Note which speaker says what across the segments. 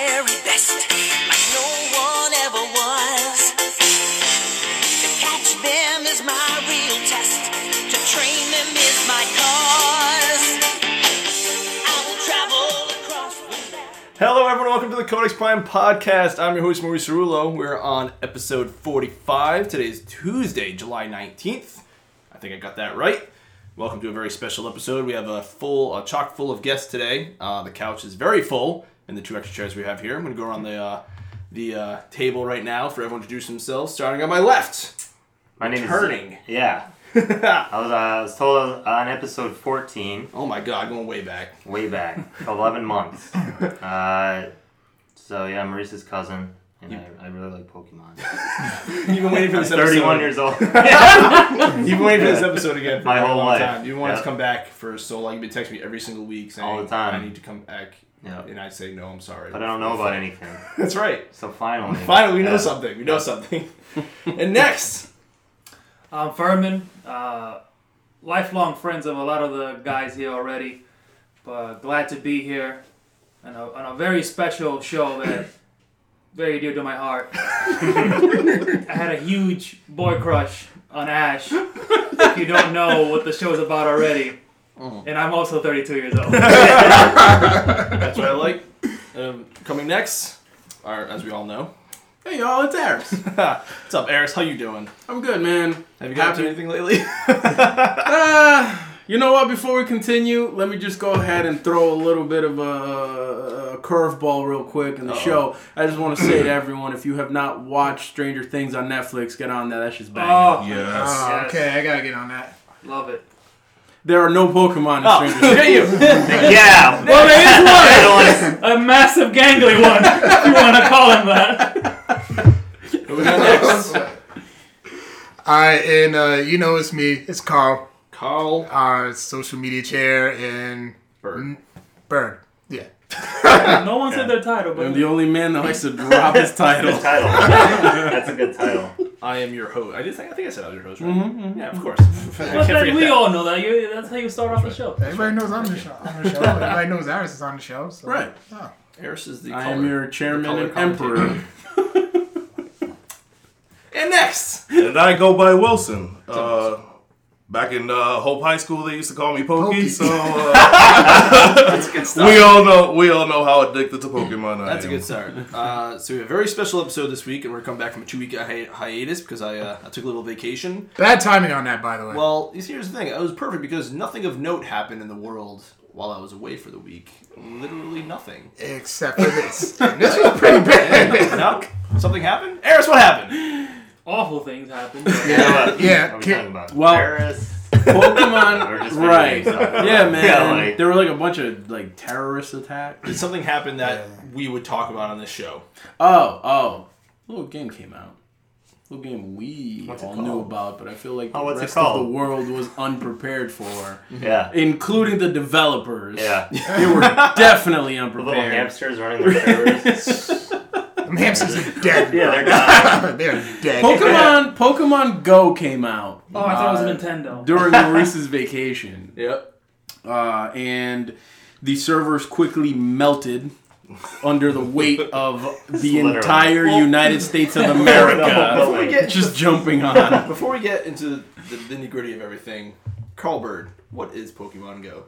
Speaker 1: blessed like no one ever was. To catch them is my real test. To train them is my cause. I will travel across the land.
Speaker 2: Hello, everyone. Welcome to the Codex Prime podcast. I'm your host, Maurice Cerullo. We're on episode 45. Today is Tuesday, July 19th. I think I got that right. Welcome to a very special episode. We have a full, a chock full of guests today. Uh, the couch is very full, and the two extra chairs we have here. I'm going to go around the uh, the uh, table right now for everyone to introduce themselves. Starting on my left,
Speaker 3: My name
Speaker 2: Returning.
Speaker 3: is Yeah. I was, uh, I was told I was on episode 14,
Speaker 2: oh my god, going way back.
Speaker 3: way back, 11 months. Uh, so, yeah, Maurice's cousin, and I, I really like Pokemon.
Speaker 2: You've been waiting for
Speaker 3: I'm
Speaker 2: this episode.
Speaker 3: 31 years old.
Speaker 2: You've been waiting for this episode again for
Speaker 3: My
Speaker 2: a
Speaker 3: whole
Speaker 2: long
Speaker 3: life.
Speaker 2: time. You want us to
Speaker 3: Yep.
Speaker 2: come back for so long. You've been texting me every single week saying
Speaker 3: All the time.
Speaker 2: I need to come back.
Speaker 3: Yep.
Speaker 2: And I say no, I'm sorry.
Speaker 3: But I don't know about anything.
Speaker 2: That's right.
Speaker 3: So, finally.
Speaker 2: Finally, we know
Speaker 3: Yeah.
Speaker 2: something. We know something. and next,
Speaker 4: Um, Furman, uh, lifelong friends of a lot of the guys here already, but glad to be here on a, on a very special show that very dear to my heart. I had a huge boy crush on Ash. If you don't know what the show's about already, and I'm also 32 years old.
Speaker 2: that's what I like. Um, coming next, are as we all know.
Speaker 5: Hey y'all, it's Harris.
Speaker 2: What's up, Eris? How you doing?
Speaker 5: I'm good, man.
Speaker 2: Have you gotten
Speaker 5: Happy-
Speaker 2: to anything lately?
Speaker 5: Uh, you know what? Before we continue, let me just go ahead and throw a little bit of a, a curveball real quick in the
Speaker 2: Uh-oh.
Speaker 5: show. I just want to say to everyone, if you have not watched Stranger Things on Netflix, get on that. That's just bad.
Speaker 4: Oh,
Speaker 2: yes.
Speaker 6: Oh,
Speaker 4: Yes.
Speaker 6: okay, I gotta get on that.
Speaker 4: love it.
Speaker 5: There are no Pokemon in
Speaker 2: Oh,
Speaker 5: Stranger Things.
Speaker 2: look at you.
Speaker 3: Yeah!
Speaker 4: Well, there
Speaker 3: is
Speaker 4: A massive gangly one, if you want to call him that.
Speaker 2: Who we got next?
Speaker 6: Alright, and uh, you know it's me, it's Carl.
Speaker 2: Carl
Speaker 6: Uh, social media chair and
Speaker 2: Bird.
Speaker 6: Bird. Yeah.
Speaker 4: No one said their title, but
Speaker 5: I'm the only man that likes to drop his title.
Speaker 3: Good title. That's a good title.
Speaker 2: I am your host. I did. Think, I think I said I was your host, right? Yeah, of course.
Speaker 4: But then we
Speaker 2: that.
Speaker 4: all know that. You, that's how you start off the show.
Speaker 6: Everybody knows I'm the show. On the show. Everybody knows Iris is on the show. So.
Speaker 5: Right.
Speaker 6: Oh.
Speaker 2: Eris is the.
Speaker 5: I
Speaker 2: color.
Speaker 5: am your
Speaker 2: The
Speaker 5: chairman
Speaker 2: color
Speaker 5: and
Speaker 2: commentator.
Speaker 5: emperor.
Speaker 2: And next,
Speaker 7: And I go by Wilson. Uh, back in uh, Hope High School, they used to call me Pokey.
Speaker 6: Pokey.
Speaker 7: So uh,
Speaker 2: that's good stuff.
Speaker 7: we all know we all know how addicted to Pokemon I
Speaker 2: That's a
Speaker 7: am.
Speaker 2: good start. Uh, so we have a very special episode this week, and we're coming back from a two-week hi- hiatus because I, uh, I took a little vacation.
Speaker 6: Bad timing on that, by the way.
Speaker 2: Well, you see, here's the thing. It was perfect because nothing of note happened in the world while I was away for the week. Literally nothing.
Speaker 6: Except for this. this was pretty bad.
Speaker 2: no? Something happened? Eris, what happened?
Speaker 4: Awful things happen.
Speaker 3: Yeah.
Speaker 6: Yeah,
Speaker 3: What are we
Speaker 6: can-
Speaker 3: talking about?
Speaker 5: well-
Speaker 3: Paris? Or
Speaker 5: Pokemon,
Speaker 3: just
Speaker 5: right?
Speaker 3: video
Speaker 2: uh,
Speaker 3: games.
Speaker 5: Yeah, man.
Speaker 3: like-
Speaker 5: there were like a bunch of like terrorist attacks.
Speaker 2: Something happened that we would talk about on this show.
Speaker 5: Oh, oh. A little game came out. A little game we
Speaker 3: What's it
Speaker 5: all knew
Speaker 3: called?
Speaker 5: about, but I feel like
Speaker 3: Oh,
Speaker 5: the
Speaker 3: what's it
Speaker 5: rest of the
Speaker 3: called?
Speaker 5: world was unprepared for,
Speaker 3: yeah.
Speaker 5: including the developers.
Speaker 3: Yeah.
Speaker 5: They were definitely
Speaker 3: The little
Speaker 5: unprepared.
Speaker 3: hamsters running their servers.
Speaker 6: Them hamsters are dead.
Speaker 3: yeah, they're gone.
Speaker 6: They're dead.
Speaker 5: Pokemon Pokemon Go came out
Speaker 4: Oh, I thought it
Speaker 5: Uh,
Speaker 4: was Nintendo.
Speaker 5: during Maurice's vacation.
Speaker 2: Yep.
Speaker 5: uh, and the servers quickly melted under the weight of the
Speaker 3: Literally.
Speaker 5: entire
Speaker 2: Well-
Speaker 5: United States of
Speaker 3: No,
Speaker 5: America
Speaker 3: no, wait.
Speaker 5: just jumping on.
Speaker 2: Before we get into the, the nitty gritty of everything, Carl Bird, what is Pokemon Go?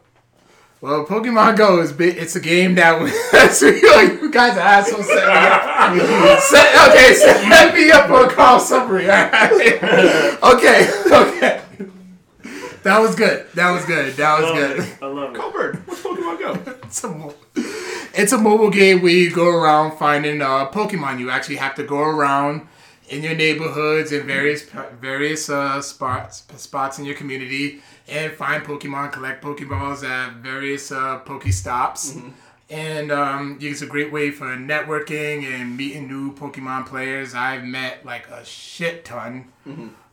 Speaker 6: Well, Pokemon Go is big. It's a game that was. like, you guys are assholes. Set me up. Set, okay, set me up on Carl summary. All right. Okay, okay. That was good. That was good. That was
Speaker 4: I love
Speaker 6: good.
Speaker 4: it. I love it.
Speaker 2: Carl Bird, what's Pokemon Go?
Speaker 6: It's a, mo- it's a mobile game where you go around finding uh, Pokemon. You actually have to go around in your neighborhoods and various various uh, spots spots in your community and find Pokemon, collect Pokeballs at various uh, Pokestops. And um, it's a great way for networking and meeting new Pokemon players. I've met like a shit ton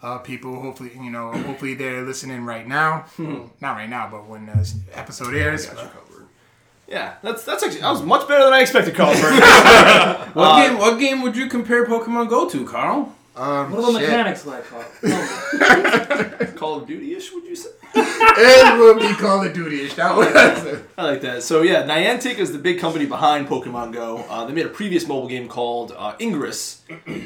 Speaker 6: of people. Hopefully, you know, hopefully they're listening right now. Not right now, but when this episode airs. but-
Speaker 2: Yeah, that's that's actually that was much better than I expected, Carl Bird.
Speaker 5: What game? What game would you compare Pokemon Go to, Carl?
Speaker 6: Um,
Speaker 4: What are the
Speaker 6: shit.
Speaker 4: mechanics like? oh, Carl? Tell me.
Speaker 2: Call of Duty ish, would you say?
Speaker 6: It would be Call of Duty ish. That was.
Speaker 2: I like that. So yeah, Niantic is the big company behind Pokemon Go. Uh, they made a previous mobile game called uh, Ingress.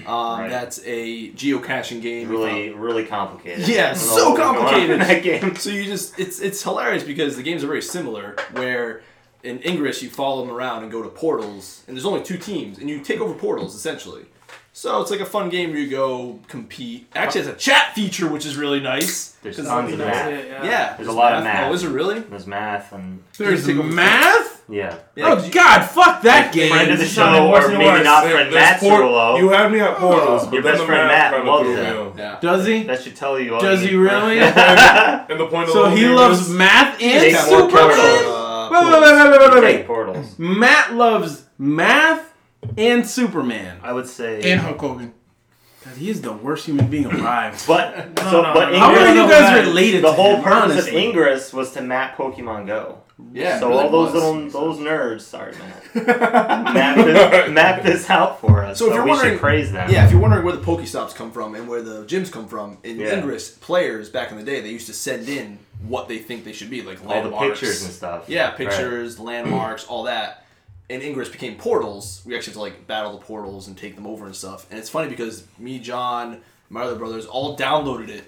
Speaker 2: Um, That's a geocaching game.
Speaker 3: Really, really complicated.
Speaker 2: Yeah,
Speaker 3: I don't
Speaker 2: so
Speaker 3: know what's going on
Speaker 2: complicated.
Speaker 3: in that game.
Speaker 2: Um, So you just it's it's hilarious because the games are very similar. Where in Ingress you follow them around and go to portals, and there's only two teams, and you take over portals essentially. So it's like a fun game where you go compete. Actually, it has a chat feature, which is really nice.
Speaker 3: There's
Speaker 2: 'Cause-
Speaker 3: tons of
Speaker 4: That's
Speaker 3: math.
Speaker 4: it,
Speaker 2: Yeah,
Speaker 3: There's a lot of math.
Speaker 2: Oh, is it really?
Speaker 3: There's math and
Speaker 5: There's
Speaker 2: You take over-
Speaker 5: math?
Speaker 3: yeah.
Speaker 2: Yeah, 'cause
Speaker 5: oh,
Speaker 2: you-
Speaker 5: God, fuck that
Speaker 3: Friend of
Speaker 5: game.
Speaker 3: the
Speaker 7: It's sounding
Speaker 3: show,
Speaker 7: worse
Speaker 3: or
Speaker 7: and
Speaker 3: maybe
Speaker 7: worse.
Speaker 3: not
Speaker 7: There-
Speaker 3: friend
Speaker 7: there's
Speaker 3: Matt
Speaker 7: port- You
Speaker 3: Cirillo.
Speaker 7: had me at portals, but
Speaker 3: Your
Speaker 7: then
Speaker 3: best
Speaker 7: the
Speaker 3: friend
Speaker 7: math
Speaker 3: Matt
Speaker 7: kinda
Speaker 3: loves
Speaker 7: threw me
Speaker 3: that.
Speaker 7: off.
Speaker 2: yeah.
Speaker 5: Does he?
Speaker 3: That should tell you. all
Speaker 5: Does
Speaker 3: you
Speaker 5: he
Speaker 3: need to know.
Speaker 5: really?
Speaker 7: And the point of the
Speaker 5: So
Speaker 7: whole
Speaker 5: he
Speaker 7: game
Speaker 5: loves
Speaker 7: is-
Speaker 5: math and
Speaker 3: Take
Speaker 5: Super
Speaker 3: portals.
Speaker 5: Man?
Speaker 2: Uh,
Speaker 5: Wait, wait, wait, wait, wait,
Speaker 3: Take
Speaker 5: wait, wait.
Speaker 3: portals.
Speaker 5: Matt loves math and Superman.
Speaker 3: I would say.
Speaker 6: And Hulk Hogan.
Speaker 5: God, he is the worst human being alive.
Speaker 3: but
Speaker 4: No,
Speaker 3: so,
Speaker 4: no,
Speaker 3: but
Speaker 4: no.
Speaker 5: How
Speaker 4: Yeah,
Speaker 5: are
Speaker 3: Ingress-
Speaker 5: you
Speaker 4: no,
Speaker 5: guys
Speaker 4: man.
Speaker 5: related?
Speaker 3: the
Speaker 5: to
Speaker 3: whole
Speaker 5: him,
Speaker 3: purpose of
Speaker 5: honestly?
Speaker 3: Ingress was to map Pokemon Go.
Speaker 2: yeah. it
Speaker 3: so
Speaker 2: really
Speaker 3: all those
Speaker 2: was.
Speaker 3: little those nerds, sorry Matt, map, this, map this out for us.
Speaker 2: So
Speaker 3: So,
Speaker 2: if you're
Speaker 3: we
Speaker 2: wondering-
Speaker 3: should praise them.
Speaker 2: Yeah, if you're wondering where the Pokestops come from and where the gyms come from, in
Speaker 3: Yeah.
Speaker 2: Ingress, players back in the day, they used to send in what they think they should be, like
Speaker 3: all the
Speaker 2: landmarks.
Speaker 3: pictures and stuff.
Speaker 2: Yeah,
Speaker 3: Right.
Speaker 2: pictures, landmarks, all that. And Ingress became portals. We actually have to like battle the portals and take them over and stuff. And it's funny because me, John, my other brothers all downloaded it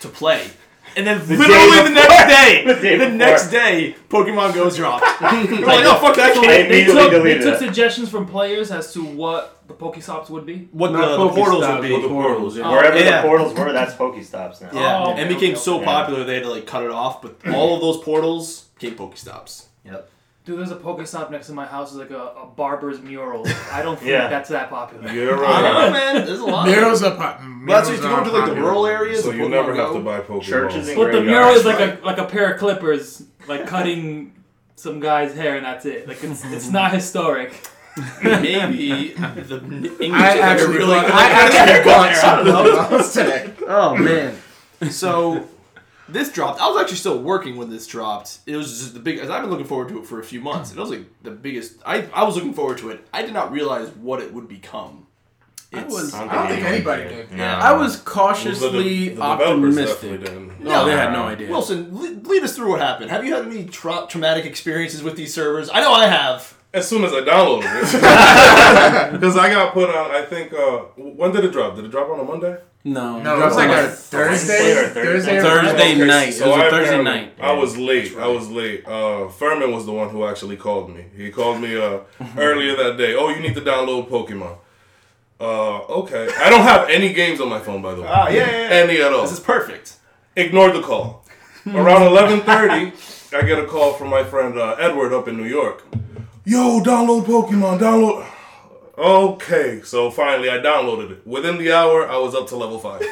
Speaker 2: to play. And then literally
Speaker 3: day
Speaker 2: the next day,
Speaker 3: The
Speaker 2: the,
Speaker 3: day before.
Speaker 2: next day, Pokemon Goes dropped. We're like, no, fuck that
Speaker 3: I
Speaker 2: game.
Speaker 4: They
Speaker 3: immediately
Speaker 4: took, they
Speaker 3: deleted
Speaker 4: took
Speaker 3: it.
Speaker 4: suggestions from players as to what the Pokestops would be.
Speaker 2: What the,
Speaker 5: Not
Speaker 2: the portals
Speaker 5: Pokestops,
Speaker 2: would be.
Speaker 5: but the portals, yeah.
Speaker 3: Wherever
Speaker 2: Oh, Yeah.
Speaker 3: the portals were, that's Pokestops now.
Speaker 2: Yeah,
Speaker 4: Oh,
Speaker 2: and
Speaker 4: okay,
Speaker 2: it became
Speaker 4: okay,
Speaker 2: so
Speaker 3: okay.
Speaker 2: popular they had to like cut it off. But all of those portals became Pokestops.
Speaker 3: Yep.
Speaker 4: Dude, there's a Pokestop next to my house. It's like a, a barber's mural. I don't think
Speaker 3: Yeah.
Speaker 4: that's that popular.
Speaker 7: You're
Speaker 2: I don't
Speaker 7: right.
Speaker 2: know, man. There's a lot. of
Speaker 6: Murals
Speaker 2: them.
Speaker 6: are pop.
Speaker 2: But that's if you go to like the rural
Speaker 6: area.
Speaker 2: areas,
Speaker 7: So
Speaker 2: the
Speaker 7: you
Speaker 2: Pokemon
Speaker 7: never have
Speaker 2: Go-
Speaker 7: to buy Pokeballs.
Speaker 3: Churches and
Speaker 4: But the
Speaker 3: graveyards.
Speaker 4: mural is like a like a pair of clippers, like cutting some guy's hair, and that's it. Like it's it's not historic.
Speaker 2: maybe the English
Speaker 6: I actually,
Speaker 2: really
Speaker 6: bought, I actually bought something else today.
Speaker 5: Oh man.
Speaker 2: So this dropped. I was actually still working when this dropped. It was just the big. I've been looking forward to it for a few months. It was like the biggest. I I was looking forward to it. I did not realize what it would become. It's,
Speaker 5: was-
Speaker 3: I
Speaker 6: I don't think
Speaker 3: anyone
Speaker 6: anybody did.
Speaker 3: No.
Speaker 5: I was
Speaker 7: Well, the-
Speaker 5: cautiously
Speaker 7: the developers
Speaker 5: optimistic.
Speaker 7: definitely didn't.
Speaker 5: No, they had no idea.
Speaker 2: Wilson, le- lead us through what happened. Have you had any tra- traumatic experiences with these servers? I know I have.
Speaker 7: As soon as I downloaded it, because I got put on. I think uh, when did it drop? Did it drop on a Monday?
Speaker 5: no,
Speaker 6: No, it was like a
Speaker 3: Wednesday
Speaker 6: Thursday,
Speaker 3: or Thursday?
Speaker 6: Thursday, or
Speaker 5: Thursday
Speaker 6: Friday.
Speaker 5: night. It was a
Speaker 7: I
Speaker 5: Thursday
Speaker 7: apparently-
Speaker 5: night.
Speaker 7: I was late. I was late. Uh, Furman was the one who actually called me. He called me uh, earlier that day. Oh, you need to download Pokemon. Uh, okay. I don't have any games on my phone, by the way.
Speaker 2: Ah, yeah, yeah, yeah.
Speaker 7: Any at all.
Speaker 2: This is perfect.
Speaker 7: Ignored the call. Around 11:30, I get a call from my friend uh, Edward up in New York. Yo, download Pokemon. Download. Okay, so finally I downloaded it. Within the hour, I was up to level five. it,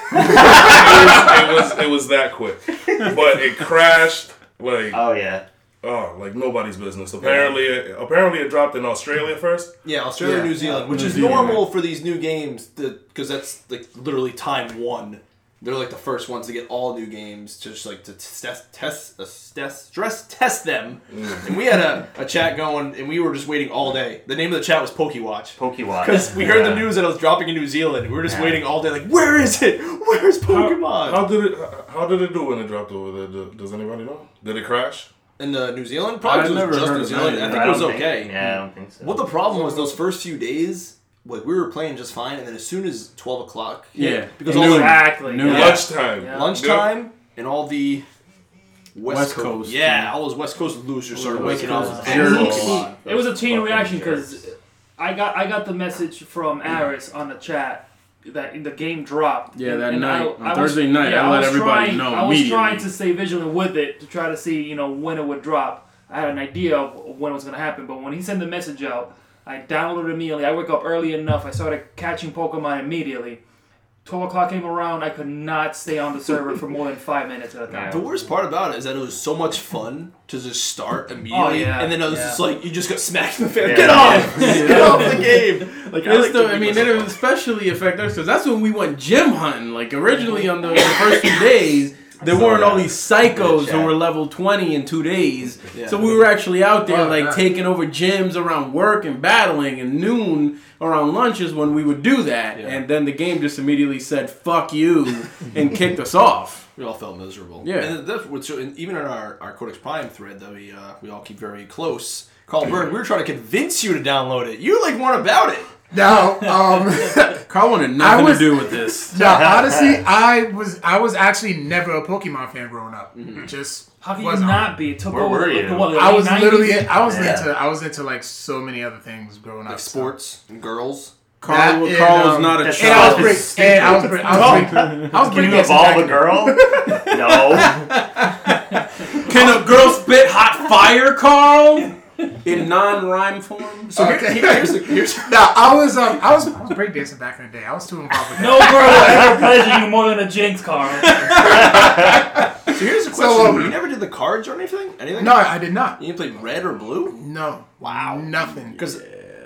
Speaker 7: was, it was it was that quick, but it crashed like
Speaker 3: Oh yeah.
Speaker 7: oh like nobody's business. Apparently, it, apparently it dropped in Australia first.
Speaker 2: Yeah, Australia,
Speaker 6: Yeah.
Speaker 2: New Zealand, which
Speaker 5: uh, New
Speaker 2: is
Speaker 5: Zealand,
Speaker 2: normal for these new games, because that's like literally time one. They're like the first ones to get all new games to just like to test test uh, test stress test them. And we had a, a chat going, and we were just waiting all day. The name of the chat was PokeWatch.
Speaker 3: Pokewatch.
Speaker 2: Because we heard the news that it was dropping in New Zealand, and we were just waiting all day, like, where is it? Where's Pokemon?
Speaker 7: How did it How did it do when it dropped over there? Do- Does anybody know? Did it crash?
Speaker 2: in uh, New Zealand, probably
Speaker 5: I've
Speaker 2: it was
Speaker 5: never
Speaker 2: just
Speaker 5: heard
Speaker 2: New
Speaker 5: of
Speaker 2: Zealand.
Speaker 5: that
Speaker 2: I
Speaker 5: either.
Speaker 2: think
Speaker 3: I
Speaker 2: it was
Speaker 3: don't
Speaker 2: okay.
Speaker 3: Think, yeah, I don't think so.
Speaker 2: What the problem was those first few days, like we were playing just fine, and then as soon as twelve o'clock, hit,
Speaker 5: Yeah.
Speaker 2: because
Speaker 5: Noon.
Speaker 2: all the
Speaker 4: Exactly.
Speaker 5: No.
Speaker 4: yeah.
Speaker 7: Lunchtime.
Speaker 4: Yeah.
Speaker 2: lunchtime and all the West,
Speaker 5: West
Speaker 2: Coast.
Speaker 5: Coast.
Speaker 2: Yeah, all those West Coast losers started
Speaker 5: West
Speaker 2: waking up.
Speaker 5: Coast
Speaker 2: with angry
Speaker 5: jerks.
Speaker 2: Pokemon.
Speaker 4: It was a chain
Speaker 3: Fucking
Speaker 4: reaction
Speaker 3: jerks.
Speaker 4: because I got I got the message from Aris on the chat that the game dropped.
Speaker 5: Yeah,
Speaker 4: And-
Speaker 5: that
Speaker 4: and I-
Speaker 5: night, on
Speaker 4: I was-
Speaker 5: Thursday night, I let
Speaker 4: was
Speaker 5: everybody
Speaker 4: trying-
Speaker 5: know
Speaker 4: I was trying
Speaker 5: immediately.
Speaker 4: to stay vigilant with it to try to see you know when it would drop. I had an idea of when it was gonna happen, but when he sent the message out, I downloaded immediately. I woke up early enough. I started catching Pokemon immediately. Twelve o'clock came around. I could not stay on the server for more than five minutes at a time.
Speaker 2: The worst part about it is that it was so much fun to just start immediately,
Speaker 4: Oh, yeah,
Speaker 2: and then it was
Speaker 4: yeah.
Speaker 2: just like you just got smacked in the face.
Speaker 3: Yeah.
Speaker 2: Get off! Get off the game! Like
Speaker 5: It's
Speaker 2: like to
Speaker 5: the, I
Speaker 2: beat
Speaker 5: mean, it
Speaker 2: myself up.
Speaker 5: especially affected us because that's when we went gym hunting. Like originally on the, the first few days, There
Speaker 3: saw
Speaker 5: weren't all
Speaker 3: that.
Speaker 5: these psychos
Speaker 3: Yeah,
Speaker 5: who
Speaker 3: chat.
Speaker 5: were level 20 in two days. So we were actually out there
Speaker 6: Oh,
Speaker 5: like
Speaker 6: yeah.
Speaker 5: taking over gyms around work and battling and noon around lunches when we would do that.
Speaker 2: Yeah.
Speaker 5: And then the game just immediately said, fuck you, and kicked us off.
Speaker 2: We all felt miserable.
Speaker 5: Yeah.
Speaker 2: and that's what's and even in our, our Codex Prime thread that we uh, we all keep very close. Carl Bird, we were trying to convince you to download it. You like weren't about it.
Speaker 6: Now, um,
Speaker 5: Carl wanted
Speaker 6: I
Speaker 5: nothing
Speaker 6: was-
Speaker 5: to do with this.
Speaker 6: now honestly, I was I was actually never a Pokemon fan growing up.
Speaker 2: Mm-hmm.
Speaker 6: Just
Speaker 4: How can you
Speaker 6: wasn't.
Speaker 4: not be? It took
Speaker 3: Where
Speaker 4: over.
Speaker 3: were
Speaker 4: like,
Speaker 3: you?
Speaker 4: what, the
Speaker 6: I
Speaker 4: late
Speaker 6: was
Speaker 4: 90s?
Speaker 6: literally I was
Speaker 3: Yeah.
Speaker 6: into I was into like so many other things growing up.
Speaker 2: Like
Speaker 6: so-
Speaker 2: sports and girls.
Speaker 5: Carl,
Speaker 6: That
Speaker 5: Carl
Speaker 6: and,
Speaker 5: was
Speaker 6: um,
Speaker 5: not a
Speaker 3: that's
Speaker 6: And I was
Speaker 5: child.
Speaker 3: breaking-
Speaker 6: break. And I was break. I was break. I was
Speaker 3: Can
Speaker 6: break
Speaker 3: you evolve a
Speaker 6: dancing.
Speaker 3: girl? no.
Speaker 5: Can a girl spit hot fire, Carl? In non-rhyme form?
Speaker 2: So here-
Speaker 6: Okay.
Speaker 2: here- here's, a, here's a-
Speaker 6: Now I was um I was I was breakdancing back in the day. I was too involved with that.
Speaker 4: No girl will ever pleasure you more than a jinx, Carl.
Speaker 2: so here's a question.
Speaker 6: So, um,
Speaker 2: you never did the cards or anything? Anything?
Speaker 6: No, I did not.
Speaker 2: You didn't play red or blue?
Speaker 6: No. Wow. Nothing.
Speaker 2: Because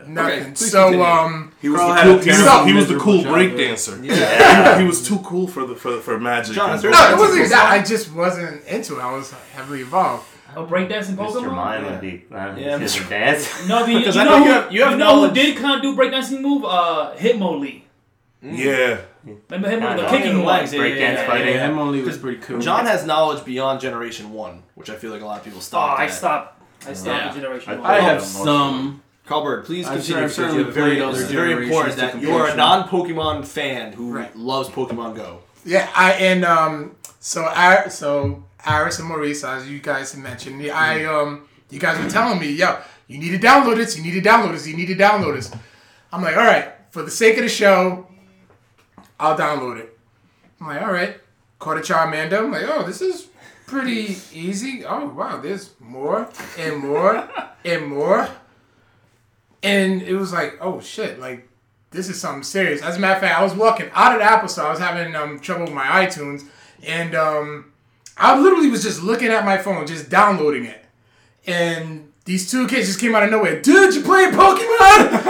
Speaker 6: Nothing.
Speaker 2: Okay, please
Speaker 6: so
Speaker 2: continue.
Speaker 6: um
Speaker 7: He was
Speaker 5: Carl
Speaker 7: the
Speaker 5: had
Speaker 7: cool,
Speaker 5: a
Speaker 7: he was-
Speaker 6: terrible,
Speaker 7: he was the cool
Speaker 5: miserable childhood.
Speaker 7: breakdancer.
Speaker 2: yeah.
Speaker 7: He was too cool for the for, for magic.
Speaker 2: John, is there-
Speaker 6: no, it wasn't
Speaker 2: Magical
Speaker 6: that. I just wasn't into it. I was heavily involved.
Speaker 4: A breakdancing
Speaker 3: Mr.
Speaker 4: Pokemon?
Speaker 3: Mime would be. Uh,
Speaker 2: Yeah,
Speaker 3: yeah,
Speaker 2: Mr.
Speaker 3: dance.
Speaker 4: No, but you, you
Speaker 2: Because I
Speaker 4: know,
Speaker 2: know
Speaker 4: who,
Speaker 2: you
Speaker 4: you,
Speaker 2: have- you have
Speaker 4: know who
Speaker 2: knowledge.
Speaker 4: did kind of do breakdancing move? Uh, Hitmonlee.
Speaker 5: Mm.
Speaker 7: yeah.
Speaker 4: Remember him
Speaker 3: Kinda.
Speaker 4: the kicking
Speaker 2: Yeah,
Speaker 4: one?
Speaker 2: legs, yeah,
Speaker 3: Breakdance
Speaker 2: yeah, yeah,
Speaker 3: fighting.
Speaker 2: yeah, yeah.
Speaker 5: Him only was pretty cool.
Speaker 2: John has knowledge beyond Generation One, which I feel like a lot of people
Speaker 4: Oh,
Speaker 2: stop.
Speaker 4: I stopped. I stopped
Speaker 2: Yeah.
Speaker 4: at Generation
Speaker 3: I-
Speaker 4: One.
Speaker 5: I have
Speaker 3: Emotional.
Speaker 5: some.
Speaker 2: Carlberg, please
Speaker 5: I've
Speaker 2: continue.
Speaker 5: cer-
Speaker 2: because
Speaker 5: certainly
Speaker 2: you have very,
Speaker 5: played other
Speaker 2: it's very important
Speaker 5: generations
Speaker 2: that
Speaker 5: to
Speaker 2: you are a
Speaker 5: completion.
Speaker 2: non-Pokemon fan who
Speaker 6: Right.
Speaker 2: loves Pokemon Go.
Speaker 6: Yeah, I and um so I so Iris and Maurice, as you guys had mentioned, I um you guys were telling me, yo, you need to download this, you need to download this, you need to download this. I'm like, all right, for the sake of the show, I'll download it. I'm like, all right, caught a Charmander. I'm like, oh, this is pretty easy. Oh wow, there's more and more and more. And it was like, oh shit, like this is something serious. As a matter of fact, I was walking out of the Apple Store. I was having um, trouble with my iTunes, and um, I literally was just looking at my phone, just downloading it. And these two kids just came out of nowhere. Dude, you playing Pokemon?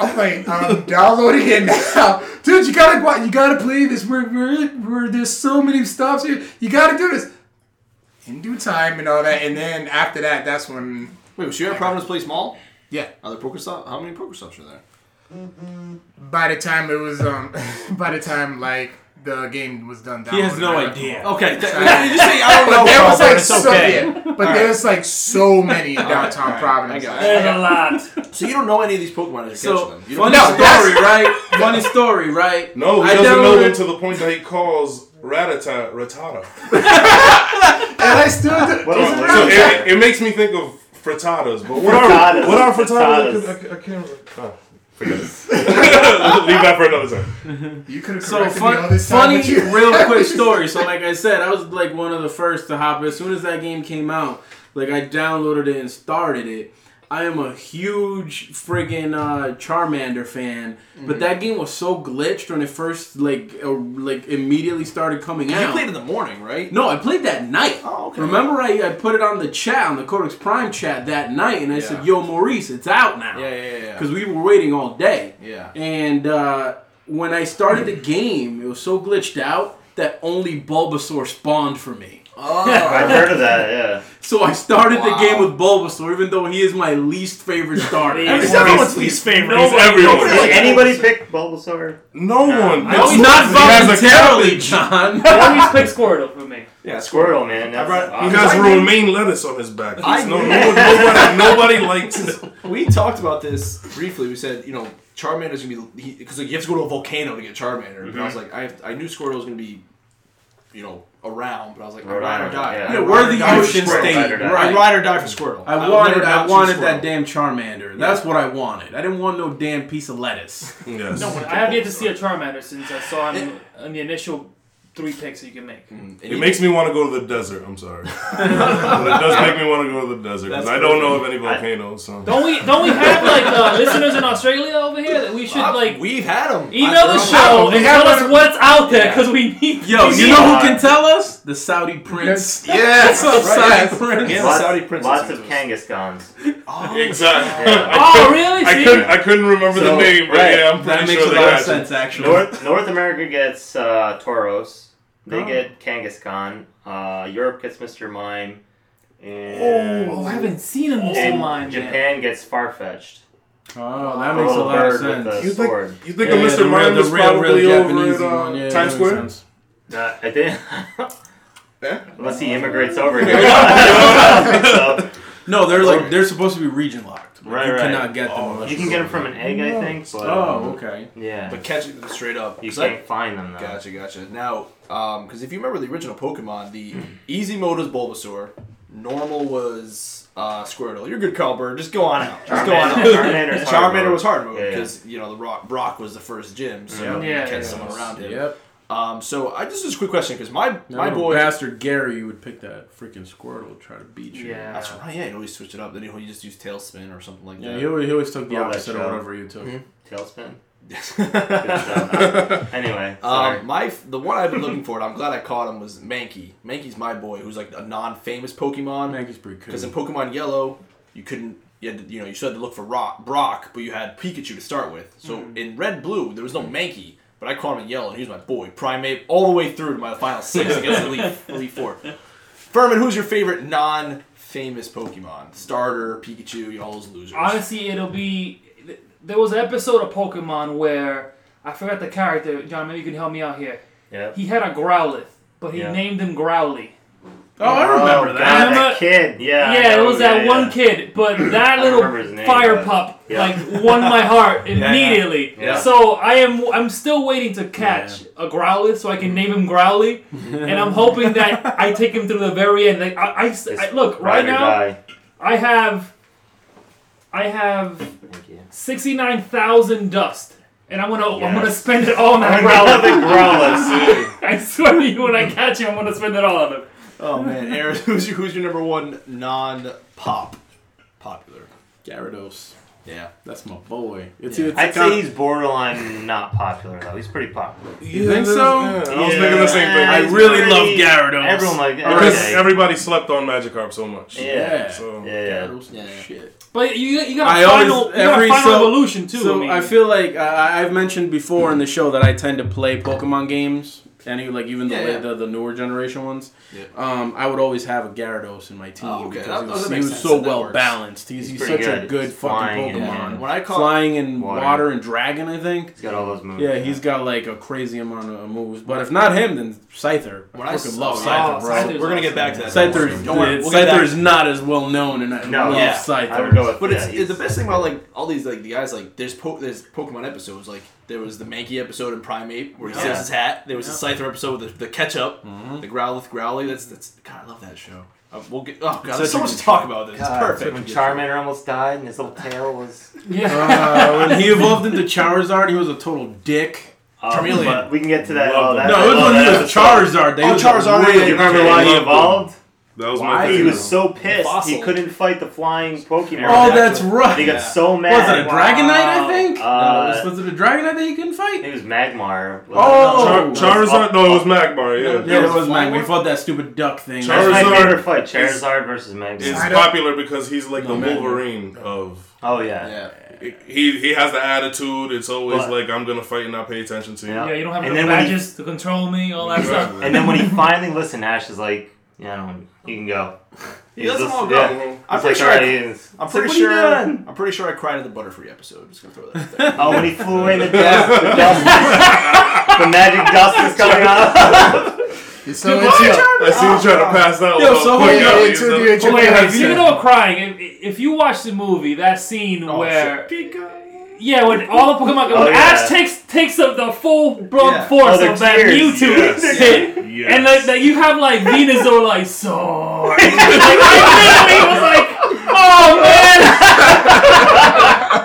Speaker 6: I'm like, I'm downloading it now. Dude, you gotta go out. You gotta play this. We're, we're, we're, there's so many stops here. You gotta do this. In due time and all that. And then after that, that's when,
Speaker 2: Wait, was you at Providence Place Mall?
Speaker 6: yeah.
Speaker 2: Are there Pokestops? How many Pokestops are there?
Speaker 6: by the time it was um by the time like the game was done
Speaker 5: He has no
Speaker 6: downloading, I-
Speaker 5: idea.
Speaker 2: Okay, th- did you say I don't know?
Speaker 6: but there was
Speaker 2: Carlberg,
Speaker 6: like
Speaker 2: it's
Speaker 6: so
Speaker 2: okay.
Speaker 6: yeah, but there's like so many in downtown Providence.
Speaker 2: I got
Speaker 4: There's a lot.
Speaker 2: So you don't know any of these Pokemon as you're
Speaker 5: So
Speaker 2: catching them. You don't
Speaker 5: funny
Speaker 6: No,
Speaker 5: story, right? Funny story, right?
Speaker 7: No, he
Speaker 5: I
Speaker 7: doesn't know
Speaker 5: downloaded-
Speaker 7: them to the point that he calls Ratata Ratata.
Speaker 6: and I still do.
Speaker 3: What is
Speaker 7: so it, it makes me think of frittatas, but what
Speaker 3: Frittatas.
Speaker 7: are what are frittatas?
Speaker 3: Frittatas.
Speaker 7: I, I can't. Oh, forget it. Leave that for another time.
Speaker 6: You could have
Speaker 5: So
Speaker 6: corrected me all
Speaker 5: fun,
Speaker 6: this time.
Speaker 5: funny,
Speaker 6: but you-
Speaker 5: real quick story. So like I said, I was like one of the first to hop. As soon as that game came out, like I downloaded it and started it. I am a huge friggin' uh, Charmander fan,
Speaker 2: Mm-hmm.
Speaker 5: but that game was so glitched when it first like uh, like immediately started coming
Speaker 2: You
Speaker 5: out.
Speaker 2: played in the morning, right?
Speaker 5: No, I played that night.
Speaker 2: Oh, okay.
Speaker 5: Remember, I, I put it on the chat, on the Codex Prime chat that night, and I said,
Speaker 2: Yeah.
Speaker 5: Yo, Maurice, it's out now.
Speaker 2: Yeah, yeah, yeah, yeah.
Speaker 5: Because we were waiting all day.
Speaker 2: Yeah.
Speaker 5: And uh, when I started the game, it was so glitched out that only Bulbasaur spawned for me.
Speaker 3: I've heard of that, yeah.
Speaker 5: So I started
Speaker 2: Wow.
Speaker 5: the game with Bulbasaur, even though he is my least favorite starter.
Speaker 4: He's
Speaker 5: He's
Speaker 2: everyone's least favorite.
Speaker 7: He's everywhere.
Speaker 3: Did anybody pick Bulbasaur?
Speaker 7: No one.
Speaker 4: I always-
Speaker 5: not
Speaker 7: He has a
Speaker 5: voluntarily, John.
Speaker 4: I always pick Squirtle for me.
Speaker 2: Yeah, Squirtle.
Speaker 3: Squirtle, man. That's,
Speaker 2: brought-
Speaker 7: He
Speaker 3: awesome.
Speaker 7: has romaine lettuce on his back. He's
Speaker 2: I-
Speaker 7: no, no, one- nobody, nobody likes his.
Speaker 2: We talked about this briefly. We said, you know, Charmander's gonna be because like you have to go to a volcano to get Charmander. And I was like, I have, I knew Squirtle was gonna be, you know, around, but I was like, I
Speaker 3: Rhode
Speaker 2: ride or
Speaker 3: Island,
Speaker 2: die.
Speaker 3: yeah.
Speaker 2: I
Speaker 5: Yeah,
Speaker 2: ride
Speaker 5: we're
Speaker 2: or
Speaker 5: the
Speaker 2: die for
Speaker 5: ocean
Speaker 2: Squirtle.
Speaker 5: state,
Speaker 3: Ride or die.
Speaker 5: right?
Speaker 2: I ride or die for Squirtle.
Speaker 5: I
Speaker 2: will
Speaker 5: wanted,
Speaker 2: never
Speaker 5: I
Speaker 2: not choose
Speaker 5: wanted that
Speaker 2: Squirtle.
Speaker 5: damn Charmander. That's what I wanted. I didn't want no damn piece of lettuce.
Speaker 7: Yes.
Speaker 4: I have yet to see a Charmander since I saw him in the initial three picks that you can make.
Speaker 7: It makes me want to go to the desert. I'm sorry, but it does make me want to go to the desert because I don't know of any volcanoes. So.
Speaker 4: Don't we? Don't we have like uh, listeners in Australia over here that we should like
Speaker 2: we've had them.
Speaker 4: email the show
Speaker 6: we
Speaker 4: and
Speaker 6: have
Speaker 4: tell us
Speaker 6: one-
Speaker 4: what's out there because we need.
Speaker 5: Yo,
Speaker 4: we
Speaker 5: you
Speaker 4: need-
Speaker 5: know who can tell us? The Saudi prince.
Speaker 6: Yes,
Speaker 5: What's up,
Speaker 6: yes.
Speaker 5: Saudi prince?
Speaker 2: Yeah.
Speaker 3: Lots,
Speaker 2: Saudi princess
Speaker 3: lots of
Speaker 2: into
Speaker 3: Kangaskhan's.
Speaker 7: Exactly.
Speaker 3: Yeah.
Speaker 4: Oh, really?
Speaker 7: I
Speaker 4: See?
Speaker 7: couldn't. I couldn't remember the
Speaker 3: So,
Speaker 7: name, but
Speaker 3: right,
Speaker 7: yeah, I'm pretty
Speaker 5: That makes
Speaker 7: sure
Speaker 5: a
Speaker 7: they
Speaker 5: lot of
Speaker 7: got you.
Speaker 5: sense, actually.
Speaker 3: North North America gets uh, Toros. They
Speaker 2: Oh.
Speaker 4: No.
Speaker 3: get Kangaskhan. Uh, Europe gets Mr. Mime. And
Speaker 4: Oh, I haven't seen a Mr.
Speaker 3: and
Speaker 4: Mime yet.
Speaker 3: Japan gets Farfetch'd.
Speaker 5: Oh, that makes a lot of sense.
Speaker 3: The
Speaker 7: You think,
Speaker 3: sword.
Speaker 7: you think
Speaker 5: Yeah,
Speaker 7: of
Speaker 5: yeah,
Speaker 7: Mr.
Speaker 5: the real-
Speaker 7: Mime
Speaker 5: the
Speaker 7: is
Speaker 5: real,
Speaker 7: probably
Speaker 5: real
Speaker 7: over
Speaker 5: Japanese
Speaker 7: at uh,
Speaker 5: one. Yeah, that
Speaker 7: Times
Speaker 5: makes
Speaker 7: Square?
Speaker 5: sense.
Speaker 3: Uh, I think.
Speaker 7: Yeah.
Speaker 3: Unless he immigrates over here. I don't think so.
Speaker 5: No, they're like they're supposed to be region locked. Like,
Speaker 3: Right,
Speaker 5: you
Speaker 3: right.
Speaker 5: cannot get them. unless
Speaker 3: You can get them from an egg, I think. But, um,
Speaker 5: Oh, okay.
Speaker 3: Yeah.
Speaker 2: But catch it straight up.
Speaker 3: you
Speaker 2: 'Cause I-
Speaker 3: can't find them though.
Speaker 2: Gotcha, gotcha. Now, because if you remember the original Pokemon, the easy mode was Bulbasaur, normal was uh, Squirtle. You're good, Carl Bird. Just go on out. Just go on out.
Speaker 3: Charmander's
Speaker 2: Charmander's
Speaker 3: hard mode.
Speaker 2: was hard mode
Speaker 3: Yeah, yeah.
Speaker 2: because you know the Rock Brock was the first gym, so
Speaker 3: Yeah.
Speaker 2: you
Speaker 4: Yeah,
Speaker 2: catch
Speaker 4: yeah,
Speaker 2: someone
Speaker 4: yeah.
Speaker 2: around him.
Speaker 5: Yep.
Speaker 2: Um, so I just just a quick question because my my
Speaker 5: My
Speaker 2: boy.
Speaker 5: bastard Gary would pick that freaking Squirtle to try to beat you.
Speaker 4: Yeah.
Speaker 2: That's right. Yeah, he always switched it up. Then he he just used Tailspin or something like
Speaker 5: Yeah,
Speaker 2: that.
Speaker 5: he always, he always took the
Speaker 3: Love that
Speaker 5: opposite
Speaker 3: show.
Speaker 5: or whatever you took.
Speaker 3: Tailspin. Good
Speaker 2: Yeah.
Speaker 3: stuff. anyway, sorry.
Speaker 2: Um, my the one I've been looking for, and I'm glad I caught him, was Mankey. Mankey's my boy, who's like a non-famous Pokemon.
Speaker 5: Mankey's pretty cool.
Speaker 2: Because in Pokemon Yellow, you couldn't, you, had to, you know, you still had to look for Rock, Brock, but you had Pikachu to start with. So in Red Blue, there was no Mankey, but I caught him in Yellow, and he was my boy, Primate, all the way through to my final six against Elite, Elite Four. Furman, who's your favorite non-famous Pokemon? Starter, Pikachu, you know, all those losers.
Speaker 4: Honestly, it'll be. th- There was an episode of Pokemon where I forgot the character. John, maybe you can help me out here.
Speaker 3: Yep.
Speaker 4: He had a Growlithe, but he
Speaker 3: Yeah.
Speaker 4: named him Growly.
Speaker 5: oh, I remember
Speaker 3: Oh, God,
Speaker 5: that.
Speaker 4: Remember-
Speaker 3: that kid. Yeah. I
Speaker 4: yeah, it
Speaker 3: know,
Speaker 4: was that
Speaker 3: yeah,
Speaker 4: one
Speaker 3: yeah.
Speaker 4: kid, but
Speaker 3: I
Speaker 4: that little
Speaker 3: remember his name,
Speaker 4: fire
Speaker 3: but-
Speaker 4: pup
Speaker 3: yeah.
Speaker 4: like won my heart
Speaker 2: yeah.
Speaker 4: immediately.
Speaker 3: Yeah.
Speaker 4: So I am I'm still waiting to catch a Growlithe so I can name him Growly, and I'm hoping that I take him through the very end. Like I, I s-
Speaker 3: It's
Speaker 4: I- look
Speaker 3: ride
Speaker 4: right
Speaker 3: or
Speaker 4: now
Speaker 3: die.
Speaker 4: I have I have
Speaker 3: Thank you.
Speaker 4: sixty nine thousand dust. And I'm gonna I'm gonna
Speaker 3: Yes.
Speaker 4: spend it all on that
Speaker 3: Another
Speaker 4: Growlithe.
Speaker 3: Growlithe.
Speaker 4: I swear to you, when I catch him, I'm gonna spend it all on him.
Speaker 2: oh man, Aaron, who's your, who's your number one non-pop popular?
Speaker 5: Gyarados.
Speaker 2: Yeah.
Speaker 5: That's my boy. It's,
Speaker 2: Yeah.
Speaker 5: it's a
Speaker 3: I'd
Speaker 5: com-
Speaker 3: say he's borderline not popular though. He's pretty popular.
Speaker 5: You think
Speaker 7: Yeah,
Speaker 5: so?
Speaker 7: yeah, I was thinking the same thing.
Speaker 3: Yeah,
Speaker 5: I
Speaker 3: he's
Speaker 5: really
Speaker 3: pretty-
Speaker 5: love Gyarados.
Speaker 3: Everyone like
Speaker 7: Because
Speaker 3: okay.
Speaker 7: everybody slept on Magikarp so much.
Speaker 3: Yeah.
Speaker 5: Yeah.
Speaker 7: So-
Speaker 3: Yeah, yeah.
Speaker 5: Gyarados is
Speaker 2: Yeah.
Speaker 5: shit.
Speaker 4: But you, you got
Speaker 5: I
Speaker 4: a
Speaker 5: always-
Speaker 4: final, you got
Speaker 5: every-
Speaker 4: a final
Speaker 5: so-
Speaker 4: evolution too.
Speaker 5: so
Speaker 4: mean.
Speaker 5: I feel like I, I've mentioned before in the show that I tend to play Pokemon games, any like even the,
Speaker 2: Yeah, yeah.
Speaker 5: the the newer generation ones.
Speaker 2: Yeah.
Speaker 5: Um, I would always have a Gyarados in my team
Speaker 2: Oh, okay.
Speaker 5: because
Speaker 2: That-
Speaker 5: he
Speaker 2: that
Speaker 5: was, he
Speaker 2: makes
Speaker 5: was
Speaker 2: sense.
Speaker 5: so
Speaker 2: That
Speaker 5: well
Speaker 2: works.
Speaker 5: balanced. He's, he's,
Speaker 3: He's
Speaker 5: such
Speaker 3: pretty
Speaker 5: a
Speaker 3: good.
Speaker 5: good
Speaker 3: He's
Speaker 5: fucking
Speaker 3: flying and-
Speaker 5: Pokemon.
Speaker 2: When I caught
Speaker 5: flying and water.
Speaker 3: Water.
Speaker 5: and dragon, I think.
Speaker 3: He's got all those moves.
Speaker 5: Yeah, he's got like a crazy amount of moves. But if not him, then Scyther.
Speaker 2: When
Speaker 5: I
Speaker 2: I
Speaker 5: fucking
Speaker 2: saw-
Speaker 5: love
Speaker 2: oh,
Speaker 5: Scyther,
Speaker 4: oh,
Speaker 5: bro.
Speaker 4: Scyther.
Speaker 2: We're gonna get back to that. don't
Speaker 5: Scyther
Speaker 2: worry.
Speaker 5: is
Speaker 2: Don't worry, we'll get
Speaker 5: Scyther
Speaker 2: back.
Speaker 5: is not as well known, and I
Speaker 3: No,
Speaker 5: love
Speaker 2: yeah.
Speaker 5: Scyther.
Speaker 3: I would go with
Speaker 2: But
Speaker 3: yeah,
Speaker 2: it's,
Speaker 3: he's-
Speaker 2: it's the best thing about like all these like the guys like there's po- there's Pokemon episodes like there was the Mankey episode in Primate where he
Speaker 3: Yeah. Mm-hmm.
Speaker 2: saves his hat. There was the Scyther episode with the, the ketchup, the Growlithe Growly. That's that's God, I love that show. Uh, we'll get oh god, there's so
Speaker 5: a
Speaker 2: much
Speaker 5: good
Speaker 2: to talk about. This
Speaker 3: God,
Speaker 2: it's
Speaker 3: When
Speaker 2: perfect.
Speaker 3: Charmander almost died and his little tail was.
Speaker 5: Um,
Speaker 4: yeah.
Speaker 5: Uh, when he evolved into Charizard, he was a total dick.
Speaker 3: Um,
Speaker 2: Charmeleon.
Speaker 3: but we can get to that.
Speaker 7: Love
Speaker 3: oh, that
Speaker 7: that.
Speaker 5: No, it was
Speaker 3: oh,
Speaker 5: when he
Speaker 3: that
Speaker 5: was Charizard. They
Speaker 2: Oh,
Speaker 5: was
Speaker 2: Charizard,
Speaker 5: really
Speaker 2: yeah, you
Speaker 5: remember
Speaker 3: Remember why he
Speaker 5: he
Speaker 3: evolved?
Speaker 7: That was my
Speaker 5: Why?
Speaker 7: favorite.
Speaker 3: He was so pissed he
Speaker 2: Fossil.
Speaker 3: couldn't fight the flying Pokemon.
Speaker 5: Oh, that's right.
Speaker 3: He got
Speaker 2: Yeah.
Speaker 3: so mad.
Speaker 5: Was it a Dragonite? I
Speaker 4: Wow.
Speaker 5: think.
Speaker 3: Uh,
Speaker 5: no, was, was it a Dragonite that he couldn't
Speaker 3: I
Speaker 5: fight?
Speaker 3: think it was Magmar.
Speaker 5: Oh!
Speaker 7: Char- Charizard? No, it was Magmar. Yeah.
Speaker 5: Yeah, it was
Speaker 2: was
Speaker 5: mine. We
Speaker 2: Flying
Speaker 5: fought that stupid duck thing.
Speaker 3: That's
Speaker 7: Charizard
Speaker 3: my favorite fight.
Speaker 7: is-
Speaker 3: Charizard versus Magmar.
Speaker 7: It's
Speaker 6: I don't-
Speaker 7: popular because he's like
Speaker 5: No,
Speaker 7: the
Speaker 5: Magmar.
Speaker 7: Wolverine of.
Speaker 3: oh yeah.
Speaker 2: Yeah.
Speaker 7: He he has the attitude. It's always
Speaker 3: But-
Speaker 7: like I'm gonna fight and not pay attention to you.
Speaker 3: Yeah.
Speaker 4: Yeah, you don't have
Speaker 3: And
Speaker 4: the
Speaker 3: then when he-
Speaker 4: badges to control me, all that stuff.
Speaker 3: And then when he finally listened, Ash is like, "Yeah, I don't want- you can go."
Speaker 2: He lets
Speaker 3: He's
Speaker 2: them all go.
Speaker 3: just- yeah.
Speaker 2: I'm
Speaker 3: He's
Speaker 2: pretty
Speaker 3: like,
Speaker 2: sure.
Speaker 3: "Alright,
Speaker 2: I,
Speaker 3: he's-"
Speaker 2: I'm
Speaker 3: He's
Speaker 2: pretty
Speaker 3: like,
Speaker 2: sure.
Speaker 3: "What are you doing?"
Speaker 2: I'm pretty sure I cried in the Butterfree episode. just gonna throw that. Out there.
Speaker 3: Oh, when he flew away in the dust, the dust, the magic dust is coming out.
Speaker 6: It's so it's yeah,
Speaker 7: I see you trying to pass out.
Speaker 5: Yo,
Speaker 7: real
Speaker 5: so
Speaker 7: quick.
Speaker 5: wait,
Speaker 7: Yeah,
Speaker 5: wait,
Speaker 7: he's
Speaker 6: to
Speaker 7: a-
Speaker 6: the
Speaker 4: But wait,
Speaker 6: Japan-
Speaker 4: wait, speaking of crying, if, if you watch the movie, that scene
Speaker 2: Oh,
Speaker 4: where
Speaker 2: shit.
Speaker 4: yeah, when all the Pokemon,
Speaker 3: Oh,
Speaker 4: when
Speaker 3: yeah.
Speaker 4: Ash takes takes up the full blown
Speaker 2: Yeah.
Speaker 4: force
Speaker 3: Oh, their
Speaker 4: of that
Speaker 3: tears.
Speaker 4: Mewtwo
Speaker 7: Yes.
Speaker 4: hit,
Speaker 7: Yes.
Speaker 4: and like that you have like Venusaur like so. like, I literally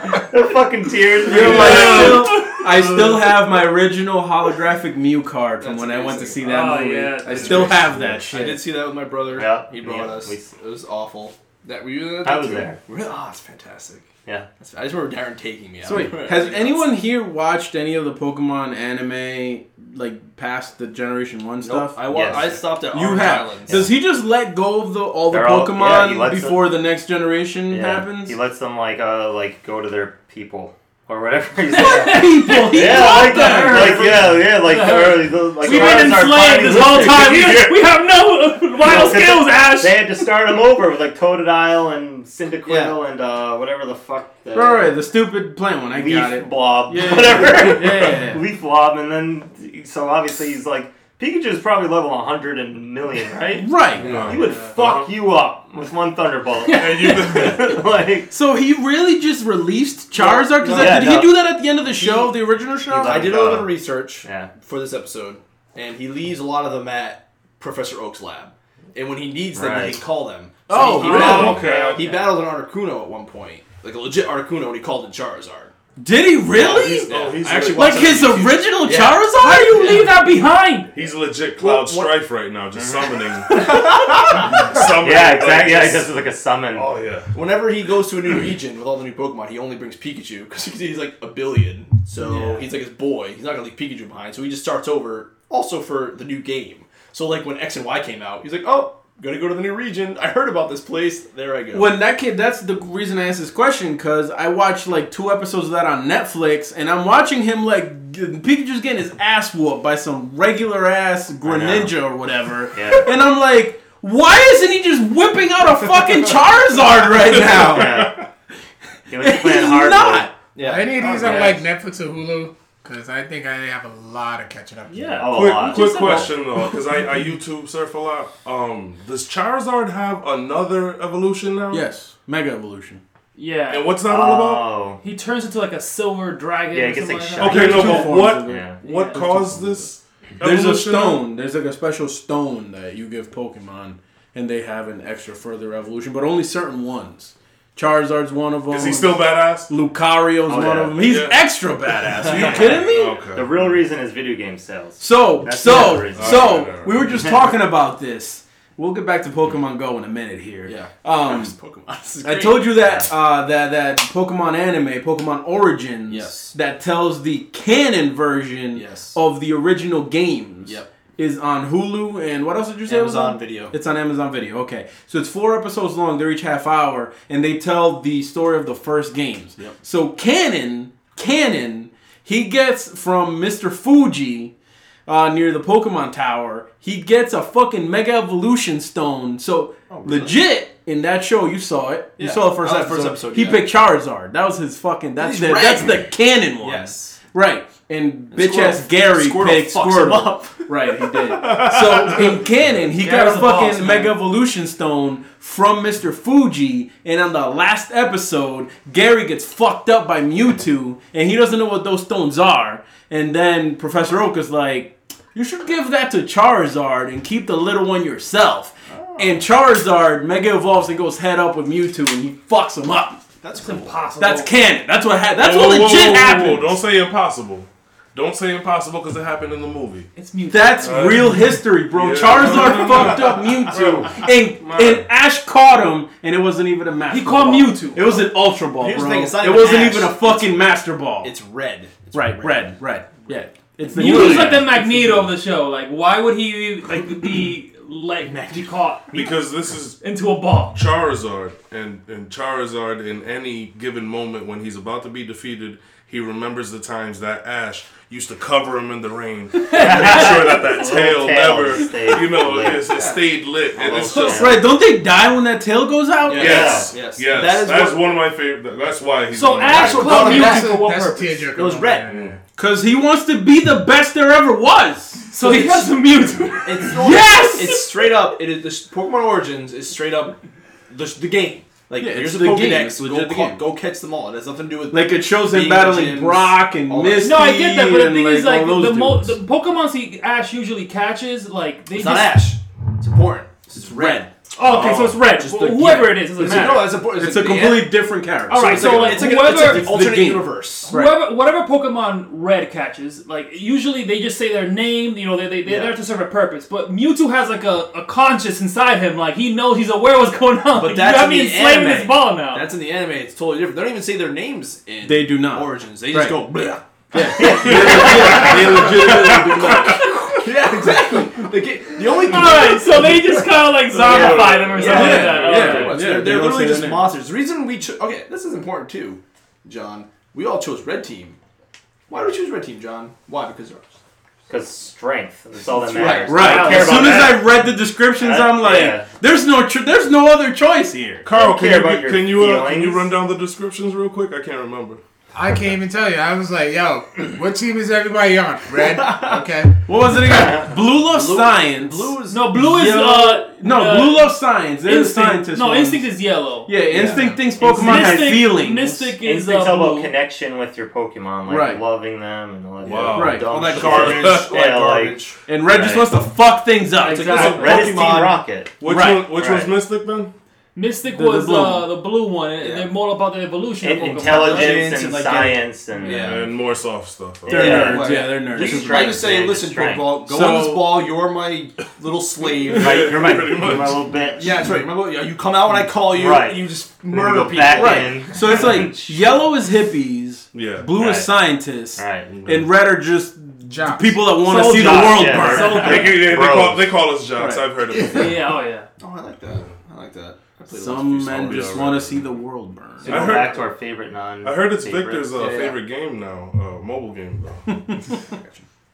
Speaker 4: was like, oh man,
Speaker 3: They're fucking tears. bro.
Speaker 5: Yo, I still, I still have my original holographic Mew card from
Speaker 2: That's
Speaker 5: when I went to
Speaker 2: amazing.
Speaker 5: see that
Speaker 4: Oh,
Speaker 5: movie.
Speaker 4: yeah.
Speaker 5: I still have that
Speaker 2: I did
Speaker 5: shit.
Speaker 2: see that with my brother.
Speaker 3: Yeah.
Speaker 2: He brought
Speaker 3: Yeah,
Speaker 2: us.
Speaker 3: we-
Speaker 2: It was awful. That were you?
Speaker 3: I was there.
Speaker 2: Really? Oh, it's fantastic.
Speaker 3: Yeah.
Speaker 2: That's, I just remember Darren taking me out.
Speaker 5: So wait, has anyone here watched any of the Pokemon anime like past the Generation One
Speaker 2: Nope,
Speaker 5: stuff?
Speaker 2: I, wa-
Speaker 3: Yes.
Speaker 2: I stopped at
Speaker 5: you
Speaker 2: Orange
Speaker 5: have.
Speaker 2: Island.
Speaker 5: Does he just let go of the all the
Speaker 3: They're all- yeah, he
Speaker 5: Pokemon
Speaker 3: lets
Speaker 5: before the next generation
Speaker 3: Yeah.
Speaker 5: happens?
Speaker 3: He lets them like uh like go to their people. or whatever. He said.
Speaker 4: People, he
Speaker 3: yeah,
Speaker 4: brought
Speaker 3: like
Speaker 4: the
Speaker 3: that. Like
Speaker 4: earth.
Speaker 3: yeah, yeah, like the early. The, like
Speaker 4: We've
Speaker 3: the
Speaker 4: been
Speaker 3: earth started
Speaker 4: enslaved
Speaker 3: finding
Speaker 4: this whole
Speaker 3: things.
Speaker 4: time. We,
Speaker 7: Yeah.
Speaker 4: we have no
Speaker 3: No,
Speaker 4: vital
Speaker 3: 'cause
Speaker 4: skills,
Speaker 3: they,
Speaker 4: Ash.
Speaker 3: They had to start them over with like Totodile and Cyndaquil and uh, whatever the fuck. The
Speaker 5: All right, the stupid plant one. I
Speaker 3: leaf
Speaker 5: got it.
Speaker 3: blob,
Speaker 5: Yeah,
Speaker 3: whatever.
Speaker 5: yeah, yeah, yeah.
Speaker 3: leaf blob, and then so obviously he's like Pikachu's probably level 100 and million, right?
Speaker 5: Right.
Speaker 3: He would fuck you up with one thunderbolt.
Speaker 7: And you
Speaker 3: like,
Speaker 5: So he really just released Charizard? Because
Speaker 3: Yeah,
Speaker 5: did
Speaker 3: no.
Speaker 5: he do that at the end of the show, the original show?
Speaker 2: I did a little bit of research
Speaker 3: yeah.
Speaker 2: for this episode, and he leaves a lot of them at Professor Oak's lab. And when he needs them, he
Speaker 3: Right.
Speaker 2: can call them. So
Speaker 5: Oh,
Speaker 2: he,
Speaker 5: really?
Speaker 2: battled,
Speaker 7: Okay.
Speaker 2: he battled an Articuno at one point, like a legit Articuno, and he called it Charizard.
Speaker 5: Did he really?
Speaker 2: Yeah,
Speaker 7: oh, he's
Speaker 2: I actually
Speaker 7: really-
Speaker 5: like
Speaker 2: watched it on
Speaker 5: his
Speaker 2: YouTube.
Speaker 5: original
Speaker 2: Yeah.
Speaker 5: Charizard?
Speaker 4: How do you leave that behind?
Speaker 7: He's legit Cloud
Speaker 2: What- what-
Speaker 7: Strife right now, just summoning. summoning.
Speaker 3: Yeah, exactly. Yeah,
Speaker 7: like,
Speaker 3: he does it like a summon.
Speaker 7: Oh yeah.
Speaker 2: Whenever he goes to a new region with all the new Pokemon, he only brings Pikachu because he's like a billion. So he's like his boy. He's not gonna leave Pikachu behind. So he just starts over. Also for the new game. So like when X and Y came out, he's like, oh, gonna go to the new region. I heard about this place. There I go.
Speaker 5: When that kid, that's the reason I asked this question because I watched like two episodes of that on Netflix, and I'm watching him like g- Pikachu's getting his ass whooped by some regular ass Greninja or whatever,
Speaker 3: Yeah.
Speaker 5: and I'm like, why isn't he just whipping out a fucking Charizard right now?
Speaker 3: Yeah. He was
Speaker 5: He's
Speaker 3: playing hard.
Speaker 5: not.
Speaker 2: yeah,
Speaker 6: Any of these
Speaker 3: Oh,
Speaker 6: on
Speaker 3: yeah.
Speaker 6: like Netflix or Hulu? Because I think I have a lot of catching up. to do.
Speaker 3: Yeah. Oh, a
Speaker 7: Quick,
Speaker 3: lot.
Speaker 7: quick question though, because I, I YouTube surf a lot. Um, does Charizard have another evolution now?
Speaker 5: Yes, Mega Evolution.
Speaker 7: And
Speaker 4: Yeah,
Speaker 7: what's that all about?
Speaker 3: Oh.
Speaker 4: he turns into like a silver dragon.
Speaker 3: Yeah,
Speaker 4: or
Speaker 3: he gets,
Speaker 4: something
Speaker 3: like,
Speaker 4: that.
Speaker 3: shot.
Speaker 7: Okay, no,
Speaker 5: Two
Speaker 7: but
Speaker 5: forms
Speaker 7: what
Speaker 5: of it.
Speaker 3: Yeah.
Speaker 7: what
Speaker 4: Yeah.
Speaker 7: caused this?
Speaker 5: There's a
Speaker 7: evolution now?
Speaker 5: stone. There's like a special stone that you give Pokemon, and they have an extra further evolution, but only certain ones. Charizard's one of them.
Speaker 7: Is he still badass?
Speaker 5: Lucario's one
Speaker 3: Oh, yeah.
Speaker 5: of them. He's
Speaker 7: Yeah.
Speaker 5: extra badass. Are you kidding me?
Speaker 7: Okay.
Speaker 3: The real reason is video game sales.
Speaker 5: So,
Speaker 3: That's
Speaker 5: so,
Speaker 3: another reason.
Speaker 5: so,
Speaker 7: Okay,
Speaker 5: we were just talking about this. We'll get back to Pokemon Go in a minute here.
Speaker 2: yeah.
Speaker 5: Um,
Speaker 2: Pokemon. This is
Speaker 5: I
Speaker 2: great.
Speaker 5: told you that uh, that that Pokemon anime, Pokemon Origins,
Speaker 2: Yes.
Speaker 5: that tells the canon version
Speaker 2: Yes.
Speaker 5: of the original games,
Speaker 2: Yep.
Speaker 5: is on Hulu and what else did you say? it was
Speaker 2: Amazon
Speaker 5: on?
Speaker 2: Video.
Speaker 5: It's on Amazon Video. Okay, so it's four episodes long. They're each half hour, and they tell the story of the first games.
Speaker 2: Yep.
Speaker 5: So canon, canon, he gets from Mr. Fuji uh, near the Pokemon Tower, he gets a fucking Mega Evolution Stone. So legit in that show, you saw it. You
Speaker 2: Oh, Yeah.
Speaker 5: saw the first
Speaker 2: I was
Speaker 5: episode.
Speaker 2: the first episode,
Speaker 5: he
Speaker 2: yeah.
Speaker 5: picked Charizard. That was his fucking. That's
Speaker 2: He's
Speaker 5: the
Speaker 2: red.
Speaker 5: that's the canon one.
Speaker 2: Yes.
Speaker 5: Right. And bitch
Speaker 2: Squirtle-
Speaker 5: ass Gary
Speaker 2: Squirtle
Speaker 5: picked
Speaker 2: fucks
Speaker 5: Squirtle.
Speaker 2: him up.
Speaker 5: Right, he did. So in canon, he
Speaker 4: Gary's
Speaker 5: got a
Speaker 4: the boss, man.
Speaker 5: fucking Mega Evolution Stone from Mr. Fuji, and on the last episode, Gary gets fucked up by Mewtwo, and he doesn't know what those stones are. And then Professor Oak is like, "You should give that to Charizard and keep the little one yourself."
Speaker 7: Oh.
Speaker 5: And Charizard Mega evolves and goes head up with Mewtwo, and he fucks him up.
Speaker 2: That's cool.
Speaker 4: Possible.
Speaker 5: That's canon. That's what happened. That's
Speaker 7: Oh. Whoa,
Speaker 5: what
Speaker 7: whoa, whoa,
Speaker 5: legit
Speaker 7: whoa, whoa, whoa.
Speaker 5: happened.
Speaker 7: Don't say impossible. Don't say impossible because it happened in the movie.
Speaker 4: It's mute.
Speaker 5: That's
Speaker 7: Uh,
Speaker 5: real history, bro.
Speaker 7: yeah.
Speaker 5: Charizard fucked up Mewtwo, and and Ash caught him, and it wasn't even a master.
Speaker 4: He called
Speaker 5: ball.
Speaker 4: Mewtwo.
Speaker 5: It was an Ultra Ball,
Speaker 2: Here's the
Speaker 5: bro.
Speaker 2: thing, it's not
Speaker 5: it
Speaker 2: even
Speaker 5: wasn't
Speaker 2: Ash.
Speaker 5: even a fucking Master Ball.
Speaker 2: It's red. It's
Speaker 5: right, red, red, yeah. It's the
Speaker 4: He was like the
Speaker 5: Mewtwo.
Speaker 4: Magneto of the show. Like, why would he like be like be caught
Speaker 7: Because this is
Speaker 4: into a ball?
Speaker 7: Charizard, and, and Charizard, in any given moment when he's about to be defeated, he remembers the times that Ash used to cover him in the rain, and make sure that that tail
Speaker 3: Little tail
Speaker 7: never,
Speaker 3: stayed
Speaker 7: you know,
Speaker 3: lit.
Speaker 7: it's, it stayed lit. And it's
Speaker 5: Oh,
Speaker 3: Hello,
Speaker 7: just,
Speaker 3: sir.
Speaker 5: Right? Don't they die when that tail goes out?
Speaker 2: Yeah.
Speaker 7: yes,
Speaker 2: Yes,
Speaker 7: yes,
Speaker 2: yes.
Speaker 7: That
Speaker 2: That
Speaker 7: is,
Speaker 2: is what-
Speaker 7: one of my favorite. That's why he's
Speaker 4: So
Speaker 7: on
Speaker 4: Ash
Speaker 7: my-
Speaker 4: called
Speaker 6: Well, Oh, that's
Speaker 4: Mewtwo
Speaker 6: a,
Speaker 4: for what
Speaker 6: that's a
Speaker 4: purpose?
Speaker 6: tearjerker.
Speaker 2: It was
Speaker 6: moment.
Speaker 2: red.
Speaker 5: Cause he wants to be the best there ever was.
Speaker 4: So he has a Mewtwo.
Speaker 2: It's
Speaker 5: Yes!
Speaker 2: It's straight up. It is this Pokemon Origins is straight up the, the game. Like
Speaker 5: Yeah,
Speaker 2: here's
Speaker 5: it's
Speaker 2: the
Speaker 5: the game.
Speaker 2: Pokedex.
Speaker 5: It's legit
Speaker 2: Go,
Speaker 5: the
Speaker 2: ca-
Speaker 5: game.
Speaker 2: go catch them all. It has nothing to do with
Speaker 5: Like it shows him
Speaker 2: Being the
Speaker 5: battling
Speaker 2: gyms,
Speaker 5: Brock and
Speaker 2: all that.
Speaker 5: Misty.
Speaker 4: No, I get that, but the
Speaker 5: and,
Speaker 4: thing is, like,
Speaker 5: all
Speaker 4: the,
Speaker 5: those
Speaker 4: mo-
Speaker 5: dudes.
Speaker 4: the Pokemon's he Ash usually catches, like they
Speaker 2: It's
Speaker 4: just
Speaker 2: not Ash. It's important. It's red.
Speaker 4: Oh, okay, so it's red.
Speaker 2: Just
Speaker 4: Wh-
Speaker 2: the
Speaker 4: whoever
Speaker 2: gimmick.
Speaker 4: it is, it doesn't
Speaker 2: It's a,
Speaker 4: matter.
Speaker 2: no, it's important.
Speaker 5: it's a complete different character.
Speaker 4: All
Speaker 5: So
Speaker 4: right,
Speaker 5: it's like
Speaker 4: so,
Speaker 5: a-
Speaker 4: like,
Speaker 2: it's like a,
Speaker 4: whoever-
Speaker 2: it's like
Speaker 5: it's
Speaker 2: an
Speaker 5: the
Speaker 2: alternate
Speaker 5: game.
Speaker 2: universe.
Speaker 5: Right.
Speaker 4: Whoever, whatever Pokemon Red catches, like usually they just say their name. You know, they they they are
Speaker 2: Yeah.
Speaker 4: there to serve a purpose. But Mewtwo has like a, a conscience inside him. Like he knows he's aware what's going on.
Speaker 2: But
Speaker 4: Like,
Speaker 2: that's
Speaker 4: you have
Speaker 2: in
Speaker 4: me
Speaker 2: the
Speaker 4: enslaving
Speaker 2: anime.
Speaker 4: this ball now.
Speaker 2: That's in the anime. It's totally different. They don't even say their names in.
Speaker 5: They do not.
Speaker 2: Origins. They just
Speaker 5: Right.
Speaker 2: go. Bleh.
Speaker 5: They legitimately do not.
Speaker 2: Yeah, exactly. The, ga- the only.
Speaker 4: all right, so they just kind of like zombified him or something like that.
Speaker 5: yeah,
Speaker 4: Okay.
Speaker 2: They're,
Speaker 5: yeah,
Speaker 2: they're
Speaker 5: they don't say
Speaker 2: literally
Speaker 5: their
Speaker 2: just
Speaker 5: name.
Speaker 2: monsters. The reason we cho- okay, this is important too, John. We all chose red team. Why do we choose red team, John? Why? Because they're ours.
Speaker 3: Because strength. That's all that
Speaker 2: Right,
Speaker 3: matters. I don't
Speaker 5: Right.
Speaker 3: care
Speaker 5: As
Speaker 3: about
Speaker 5: soon as
Speaker 3: that.
Speaker 5: I read the descriptions,
Speaker 3: I-
Speaker 5: I'm like,
Speaker 3: yeah.
Speaker 5: there's no, tr- there's no other choice here.
Speaker 7: Carl,
Speaker 3: care
Speaker 7: can
Speaker 3: about
Speaker 7: you,
Speaker 3: your
Speaker 7: can, you, uh, can
Speaker 3: feelings.
Speaker 7: you run down the descriptions real quick? I can't remember.
Speaker 6: I can't even tell you. I was like, yo, what team is everybody on? Red? Okay.
Speaker 5: What was it again? Blue love science.
Speaker 2: Blue is
Speaker 4: No, blue is
Speaker 5: Yellow-
Speaker 4: uh
Speaker 5: no,
Speaker 4: uh,
Speaker 5: blue love science. They're the
Speaker 4: instinct.
Speaker 5: scientists.
Speaker 4: No,
Speaker 5: ones.
Speaker 4: instinct is yellow.
Speaker 5: Yeah, instinct thinks Pokemon have
Speaker 4: Mystic-
Speaker 5: feelings.
Speaker 4: Mystic is
Speaker 3: Instinct's
Speaker 4: uh,
Speaker 3: all about
Speaker 4: blue.
Speaker 3: connection with your Pokemon, like
Speaker 5: Right.
Speaker 3: loving them and all that.
Speaker 7: Wow.
Speaker 5: Right.
Speaker 3: Dumb
Speaker 2: all that
Speaker 3: shit.
Speaker 2: garbage. all that
Speaker 3: Yeah, like-
Speaker 2: garbage.
Speaker 5: And Red just
Speaker 3: Right.
Speaker 5: wants to fuck things up.
Speaker 4: Exactly.
Speaker 5: It's like,
Speaker 3: Red is Team
Speaker 2: Pokemon-
Speaker 3: Rocket.
Speaker 7: Which
Speaker 5: Right,
Speaker 7: one? Which
Speaker 3: right.
Speaker 7: one's Mystic then?
Speaker 4: Mystic
Speaker 5: The- the
Speaker 4: was
Speaker 5: blue
Speaker 4: uh,
Speaker 5: one.
Speaker 4: the blue one. and They're more about the evolution.
Speaker 3: And
Speaker 4: of Pokemon.
Speaker 2: Intelligence
Speaker 3: intelligence and,
Speaker 2: and, like,
Speaker 3: science and uh,
Speaker 2: Yeah.
Speaker 7: And more soft stuff.
Speaker 5: they're
Speaker 3: Yeah.
Speaker 5: nerds. Yeah, they're nerds.
Speaker 3: Just
Speaker 2: Just, I
Speaker 3: strength,
Speaker 2: just say,
Speaker 3: man,
Speaker 2: listen,
Speaker 3: just strength.
Speaker 2: Ball, go
Speaker 5: So-
Speaker 2: on this ball. You're my little slave.
Speaker 3: Right, you're my,
Speaker 7: Pretty
Speaker 3: you're my
Speaker 7: much.
Speaker 3: little bitch.
Speaker 2: Yeah, that's right. Remember, yeah, you come out when I call you.
Speaker 3: Right.
Speaker 2: You just
Speaker 3: We're gonna
Speaker 2: murder
Speaker 3: go
Speaker 2: people.
Speaker 3: back
Speaker 5: Right.
Speaker 3: in.
Speaker 5: So it's like yellow is hippies,
Speaker 7: Yeah.
Speaker 5: blue
Speaker 3: Right.
Speaker 5: is scientists,
Speaker 3: Right.
Speaker 5: and red are just
Speaker 6: Jocks.
Speaker 5: people that want to
Speaker 4: Soldiers.
Speaker 5: see the
Speaker 4: Jocks,
Speaker 5: world
Speaker 3: yeah.
Speaker 5: burn.
Speaker 3: Soldiers.
Speaker 7: They, they, they,
Speaker 3: Bro.
Speaker 7: call, they call us jocks.
Speaker 5: Right.
Speaker 7: I've heard of it. before.
Speaker 4: Yeah, oh yeah.
Speaker 2: Oh, I like that. I like that. I played a
Speaker 5: Some
Speaker 2: lot of
Speaker 5: men
Speaker 2: freestyle.
Speaker 5: just
Speaker 7: Yeah,
Speaker 5: want
Speaker 7: right.
Speaker 5: to see the world burn.
Speaker 3: So
Speaker 7: I
Speaker 3: go
Speaker 7: heard-
Speaker 3: back to our favorite non.
Speaker 7: I heard it's
Speaker 3: favorite.
Speaker 7: Victor's uh,
Speaker 2: Yeah, yeah.
Speaker 7: favorite game now, uh, mobile game though.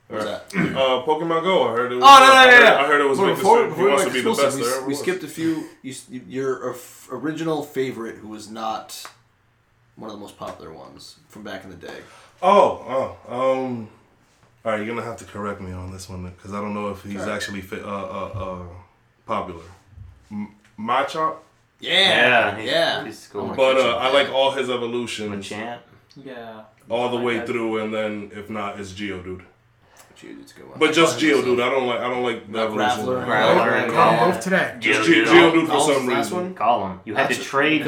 Speaker 2: What's that?
Speaker 7: Uh, Pokemon Go. I heard it. Was,
Speaker 2: Oh no no no!
Speaker 7: I heard,
Speaker 2: no.
Speaker 7: I heard it was
Speaker 2: Well,
Speaker 7: Victor's.
Speaker 2: before,
Speaker 7: favorite.
Speaker 2: before
Speaker 7: he
Speaker 2: we
Speaker 7: wants
Speaker 2: went
Speaker 7: to be the best
Speaker 2: exclusive,
Speaker 7: there ever
Speaker 2: we, we
Speaker 7: was.
Speaker 2: skipped a few. You, s- your of- original favorite, who was not one of the most popular ones from back in the day.
Speaker 7: Oh, oh, um. All right, you're gonna have to correct me on this one because I don't know if he's
Speaker 2: Sure.
Speaker 7: actually fit, uh, uh, uh, popular. M- Machop,
Speaker 2: Yeah,
Speaker 3: Yeah. he-
Speaker 2: yeah.
Speaker 3: He's cool.
Speaker 7: but uh, I like all his evolutions
Speaker 3: Machamp.
Speaker 4: Yeah.
Speaker 7: all the
Speaker 4: I
Speaker 7: way
Speaker 4: got-
Speaker 7: through, and then if not, it's Geodude.
Speaker 2: Dude, it's a good one.
Speaker 7: But just
Speaker 2: I like
Speaker 7: Geodude,
Speaker 2: this
Speaker 7: I don't like. I don't like the
Speaker 2: Not
Speaker 7: evolution.
Speaker 2: Graveler.
Speaker 3: Graveler.
Speaker 6: Call
Speaker 3: Golem.
Speaker 6: both today.
Speaker 7: Just Ge- Geodude for
Speaker 2: Golem's
Speaker 7: some
Speaker 2: the last
Speaker 7: reason.
Speaker 2: one?
Speaker 3: Golem. You had
Speaker 2: That's
Speaker 3: to
Speaker 2: a-
Speaker 3: trade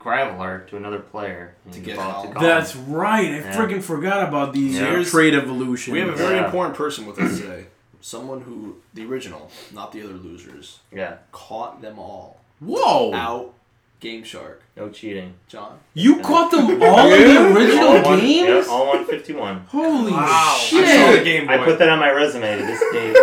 Speaker 3: Graveler to another player. and
Speaker 2: To
Speaker 3: you
Speaker 2: get
Speaker 3: bought
Speaker 2: Golem.
Speaker 3: the Golem.
Speaker 5: That's right. I
Speaker 3: Yeah.
Speaker 5: freaking forgot about these
Speaker 3: Yeah.
Speaker 5: uh, trade evolutions.
Speaker 2: We have a very
Speaker 3: Yeah.
Speaker 2: important person with us today. Someone who the original, not the other losers,
Speaker 3: yeah.
Speaker 2: caught them all
Speaker 5: Whoa!
Speaker 2: out. Game Shark,
Speaker 3: No cheating.
Speaker 2: John.
Speaker 5: You caught them all in
Speaker 7: Yeah.
Speaker 5: the original
Speaker 3: all one,
Speaker 5: games.
Speaker 3: Yeah, all 151.
Speaker 5: Holy
Speaker 4: Wow.
Speaker 5: shit!
Speaker 2: Game
Speaker 3: I put that on my resume to this day.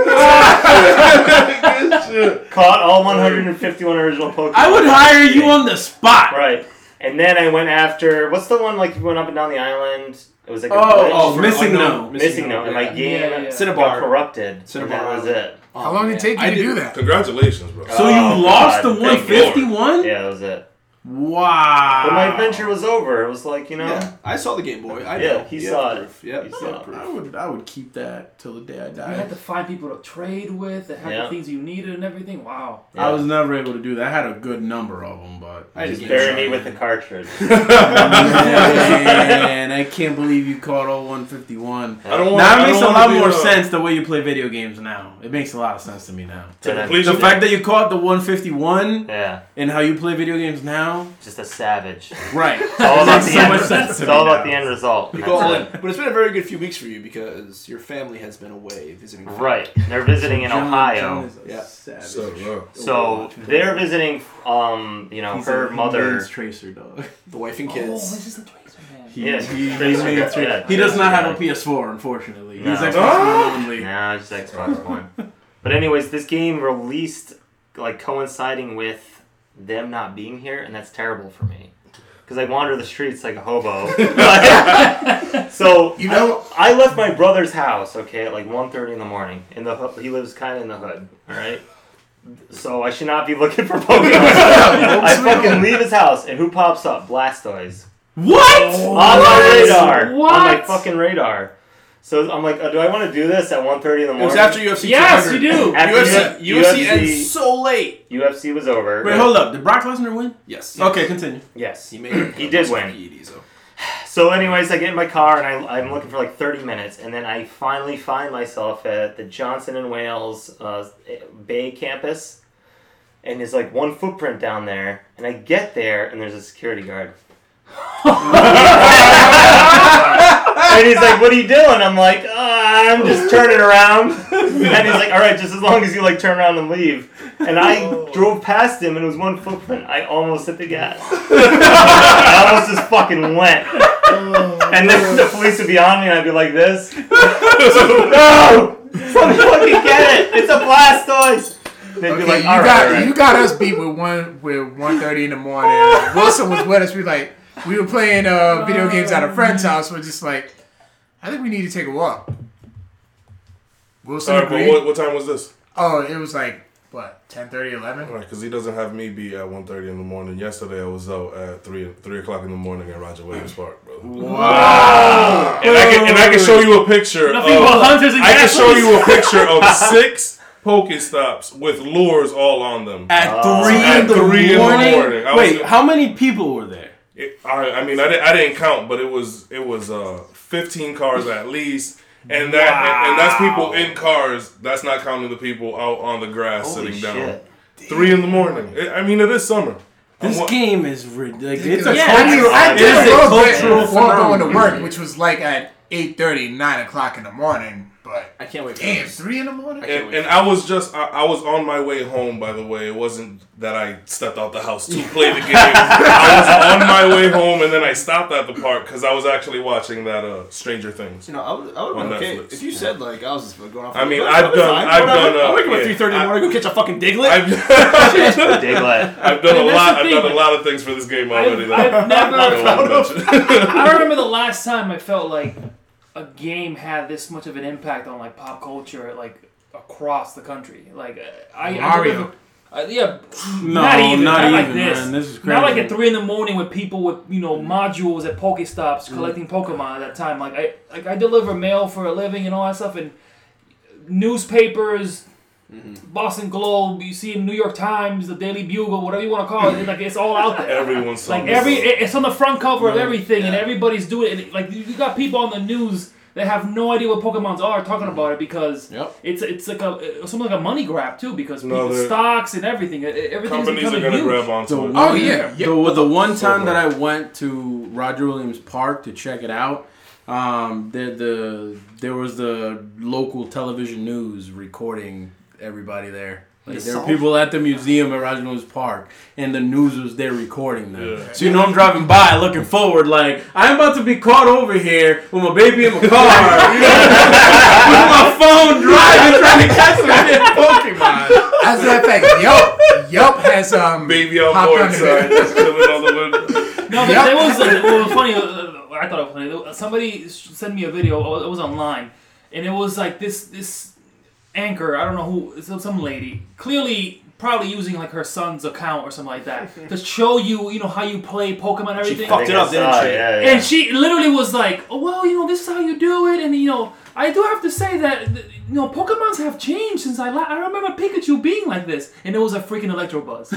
Speaker 7: Good shit.
Speaker 3: Caught all 151 original Pokemon.
Speaker 5: I would hire you on the spot.
Speaker 3: Right. And then I went after what's the one like you went up and down the island? It was like a
Speaker 5: Oh,
Speaker 3: glitch.
Speaker 5: oh, missing
Speaker 2: unknown.
Speaker 5: note.
Speaker 3: missing note, and my
Speaker 2: yeah.
Speaker 3: game
Speaker 4: Yeah, yeah.
Speaker 2: Cinnabar.
Speaker 3: got corrupted.
Speaker 2: Cinnabar
Speaker 3: and that
Speaker 6: How long did it take you
Speaker 2: I
Speaker 6: to do
Speaker 2: didn't-
Speaker 6: that?
Speaker 7: Congratulations, bro.
Speaker 5: So you
Speaker 3: Oh,
Speaker 5: lost
Speaker 3: God.
Speaker 5: the
Speaker 3: Thank
Speaker 5: 151?
Speaker 3: was it. Yeah, that was it.
Speaker 5: Wow.
Speaker 3: But my adventure was over. It was like you know.
Speaker 2: Yeah, I saw the Game Boy. I
Speaker 3: Yeah,
Speaker 2: know.
Speaker 3: he
Speaker 2: You
Speaker 3: saw
Speaker 2: have
Speaker 3: it.
Speaker 2: proof. Yeah,
Speaker 3: He
Speaker 2: you
Speaker 3: saw
Speaker 2: have
Speaker 3: it.
Speaker 2: proof.
Speaker 5: I would I would keep that till the day I
Speaker 4: You had
Speaker 5: die.
Speaker 4: to find people to trade with that had
Speaker 3: Yeah.
Speaker 4: the things you needed and everything. Wow.
Speaker 3: Yeah.
Speaker 5: I was never able to do that. I had a good number of them, but
Speaker 2: I just
Speaker 3: bury me with the cartridge.
Speaker 5: man, I can't believe you caught all 151.
Speaker 7: I don't want.
Speaker 5: Now
Speaker 7: I
Speaker 5: it makes a
Speaker 7: don't wanna
Speaker 5: lot
Speaker 7: be,
Speaker 5: more
Speaker 7: uh,
Speaker 5: sense the way you play video games now. It makes a lot of sense to me now.
Speaker 7: to
Speaker 3: But I-
Speaker 7: complete
Speaker 5: The
Speaker 7: it.
Speaker 5: fact that you caught the 151
Speaker 3: yeah,
Speaker 5: and how you play video games now,
Speaker 3: just a savage. It's
Speaker 5: right?
Speaker 3: all about
Speaker 5: makes
Speaker 3: the
Speaker 5: so
Speaker 3: end.
Speaker 5: much sense
Speaker 3: It's
Speaker 5: to
Speaker 3: all
Speaker 5: me
Speaker 3: about
Speaker 5: now.
Speaker 3: the end result.
Speaker 2: You go all
Speaker 3: That's
Speaker 2: in. But it's been a very good few weeks for you because your family has been away visiting.
Speaker 3: it. Right. They're visiting in
Speaker 5: John- John
Speaker 3: Ohio.
Speaker 5: is a
Speaker 2: Yeah.
Speaker 5: savage.
Speaker 7: So, uh,
Speaker 3: So they're visiting, um, you know,
Speaker 5: He's
Speaker 3: her
Speaker 5: a- he
Speaker 3: mother.
Speaker 5: means tracer dog.
Speaker 2: The wife and
Speaker 4: Oh, this
Speaker 2: kids.
Speaker 4: is the Tracer Man.
Speaker 3: Yeah,
Speaker 5: he, he,
Speaker 3: Tracer,
Speaker 5: means tra-
Speaker 3: yeah.
Speaker 5: he does not have a
Speaker 3: Yeah.
Speaker 5: PS4, unfortunately.
Speaker 3: No.
Speaker 5: He's Xbox
Speaker 7: Ah!
Speaker 5: One only.
Speaker 3: Nah, just Xbox One. But anyways, this game released like coinciding with them not being here, and that's terrible for me. Because I wander the streets like a hobo. so
Speaker 6: You know-
Speaker 3: I, I left my brother's house, okay, at like 1.30 in the morning. In the ho- he lives kind of in the hood, all right. So I should not be looking for Pokemon. I fucking leave his house, and who pops up? Blastoise
Speaker 5: What?
Speaker 3: on my radar. On my
Speaker 4: What?
Speaker 3: fucking radar. So I'm like, oh, do I want to do this at 1.30 in the morning?
Speaker 2: It was after UFC.
Speaker 4: Yes, you
Speaker 2: 200.
Speaker 4: do.
Speaker 3: After
Speaker 2: UFC,
Speaker 3: U-
Speaker 2: UFC,
Speaker 3: UFC
Speaker 2: ends so late.
Speaker 3: UFC was over.
Speaker 5: Wait, hold up. Did Brock Lesnar win?
Speaker 2: Yes.
Speaker 5: Okay, continue.
Speaker 3: Yes.
Speaker 2: He made.
Speaker 3: He did win.
Speaker 2: PEDs, though.
Speaker 3: So, anyways, I get in my car and I, I'm looking for like 30 minutes, and then I finally find myself at the Johnson and Wales uh, Bay campus, and there's like one footprint down there, and I get there, and there's a security guard. and he's like, "What are you doing?" I'm like, "Uh, "I'm just turning around." And he's like, "All right, just as long as you like turn around and leave." And I
Speaker 6: Oh.
Speaker 3: drove past him, and it was one footprint. I almost hit the gas. I almost just fucking went.
Speaker 6: Oh,
Speaker 3: And then the police would be on me, and I'd be like this. no! Somebody fucking get it! It's a Blastoise! They'd
Speaker 6: Okay,
Speaker 3: be like,
Speaker 6: you
Speaker 3: alright,
Speaker 6: got
Speaker 3: alright.
Speaker 6: you got us beat with one with one thirty in the morning. Wilson was with us. We like, we were playing uh, video games at a friend's house. We're just like, I think we need to take a walk. Wilson
Speaker 7: All right, but
Speaker 6: agreed.
Speaker 7: what, what time was this?
Speaker 6: oh, it was like what 10, 11?
Speaker 7: All right, because he doesn't have me be at 1.30 in the morning. Yesterday I was out at three three o'clock in the morning at Roger Williams Park, bro. And I can and I can show you a picture.
Speaker 4: Nothing but
Speaker 7: Of,
Speaker 4: hunters and
Speaker 7: I can
Speaker 4: gatherers.
Speaker 7: show you a picture of six Pokestops with lures all on them.
Speaker 5: At three,
Speaker 7: Uh, At
Speaker 5: in, the
Speaker 7: three in the
Speaker 5: morning?
Speaker 7: morning. I was-
Speaker 5: Wait, how many people were there?
Speaker 7: It, I, I mean, I, didn't, I didn't count, but it was it was uh, 15 cars at least, and that and, and that's people in cars. That's not counting the people out on the grass
Speaker 5: Holy
Speaker 7: sitting down.
Speaker 5: shit.
Speaker 7: Three in the morning. It- I mean, it is summer.
Speaker 5: This
Speaker 7: What-
Speaker 5: game is ridiculous. It's a
Speaker 6: Yeah, I mean,
Speaker 5: cultural-
Speaker 6: I
Speaker 5: it
Speaker 6: did
Speaker 5: is
Speaker 6: a
Speaker 5: a
Speaker 6: road trip
Speaker 5: cultural
Speaker 6: before going to
Speaker 5: phenomenon.
Speaker 6: work, which was like at 8.30, 9 o'clock in the morning. But
Speaker 2: I can't wait. For
Speaker 6: damn,
Speaker 2: this.
Speaker 6: three in the morning.
Speaker 2: can't
Speaker 7: And,
Speaker 2: wait.
Speaker 7: and I was just I, I was on my way home. By the way, it wasn't that I stepped out the house to play the game. I was on my way home, and then I stopped at the park because I was actually watching that uh, Stranger Things.
Speaker 2: You know, I would, I would have
Speaker 7: On
Speaker 2: been okay
Speaker 7: Netflix.
Speaker 2: if you said like I was just going off.
Speaker 7: I mean,
Speaker 2: I'd
Speaker 7: I've
Speaker 2: be
Speaker 7: done-
Speaker 2: fine.
Speaker 7: I've
Speaker 2: Whatever.
Speaker 7: done, uh,
Speaker 2: I wake up
Speaker 7: yeah,
Speaker 2: at three thirty in the
Speaker 7: I-
Speaker 2: morning, go catch a fucking diglet.
Speaker 7: I've,
Speaker 3: Dig glad.
Speaker 7: I've done
Speaker 4: I mean,
Speaker 7: a
Speaker 4: that's
Speaker 7: lot.
Speaker 4: the
Speaker 7: I've
Speaker 4: thing.
Speaker 7: done a lot of things for this game already.
Speaker 4: I've,
Speaker 7: though.
Speaker 4: I've
Speaker 7: I
Speaker 4: never.
Speaker 7: don't wanna mention.
Speaker 4: I remember the last time I felt like a game had this much of an impact on like pop culture, like across the country. Like I, I
Speaker 6: Mario.
Speaker 4: remember, uh, yeah,
Speaker 5: No,
Speaker 4: not even,
Speaker 5: not
Speaker 4: not like
Speaker 5: even,
Speaker 4: this.
Speaker 5: man. This is
Speaker 4: Not like
Speaker 5: crazy.
Speaker 4: at three in the morning with people with you know modules at Pokestops collecting Pokemon at that time. Like I, like I deliver mail for a living and all that stuff, and newspapers. Boston Globe, you see in New York Times, the Daily Bugle, whatever you want to call it, like it's all out there.
Speaker 7: Everyone's
Speaker 4: Like
Speaker 7: song
Speaker 4: every,
Speaker 7: is-
Speaker 4: it- it's on the front cover of everything, and everybody's doing it. Like you you got people on the news that have no idea what Pokemon's are talking about it because
Speaker 2: Yep.
Speaker 4: it's it's like a it's something like a money grab too because
Speaker 7: No,
Speaker 4: people,
Speaker 7: they're-
Speaker 4: stocks and everything. e- e- Everything's
Speaker 7: companies are
Speaker 4: becoming
Speaker 7: gonna
Speaker 4: huge.
Speaker 7: grab onto it.
Speaker 5: The one-
Speaker 6: yeah, yeah.
Speaker 5: The, well, Oh, the one
Speaker 7: So
Speaker 5: time
Speaker 7: right.
Speaker 5: that I went to Roger Williams Park to check it out, um, the, the there was the local television news recording everybody there. Like, there were people at the museum at Roger Williams Park, and the news was there recording them.
Speaker 7: Yeah.
Speaker 5: So you know I'm driving by, looking forward, like I'm about to be caught over here with my baby in my car, with my phone driving, trying to catch the Pokemon.
Speaker 6: As a matter of fact, Yelp, Yelp has um,
Speaker 7: Baby on
Speaker 6: popped
Speaker 7: board
Speaker 6: under
Speaker 7: side,
Speaker 6: it.
Speaker 7: just chilling on the window.
Speaker 4: No,
Speaker 6: Yep.
Speaker 4: but there was like, what was funny. uh, I thought it was funny. There- Somebody s- sent me a video. oh, It was online, and it was like this this anchor. I don't know who. it's Some lady clearly. Probably using like her son's account or something like that to show you, you know, how you play Pokemon and everything.
Speaker 2: fucked it up, didn't she?
Speaker 3: Yeah, yeah.
Speaker 4: And she literally was like, oh, well, you know, this is how you do it. And, you know, I do have to say that, th- you know, Pokemons have changed since I la- I remember Pikachu being like this. And it was a freaking Electrobuzz.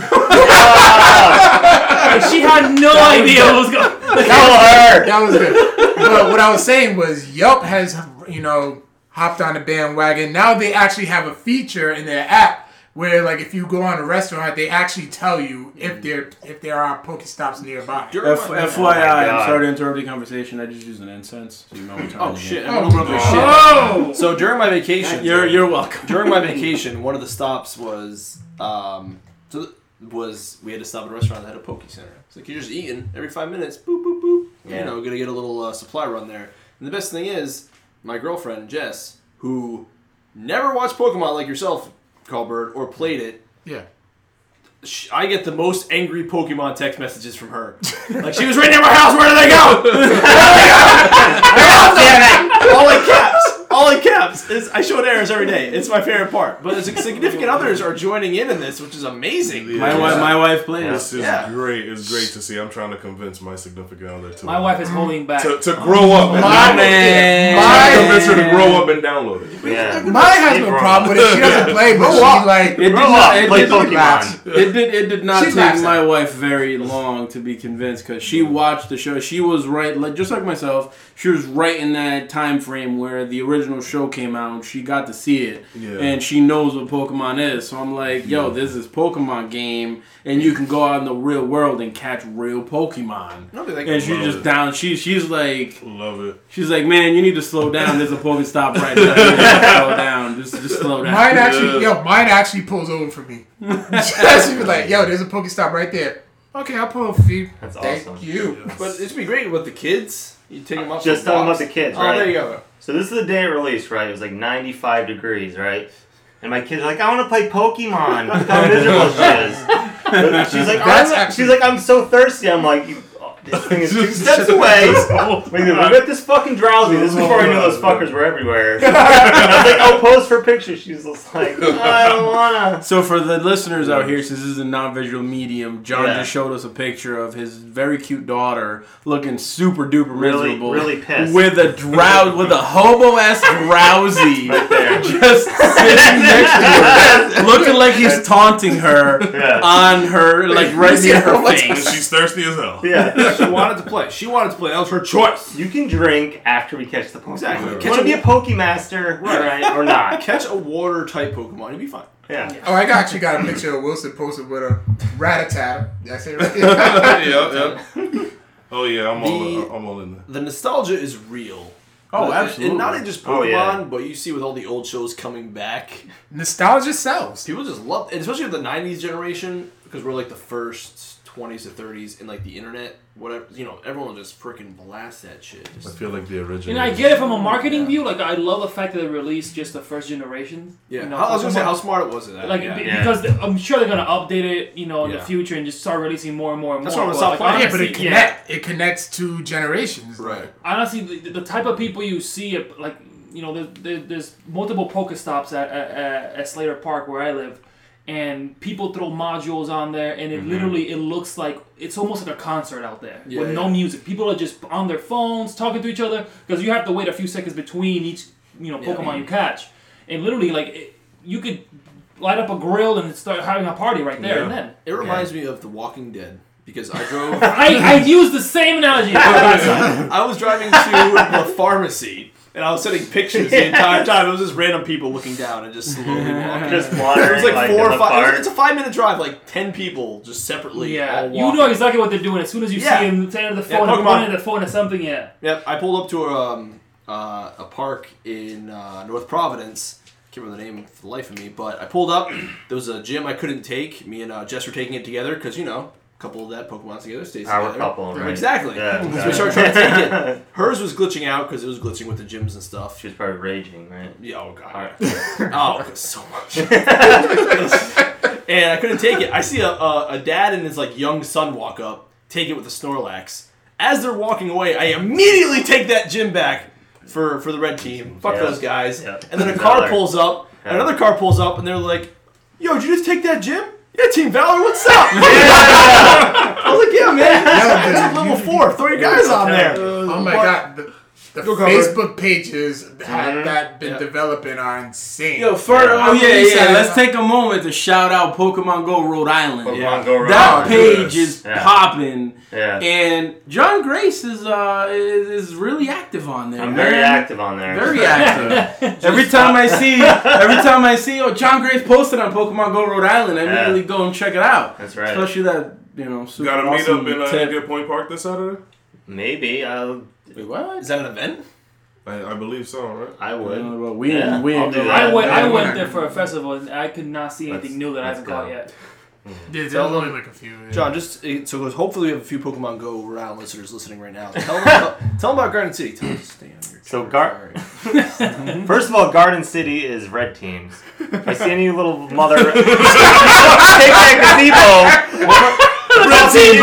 Speaker 4: and she had no idea what was going
Speaker 3: Tell her.
Speaker 6: That was good. but what I was saying was Yelp has, you know, hopped on the bandwagon. Now they actually have a feature in their app where, like, if you go on a restaurant, they actually tell you
Speaker 3: Mm.
Speaker 6: if there if there are Pokestops nearby.
Speaker 5: F- FYI,
Speaker 3: God.
Speaker 5: I'm sorry to interrupt your conversation. I just used an incense, so you know what time
Speaker 2: Oh
Speaker 5: it is.
Speaker 2: shit! I'm gonna open up my shit. So during my vacation,
Speaker 5: You're you're welcome.
Speaker 2: during my vacation, one of the stops was um, so th- was we had to stop at a restaurant that had a poke center. It's like you're just eating every five minutes, boop boop boop. You
Speaker 3: Yeah.
Speaker 2: know, gonna get a little uh, supply run there. And the best thing is, my girlfriend Jess, who never watched Pokemon like yourself, Callbird, or played it,
Speaker 6: Yeah.
Speaker 2: sh- I get the most angry Pokemon text messages from her. Like she was right near my house. Where did they go? Where did they go? All in caps. All in caps. Is I show it errors every day. It's my favorite part. But it's significant others are joining in in this, which is amazing.
Speaker 5: My wife, my wife plays.
Speaker 7: This is
Speaker 2: Yeah.
Speaker 7: great. It's great to see. I'm trying to convince my significant other to
Speaker 4: My wife is holding back.
Speaker 7: to, to grow up. And
Speaker 6: My
Speaker 7: download it.
Speaker 5: man.
Speaker 7: I'm trying to
Speaker 6: My-
Speaker 7: convince her to grow up and download it.
Speaker 3: Yeah.
Speaker 6: Mine has no
Speaker 3: Grow
Speaker 6: problem with it. She doesn't play, but she like
Speaker 5: It did,
Speaker 3: Grow
Speaker 5: not,
Speaker 3: up,
Speaker 5: it,
Speaker 3: play
Speaker 5: did,
Speaker 3: Pokemon.
Speaker 5: it did. It did not
Speaker 6: She laughs
Speaker 5: take
Speaker 6: at
Speaker 5: my wife very long to be convinced because she watched the show. She was right, like just like myself. She was right in that time frame where the original show came out. and She got to see it,
Speaker 7: Yeah.
Speaker 5: and she knows what Pokemon is. So I'm like, yo, this is Pokemon game, and you can go out in the real world and catch real Pokemon.
Speaker 2: No, they like
Speaker 5: and she
Speaker 7: love
Speaker 5: just
Speaker 7: it.
Speaker 5: down. She she's like.
Speaker 7: Love it.
Speaker 5: She's like, man, you need to slow down. There's a Pokemon stop right now. You need to slow down. Just, just slow down.
Speaker 6: mine actually yo, mine actually pulls over for me. she was like, yo, there's a Pokestop right there. Okay, I'll pull over for you.
Speaker 3: That's
Speaker 6: Thank
Speaker 3: awesome.
Speaker 6: you.
Speaker 2: But it'd be great with the kids. You take them up.
Speaker 3: Just
Speaker 2: for
Speaker 3: talking about
Speaker 2: walks.
Speaker 3: the kids,
Speaker 2: Oh,
Speaker 3: right?
Speaker 2: there you go.
Speaker 3: So this is the day it released, right? It was like 95 degrees, right? And my kids are like, I want to play Pokemon. Look how miserable she is. She's like,
Speaker 6: That's
Speaker 3: I'm,
Speaker 6: actually-
Speaker 3: she's like, I'm so thirsty. I'm like, you, This thing is two steps away. We we got this fucking drowsy. This is before I knew those fuckers were everywhere. And I was like, I'll pose for pictures. She was just like, I don't wanna.
Speaker 5: So for the listeners out here, since this is a non-visual medium, John
Speaker 3: Yeah.
Speaker 5: just showed us a picture of his very cute daughter looking super duper
Speaker 3: Really-
Speaker 5: miserable,
Speaker 3: really pissed.
Speaker 5: with a drow, with a hobo ass drowsy
Speaker 3: there.
Speaker 5: just sitting next to her, looking like he's taunting her
Speaker 3: Yeah.
Speaker 5: on her, like right near her
Speaker 7: And
Speaker 5: face.
Speaker 7: she's thirsty as hell.
Speaker 3: Yeah.
Speaker 2: She wanted to play. She wanted to play. That was her choice.
Speaker 3: You can drink after we catch the Pokemon.
Speaker 2: Exactly.
Speaker 3: You
Speaker 2: Catch
Speaker 3: want
Speaker 2: a-
Speaker 3: to be a Pokemaster, right. Or not.
Speaker 2: Catch a water type Pokemon, you'll be fine.
Speaker 3: Yeah.
Speaker 6: Oh, I got, actually got a picture of Wilson posted with a rat-a-tat. Did I say it right?
Speaker 7: yeah, yeah. Oh yeah, I'm all
Speaker 2: The-
Speaker 7: I'm all in there.
Speaker 2: The nostalgia is real.
Speaker 5: Oh,
Speaker 2: And-
Speaker 5: absolutely.
Speaker 2: And not in just Pokemon,
Speaker 3: Oh, yeah.
Speaker 2: but you see with all the old shows coming back,
Speaker 6: Nostalgia sells.
Speaker 2: people just love, and especially with the '90s generation, because we're like the first 20s to 30s, and like the internet, whatever, you know, everyone will just freaking blast that shit.
Speaker 7: I
Speaker 2: Just,
Speaker 7: feel like the
Speaker 4: And
Speaker 7: original.
Speaker 4: I get it from a marketing view. Like I love the fact that they released just the first generation.
Speaker 2: yeah,
Speaker 4: you know,
Speaker 2: I was gonna say
Speaker 4: Pokemon.
Speaker 2: how smart it was in that.
Speaker 4: Like
Speaker 2: yeah.
Speaker 4: be-
Speaker 3: Yeah.
Speaker 4: because the- I'm sure they're gonna update it, you know, in
Speaker 2: Yeah.
Speaker 4: the future and just start releasing more and more and
Speaker 2: That's
Speaker 4: more.
Speaker 2: what I'm
Speaker 4: but,
Speaker 2: gonna stop
Speaker 6: Yeah, but it
Speaker 4: honestly- yeah.
Speaker 6: connect. It connects to generations.
Speaker 2: right.
Speaker 4: honestly, the, the type of people you see, at- like you know, there, there, there's multiple Pokestops at, at at Slater Park where I live, and people throw modules on there, and it literally it looks like it's almost like a concert out there with
Speaker 2: Mm-hmm. Yeah,
Speaker 4: no
Speaker 2: yeah.
Speaker 4: music. People are just on their phones talking to each other because you have to wait a few seconds between each you know
Speaker 2: Yeah.
Speaker 4: Pokemon you catch, and literally like it, you could light up a grill and start having a party right there and
Speaker 7: Yeah.
Speaker 4: then.
Speaker 2: It reminds me of The Walking Dead because I drove.
Speaker 4: I, I used the same analogy.
Speaker 2: I was driving to the pharmacy and I was sending pictures the entire time. It was just random people looking down and just slowly walking.
Speaker 3: Just
Speaker 2: it
Speaker 3: wandering
Speaker 2: was like, four
Speaker 3: in
Speaker 2: or
Speaker 3: the
Speaker 2: five. it was-
Speaker 3: park.
Speaker 2: It's a five minute drive, like ten people just separately.
Speaker 4: Yeah,
Speaker 2: all
Speaker 4: you
Speaker 2: walking.
Speaker 4: know exactly what they're doing as soon as you
Speaker 2: Yeah.
Speaker 4: see them tear the
Speaker 2: Yeah,
Speaker 4: phone,
Speaker 2: Pokemon.
Speaker 4: and pointing the phone at something. Yeah,
Speaker 2: Yep, I pulled up to a, um, uh, a park in uh, North Providence. Can't remember the name for the life of me, but I pulled up. There was a gym I couldn't take. Me and uh, Jess were taking it together because you know, a couple of that Pokemon together stays
Speaker 3: Power
Speaker 2: together.
Speaker 3: couple, right?
Speaker 2: Exactly.
Speaker 3: Yeah,
Speaker 2: so we
Speaker 3: got it.
Speaker 2: started trying to take it. Hers was glitching out because it was glitching with the gyms and stuff.
Speaker 3: She was probably raging, right?
Speaker 2: Yeah, oh god.
Speaker 3: Alright.
Speaker 2: Oh, it was so much. and I couldn't take it. I see a, a, a dad and his like young son walk up, take it with a Snorlax. As they're walking away, I immediately take that gym back for, for the red team. Fuck
Speaker 3: Yeah.
Speaker 2: those guys.
Speaker 3: Yeah.
Speaker 2: And then a car
Speaker 3: Valor.
Speaker 2: pulls up,
Speaker 3: Yeah.
Speaker 2: another car pulls up, and they're like, "Yo, did you just take that gym? Yeah, Team Valor, what's up?" I was like, "Yeah, man, that's level four, three guys on there."
Speaker 6: Oh my
Speaker 2: But-
Speaker 6: god. The, the
Speaker 2: Go cover it.
Speaker 6: Facebook pages that have that been
Speaker 2: Yeah.
Speaker 6: developing are insane.
Speaker 5: Yo, for, oh
Speaker 6: I'm
Speaker 5: yeah,
Speaker 6: really
Speaker 5: yeah.
Speaker 6: sad.
Speaker 5: Let's take a moment to shout out Pokemon Go Rhode Island.
Speaker 3: Pokemon
Speaker 2: Yeah.
Speaker 3: Go
Speaker 5: That
Speaker 3: Rock.
Speaker 5: page is
Speaker 3: Yeah.
Speaker 5: popping,
Speaker 3: Yeah.
Speaker 5: and John Grace is uh is, is really active on there.
Speaker 3: I'm very
Speaker 5: man.
Speaker 3: active on there.
Speaker 5: Very active. every time I see, every time I see, oh, John Grace posted on Pokemon Go Rhode Island, I
Speaker 3: Yeah.
Speaker 5: immediately go and check it out.
Speaker 3: That's right.
Speaker 5: Especially that you know super
Speaker 7: Got to meet
Speaker 5: awesome
Speaker 7: up in uh,
Speaker 5: tip.
Speaker 7: Good Point Park this Saturday.
Speaker 3: Maybe I'll,
Speaker 5: Wait, what?
Speaker 2: Is that an event?
Speaker 7: I, I believe so, right?
Speaker 3: I
Speaker 5: Uh,
Speaker 3: would.
Speaker 5: well, we
Speaker 3: Yeah,
Speaker 5: in- we
Speaker 3: I'll
Speaker 5: in
Speaker 3: do
Speaker 5: Rhode
Speaker 3: that.
Speaker 4: I went. I
Speaker 5: Island.
Speaker 4: went there for a festival and I could not see anything
Speaker 3: Let's-
Speaker 4: new that I
Speaker 3: let's
Speaker 4: haven't caught
Speaker 3: go.
Speaker 4: yet.
Speaker 6: Dude,
Speaker 2: Tell
Speaker 6: they'll
Speaker 2: them-
Speaker 6: look a few.
Speaker 2: John, just uh, so hopefully we have a few Pokemon Go round listeners listening right now. Tell them about, tell them about Garden City. Tell them to stay on your
Speaker 3: So
Speaker 2: turf.
Speaker 3: Gar-
Speaker 2: Sorry.
Speaker 3: First of all, Garden City is red teams. If I see any little mother, take that gazebo.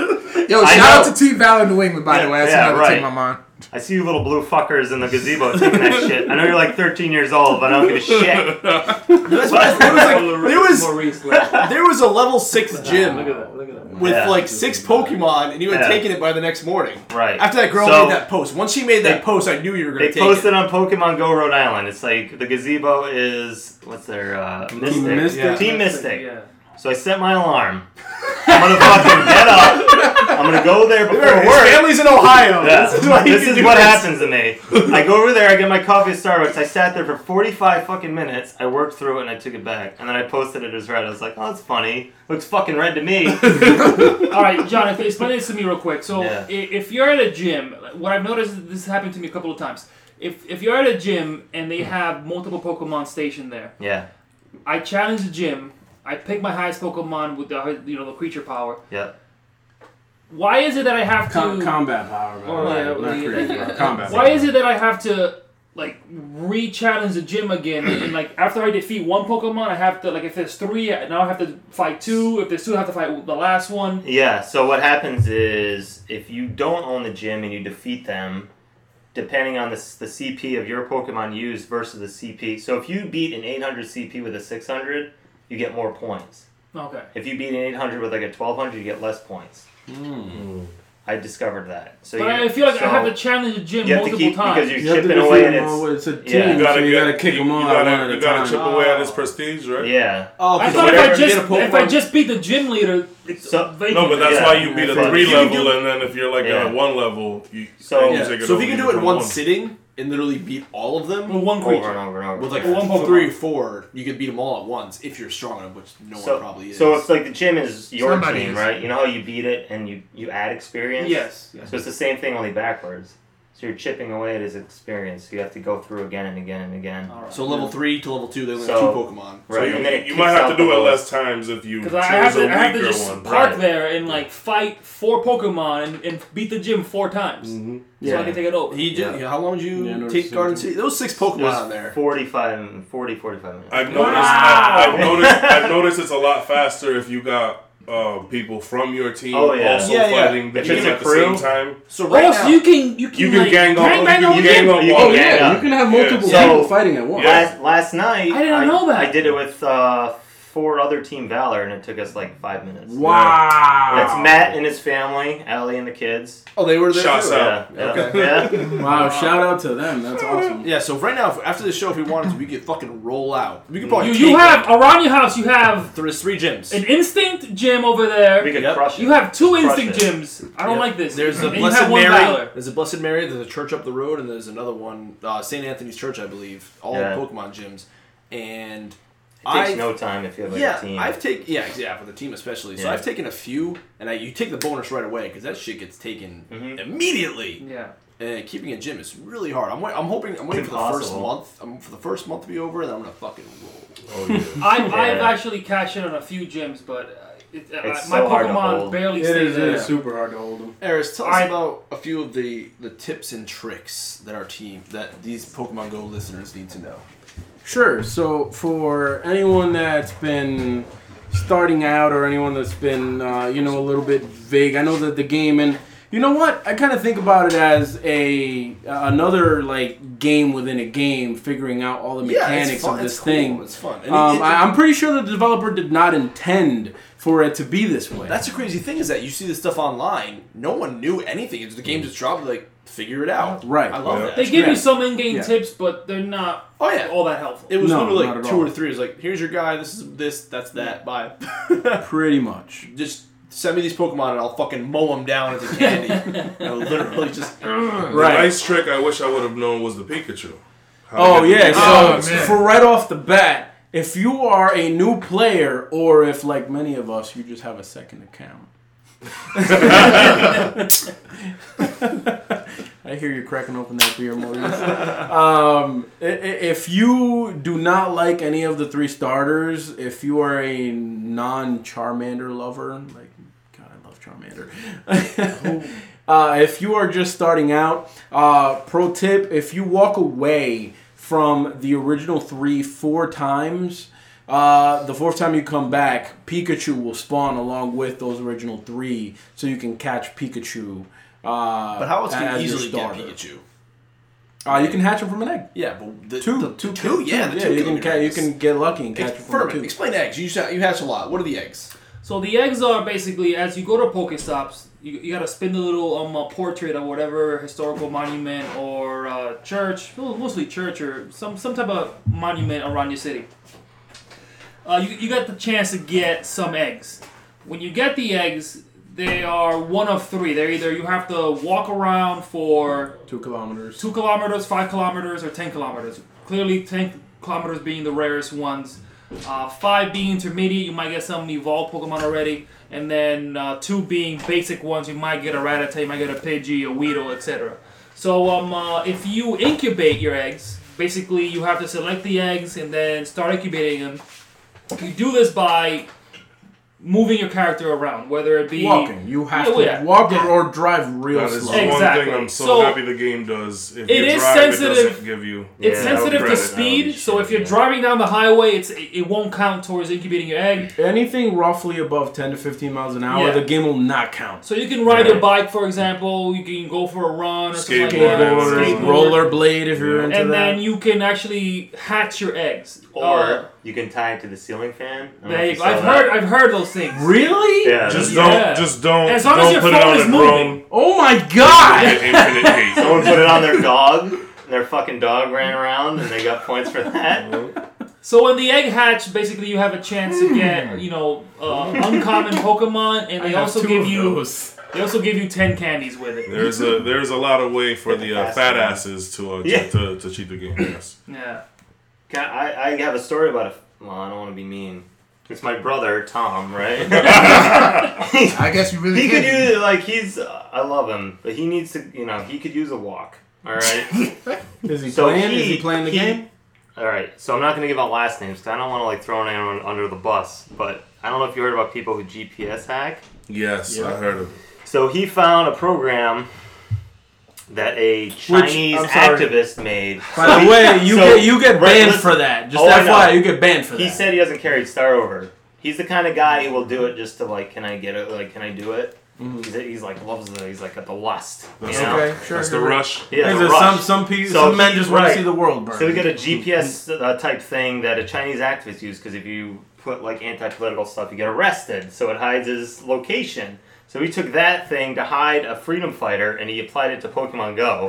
Speaker 3: Red team,
Speaker 6: Yo,
Speaker 3: I
Speaker 6: shout out
Speaker 3: know.
Speaker 6: to Team Valor New England, by the way. That's
Speaker 3: yeah,
Speaker 6: another
Speaker 3: right.
Speaker 6: team I'm on.
Speaker 3: I see you little blue fuckers in the gazebo taking that shit. I know you're like 13 years old, but I don't give a shit.
Speaker 2: That's what I- there was like- there was
Speaker 4: Maurice, look at
Speaker 2: there was a level six gym
Speaker 4: that. Look at that.
Speaker 2: with
Speaker 3: Yeah.
Speaker 2: like six Pokemon, and you had
Speaker 3: Yeah.
Speaker 2: taken it by the next morning.
Speaker 3: Right.
Speaker 2: After that girl
Speaker 3: So,
Speaker 2: made that post, once she made that
Speaker 3: They-
Speaker 2: post, I knew you were gonna
Speaker 3: They
Speaker 2: take
Speaker 3: posted
Speaker 2: it.
Speaker 3: on Pokemon Go Rhode Island. It's like the gazebo is what's their uh, Mystic.
Speaker 5: Mystic.
Speaker 2: Yeah.
Speaker 3: Team Mystic.
Speaker 4: Yeah.
Speaker 3: So I set my alarm. I'm gonna fucking get up. I'm gonna go there before
Speaker 2: His
Speaker 3: work.
Speaker 2: family's in Ohio.
Speaker 3: Yeah.
Speaker 2: This is why you
Speaker 3: This
Speaker 2: can
Speaker 3: is
Speaker 2: do
Speaker 3: what
Speaker 2: this.
Speaker 3: happens to me. I go over there, I get my coffee at Starbucks. I sat there for 45 fucking minutes. I worked through it and I took it back. And then I posted it as red. I was like, oh, that's funny. Looks fucking red to me.
Speaker 4: All right, John, if- explain this to me real quick. So,
Speaker 3: Yeah.
Speaker 4: i if you're at a gym, what I've noticed is this happened to me a couple of times. If if you're at a gym and they have multiple Pokemon stationed there,
Speaker 3: yeah.
Speaker 4: I challenge the gym. I pick my highest Pokemon with the you know the creature power.
Speaker 3: Yeah.
Speaker 4: Why is it that I have to?
Speaker 5: Com- combat power, man.
Speaker 4: Oh, yeah,
Speaker 5: Not
Speaker 4: yeah.
Speaker 5: creative, bro. combat.
Speaker 4: Why is it that I have to like re-challenge the gym again. and like after I defeat one Pokemon, I have to like if there's three, I- now I have to fight two. If there's two, I have to fight the last one.
Speaker 3: Yeah, so what happens is if you don't own the gym and you defeat them, depending on the, s- the CP of your Pokemon used versus the CP. So if you beat an 800 CP with a 600, you get more points.
Speaker 4: Okay.
Speaker 3: If you beat an 800 with like a 1200, you get less points.
Speaker 2: Hmm.
Speaker 3: I discovered that. So
Speaker 4: But
Speaker 3: you,
Speaker 4: I feel like
Speaker 3: so
Speaker 4: I have to challenge the gym
Speaker 3: you have to
Speaker 4: multiple
Speaker 3: keep
Speaker 4: times.
Speaker 3: because you're
Speaker 5: You have to
Speaker 3: chipping
Speaker 5: defeat
Speaker 3: away and
Speaker 5: them all.
Speaker 3: it's
Speaker 5: It's a team,
Speaker 3: yeah. You
Speaker 5: so you
Speaker 7: get-
Speaker 5: gotta kick them all
Speaker 7: You gotta,
Speaker 5: one at a
Speaker 7: you gotta
Speaker 5: time.
Speaker 7: chip away at his prestige, right?
Speaker 3: yeah.
Speaker 2: Oh,
Speaker 4: I
Speaker 2: because
Speaker 4: thought if I
Speaker 2: whenever you
Speaker 4: just
Speaker 2: get a Pokemon-
Speaker 4: if I just beat the gym leader, it's
Speaker 3: So-
Speaker 4: vacant.
Speaker 7: No, but that's
Speaker 3: Yeah.
Speaker 7: why you beat a
Speaker 3: Yeah.
Speaker 7: three
Speaker 3: You can
Speaker 7: level, and then if you're like
Speaker 3: Yeah.
Speaker 7: at one level, you
Speaker 3: So-
Speaker 7: then
Speaker 2: Yeah.
Speaker 7: take it
Speaker 2: So if
Speaker 7: over,
Speaker 2: you can
Speaker 7: you
Speaker 2: do it in
Speaker 7: become
Speaker 2: one
Speaker 7: one.
Speaker 2: sitting and literally beat all of
Speaker 4: with
Speaker 2: them
Speaker 4: one
Speaker 3: Over and
Speaker 4: creature.
Speaker 3: over and over.
Speaker 2: with like
Speaker 4: One Pokemon.
Speaker 2: three or four, you could beat them all at once if you're strong enough, which no
Speaker 3: so,
Speaker 2: one probably is.
Speaker 3: so it's like the gym is your
Speaker 6: Somebody
Speaker 3: team,
Speaker 6: is.
Speaker 3: right? You know how you beat it and you, you add experience?
Speaker 4: Yes. yes.
Speaker 3: So it's the same thing, only backwards. So you're chipping away at his experience. You have to go through again and again and again.
Speaker 4: All right.
Speaker 2: So level three to level two, they only
Speaker 3: So-
Speaker 2: have two Pokemon.
Speaker 7: So
Speaker 3: Right,
Speaker 7: you,
Speaker 3: and then it
Speaker 7: you
Speaker 3: kicks
Speaker 7: might have
Speaker 3: out
Speaker 7: to do
Speaker 3: the
Speaker 7: it
Speaker 3: whole-
Speaker 7: less times if you choose
Speaker 4: Because I have to,
Speaker 7: a
Speaker 4: I have to
Speaker 7: weaker
Speaker 4: just
Speaker 7: one.
Speaker 4: park
Speaker 3: right.
Speaker 4: there and like fight four Pokemon and, and beat the gym four times,
Speaker 7: Mm.
Speaker 4: so I
Speaker 5: Yeah.
Speaker 4: can take it over.
Speaker 2: He did.
Speaker 3: Yeah.
Speaker 2: How long did you
Speaker 5: Yeah, I noticed
Speaker 2: take
Speaker 5: the
Speaker 2: Garden
Speaker 5: same
Speaker 2: City? There was six Pokemon on there.
Speaker 3: There's 45, and 40, 45 minutes.
Speaker 7: I've noticed. I've, I've noticed. I've noticed it's a lot faster if you got um, people from your team
Speaker 3: Oh, yeah.
Speaker 7: also
Speaker 2: Yeah, yeah.
Speaker 7: fighting the
Speaker 3: If
Speaker 7: team
Speaker 3: it's a
Speaker 7: at the
Speaker 3: crew.
Speaker 7: same time.
Speaker 2: So
Speaker 4: Or
Speaker 2: right
Speaker 4: else
Speaker 2: now,
Speaker 4: you can you can
Speaker 7: You can
Speaker 4: like,
Speaker 7: gang on. You
Speaker 4: bang bang
Speaker 7: can
Speaker 4: on
Speaker 7: gang
Speaker 4: him.
Speaker 7: on.
Speaker 3: you
Speaker 7: one.
Speaker 5: Oh yeah,
Speaker 3: Yeah.
Speaker 5: you can have multiple
Speaker 3: Yeah.
Speaker 5: people
Speaker 3: So-
Speaker 5: fighting at once.
Speaker 7: Yeah.
Speaker 3: Last, last night,
Speaker 4: I didn't know that.
Speaker 3: I did it with uh, four other Team Valor, and it took us like five minutes.
Speaker 5: Wow.
Speaker 3: That's Matt and his family, Allie and the kids.
Speaker 2: oh, they were there.
Speaker 7: Shots
Speaker 2: too.
Speaker 7: out.
Speaker 3: Yeah, yeah, yeah.
Speaker 5: Wow, shout out to them. That's awesome.
Speaker 2: Yeah. So right now, if- after the show, if we wanted to, we could fucking roll out. We could probably
Speaker 4: You,
Speaker 2: take
Speaker 4: you have
Speaker 2: it.
Speaker 4: around your house. You have
Speaker 2: there's three gyms.
Speaker 4: an instinct gym over there.
Speaker 3: We could
Speaker 2: Yep.
Speaker 3: crush it.
Speaker 4: You have two
Speaker 3: Crush
Speaker 4: instinct
Speaker 3: it.
Speaker 4: gyms. I don't
Speaker 2: Yeah.
Speaker 4: like this.
Speaker 2: There's a
Speaker 4: and you
Speaker 2: Blessed
Speaker 4: have one
Speaker 2: Mary.
Speaker 4: Valor.
Speaker 2: There's a Blessed Mary. There's a church up the road, and there's another one, uh, St. Anthony's Church, I believe. All
Speaker 3: Yeah.
Speaker 2: Pokemon gyms, and
Speaker 3: It takes
Speaker 2: I
Speaker 3: no time if you have like,
Speaker 2: yeah,
Speaker 3: a team.
Speaker 2: I've taken yeah, yeah, for the team especially. So
Speaker 3: Yeah.
Speaker 2: I've taken a few, and I, you take the bonus right away because that shit gets taken
Speaker 3: Mhm.
Speaker 2: immediately.
Speaker 4: Yeah.
Speaker 2: And keeping a gym is really hard. I'm, wait, I'm hoping I'm waiting
Speaker 3: It's
Speaker 2: for the first
Speaker 3: impossible.
Speaker 2: month. I'm for the first month to be over, and I'm gonna fucking roll.
Speaker 7: Oh, yeah.
Speaker 4: I I've
Speaker 3: Yeah.
Speaker 4: actually cashed in on a few gyms, but uh, it, uh,
Speaker 3: It's
Speaker 4: my
Speaker 3: so hard to
Speaker 4: Pokemon
Speaker 3: hold.
Speaker 4: barely
Speaker 5: It
Speaker 4: stays
Speaker 5: is, it
Speaker 4: there.
Speaker 5: is super hard to hold them.
Speaker 2: Eris, tell us
Speaker 4: Alright.
Speaker 2: about a few of the the tips and tricks that our team that these Pokemon Go listeners need to know.
Speaker 5: Sure. So for anyone that's been starting out, or anyone that's been uh, you know a little bit vague, I know that the game and you know what I kind of think about it as a another like game within a game, figuring out all the
Speaker 2: yeah, it's
Speaker 5: mechanics
Speaker 2: fun.
Speaker 5: of this
Speaker 2: it's cool.
Speaker 5: thing.
Speaker 2: It's fun. And it-
Speaker 5: Um,
Speaker 2: it-
Speaker 5: I, I'm pretty sure the developer did not intend for it to be this way.
Speaker 2: That's the crazy thing is that you see this stuff online. No one knew anything. It's the game just dropped. Like figure it out.
Speaker 5: Mm. Right.
Speaker 2: I love
Speaker 7: Yeah.
Speaker 2: that.
Speaker 4: They give you
Speaker 5: great.
Speaker 4: some in-game
Speaker 5: Yeah.
Speaker 4: tips, but they're not
Speaker 2: oh yeah.
Speaker 4: all that helpful.
Speaker 2: It was
Speaker 5: No,
Speaker 2: literally
Speaker 5: not
Speaker 2: like
Speaker 5: at
Speaker 2: two
Speaker 5: all.
Speaker 2: or three. It was like, here's your guy. This is this. That's that. Bye.
Speaker 5: pretty much.
Speaker 2: just send me these Pokemon and I'll fucking mow them down into candy. I literally just.
Speaker 7: The
Speaker 5: Right.
Speaker 7: ice trick I wish I would have known was the Pikachu. How
Speaker 5: Oh
Speaker 7: to get
Speaker 5: yeah.
Speaker 7: the
Speaker 6: Oh,
Speaker 5: so
Speaker 6: man.
Speaker 5: for right off the bat, if you are a new player, or if like many of us, you just have a second account. I hear you cracking open that beer, Maurice. Um, i- i- if you do not like any of the three starters, if you are a non-Charmander lover, like God, I love Charmander. uh, if you are just starting out, uh, pro tip: if you walk away from the original three four times. Uh, the fourth time you come back, Pikachu will spawn along with those original three, so you can catch Pikachu. Uh,
Speaker 2: But how else can
Speaker 5: as
Speaker 2: you
Speaker 5: your
Speaker 2: easily get
Speaker 5: starter.
Speaker 2: Pikachu?
Speaker 5: Uh, you can hatch them from an egg.
Speaker 2: Yeah, but the
Speaker 5: Two,
Speaker 2: the,
Speaker 5: two
Speaker 2: two,
Speaker 5: ca-
Speaker 2: yeah, the
Speaker 5: yeah.
Speaker 2: two.
Speaker 5: you
Speaker 2: go
Speaker 5: can ca-
Speaker 2: your
Speaker 5: you
Speaker 2: ass.
Speaker 5: can get lucky and catch
Speaker 2: Ex-
Speaker 5: it from
Speaker 2: Furman,
Speaker 5: the two.
Speaker 2: explain eggs. You sa- you hatch a lot. What are the eggs?
Speaker 4: So the eggs are basically as you go to Pokestops, you, you gotta spin the little um uh, portrait or whatever historical monument or uh, church, well, mostly church or some some type of monument around your city. Uh, you you got the chance to get some eggs. When you get the eggs, they are one of three. They're either you have to walk around for
Speaker 5: Two kilometers.
Speaker 4: two kilometers, five kilometers, or ten kilometers. Clearly, ten kilometers being the rarest ones. Uh, five being intermediate, you might get some evolved Pokemon already, and then uh, two being basic ones, you might get a Rattata, you might get a Pidgey, a Weedle, etc. So um, uh, if you incubate your eggs, basically you have to select the eggs and then start incubating them. You do this by moving your character around, whether it be
Speaker 5: Walking. You have
Speaker 4: Yeah,
Speaker 5: to
Speaker 4: yeah,
Speaker 5: walk
Speaker 4: yeah.
Speaker 5: or drive real
Speaker 7: That is
Speaker 5: slow.
Speaker 4: Exact-
Speaker 7: one
Speaker 4: Exactly.
Speaker 7: thing I'm so,
Speaker 4: So,
Speaker 7: happy the game does. If
Speaker 4: it
Speaker 7: you
Speaker 4: is
Speaker 7: drive, It
Speaker 4: sensitive-
Speaker 7: doesn't give you.
Speaker 4: It's
Speaker 3: Yeah, I would
Speaker 4: sensitive to
Speaker 7: regret it.
Speaker 4: speed,
Speaker 7: Oh,
Speaker 4: so if
Speaker 7: shit,
Speaker 4: you're
Speaker 7: yeah.
Speaker 4: driving down the highway, it's it, it won't count towards incubating your egg.
Speaker 5: Anything roughly above 10 to 15 miles an hour,
Speaker 4: Yeah.
Speaker 5: the game will not count.
Speaker 4: So you can ride your
Speaker 7: Right.
Speaker 4: bike, for example. You can go for a run or something like
Speaker 7: Skateboard,
Speaker 4: that.
Speaker 5: Skateboarders,
Speaker 4: skateboard.
Speaker 5: rollerblade if you're
Speaker 7: Yeah.
Speaker 5: into
Speaker 4: and
Speaker 5: that.
Speaker 4: then you can actually hatch your eggs. Uh,
Speaker 3: Or you can tie it to the ceiling fan. I don't know
Speaker 4: there
Speaker 3: if
Speaker 4: you
Speaker 3: you
Speaker 4: go.
Speaker 3: saw
Speaker 4: I've
Speaker 3: that.
Speaker 4: heard. I've heard those things.
Speaker 5: really?
Speaker 3: Yeah.
Speaker 7: Just
Speaker 4: Yeah.
Speaker 7: don't. Just don't.
Speaker 4: As long as
Speaker 7: don't
Speaker 4: your
Speaker 7: put
Speaker 4: phone
Speaker 7: it on
Speaker 4: is
Speaker 7: a
Speaker 4: moving.
Speaker 7: drone.
Speaker 5: Oh my
Speaker 7: and
Speaker 5: god!
Speaker 7: get infinite haste.
Speaker 3: Someone put it on their dog, and their fucking dog ran around, and they got points for that.
Speaker 4: So when the egg hatch, basically you have a chance to
Speaker 3: Hmm.
Speaker 4: get you know uh, uncommon Pokemon, and they also give you they also give you ten candies with it.
Speaker 7: There's a there's a lot of way for the uh,
Speaker 3: Fast
Speaker 7: fat
Speaker 3: one.
Speaker 7: asses to, uh,
Speaker 3: Yeah.
Speaker 7: to, to to cheat the game. Yes.
Speaker 4: Yeah.
Speaker 3: Can- I, I have a story about it. Well, I don't want to be mean. It's my brother, Tom, right?
Speaker 6: I guess you really
Speaker 3: he
Speaker 6: can.
Speaker 3: could use, like, he's, I love him, but he needs to, you know, he could use a walk. All right.
Speaker 5: Is he
Speaker 3: So
Speaker 5: playing? Is
Speaker 3: he-
Speaker 5: he playing the
Speaker 3: he-
Speaker 5: game?
Speaker 3: All right. So I'm not going to give out last names 'cause I don't want to, like, throw anyone under the bus, but I don't know if you heard about people who GPS hack.
Speaker 7: Yes, I
Speaker 5: Yeah.
Speaker 7: heard of.
Speaker 3: So he found a program that a
Speaker 5: I'm
Speaker 3: Chinese
Speaker 5: sorry.
Speaker 3: activist made. So
Speaker 5: By
Speaker 3: he-
Speaker 5: the way, you
Speaker 3: so-
Speaker 5: get you get
Speaker 3: right,
Speaker 5: banned
Speaker 3: listen.
Speaker 5: for that. Just
Speaker 3: Oh, I
Speaker 5: that's why
Speaker 3: know.
Speaker 5: you get banned for that.
Speaker 3: He said he doesn't carry Star over. He's the kind of guy who will do it just to like, can I get it? Like, can I do it? He's, he's like loves the. He's like got the lust. You
Speaker 7: That's
Speaker 3: know?
Speaker 5: Mm-hmm. okay, sure.
Speaker 7: That's the
Speaker 5: you're right.
Speaker 7: rush.
Speaker 3: He has a
Speaker 5: Because some
Speaker 3: rush.
Speaker 5: some, people,
Speaker 3: So
Speaker 5: some men
Speaker 3: he-
Speaker 5: just want
Speaker 3: right.
Speaker 5: to see the world burn.
Speaker 3: So we got a GPS uh, type thing that a Chinese activist used because if you put like anti-political stuff, you get arrested. So it hides his location. So he took that thing to hide a freedom fighter, and he applied it to Pokemon Go,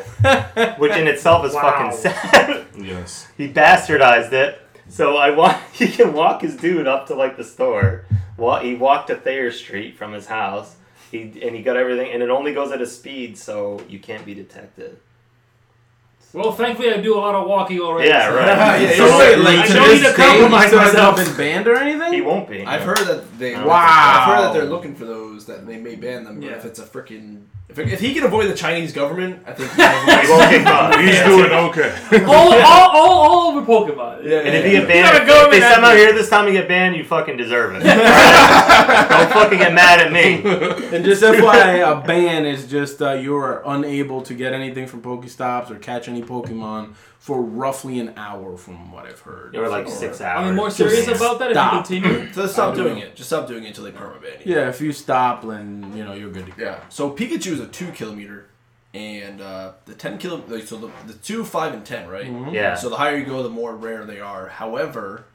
Speaker 3: which in itself is fucking sad.
Speaker 7: Yes.
Speaker 3: he bastardized it. So I want he can walk his dude up to like the store. Wa he walked to Thayer Street from his house. He and he got everything, and it only goes at a speed, so you can't be detected.
Speaker 4: Well, thankfully I do a lot of walking already.
Speaker 3: Yeah,
Speaker 4: so-
Speaker 3: right.
Speaker 5: Yeah, yeah,
Speaker 4: So
Speaker 5: it's
Speaker 4: wait,
Speaker 5: like,
Speaker 4: I
Speaker 5: to
Speaker 4: don't
Speaker 5: this
Speaker 4: need to
Speaker 5: day, he
Speaker 4: compromise
Speaker 5: still hasn't
Speaker 4: myself.
Speaker 5: been banned or anything?
Speaker 3: He won't be.
Speaker 2: I've heard that they.
Speaker 3: Wow.
Speaker 2: I've heard that they're looking for those that they may ban them. But
Speaker 4: Yeah.
Speaker 2: if it's a freaking, if, if he can avoid the Chinese government, I think. He can
Speaker 3: He won't get caught.
Speaker 7: He's
Speaker 3: Yeah.
Speaker 7: doing okay.
Speaker 4: all, all, all, all over Pokemon.
Speaker 2: yeah,
Speaker 3: And if you
Speaker 2: yeah.
Speaker 3: get banned,
Speaker 4: gotta go
Speaker 3: if they
Speaker 4: with that.
Speaker 3: somehow hear this time you get banned, you fucking deserve it. Alright? Don't fucking get mad at me.
Speaker 5: And just FYI, a ban is just uh, you are unable to get anything from Pokestops or catch any Pokemon for roughly an hour, from what I've heard.
Speaker 3: You were like six hours.
Speaker 4: Are we more serious
Speaker 5: Just
Speaker 4: about that
Speaker 5: stop.
Speaker 4: if you continue?
Speaker 2: So stop doing it. Just stop doing it until they permaban you.
Speaker 5: Yeah, if you stop, then you know you're good to go.
Speaker 2: Yeah. So Pikachu is a two kilometer, and uh, the ten kilo. like, So the, the two, five, and ten, right?
Speaker 3: Yeah.
Speaker 2: So the higher you go, the more rare they are. However,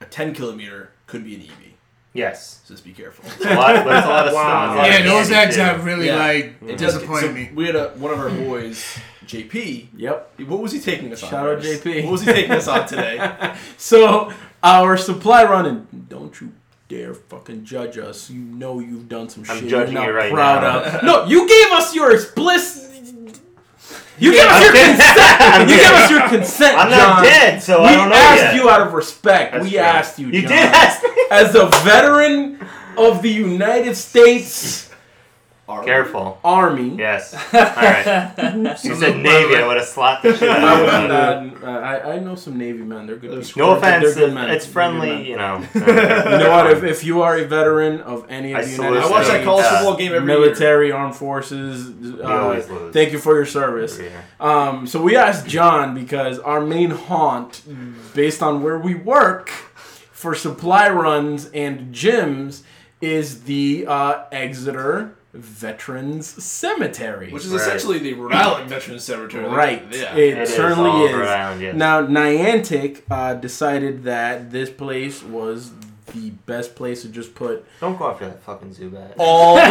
Speaker 2: a ten kilometer could be an EV.
Speaker 3: yes.
Speaker 2: So just be careful.
Speaker 3: A lot, but it's a lot of wow.
Speaker 6: Yeah, those eggs have really
Speaker 2: Yeah.
Speaker 6: like
Speaker 2: It does get-
Speaker 6: disappointed
Speaker 2: so
Speaker 6: me.
Speaker 2: We had a, one of our boys, JP.
Speaker 5: Yep.
Speaker 2: What was he taking us on?
Speaker 5: Shout out
Speaker 2: Chris?
Speaker 5: JP.
Speaker 2: What was he taking us on today?
Speaker 5: So our supply run, and don't you dare fucking judge us. You know you've done some
Speaker 3: I'm
Speaker 5: shit
Speaker 3: judging
Speaker 5: you're not
Speaker 3: you right
Speaker 5: proud
Speaker 3: now.
Speaker 5: of. No, you gave us your explicit. You gave us your
Speaker 3: dead. I'm
Speaker 5: consent. You
Speaker 3: dead.
Speaker 5: gave us your consent.
Speaker 3: I'm not
Speaker 5: John.
Speaker 3: dead, so
Speaker 5: We
Speaker 3: I don't know
Speaker 5: asked
Speaker 3: yet.
Speaker 5: you out of respect.
Speaker 3: That's
Speaker 5: we
Speaker 3: true.
Speaker 5: asked you.
Speaker 3: You
Speaker 5: John.
Speaker 3: did ask me.
Speaker 5: As a veteran of the United States
Speaker 2: Are-
Speaker 3: Careful.
Speaker 5: Army,
Speaker 3: Yes. Alright. You said Navy, I would have slapped the shit
Speaker 5: I,
Speaker 3: out
Speaker 5: was,
Speaker 3: of you.
Speaker 5: uh, I, I know some Navy men. They're good. people.
Speaker 3: No
Speaker 5: They're- they're
Speaker 3: offense,
Speaker 5: good men.
Speaker 3: it's
Speaker 5: They're good
Speaker 3: friendly,
Speaker 5: men.
Speaker 3: you know.
Speaker 5: You know what? If, if you are a veteran of any of
Speaker 3: I
Speaker 5: the
Speaker 3: salute
Speaker 5: United
Speaker 2: I watch that
Speaker 3: Yeah.
Speaker 2: college
Speaker 3: Yeah.
Speaker 2: football game every year.
Speaker 5: military armed forces, uh,
Speaker 3: always lose.
Speaker 5: thank you for your service. Um, so we asked John because our main haunt,
Speaker 7: Mm.
Speaker 5: based on where we work, for supply runs and gyms, is the uh, Exeter Veterans Cemetery.
Speaker 2: Which is
Speaker 3: Right.
Speaker 2: essentially the Rhode Island Veterans Cemetery.
Speaker 5: Right.
Speaker 2: Yeah.
Speaker 5: It,
Speaker 3: It is all
Speaker 5: certainly is.
Speaker 3: Rhode Island, yes.
Speaker 5: Now, Niantic uh, decided that this place was the best place to just put
Speaker 3: Don't go after that fucking Zubat.
Speaker 5: all of I,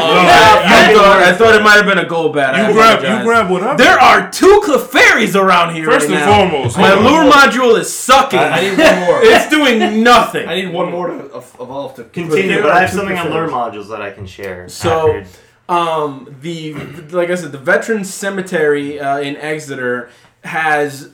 Speaker 5: thought, I thought it might have been a gold bat. I
Speaker 7: Oh, You grab. You
Speaker 5: apologize.
Speaker 7: grab whatever.
Speaker 5: There are two Clefairies around here.
Speaker 7: First
Speaker 5: right
Speaker 7: and
Speaker 5: now.
Speaker 7: foremost,
Speaker 5: My
Speaker 7: hold on.
Speaker 5: lure module is sucking.
Speaker 2: I need one more.
Speaker 5: it's doing nothing.
Speaker 2: I need one more to of- evolve to
Speaker 3: Continue,
Speaker 5: there
Speaker 3: but
Speaker 5: are
Speaker 3: I have
Speaker 5: two
Speaker 3: something on
Speaker 5: different
Speaker 3: Lure modules that I can share.
Speaker 5: So-
Speaker 3: after.
Speaker 5: um the like i said the veterans cemetery uh, in exeter has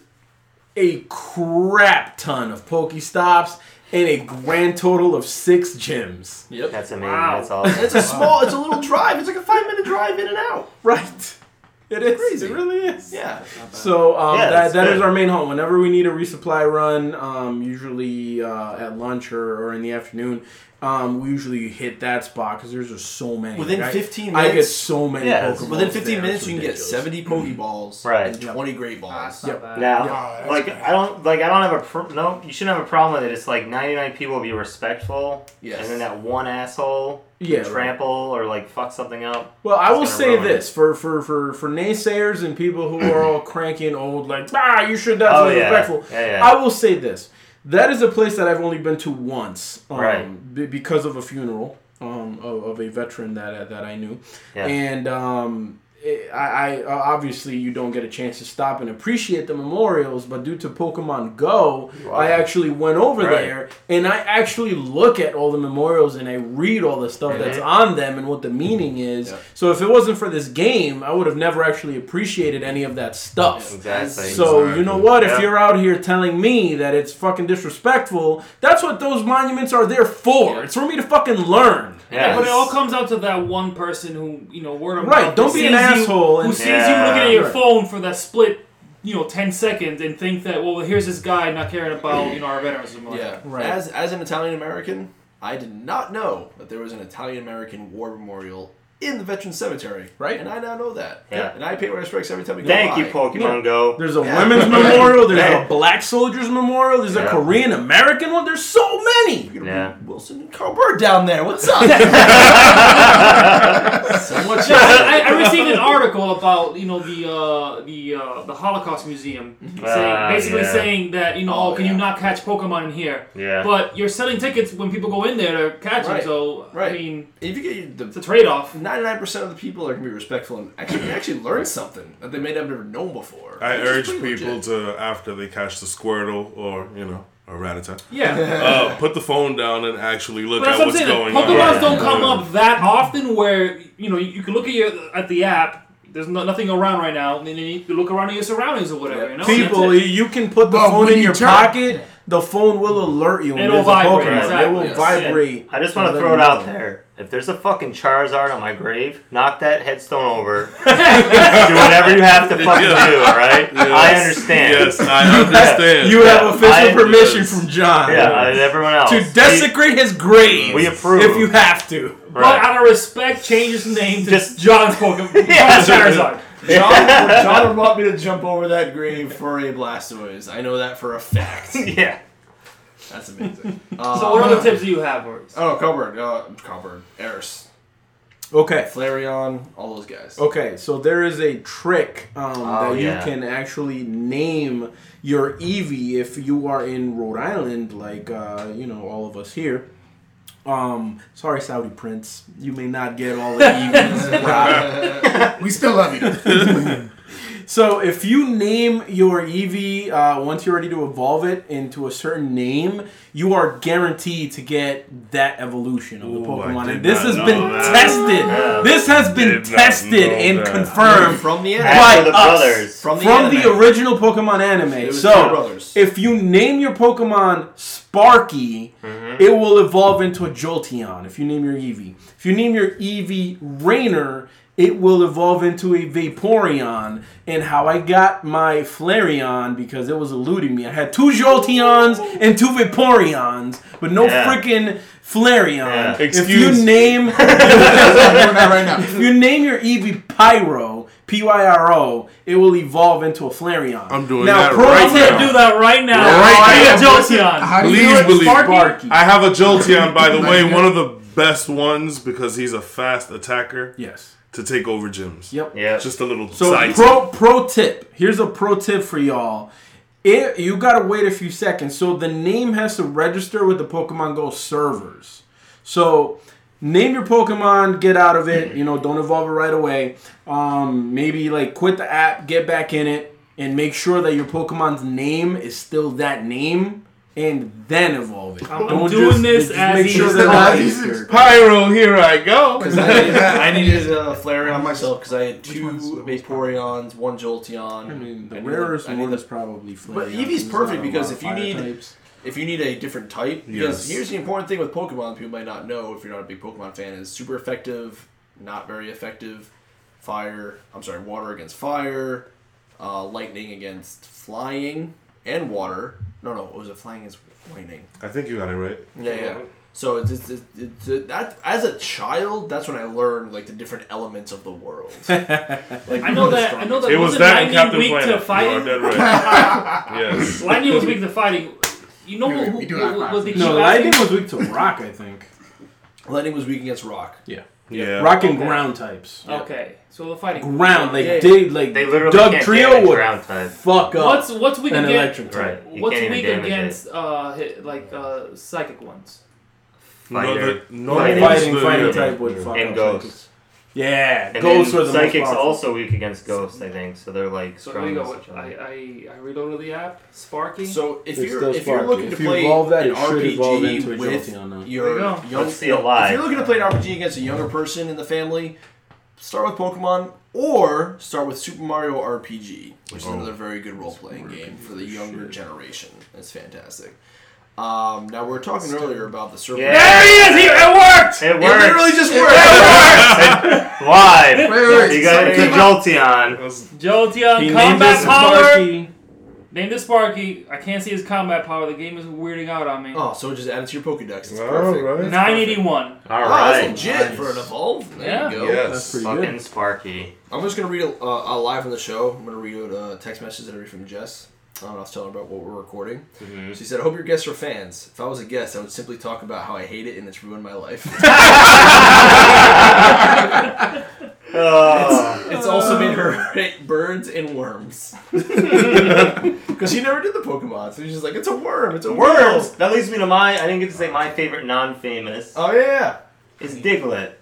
Speaker 5: a crap ton of pokestops and a grand total of six gyms
Speaker 2: Yep.
Speaker 3: that's amazing. That's awesome.
Speaker 2: It's a small. It's a little drive. It's like a five minute drive in and out.
Speaker 5: right It is.
Speaker 2: Crazy.
Speaker 5: It really is.
Speaker 2: Yeah.
Speaker 5: So um,
Speaker 3: Yeah,
Speaker 5: that,
Speaker 3: it's
Speaker 5: that
Speaker 3: good.
Speaker 5: is our main home. Whenever we need a resupply run, um, usually uh, at lunch or, or in the afternoon, um, we usually hit that spot because there's just so many.
Speaker 2: Within
Speaker 5: Like, I-
Speaker 2: 15
Speaker 5: I get
Speaker 2: minutes-
Speaker 5: so many
Speaker 3: Yeah,
Speaker 5: Pokemon.
Speaker 2: Within 15 minutes, you can get 70 Pokeballs
Speaker 3: Right.
Speaker 2: and 20 Great Balls.
Speaker 5: Yep.
Speaker 3: Now,
Speaker 6: Yeah. Oh,
Speaker 3: like
Speaker 6: that's
Speaker 3: I don't like I don't have a pr- no. You shouldn't have a problem with it. It's like ninety nine people be respectful,
Speaker 2: Yes.
Speaker 3: and then that one asshole
Speaker 5: Yeah, right.
Speaker 3: trample or like fuck something up.
Speaker 5: Well, I
Speaker 3: It's
Speaker 5: will
Speaker 3: gonna
Speaker 5: say
Speaker 3: ruin it.
Speaker 5: this for, for, for, for naysayers and people who are all cranky and old, like, ah, you should not
Speaker 3: Oh,
Speaker 5: be
Speaker 3: yeah.
Speaker 5: respectful.
Speaker 3: Yeah, yeah.
Speaker 5: I will say this. That is a place that I've only been to once, um,
Speaker 3: Right.
Speaker 5: be- because of a funeral um, of, of a veteran that that I knew,
Speaker 3: Yeah.
Speaker 5: and um, it, I, I obviously you don't get a chance to stop and appreciate the memorials, but due to Pokemon Go, I actually went over
Speaker 3: Right.
Speaker 5: there and I actually look at all the memorials and I read all the stuff that's on them and what the meaning is. So if it wasn't for this game, I would have never actually appreciated any of that stuff.
Speaker 3: Exactly.
Speaker 5: So you know what? If
Speaker 3: Yeah.
Speaker 5: you're out here telling me that it's fucking disrespectful, that's what those monuments are there for. It's for me to fucking learn.
Speaker 3: yeah,
Speaker 4: But it all comes out to that one person who, you know, word of
Speaker 5: Right,
Speaker 4: mouth
Speaker 5: don't
Speaker 4: who
Speaker 5: be an
Speaker 4: sees you-
Speaker 5: asshole and-
Speaker 4: who sees
Speaker 3: Yeah.
Speaker 4: you looking at your
Speaker 5: Right.
Speaker 4: phone for that split, you know, ten seconds and think that well, here's this guy not caring about you know our veterans. and like
Speaker 2: Yeah.
Speaker 4: that.
Speaker 5: Right.
Speaker 2: As, as an Italian American, I did not know that there was an Italian American war memorial in the Veterans Cemetery.
Speaker 5: Right.
Speaker 2: And I now know that.
Speaker 3: Yeah.
Speaker 2: And I pay my respects every time we go
Speaker 3: Thank
Speaker 2: by.
Speaker 3: you, Pokemon Go.
Speaker 5: There's a
Speaker 2: Yeah.
Speaker 5: women's memorial. There's
Speaker 3: Yeah.
Speaker 5: a black soldiers memorial. There's
Speaker 3: Yeah.
Speaker 5: a Korean American one. There's so many.
Speaker 2: You're gonna
Speaker 3: Yeah.
Speaker 2: bring Wilson and Carl Bird down there. What's up? so much.
Speaker 4: I, I received an article about you know the uh, the uh, the Holocaust Museum,
Speaker 3: Ah,
Speaker 5: Mm-hmm.
Speaker 4: saying, basically
Speaker 3: yeah.
Speaker 4: saying that you know,
Speaker 2: Oh,
Speaker 4: oh, can
Speaker 2: yeah.
Speaker 4: you not catch Pokemon in here?
Speaker 3: Yeah.
Speaker 4: But you're selling tickets when people go in there to catch
Speaker 2: Right.
Speaker 4: them, so
Speaker 2: Right.
Speaker 4: I mean,
Speaker 2: If you get
Speaker 4: it's a
Speaker 2: the
Speaker 4: trade-off.
Speaker 2: ninety-nine percent of the people are gonna be respectful and actually they actually learn something that they may have never known before.
Speaker 7: I
Speaker 2: Which is
Speaker 7: urge
Speaker 2: pretty
Speaker 7: people
Speaker 2: legit.
Speaker 7: to after they catch the Squirtle or you know a Rattata,
Speaker 4: Yeah.
Speaker 7: uh, put the phone down and actually look
Speaker 4: But that's
Speaker 7: at
Speaker 4: what I'm
Speaker 7: what's
Speaker 4: saying.
Speaker 7: going
Speaker 4: Pokemon's
Speaker 7: on.
Speaker 4: don't come up that often. Where you know you can look at your at the app. There's no, nothing around right now, and then you look around at your surroundings or whatever. You know, and that's
Speaker 5: People,
Speaker 4: it.
Speaker 5: you can put the
Speaker 6: But
Speaker 5: phone
Speaker 6: when
Speaker 5: in
Speaker 6: you
Speaker 5: your
Speaker 6: turn-
Speaker 5: pocket. The phone will alert you. when
Speaker 4: It'll
Speaker 5: there's a
Speaker 4: vibrate,
Speaker 5: Pokemon.
Speaker 4: exactly,
Speaker 5: It will
Speaker 4: yes.
Speaker 5: vibrate.
Speaker 3: I just want to
Speaker 5: let
Speaker 3: throw
Speaker 5: you
Speaker 3: it out
Speaker 5: know.
Speaker 3: there. If there's a fucking Charizard on my grave, knock that headstone over. do whatever you have to fucking
Speaker 7: Yeah.
Speaker 3: do. All right. I
Speaker 7: Yes.
Speaker 3: understand.
Speaker 7: Yes, I understand.
Speaker 5: You have official
Speaker 3: I-
Speaker 5: permission
Speaker 7: yes.
Speaker 5: from John
Speaker 3: Yeah, and everyone else.
Speaker 5: to desecrate his grave
Speaker 3: We approve.
Speaker 5: if you have to.
Speaker 3: We-
Speaker 4: But
Speaker 3: right.
Speaker 4: out of respect, change his name to
Speaker 3: Just-
Speaker 4: just John's Pokemon.
Speaker 3: Yeah.
Speaker 4: John Charizard.
Speaker 2: John, John would want me to jump over that grave for a Blastoise. I know that for a fact.
Speaker 3: Yeah.
Speaker 2: That's amazing.
Speaker 7: Uh,
Speaker 4: So, what other tips do you have for us?
Speaker 2: Oh, Cobard, uh, Cobard, Eris,
Speaker 5: Okay.
Speaker 2: Flareon, all those guys.
Speaker 5: Okay, so there is a trick um,
Speaker 3: Oh,
Speaker 5: that
Speaker 3: yeah.
Speaker 5: you can actually name your Eevee if you are in Rhode Island, like uh, you know all of us here. Um, sorry, Saudi Prince, you may not get all the Eevees.
Speaker 6: We still love you.
Speaker 5: So if you name your Eevee uh, once you're ready to evolve it into a certain name, you are guaranteed to get that evolution of the
Speaker 7: Ooh, I
Speaker 5: Pokemon.
Speaker 7: did
Speaker 5: And this
Speaker 7: not
Speaker 5: has
Speaker 7: know
Speaker 5: been
Speaker 7: that.
Speaker 5: tested.
Speaker 3: Yeah.
Speaker 5: This has been
Speaker 7: Did not
Speaker 5: tested
Speaker 7: know
Speaker 5: and
Speaker 7: that.
Speaker 5: confirmed
Speaker 2: From the anime.
Speaker 3: After
Speaker 5: Why
Speaker 3: the
Speaker 5: us?
Speaker 3: brothers.
Speaker 2: From the,
Speaker 5: from the
Speaker 2: anime.
Speaker 5: original Pokemon anime.
Speaker 2: was Two
Speaker 5: So
Speaker 2: Brothers.
Speaker 5: if you name your Pokemon Sparky,
Speaker 2: Mm-hmm.
Speaker 5: it will evolve into a Jolteon. If you name your Eevee, if you name your Eevee Rainer, it will evolve into a Vaporeon. And how I got my Flareon because it was eluding me. I had two Jolteons and two Vaporeons, but no
Speaker 3: Yeah.
Speaker 5: freaking Flareon.
Speaker 3: Yeah.
Speaker 5: If
Speaker 7: Excuse-
Speaker 5: you name
Speaker 6: We're not right now.
Speaker 5: if you name your Eevee Pyro, P Y R O, it will evolve into a Flareon.
Speaker 7: I'm doing
Speaker 5: now,
Speaker 7: that
Speaker 5: pro
Speaker 7: right
Speaker 4: I'm gonna
Speaker 7: now.
Speaker 4: do that right now.
Speaker 7: Right now.
Speaker 4: Jolteon.
Speaker 6: How do you
Speaker 7: Please
Speaker 6: do it?
Speaker 7: believe
Speaker 5: Sparky.
Speaker 7: I have a Jolteon, by the way, one of the best ones because he's a fast attacker
Speaker 5: Yes.
Speaker 7: to take over gyms.
Speaker 5: Yep.
Speaker 3: Yeah.
Speaker 7: Just a little
Speaker 5: So
Speaker 7: side tip.
Speaker 5: pro pro tip. Here's a pro tip for y'all. It, you gotta wait a few seconds. So the name has to register with the Pokemon Go servers. So name your Pokemon, get out of it. You know, don't evolve it right away. Um, maybe like quit the app, get back in it, and make sure that your Pokemon's name is still that name, and then evolve it.
Speaker 4: I'm doing this as
Speaker 5: make sure
Speaker 4: he's
Speaker 5: they're not
Speaker 6: talking.
Speaker 5: registered.
Speaker 7: Pyro, here I go.
Speaker 2: I needed, I needed a Flareon myself because I had two Vaporeons, one Jolteon.
Speaker 5: I mean, the
Speaker 2: need
Speaker 5: rarest
Speaker 2: I need
Speaker 5: one
Speaker 2: the-
Speaker 5: is probably Flareon.
Speaker 2: But Eevee's
Speaker 5: There's
Speaker 2: perfect
Speaker 5: not a
Speaker 2: because
Speaker 5: lot of
Speaker 2: if you
Speaker 5: fire
Speaker 2: need-
Speaker 5: types.
Speaker 2: if you need a different type, because
Speaker 7: Yes.
Speaker 2: here's the important thing with Pokemon people might not know if you're not a big Pokemon fan is super effective, not very effective. fire. I'm sorry, water against fire, uh, lightning against flying, and water. No, no, was it flying against lightning?
Speaker 7: I think you got it right.
Speaker 2: Yeah, yeah. So it's, it's, it's, it's that as a child, that's when I learned like the different elements of the world. like,
Speaker 4: I know that. I know that.
Speaker 7: It was that and Captain
Speaker 4: weak
Speaker 7: Planet.
Speaker 4: to
Speaker 7: You are
Speaker 4: fighting.
Speaker 7: dead right. yes.
Speaker 4: Lightning was weak to fighting. You know
Speaker 6: We-
Speaker 4: who,
Speaker 6: we
Speaker 4: who,
Speaker 6: do
Speaker 4: who,
Speaker 6: have
Speaker 4: was the
Speaker 5: No, lightning was weak to rock. I think
Speaker 2: lightning was weak against rock.
Speaker 5: Yeah.
Speaker 7: Yeah.
Speaker 5: rock and ground types.
Speaker 4: Okay, so the fighting.
Speaker 5: Ground like
Speaker 2: Yeah, yeah.
Speaker 5: dig like
Speaker 3: They literally
Speaker 5: Doug
Speaker 3: can't
Speaker 5: Trio
Speaker 3: damage
Speaker 5: would
Speaker 3: ground type.
Speaker 5: fuck up
Speaker 4: What's what's weak
Speaker 5: an
Speaker 4: against?
Speaker 5: electric type.
Speaker 3: Right. You
Speaker 4: What's
Speaker 3: can't even
Speaker 4: weak
Speaker 3: damage
Speaker 4: against
Speaker 3: it.
Speaker 4: uh hit, like uh psychic ones?
Speaker 3: Fighter.
Speaker 7: No,
Speaker 3: Fighting.
Speaker 5: Fighting
Speaker 7: the-
Speaker 5: fighting type would fuck
Speaker 3: And
Speaker 5: up
Speaker 3: ghosts.
Speaker 5: Yeah,
Speaker 3: And
Speaker 5: ghosts
Speaker 3: then
Speaker 5: are the
Speaker 3: psychics
Speaker 5: most powerful.
Speaker 3: also weak against ghosts, I think. So they're like
Speaker 4: So
Speaker 3: strong.
Speaker 4: there you go.
Speaker 3: against each other.
Speaker 4: I I, I reloaded the app. Sparky.
Speaker 2: So if
Speaker 5: It's
Speaker 2: you're
Speaker 5: still
Speaker 2: if you're
Speaker 5: sparky.
Speaker 2: looking
Speaker 5: If
Speaker 2: to
Speaker 5: you
Speaker 2: play
Speaker 5: evolve that,
Speaker 2: an
Speaker 5: it should evolve
Speaker 2: RPG
Speaker 5: into a
Speaker 2: with
Speaker 5: Jolteon, though.
Speaker 2: your
Speaker 4: There you go.
Speaker 2: young,
Speaker 3: Let's see a live.
Speaker 2: if you're looking to play an RPG against a younger person in the family, start with Pokemon or start with Super Mario RPG, which is
Speaker 7: Oh.
Speaker 2: another very good role playing game for the younger generation. It's fantastic. Um, now we were talking earlier about the serpent.
Speaker 3: Yeah.
Speaker 4: he is. He, it worked.
Speaker 3: It
Speaker 2: It
Speaker 3: works.
Speaker 2: literally just worked.
Speaker 3: Live.
Speaker 6: wait,
Speaker 3: You got the Jolteon.
Speaker 4: Jolteon
Speaker 5: He named
Speaker 4: combat
Speaker 5: us
Speaker 4: power.
Speaker 5: Sparky.
Speaker 4: Name this Sparky. I can't see his combat power. The game is weirding out on me.
Speaker 2: oh, so just add it to your Pokedex. It's perfect.
Speaker 7: All right.
Speaker 4: 981.
Speaker 3: All
Speaker 2: Oh, that's
Speaker 3: right.
Speaker 2: legit for an evolve. There
Speaker 4: Yeah.
Speaker 2: you go.
Speaker 7: Yes.
Speaker 5: Pretty good.
Speaker 3: Fucking Sparky.
Speaker 2: I'm just gonna read a, uh, a live on the show. I'm gonna read a uh, text message that I read from Jess. Um, I was telling her about what we're recording.
Speaker 7: Mm-hmm.
Speaker 2: She said, "I hope your guests are fans. If I was a guest, I would simply talk about how I hate it and it's ruined my life.
Speaker 3: Oh.
Speaker 2: it's also made her hate birds and worms because she never did the Pokemon. So she's just like, it's a worm. It's a worm.
Speaker 3: Worms. That leads me to my. I didn't get to say my favorite non-famous
Speaker 2: Oh yeah.
Speaker 3: is Diglett.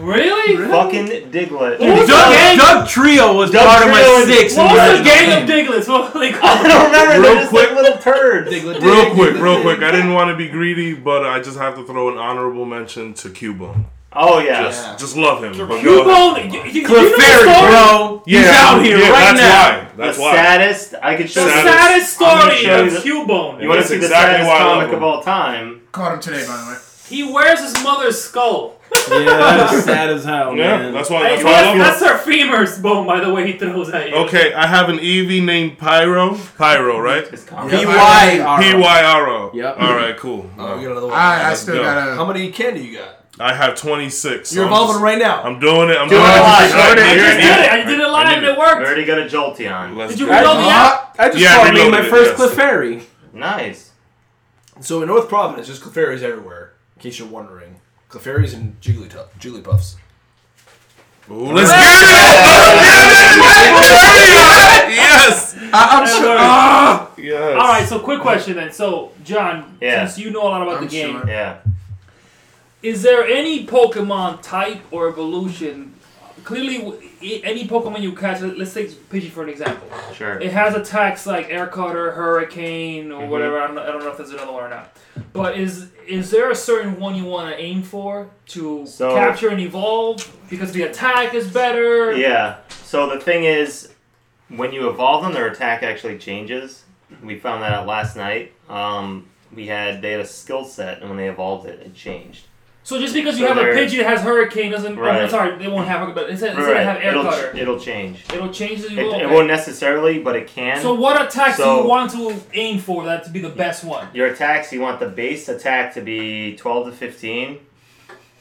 Speaker 4: Really?
Speaker 3: Fucking Diglett.
Speaker 5: Doug, Doug Trio was
Speaker 3: Doug
Speaker 5: part
Speaker 3: Trio
Speaker 5: of
Speaker 3: and-
Speaker 5: my six.
Speaker 4: What was the
Speaker 5: in Legend of
Speaker 4: gang
Speaker 5: Ten.
Speaker 4: of Diglets? What were they
Speaker 3: I
Speaker 4: called?
Speaker 3: don't remember.
Speaker 7: Real
Speaker 3: They're just like
Speaker 7: quick.
Speaker 3: little turds.
Speaker 2: Diglett did
Speaker 7: Real
Speaker 2: it.
Speaker 7: quick,
Speaker 2: Diglett
Speaker 7: real
Speaker 2: did
Speaker 7: quick.
Speaker 2: it.
Speaker 7: I didn't want to be greedy, but I just have to throw an honorable mention to Cubone.
Speaker 3: Oh yeah.
Speaker 2: Yeah.
Speaker 7: Just love him.
Speaker 4: You
Speaker 7: but go-
Speaker 4: both. You, you, you know the
Speaker 5: Clefairy,
Speaker 4: story.
Speaker 5: bro.
Speaker 7: Yeah,
Speaker 5: He's out here
Speaker 7: yeah,
Speaker 5: right
Speaker 7: that's
Speaker 5: now.
Speaker 7: Why. That's
Speaker 3: the
Speaker 7: why.
Speaker 3: saddest. I could show
Speaker 4: The
Speaker 3: you.
Speaker 7: Saddest.
Speaker 4: saddest
Speaker 7: I'm gonna
Speaker 4: story
Speaker 7: show
Speaker 4: of
Speaker 7: you the-
Speaker 4: Cubone.
Speaker 3: You want to
Speaker 7: That's
Speaker 3: see the
Speaker 7: exactly
Speaker 3: saddest
Speaker 7: why I love
Speaker 3: comic
Speaker 7: him.
Speaker 3: of all time?
Speaker 6: Caught him today, by the way.
Speaker 4: He wears his mother's skull.
Speaker 5: Yeah, that's sad as hell,
Speaker 7: Yeah,
Speaker 5: man.
Speaker 7: Oh, that's why.
Speaker 4: Hey,
Speaker 7: That's why I love
Speaker 4: that's
Speaker 7: him.
Speaker 4: her femur's bone, by the way, he throws at you.
Speaker 7: Okay, I have an Eevee named Pyro. Pyro, right?
Speaker 3: It's comic.
Speaker 6: Yeah.
Speaker 5: PY.
Speaker 7: P Y R O.
Speaker 5: Yep.
Speaker 7: All right, cool.
Speaker 2: Oh, we got another one.
Speaker 6: I, I
Speaker 7: Let's
Speaker 6: still
Speaker 7: go.
Speaker 2: How
Speaker 6: gotta.
Speaker 2: many candy you got?
Speaker 7: I have 26. so
Speaker 2: You're
Speaker 7: I'm
Speaker 2: evolving
Speaker 7: just-
Speaker 2: right now.
Speaker 7: I'm doing it. I'm
Speaker 3: Do
Speaker 7: doing
Speaker 3: it live.
Speaker 7: All right,
Speaker 3: Do it.
Speaker 7: I need
Speaker 4: I just
Speaker 7: it.
Speaker 4: did it. I did it live
Speaker 7: need
Speaker 4: and
Speaker 7: it.
Speaker 4: it
Speaker 3: We
Speaker 4: worked.
Speaker 3: already got a Jolteon.
Speaker 7: Let's
Speaker 4: Did you
Speaker 7: go.
Speaker 4: reload the app?
Speaker 5: I just
Speaker 7: Uh-huh. Yeah,
Speaker 5: yeah, me my
Speaker 7: reloaded it,
Speaker 5: first
Speaker 7: yes.
Speaker 5: Clefairy.
Speaker 3: Nice.
Speaker 2: So in North Providence, there's Clefairies everywhere. In case you're wondering, Clefairies and Jigglytuff, Jigglypuffs.
Speaker 7: Let's get it. Let's get it. Yes.
Speaker 6: I, I'm sure. Ah!
Speaker 7: Yes.
Speaker 4: All right, so quick question then. So, John,
Speaker 3: Yeah.
Speaker 4: since you know a lot about
Speaker 6: I'm
Speaker 4: the game,
Speaker 6: sure.
Speaker 3: Yeah.
Speaker 4: is there any Pokemon type or evolution? Clearly, w- i- any Pokemon you catch, let- let's take Pidgey for an example.
Speaker 3: Sure. Mm-hmm.
Speaker 4: It has attacks like Air Cutter, Hurricane, or whatever. I don't, know, I don't know if there's another one or not. But is is there a certain one you want to aim for to
Speaker 3: So-
Speaker 4: capture and evolve because the attack is better?
Speaker 3: Yeah. So the thing is, when you evolve them, their attack actually changes. We found that out last night. Um, we had they had a skill set, and when they evolved it, it changed.
Speaker 4: So just because
Speaker 3: So
Speaker 4: you have a
Speaker 3: there-
Speaker 4: Pidgey that has Hurricane doesn't.
Speaker 3: Right.
Speaker 4: I'm sorry, they won't have it, but instead, instead have Air
Speaker 3: It'll
Speaker 4: Cutter.
Speaker 3: it'll change.
Speaker 4: It'll change the
Speaker 3: It,
Speaker 4: evolve.
Speaker 3: it won't necessarily, but it can.
Speaker 4: So what attacks do
Speaker 3: So-
Speaker 4: you want to aim for that to be the best one?
Speaker 3: your attacks, you want the base attack to be 12 to 15,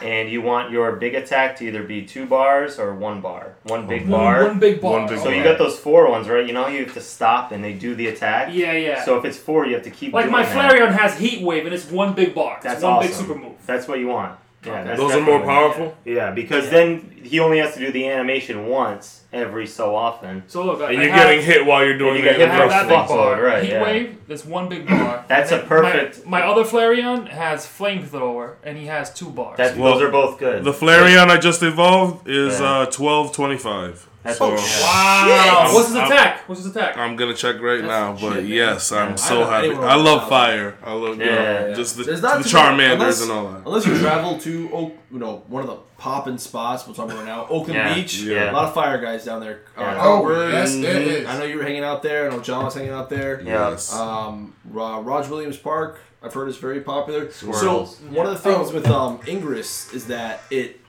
Speaker 3: and you want your big attack to either be two bars or one bar. One big bar.
Speaker 4: One big bar.
Speaker 7: One big
Speaker 3: so you got those four ones, right? You know, you have to stop and they do the attack.
Speaker 4: Yeah, yeah.
Speaker 3: So if it's four, you have to keep
Speaker 4: like
Speaker 3: doing
Speaker 4: my
Speaker 3: that.
Speaker 4: Flareon has Heat Wave and it's one big bar.
Speaker 3: That's
Speaker 4: it's one big
Speaker 3: awesome.
Speaker 4: super move.
Speaker 3: That's what you want. Yeah, that's
Speaker 7: Those are more
Speaker 3: definitely-
Speaker 7: powerful.
Speaker 3: Yeah, because then he only has to do the animation once every so often.
Speaker 4: So look, I-
Speaker 7: And
Speaker 4: I
Speaker 7: you're
Speaker 4: have,
Speaker 7: getting hit while you're doing
Speaker 3: you
Speaker 7: the
Speaker 3: get hit
Speaker 4: I have that
Speaker 3: Fuck
Speaker 7: impression.
Speaker 4: big bar.
Speaker 3: load, right,
Speaker 4: Heat
Speaker 3: yeah.
Speaker 4: Wave. That's one big bar.
Speaker 3: That's a
Speaker 4: And
Speaker 3: perfect.
Speaker 4: My, my other Flareon has Flamethrower and he has two bars.
Speaker 3: That's,
Speaker 7: Well,
Speaker 3: those are both good.
Speaker 7: The Flareon I just evolved is
Speaker 3: Yeah.
Speaker 7: uh, twelve twenty five.
Speaker 3: That's
Speaker 7: So
Speaker 4: wow.
Speaker 7: Shit.
Speaker 4: Uh, What's his
Speaker 7: I'm-
Speaker 4: attack? What's his attack?
Speaker 7: I'm gonna check right now,
Speaker 2: some
Speaker 7: but
Speaker 2: shit, man.
Speaker 7: yes, I'm so
Speaker 2: don't-
Speaker 7: happy.
Speaker 2: anyone
Speaker 7: I
Speaker 2: would
Speaker 7: love
Speaker 2: have
Speaker 7: fire. I love you know,
Speaker 3: Yeah, yeah.
Speaker 7: just the,
Speaker 2: There's
Speaker 7: the
Speaker 2: not too many-
Speaker 7: Charmanders
Speaker 2: unless-
Speaker 7: and all that.
Speaker 2: Unless you travel to Oak, you know, one of the poppin' spots, which I'm going now, Oakland
Speaker 3: Yeah,
Speaker 2: Beach. A
Speaker 3: yeah.
Speaker 2: lot of fire guys down there.
Speaker 3: Yeah.
Speaker 2: Kurt
Speaker 6: Oh,
Speaker 2: Woods,
Speaker 6: yes, there is.
Speaker 2: I know you were hanging out there. I know John was hanging out there.
Speaker 3: Yeah.
Speaker 7: Yes.
Speaker 2: Um, Ro- Raj Williams Park, I've heard is very popular.
Speaker 3: Squirrels.
Speaker 6: Oh.
Speaker 2: So one of the things with um, Ingress is that it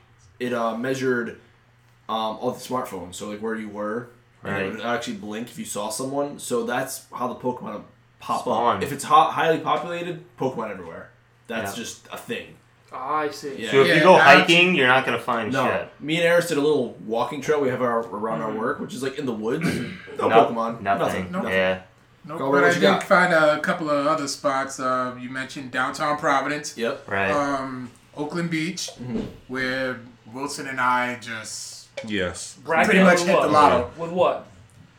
Speaker 2: it uh, measured um, of the smartphone. So like where you were, and
Speaker 3: Right.
Speaker 2: it would actually blink if you saw someone. So that's how the Pokemon pop
Speaker 3: Spawn.
Speaker 2: up. If it's hot, highly populated, Pokemon everywhere. That's
Speaker 3: Yeah.
Speaker 2: just a thing.
Speaker 8: Ah, I see.
Speaker 2: Yeah.
Speaker 3: So if
Speaker 6: Yeah,
Speaker 3: you go
Speaker 6: that's-
Speaker 3: hiking, you're not gonna find
Speaker 2: No,
Speaker 3: shit.
Speaker 2: me and Eris did a little walking trail we have our, around our work, which is like in the woods. No,
Speaker 3: No-
Speaker 2: Pokemon,
Speaker 3: Nothing.
Speaker 6: Nope.
Speaker 3: Yeah.
Speaker 6: Nope,
Speaker 2: Go,
Speaker 6: but
Speaker 2: what
Speaker 6: I
Speaker 2: you
Speaker 6: did
Speaker 2: got?
Speaker 6: find a couple of other spots. Uh, you mentioned downtown Providence,
Speaker 2: Yep.
Speaker 3: Right.
Speaker 6: um, Oakland Beach, where Wilson and I just
Speaker 7: Yes.
Speaker 8: Bracket
Speaker 6: Pretty much
Speaker 8: with
Speaker 6: hit
Speaker 8: what?
Speaker 6: the lotto.
Speaker 8: With what?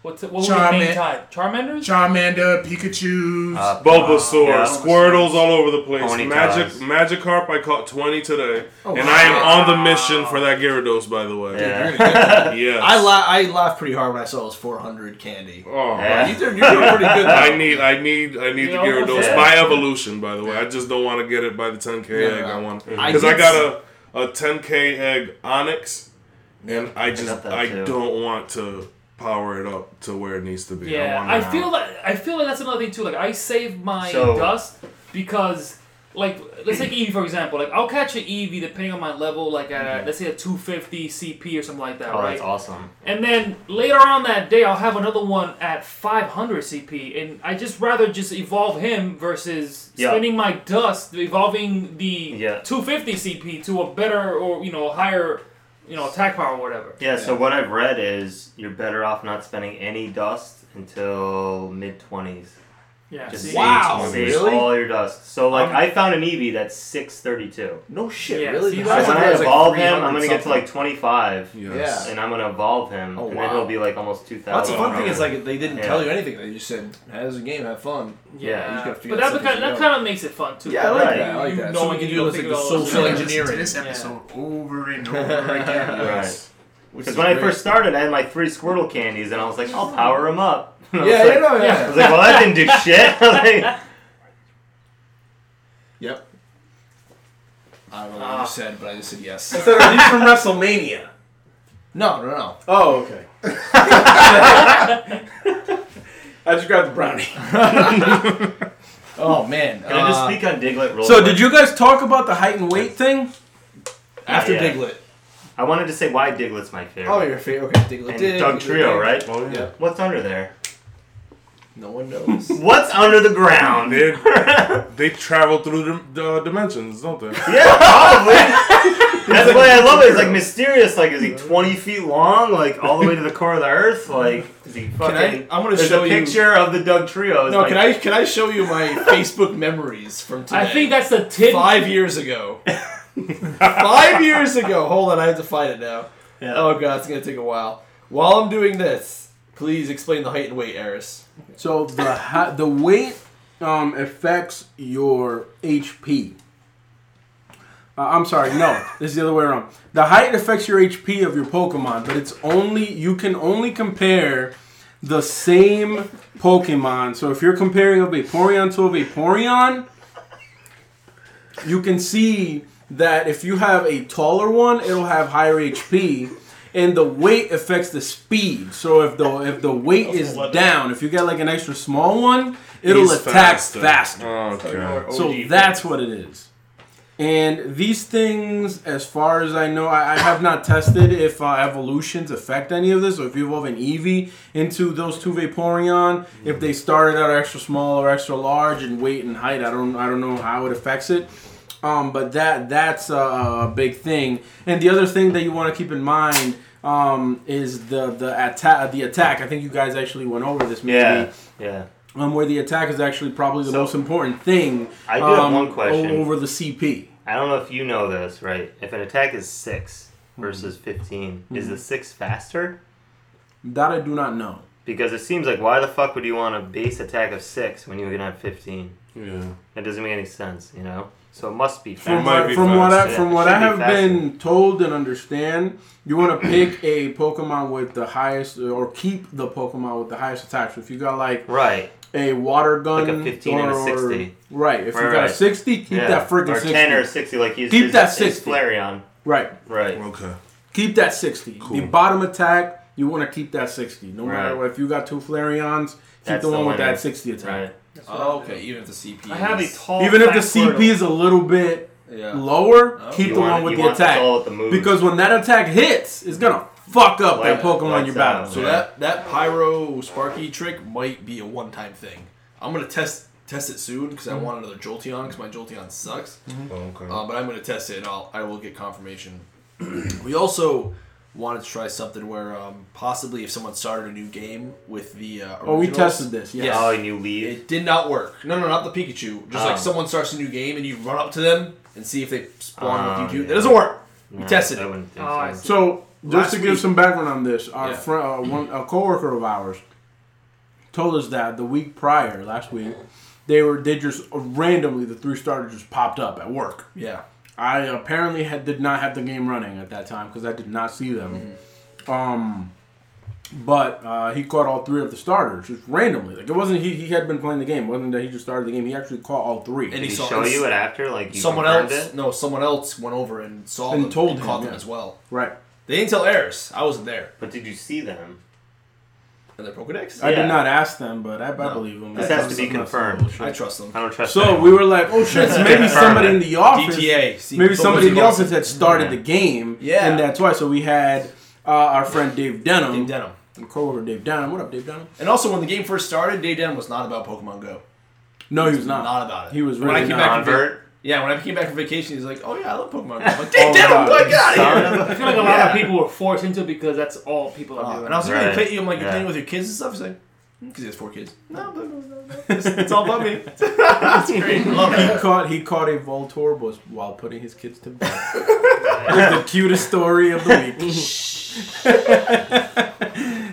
Speaker 8: What's what was the
Speaker 6: Charman-
Speaker 8: main time? Charmander's?
Speaker 6: Charmander, Pikachu's.
Speaker 3: Uh,
Speaker 7: Bulbasaur,
Speaker 3: yeah.
Speaker 7: Squirtles all over the place.
Speaker 3: Ponytails.
Speaker 7: Magic Magikarp I caught 20 today.
Speaker 2: Oh,
Speaker 7: and I am on the mission for that Gyarados, by the way.
Speaker 3: yeah. Oh,
Speaker 7: Yes.
Speaker 2: I la- I laughed pretty hard when I saw it was 400 candy.
Speaker 7: Oh,
Speaker 3: Yeah.
Speaker 2: You did- You're doing pretty good.
Speaker 7: I need, I need, I need
Speaker 8: You
Speaker 7: the Gyarados
Speaker 3: almost-
Speaker 7: by evolution. By the way, I just don't want to get it by the 10k
Speaker 2: Yeah,
Speaker 7: egg. I
Speaker 2: no.
Speaker 7: want
Speaker 2: I
Speaker 7: because I,
Speaker 2: did
Speaker 7: got a a 10k egg Onyx, and I just
Speaker 3: got that
Speaker 7: I,
Speaker 3: too.
Speaker 7: don't want to power it up to where it needs to be.
Speaker 8: Yeah,
Speaker 7: want
Speaker 8: I
Speaker 7: it
Speaker 8: feel
Speaker 7: out.
Speaker 8: like I feel like that's another thing too. Like I save my
Speaker 3: So-
Speaker 8: dust because, like, let's take Eevee for example. Like I'll catch an Eevee depending on my level, like at a, let's say a 250 CP or something like that,
Speaker 3: Oh,
Speaker 8: right?
Speaker 3: that's awesome.
Speaker 8: And then later on that day, I'll have another one at 500 CP, and I just rather just evolve him versus
Speaker 3: Yeah.
Speaker 8: spending my dust evolving the
Speaker 3: Yeah.
Speaker 8: 250 CP to a better or you know higher, you know attack power or whatever.
Speaker 3: Yeah, so what I've read is you're better off not spending any dust until mid 20s.
Speaker 8: Yeah.
Speaker 3: Just
Speaker 8: see?
Speaker 3: save-
Speaker 2: Wow,
Speaker 3: save
Speaker 2: really?
Speaker 3: all your dust. So, like,
Speaker 2: Um,
Speaker 3: I found an Eevee that's 632.
Speaker 2: No shit,
Speaker 8: Yeah,
Speaker 2: really.
Speaker 8: see,
Speaker 3: So
Speaker 2: That's
Speaker 8: that's
Speaker 3: when
Speaker 2: like-
Speaker 3: I
Speaker 2: that's like
Speaker 3: evolve him,
Speaker 2: 300
Speaker 3: I'm gonna get to
Speaker 2: something.
Speaker 3: like 25,
Speaker 7: Yes.
Speaker 2: Yeah.
Speaker 3: and I'm gonna evolve him,
Speaker 2: Oh,
Speaker 3: and then
Speaker 2: wow.
Speaker 3: he'll be like almost 2,000.
Speaker 2: That's the fun thing is like they didn't
Speaker 3: Yeah.
Speaker 2: tell you anything. They just said, "As a game, have fun."
Speaker 3: Yeah, you
Speaker 2: just gotta figure
Speaker 8: but that,
Speaker 2: stuff
Speaker 8: kind of,
Speaker 2: as you
Speaker 8: that
Speaker 2: go.
Speaker 8: kind of makes it fun too.
Speaker 2: Yeah, I like
Speaker 3: Right.
Speaker 2: that. I like
Speaker 8: You
Speaker 2: that.
Speaker 8: know
Speaker 2: So we
Speaker 8: when
Speaker 2: can
Speaker 8: you
Speaker 2: do
Speaker 8: go
Speaker 2: like
Speaker 8: pick
Speaker 2: the
Speaker 8: it all
Speaker 2: social
Speaker 8: up.
Speaker 6: Listen to
Speaker 2: engineering.
Speaker 6: this episode over and over again.
Speaker 3: Right.
Speaker 2: which
Speaker 3: Because
Speaker 2: is
Speaker 3: when I
Speaker 2: great.
Speaker 3: first started, I had my three Squirtle candies, and I was like, I'll power them up. I was
Speaker 2: yeah,
Speaker 3: like,
Speaker 2: you know,
Speaker 3: I
Speaker 2: yeah.
Speaker 3: was like, well, that didn't do shit. Like,
Speaker 2: Yep. I don't know what you said, but I just said yes.
Speaker 5: Instead of, he's from WrestleMania.
Speaker 2: No, no, no.
Speaker 5: Oh, okay. I just grabbed the brownie.
Speaker 2: Oh man.
Speaker 3: Can I just
Speaker 2: Uh,
Speaker 3: speak on Diglett real
Speaker 5: So,
Speaker 3: quick?
Speaker 5: did you guys talk about the height and weight thing?
Speaker 2: after
Speaker 3: Yeah, yeah.
Speaker 2: Diglett?
Speaker 3: I wanted to say why Diglett's my favorite.
Speaker 2: Oh, your favorite. Okay, Diglett.
Speaker 3: and
Speaker 2: Dig,
Speaker 3: Doug
Speaker 2: Diglett,
Speaker 3: Trio,
Speaker 2: Dig.
Speaker 3: right?
Speaker 7: Oh yeah.
Speaker 2: Yeah.
Speaker 3: What's under there?
Speaker 2: No one knows.
Speaker 3: What's under the ground?
Speaker 7: They, they travel through the, the dimensions, don't they?
Speaker 3: Yeah, probably. That's why I love it. It's like mysterious. Like, is he 20 feet long? Like, all the way to the core of the earth? Like, is he fucking.
Speaker 2: I- I'm gonna
Speaker 3: There's
Speaker 2: show
Speaker 3: a
Speaker 2: you-
Speaker 3: picture of the Doug Trio. It's
Speaker 2: no,
Speaker 3: like,
Speaker 2: can I can I show you my Facebook memories from today?
Speaker 8: I think that's the tip.
Speaker 2: five years ago. five years ago. Hold on, I have to find it now.
Speaker 3: Yeah.
Speaker 2: Oh god, it's gonna take a while. While I'm doing this, please explain the height and weight, Eris.
Speaker 5: So the ha- the weight um, affects your HP. Uh, I'm sorry, no, this is the other way around. The height affects your HP of your Pokemon, but it's only you can only compare the same Pokemon. So if you're comparing a Vaporeon to a Vaporeon, you can see that if you have a taller one, it'll have higher HP, and the weight affects the speed. So if the if the weight is down, if you get like an extra small one, it'll
Speaker 7: He's
Speaker 5: attack
Speaker 7: faster. Oh,
Speaker 5: faster.
Speaker 7: Okay.
Speaker 5: So that's what it is. And these things, as far as I know, I, I have not tested if uh, evolutions affect any of this, or if you evolve an Eevee into those two Vaporeon, if they started out extra small or extra large in weight and height, I don't, I don't know how it affects it. Um, but that that's a, a big thing. And the other thing that you want to keep in mind um, is the the attack. The attack. I think you guys actually went over this. Maybe,
Speaker 3: Yeah. Yeah.
Speaker 5: um, where the attack is actually probably the most important thing.
Speaker 3: I do
Speaker 5: um,
Speaker 3: have one question.
Speaker 5: o- Over the CP.
Speaker 3: I don't know if you know this, right? If an attack is 6 versus 15, is the 6 faster?
Speaker 5: That I do not know.
Speaker 3: Because it seems like why the fuck would you want a base attack of 6 when you can have 15?
Speaker 7: Yeah.
Speaker 3: That doesn't make any sense, you know? So it must be faster.
Speaker 5: From,
Speaker 7: might
Speaker 5: what,
Speaker 7: be
Speaker 5: from what I
Speaker 3: faster.
Speaker 5: from
Speaker 3: It
Speaker 5: what
Speaker 3: should
Speaker 5: I
Speaker 3: be
Speaker 5: have
Speaker 3: faster.
Speaker 5: been told and understand, you want to pick a Pokemon with the highest, or keep the Pokemon with the highest attack. So if you got like
Speaker 3: Right.
Speaker 5: a water gun,
Speaker 3: Like a 15 and a
Speaker 5: or-
Speaker 3: 60.
Speaker 5: right? If you
Speaker 3: Right,
Speaker 5: got a
Speaker 3: right.
Speaker 5: sixty, keep
Speaker 3: yeah.
Speaker 5: that freaking
Speaker 3: or
Speaker 5: sixty.
Speaker 3: 10 or 60, like he's
Speaker 5: Keep
Speaker 3: his,
Speaker 5: that
Speaker 3: his
Speaker 5: 60.
Speaker 3: Flareon.
Speaker 5: right,
Speaker 3: Right.
Speaker 7: Okay.
Speaker 5: keep that sixty. The bottom attack, you want to keep that sixty. No matter
Speaker 3: Right.
Speaker 5: what, if you got two Flareons, keep
Speaker 3: That's
Speaker 5: the
Speaker 3: the
Speaker 5: one with
Speaker 3: winner.
Speaker 5: that sixty attack.
Speaker 3: Right.
Speaker 2: Oh, okay, even if the CP.
Speaker 8: I have a
Speaker 2: is-
Speaker 8: tall.
Speaker 5: Even if
Speaker 8: fat
Speaker 5: the CP
Speaker 8: Squirtle.
Speaker 5: is a little bit
Speaker 2: Yeah.
Speaker 5: lower,
Speaker 2: Oh.
Speaker 5: keep
Speaker 3: You
Speaker 5: the
Speaker 3: want-
Speaker 5: one with
Speaker 3: you
Speaker 5: the
Speaker 3: want this
Speaker 5: attack.
Speaker 3: all with the move.
Speaker 5: because when that attack hits, it's gonna fuck up that
Speaker 3: Lights-
Speaker 5: Pokemon
Speaker 3: lights
Speaker 5: you battle.
Speaker 3: out.
Speaker 5: So
Speaker 3: Yeah.
Speaker 2: That that pyro sparky trick might be a one time thing. I'm gonna test test it soon because
Speaker 3: Mm-hmm.
Speaker 2: I want another Jolteon because my Jolteon sucks.
Speaker 7: okay.
Speaker 5: Oh,
Speaker 2: Uh, but I'm gonna test it. And I'll I will get confirmation. we also wanted to try something where um, possibly if someone started a new game with the uh,
Speaker 5: Oh, we
Speaker 2: originals-
Speaker 5: tested this. Yes.
Speaker 2: Yes.
Speaker 3: Oh, and you leave.
Speaker 2: It did not work. No, no, not the Pikachu. Just
Speaker 3: Oh.
Speaker 2: like someone starts a new game and you run up to them and see if they spawn
Speaker 3: Oh,
Speaker 2: with you. too.
Speaker 3: yeah.
Speaker 2: That doesn't work. We
Speaker 3: No,
Speaker 2: tested
Speaker 3: I
Speaker 2: it.
Speaker 3: wouldn't think
Speaker 8: Oh, I
Speaker 3: so.
Speaker 8: see.
Speaker 5: So just
Speaker 2: Last
Speaker 5: to give
Speaker 2: week-
Speaker 5: some background on this, our
Speaker 2: Yeah.
Speaker 5: friend, uh, one, a coworker of ours, told us that the week prior, last week, they were they just randomly the three starter just popped up at work.
Speaker 2: Yeah.
Speaker 5: I apparently had, did not have the game running at that time because I did not see them. Um, but uh, he caught all three of the starters just randomly. Like it wasn't he, he had been playing the game. It wasn't that he just started the game. He actually caught all three.
Speaker 2: And
Speaker 3: Did
Speaker 2: he
Speaker 3: he
Speaker 2: saw
Speaker 3: show
Speaker 2: it's-
Speaker 3: you it after? Like you
Speaker 2: someone
Speaker 3: confirmed
Speaker 2: else,
Speaker 3: It?
Speaker 2: no, someone else went over and saw
Speaker 5: And
Speaker 2: them
Speaker 5: told
Speaker 2: and
Speaker 5: him,
Speaker 2: caught them
Speaker 5: yeah.
Speaker 2: as well.
Speaker 5: right.
Speaker 2: They didn't tell Eris. I wasn't there.
Speaker 3: But did you see them?
Speaker 2: And their Pokedex.
Speaker 5: I
Speaker 3: Yeah.
Speaker 5: did not ask them, but I, I believe them.
Speaker 3: This has to be confirmed.
Speaker 2: I trust them.
Speaker 3: I don't trust.
Speaker 5: So
Speaker 3: anyone.
Speaker 5: we were like, oh shit, so maybe
Speaker 3: Confirm
Speaker 5: somebody
Speaker 3: it.
Speaker 5: in the office.
Speaker 2: DTA. See,
Speaker 5: Maybe
Speaker 2: someone's
Speaker 5: somebody in the
Speaker 2: gonna-
Speaker 5: office had started the game.
Speaker 2: Yeah.
Speaker 5: And that's why. So we had uh, our friend Dave Denham.
Speaker 2: Dave Denham.
Speaker 5: Denham. Coworker Dave Denham. What up, Dave Denham?
Speaker 2: And also, when the game first started, Day Denham was not about Pokemon Go.
Speaker 5: No, he was not.
Speaker 2: Not about it.
Speaker 5: He was
Speaker 2: When
Speaker 5: really
Speaker 2: I came
Speaker 5: not.
Speaker 2: back from vac-
Speaker 3: Convert.
Speaker 2: yeah, when I came back from vacation, he's like, "Oh yeah, I love Pokemon." Go. I'm like, Dave
Speaker 5: Oh,
Speaker 2: Denham,
Speaker 5: God.
Speaker 2: boy, get out of here.
Speaker 8: I feel like a lot of
Speaker 2: Yeah.
Speaker 8: people were forced into it because that's all people are
Speaker 2: Uh,
Speaker 8: doing.
Speaker 2: and I was like, "Really,
Speaker 3: Right.
Speaker 2: play you. I'm like, "You're
Speaker 3: Yeah.
Speaker 2: playing with your kids and stuff." He's like, "Because he has four kids." No, no, no, no, no. It's, it's all about me. That's great. Love it.
Speaker 5: He caught he caught a Voltorb was while putting his kids to bed. it was the cutest story of the week.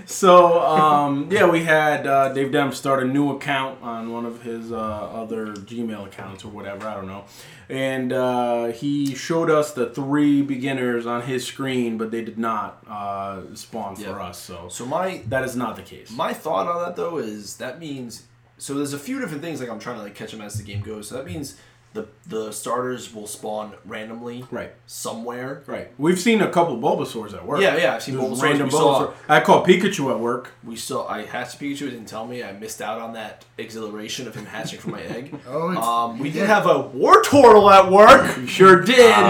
Speaker 5: so um, yeah, we had uh, Dave Dem start a new account on one of his uh, other Gmail accounts or whatever I don't know, and uh, he showed us the three beginners on his screen, but they did not uh, spawn
Speaker 2: Yeah.
Speaker 5: for us. So
Speaker 2: So my
Speaker 5: that is not the case.
Speaker 2: My thought on that though is that means so there's a few different things like I'm trying to like catch them as the game goes. So that means the the starters will spawn randomly
Speaker 5: right.
Speaker 2: somewhere.
Speaker 5: Right. We've seen a couple Bulbasaurs at work.
Speaker 2: Yeah, yeah, I've seen
Speaker 5: Just
Speaker 2: Bulbasaurs.
Speaker 5: Random
Speaker 2: We saw-
Speaker 5: Bulbasaur. I call Pikachu at work.
Speaker 2: We saw I hatched Pikachu. It didn't tell me. I missed out on that exhilaration of him hatching from my egg.
Speaker 6: Oh, it's,
Speaker 2: Um, we did have a War Turtle at work.
Speaker 5: You sure did.
Speaker 3: Uh,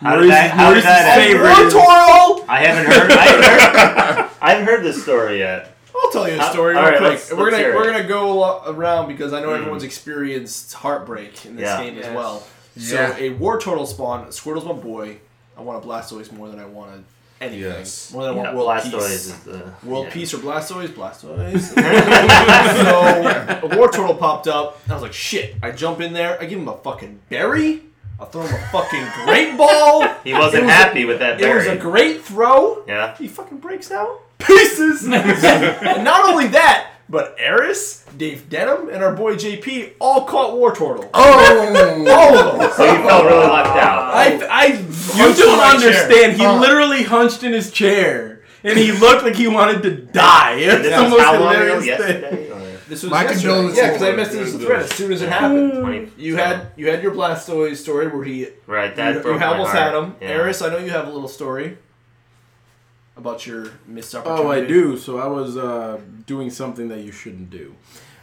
Speaker 3: How did that? How did
Speaker 5: Maurice's
Speaker 3: that?
Speaker 5: favorite.
Speaker 2: War Turtle.
Speaker 3: I haven't heard. I haven't heard, I haven't heard this story yet.
Speaker 2: I'll tell you a
Speaker 3: Uh,
Speaker 2: story
Speaker 3: all
Speaker 2: real
Speaker 3: right,
Speaker 2: quick.
Speaker 3: let's-
Speaker 2: we're
Speaker 3: let's
Speaker 2: gonna
Speaker 3: hear it. Hmm.
Speaker 2: we're gonna go lo- around because I know everyone's experienced heartbreak in this
Speaker 3: Yeah.
Speaker 2: game as
Speaker 8: Yes.
Speaker 2: well. So
Speaker 6: Yeah.
Speaker 2: a war turtle spawn. Squirtle's my boy. I want a Blastoise more than I want a anything.
Speaker 7: Yes.
Speaker 2: More than I
Speaker 3: Yeah,
Speaker 2: want world
Speaker 3: Blastoise
Speaker 2: peace.
Speaker 3: is the
Speaker 2: World
Speaker 3: yeah.
Speaker 2: peace or Blastoise? Blastoise. so a war turtle popped up. And I was like, shit. I jump in there. I give him a fucking berry. I throw him a fucking great ball.
Speaker 3: He wasn't
Speaker 2: was a-
Speaker 3: happy with that
Speaker 2: It was a
Speaker 3: berry.
Speaker 2: great throw.
Speaker 3: yeah.
Speaker 2: He fucking breaks down pieces. and not only that, but Eris, Dave Denham, and our boy JP all caught War Turtle.
Speaker 6: oh,
Speaker 2: All of them.
Speaker 3: So you felt really left out.
Speaker 5: I, I, you
Speaker 2: Hunched in
Speaker 5: don't
Speaker 2: my
Speaker 5: understand. He
Speaker 6: Uh.
Speaker 3: Uh-huh.
Speaker 5: literally hunched in his chair, and he looked like he wanted to die. It's
Speaker 3: This
Speaker 5: the
Speaker 3: was
Speaker 5: most
Speaker 3: how long ago?
Speaker 5: hilarious thing.
Speaker 3: Yesterday. Oh, or-
Speaker 2: This was
Speaker 6: My
Speaker 2: yesterday.
Speaker 6: condolences.
Speaker 2: Yeah, because I messaged the thread as soon as it happened.
Speaker 3: 20,
Speaker 2: You had you had your Blastoise story where he you,
Speaker 3: right. That
Speaker 2: you
Speaker 3: broke my
Speaker 2: almost
Speaker 3: heart.
Speaker 2: had him.
Speaker 3: Yeah.
Speaker 2: Eris, I know you have a little story about your missed opportunity.
Speaker 5: Oh, I do. So I was uh, doing something that you shouldn't do.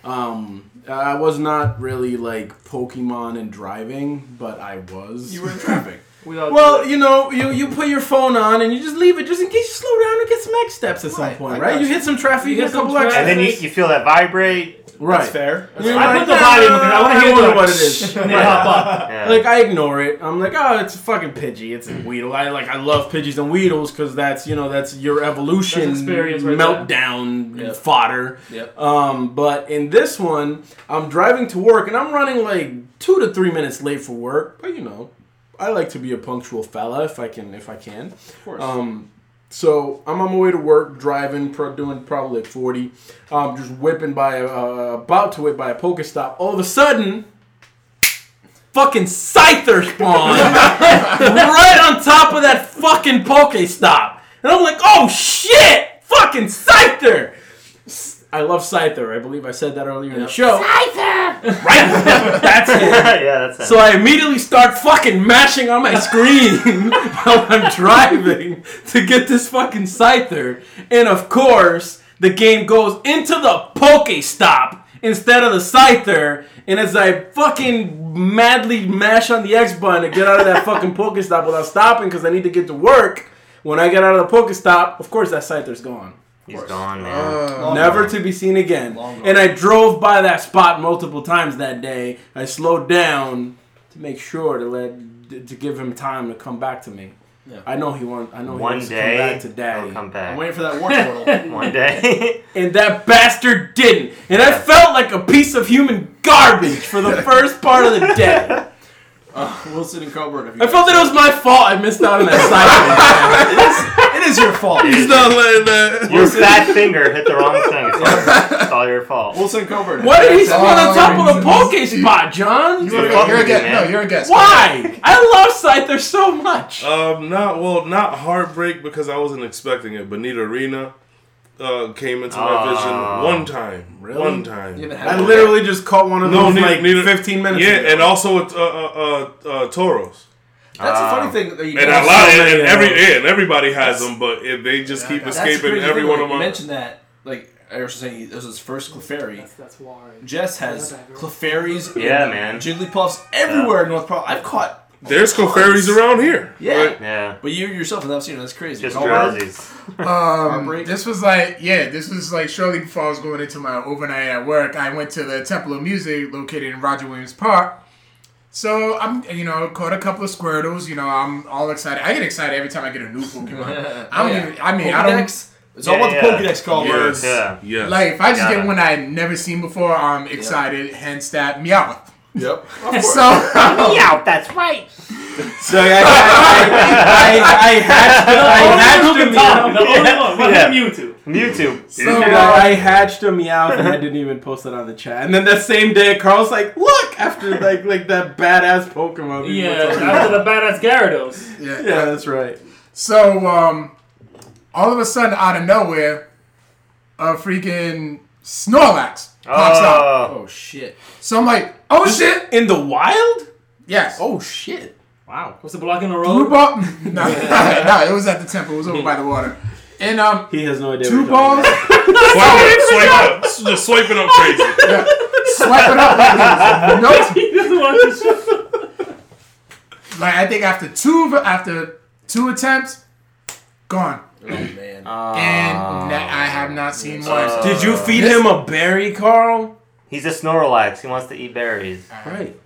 Speaker 5: Um, I was not really like Pokemon and driving, but I was.
Speaker 2: You were in traffic.
Speaker 8: we all
Speaker 5: Well,
Speaker 8: do
Speaker 5: you know, you you put your phone on and you just leave it just in case you slow down and get some X steps at some
Speaker 2: Right, I
Speaker 5: point, right?
Speaker 2: got
Speaker 5: You
Speaker 2: you.
Speaker 5: hit some traffic, you,
Speaker 8: You
Speaker 5: get
Speaker 8: hit
Speaker 5: a
Speaker 8: some
Speaker 5: couple extra.
Speaker 3: And then you, you feel that vibrate.
Speaker 5: right.
Speaker 2: That's fair. That's
Speaker 5: You're
Speaker 8: I
Speaker 5: like,
Speaker 8: put the volume
Speaker 5: "Nah,
Speaker 8: because I wanna
Speaker 5: I
Speaker 8: hear
Speaker 5: don't know
Speaker 8: the-
Speaker 5: what it is.
Speaker 8: it. And they hop up.
Speaker 3: Yeah.
Speaker 5: Like I ignore it. I'm like, oh, it's a fucking Pidgey. It's a Weedle. I like, I love Pidgeys and Weedles because that's you know that's your evolution
Speaker 8: That's experience right
Speaker 5: meltdown
Speaker 2: Yeah.
Speaker 5: fodder.
Speaker 2: Yep.
Speaker 5: Um, but in this one, I'm driving to work and I'm running like two to three minutes late for work. But you know, I like to be a punctual fella if I can. If I can.
Speaker 2: Of course.
Speaker 5: Um, so I'm on my way to work, driving, pro- doing probably 40. Um, just whipping by, uh, about to whip by a Pokestop. All of a sudden, fucking Scyther spawn right on top of that fucking Pokestop. And I'm like, oh shit! Fucking Scyther! S- I love Scyther. I believe I said that earlier in the show. Scyther! Right? That's it.
Speaker 3: yeah, that's
Speaker 5: So I immediately start fucking mashing on my screen while I'm driving to get this fucking Scyther. And of course, the game goes into the Pokestop instead of the Scyther. And as I fucking madly mash on the X button to get out of that fucking Pokestop without stopping because I need to get to work, When I get out of the Pokestop, of course that Scyther's gone.
Speaker 3: He's gone, man.
Speaker 6: Uh,
Speaker 5: Never to be seen again.
Speaker 9: Long gone.
Speaker 5: And I drove by that spot multiple times that day. I slowed down to make sure to let to give him time to come back to me.
Speaker 2: Yeah.
Speaker 5: I know he wants. I know
Speaker 2: Oh,
Speaker 5: he
Speaker 3: One
Speaker 5: wants to come
Speaker 3: day,
Speaker 5: back to
Speaker 3: he'll
Speaker 5: daddy.
Speaker 3: come
Speaker 9: I'm
Speaker 3: back.
Speaker 9: waiting for that war portal.
Speaker 3: One day.
Speaker 5: and that bastard didn't. And I
Speaker 3: Yeah.
Speaker 5: felt like a piece of human garbage for the first part of the day.
Speaker 9: Uh, Wilson and Coburn. if you
Speaker 5: I felt that it was my fault. I missed out on that cycle.
Speaker 9: It is your fault.
Speaker 7: He's not letting that.
Speaker 3: Your fat finger hit the wrong thing. It's all, it's all your fault.
Speaker 9: Wilson Coburn.
Speaker 5: Why did he
Speaker 9: That's
Speaker 5: spawn on top of the
Speaker 6: Oh,
Speaker 5: poke spot, John?
Speaker 6: You're,
Speaker 3: fucking
Speaker 6: you're a
Speaker 3: with me,
Speaker 6: guest.
Speaker 3: man.
Speaker 6: No, you're a guest.
Speaker 5: Why? I love Scyther so much.
Speaker 7: Um, not well, not heartbreak because I wasn't expecting it. Bonita Arena uh, came into my
Speaker 3: Ah.
Speaker 7: vision one time, one time.
Speaker 9: You haven't had
Speaker 5: I
Speaker 9: it.
Speaker 5: literally just caught one of
Speaker 7: No,
Speaker 5: those
Speaker 7: neither-
Speaker 5: like
Speaker 7: neither-
Speaker 5: 15 minutes
Speaker 7: Yeah,
Speaker 5: ago.
Speaker 7: and also it's, uh, uh, uh, uh, Toros.
Speaker 9: That's a funny thing that you
Speaker 7: And
Speaker 9: mentioned.
Speaker 7: a
Speaker 5: so
Speaker 7: lot, and
Speaker 5: many
Speaker 7: every
Speaker 5: of
Speaker 7: yeah, and everybody has them, but if they just keep
Speaker 9: That's the
Speaker 7: escaping
Speaker 9: crazy
Speaker 7: every
Speaker 9: thing,
Speaker 7: one
Speaker 9: like,
Speaker 7: of
Speaker 9: You
Speaker 7: them.
Speaker 9: mentioned that, like I was saying, it was his first Clefairy.
Speaker 4: That's, that's why.
Speaker 9: Jess has Clefairies. and
Speaker 3: Yeah, man.
Speaker 9: Jigglypuffs everywhere in North Pro. I've caught.
Speaker 7: There's Clefairies around here.
Speaker 9: Yeah.
Speaker 7: Like,
Speaker 3: Yeah.
Speaker 9: But you yourself have not seen it. That's crazy.
Speaker 3: Just
Speaker 9: Coburn,
Speaker 3: drowsies.
Speaker 6: Um,
Speaker 9: Heartbreak.
Speaker 6: this was like, yeah, this was like shortly before I was going into my overnight at work. I went to the Temple of Music located in Roger Williams Park. So I'm, you know, caught a couple of Squirtles. You know, I'm all excited. I get excited every time I get a new Pokemon. I
Speaker 9: Oh,
Speaker 6: don't
Speaker 9: yeah.
Speaker 6: even, I mean, I don't
Speaker 9: Pokedex. It's all
Speaker 3: Yeah,
Speaker 9: about the
Speaker 3: yeah.
Speaker 9: Pokedex call.
Speaker 6: Yeah.
Speaker 9: words.
Speaker 3: Yeah.
Speaker 7: yes.
Speaker 6: like if I just
Speaker 3: Got
Speaker 6: get
Speaker 3: it.
Speaker 6: one I've never seen before. I'm excited. Hence that Meowth.
Speaker 9: Yep.
Speaker 6: So
Speaker 3: Yeah, that's right.
Speaker 5: So I, I, I, I, I hatched, I hatched a
Speaker 4: Tom, the
Speaker 5: meow.
Speaker 4: only one. What
Speaker 3: Yeah.
Speaker 4: him you two?
Speaker 3: Mewtwo.
Speaker 6: So-
Speaker 5: I hatched a meow and I didn't even post it on the chat. And then that same day, Carl's like, "Look!" After like like that badass Pokemon. we
Speaker 4: Yeah,
Speaker 5: were talking about.
Speaker 4: after the badass Gyarados.
Speaker 6: yeah,
Speaker 5: yeah, that's right.
Speaker 6: So, um, all of a sudden, out of nowhere, a freaking Snorlax pops out.
Speaker 3: Oh.
Speaker 9: Oh shit.
Speaker 6: So I'm like, oh shit!
Speaker 5: In the wild?
Speaker 6: Yes.
Speaker 5: Oh shit! Wow.
Speaker 4: Was it blocking the
Speaker 6: Two
Speaker 4: road?
Speaker 6: balls. No, no, it was at the temple. It was over by the water. And um,
Speaker 5: He has no idea.
Speaker 6: two
Speaker 5: what you're talking
Speaker 6: balls,
Speaker 7: Swipe up, swipe up, S- just swiping up crazy.
Speaker 6: swipe it up. No,
Speaker 4: He doesn't watch the show.
Speaker 6: like I think after two, after two attempts, gone.
Speaker 9: Oh man.
Speaker 6: And na- I have not seen one.
Speaker 5: about. Did you feed him a berry, Carl?
Speaker 3: He's a Snorlax. He wants to eat berries.
Speaker 5: Right.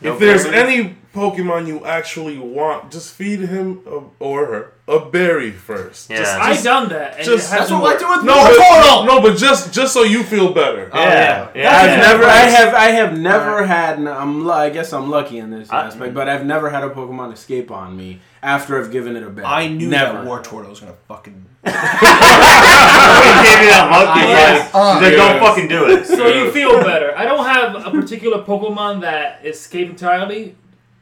Speaker 3: No
Speaker 7: If there's
Speaker 3: berries.
Speaker 7: any Pokemon you actually want, just feed him a, or her a berry first.
Speaker 3: Yeah. Oh,
Speaker 4: I done that. And
Speaker 7: just-
Speaker 4: it
Speaker 9: That's
Speaker 4: hasn't
Speaker 9: what I
Speaker 4: worked.
Speaker 9: do with
Speaker 7: No,
Speaker 9: Mr.
Speaker 7: but,
Speaker 9: Portal.
Speaker 7: no, but just just so you feel better.
Speaker 3: yeah. yeah.
Speaker 5: I've
Speaker 3: yeah.
Speaker 5: never, I have, I have never had. and I'm, lu- I guess I'm lucky in this aspect, but I've never had a Pokemon escape on me after I've given it a berry.
Speaker 9: I knew
Speaker 5: never.
Speaker 9: that War Turtle was gonna fucking.
Speaker 3: He gave me that monkey. like,
Speaker 4: Yes.
Speaker 9: uh,
Speaker 3: he's like,
Speaker 7: Yes.
Speaker 3: don't fucking do it.
Speaker 4: So you feel better. I don't have a particular Pokemon that escaped entirely.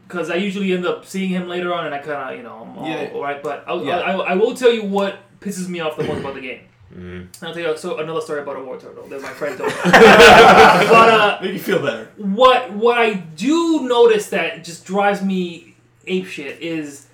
Speaker 4: Because I usually end up seeing him later on, and I kind of, you know, I'm all,
Speaker 9: Yeah.
Speaker 4: all right. But I'll,
Speaker 9: Yeah.
Speaker 4: I, I, I will tell you what pisses me off the most about the game.
Speaker 9: Mm-hmm.
Speaker 4: And I'll tell you so another story about a war turtle that my friend told me. but uh,
Speaker 9: Make you feel better.
Speaker 4: what what I do notice that just drives me ape shit is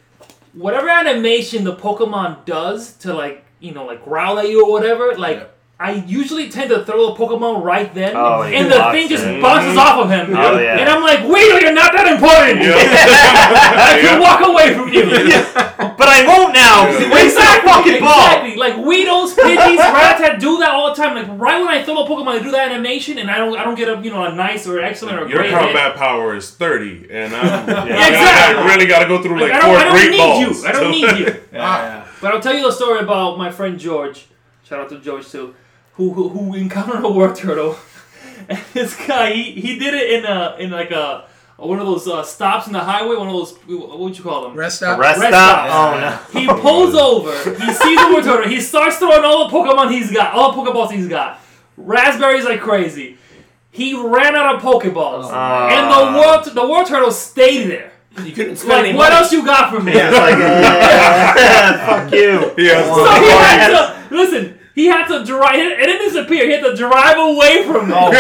Speaker 4: whatever animation the Pokemon does to like you know like growl at you or whatever like.
Speaker 9: Yeah.
Speaker 4: I usually tend to throw a Pokemon right then,
Speaker 3: Oh, and he
Speaker 4: and the
Speaker 3: blocks
Speaker 4: thing just
Speaker 3: it.
Speaker 4: bounces off of him.
Speaker 3: Oh, yeah.
Speaker 4: And I'm like, wait, you're not that important. I can walk away from you.
Speaker 3: But I won't now. 'cause He wasted my fucking ball.
Speaker 4: Exactly. Like Weedles, Pidgeys, Rattata do that all the time. Like right when I throw a Pokemon, they do that animation, and I don't, I don't get a you know a nice or excellent or
Speaker 7: Your
Speaker 4: great. hit.
Speaker 7: combat power is thirty, and I'm,
Speaker 4: Exactly.
Speaker 7: I really got to go through like,
Speaker 4: Like, I
Speaker 7: four
Speaker 4: don't, I don't
Speaker 7: great
Speaker 4: need
Speaker 7: balls.
Speaker 4: you. I don't
Speaker 7: to-
Speaker 4: need you.
Speaker 9: Yeah.
Speaker 4: But I'll tell you a story about my friend George. Shout out to George too, who who, who encountered a war turtle. And this guy, he, he did it in a in like a one of those uh, stops in the highway. One of those what would you call them?
Speaker 6: Rest up.
Speaker 3: Rest,
Speaker 4: Rest
Speaker 3: up.
Speaker 4: up.
Speaker 3: Oh no.
Speaker 4: He pulls over. He sees the war turtle. He starts throwing all the Pokemon he's got, all the Pokeballs he's got. Raspberries like crazy. He ran out of Pokeballs,
Speaker 3: Ah.
Speaker 4: and the war the war turtle stayed there.
Speaker 9: You couldn't spend
Speaker 4: Like,
Speaker 9: any
Speaker 4: what
Speaker 9: money.
Speaker 4: else you got from me?
Speaker 3: It's like, yeah, fuck you.
Speaker 7: He has
Speaker 4: So he
Speaker 7: the-
Speaker 4: had to listen. He had to drive. It didn't disappear. He had to drive away from
Speaker 2: Oh,
Speaker 4: me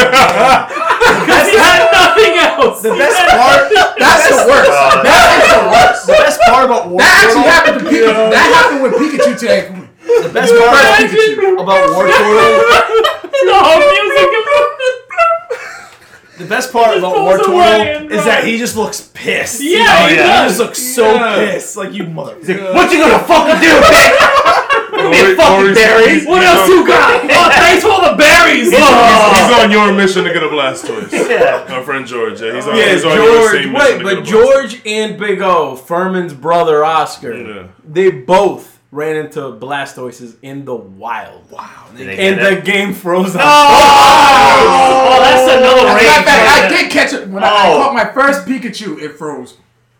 Speaker 4: because he had nothing else.
Speaker 9: The
Speaker 4: He
Speaker 9: best
Speaker 4: had-
Speaker 9: part.
Speaker 6: That's the worst.
Speaker 3: God.
Speaker 6: That is the worst.
Speaker 9: The best part about War
Speaker 6: That actually
Speaker 9: Turtle.
Speaker 6: happened to Pikachu. That happened with Pikachu today.
Speaker 9: The best part
Speaker 6: Pikachu.
Speaker 9: about War Turtle.
Speaker 4: the whole music.
Speaker 2: The best part about
Speaker 4: pulls away
Speaker 2: Wartortle
Speaker 4: and
Speaker 2: is that
Speaker 4: runs.
Speaker 2: he just looks pissed.
Speaker 4: Yeah, he
Speaker 2: Oh, he
Speaker 4: does.
Speaker 2: just looks so
Speaker 5: Yeah.
Speaker 2: pissed. Like you mother.
Speaker 10: He's like, what you gonna fucking do, bitch? fucking
Speaker 7: Corey- Corey's-
Speaker 10: berries.
Speaker 4: What else you got? Oh, thanks for all the berries.
Speaker 7: He's on your mission to get a Blastoise.
Speaker 10: Yeah.
Speaker 7: Our friend George, yeah, he's on,
Speaker 5: Yeah,
Speaker 7: he's on your
Speaker 5: Oh, George.
Speaker 7: same mission
Speaker 5: Wait,
Speaker 7: to get a
Speaker 5: but
Speaker 7: Blastoise.
Speaker 5: George and Big O, Furman's brother Oscar,
Speaker 7: Yeah.
Speaker 5: they both ran into Blastoises in the wild. Wow. And the game froze up.
Speaker 10: Oh, that's another
Speaker 6: As a
Speaker 10: rage.
Speaker 6: matter of fact, I
Speaker 10: right there.
Speaker 6: did catch it when I, I
Speaker 10: Oh.
Speaker 6: caught my first Pikachu. It froze.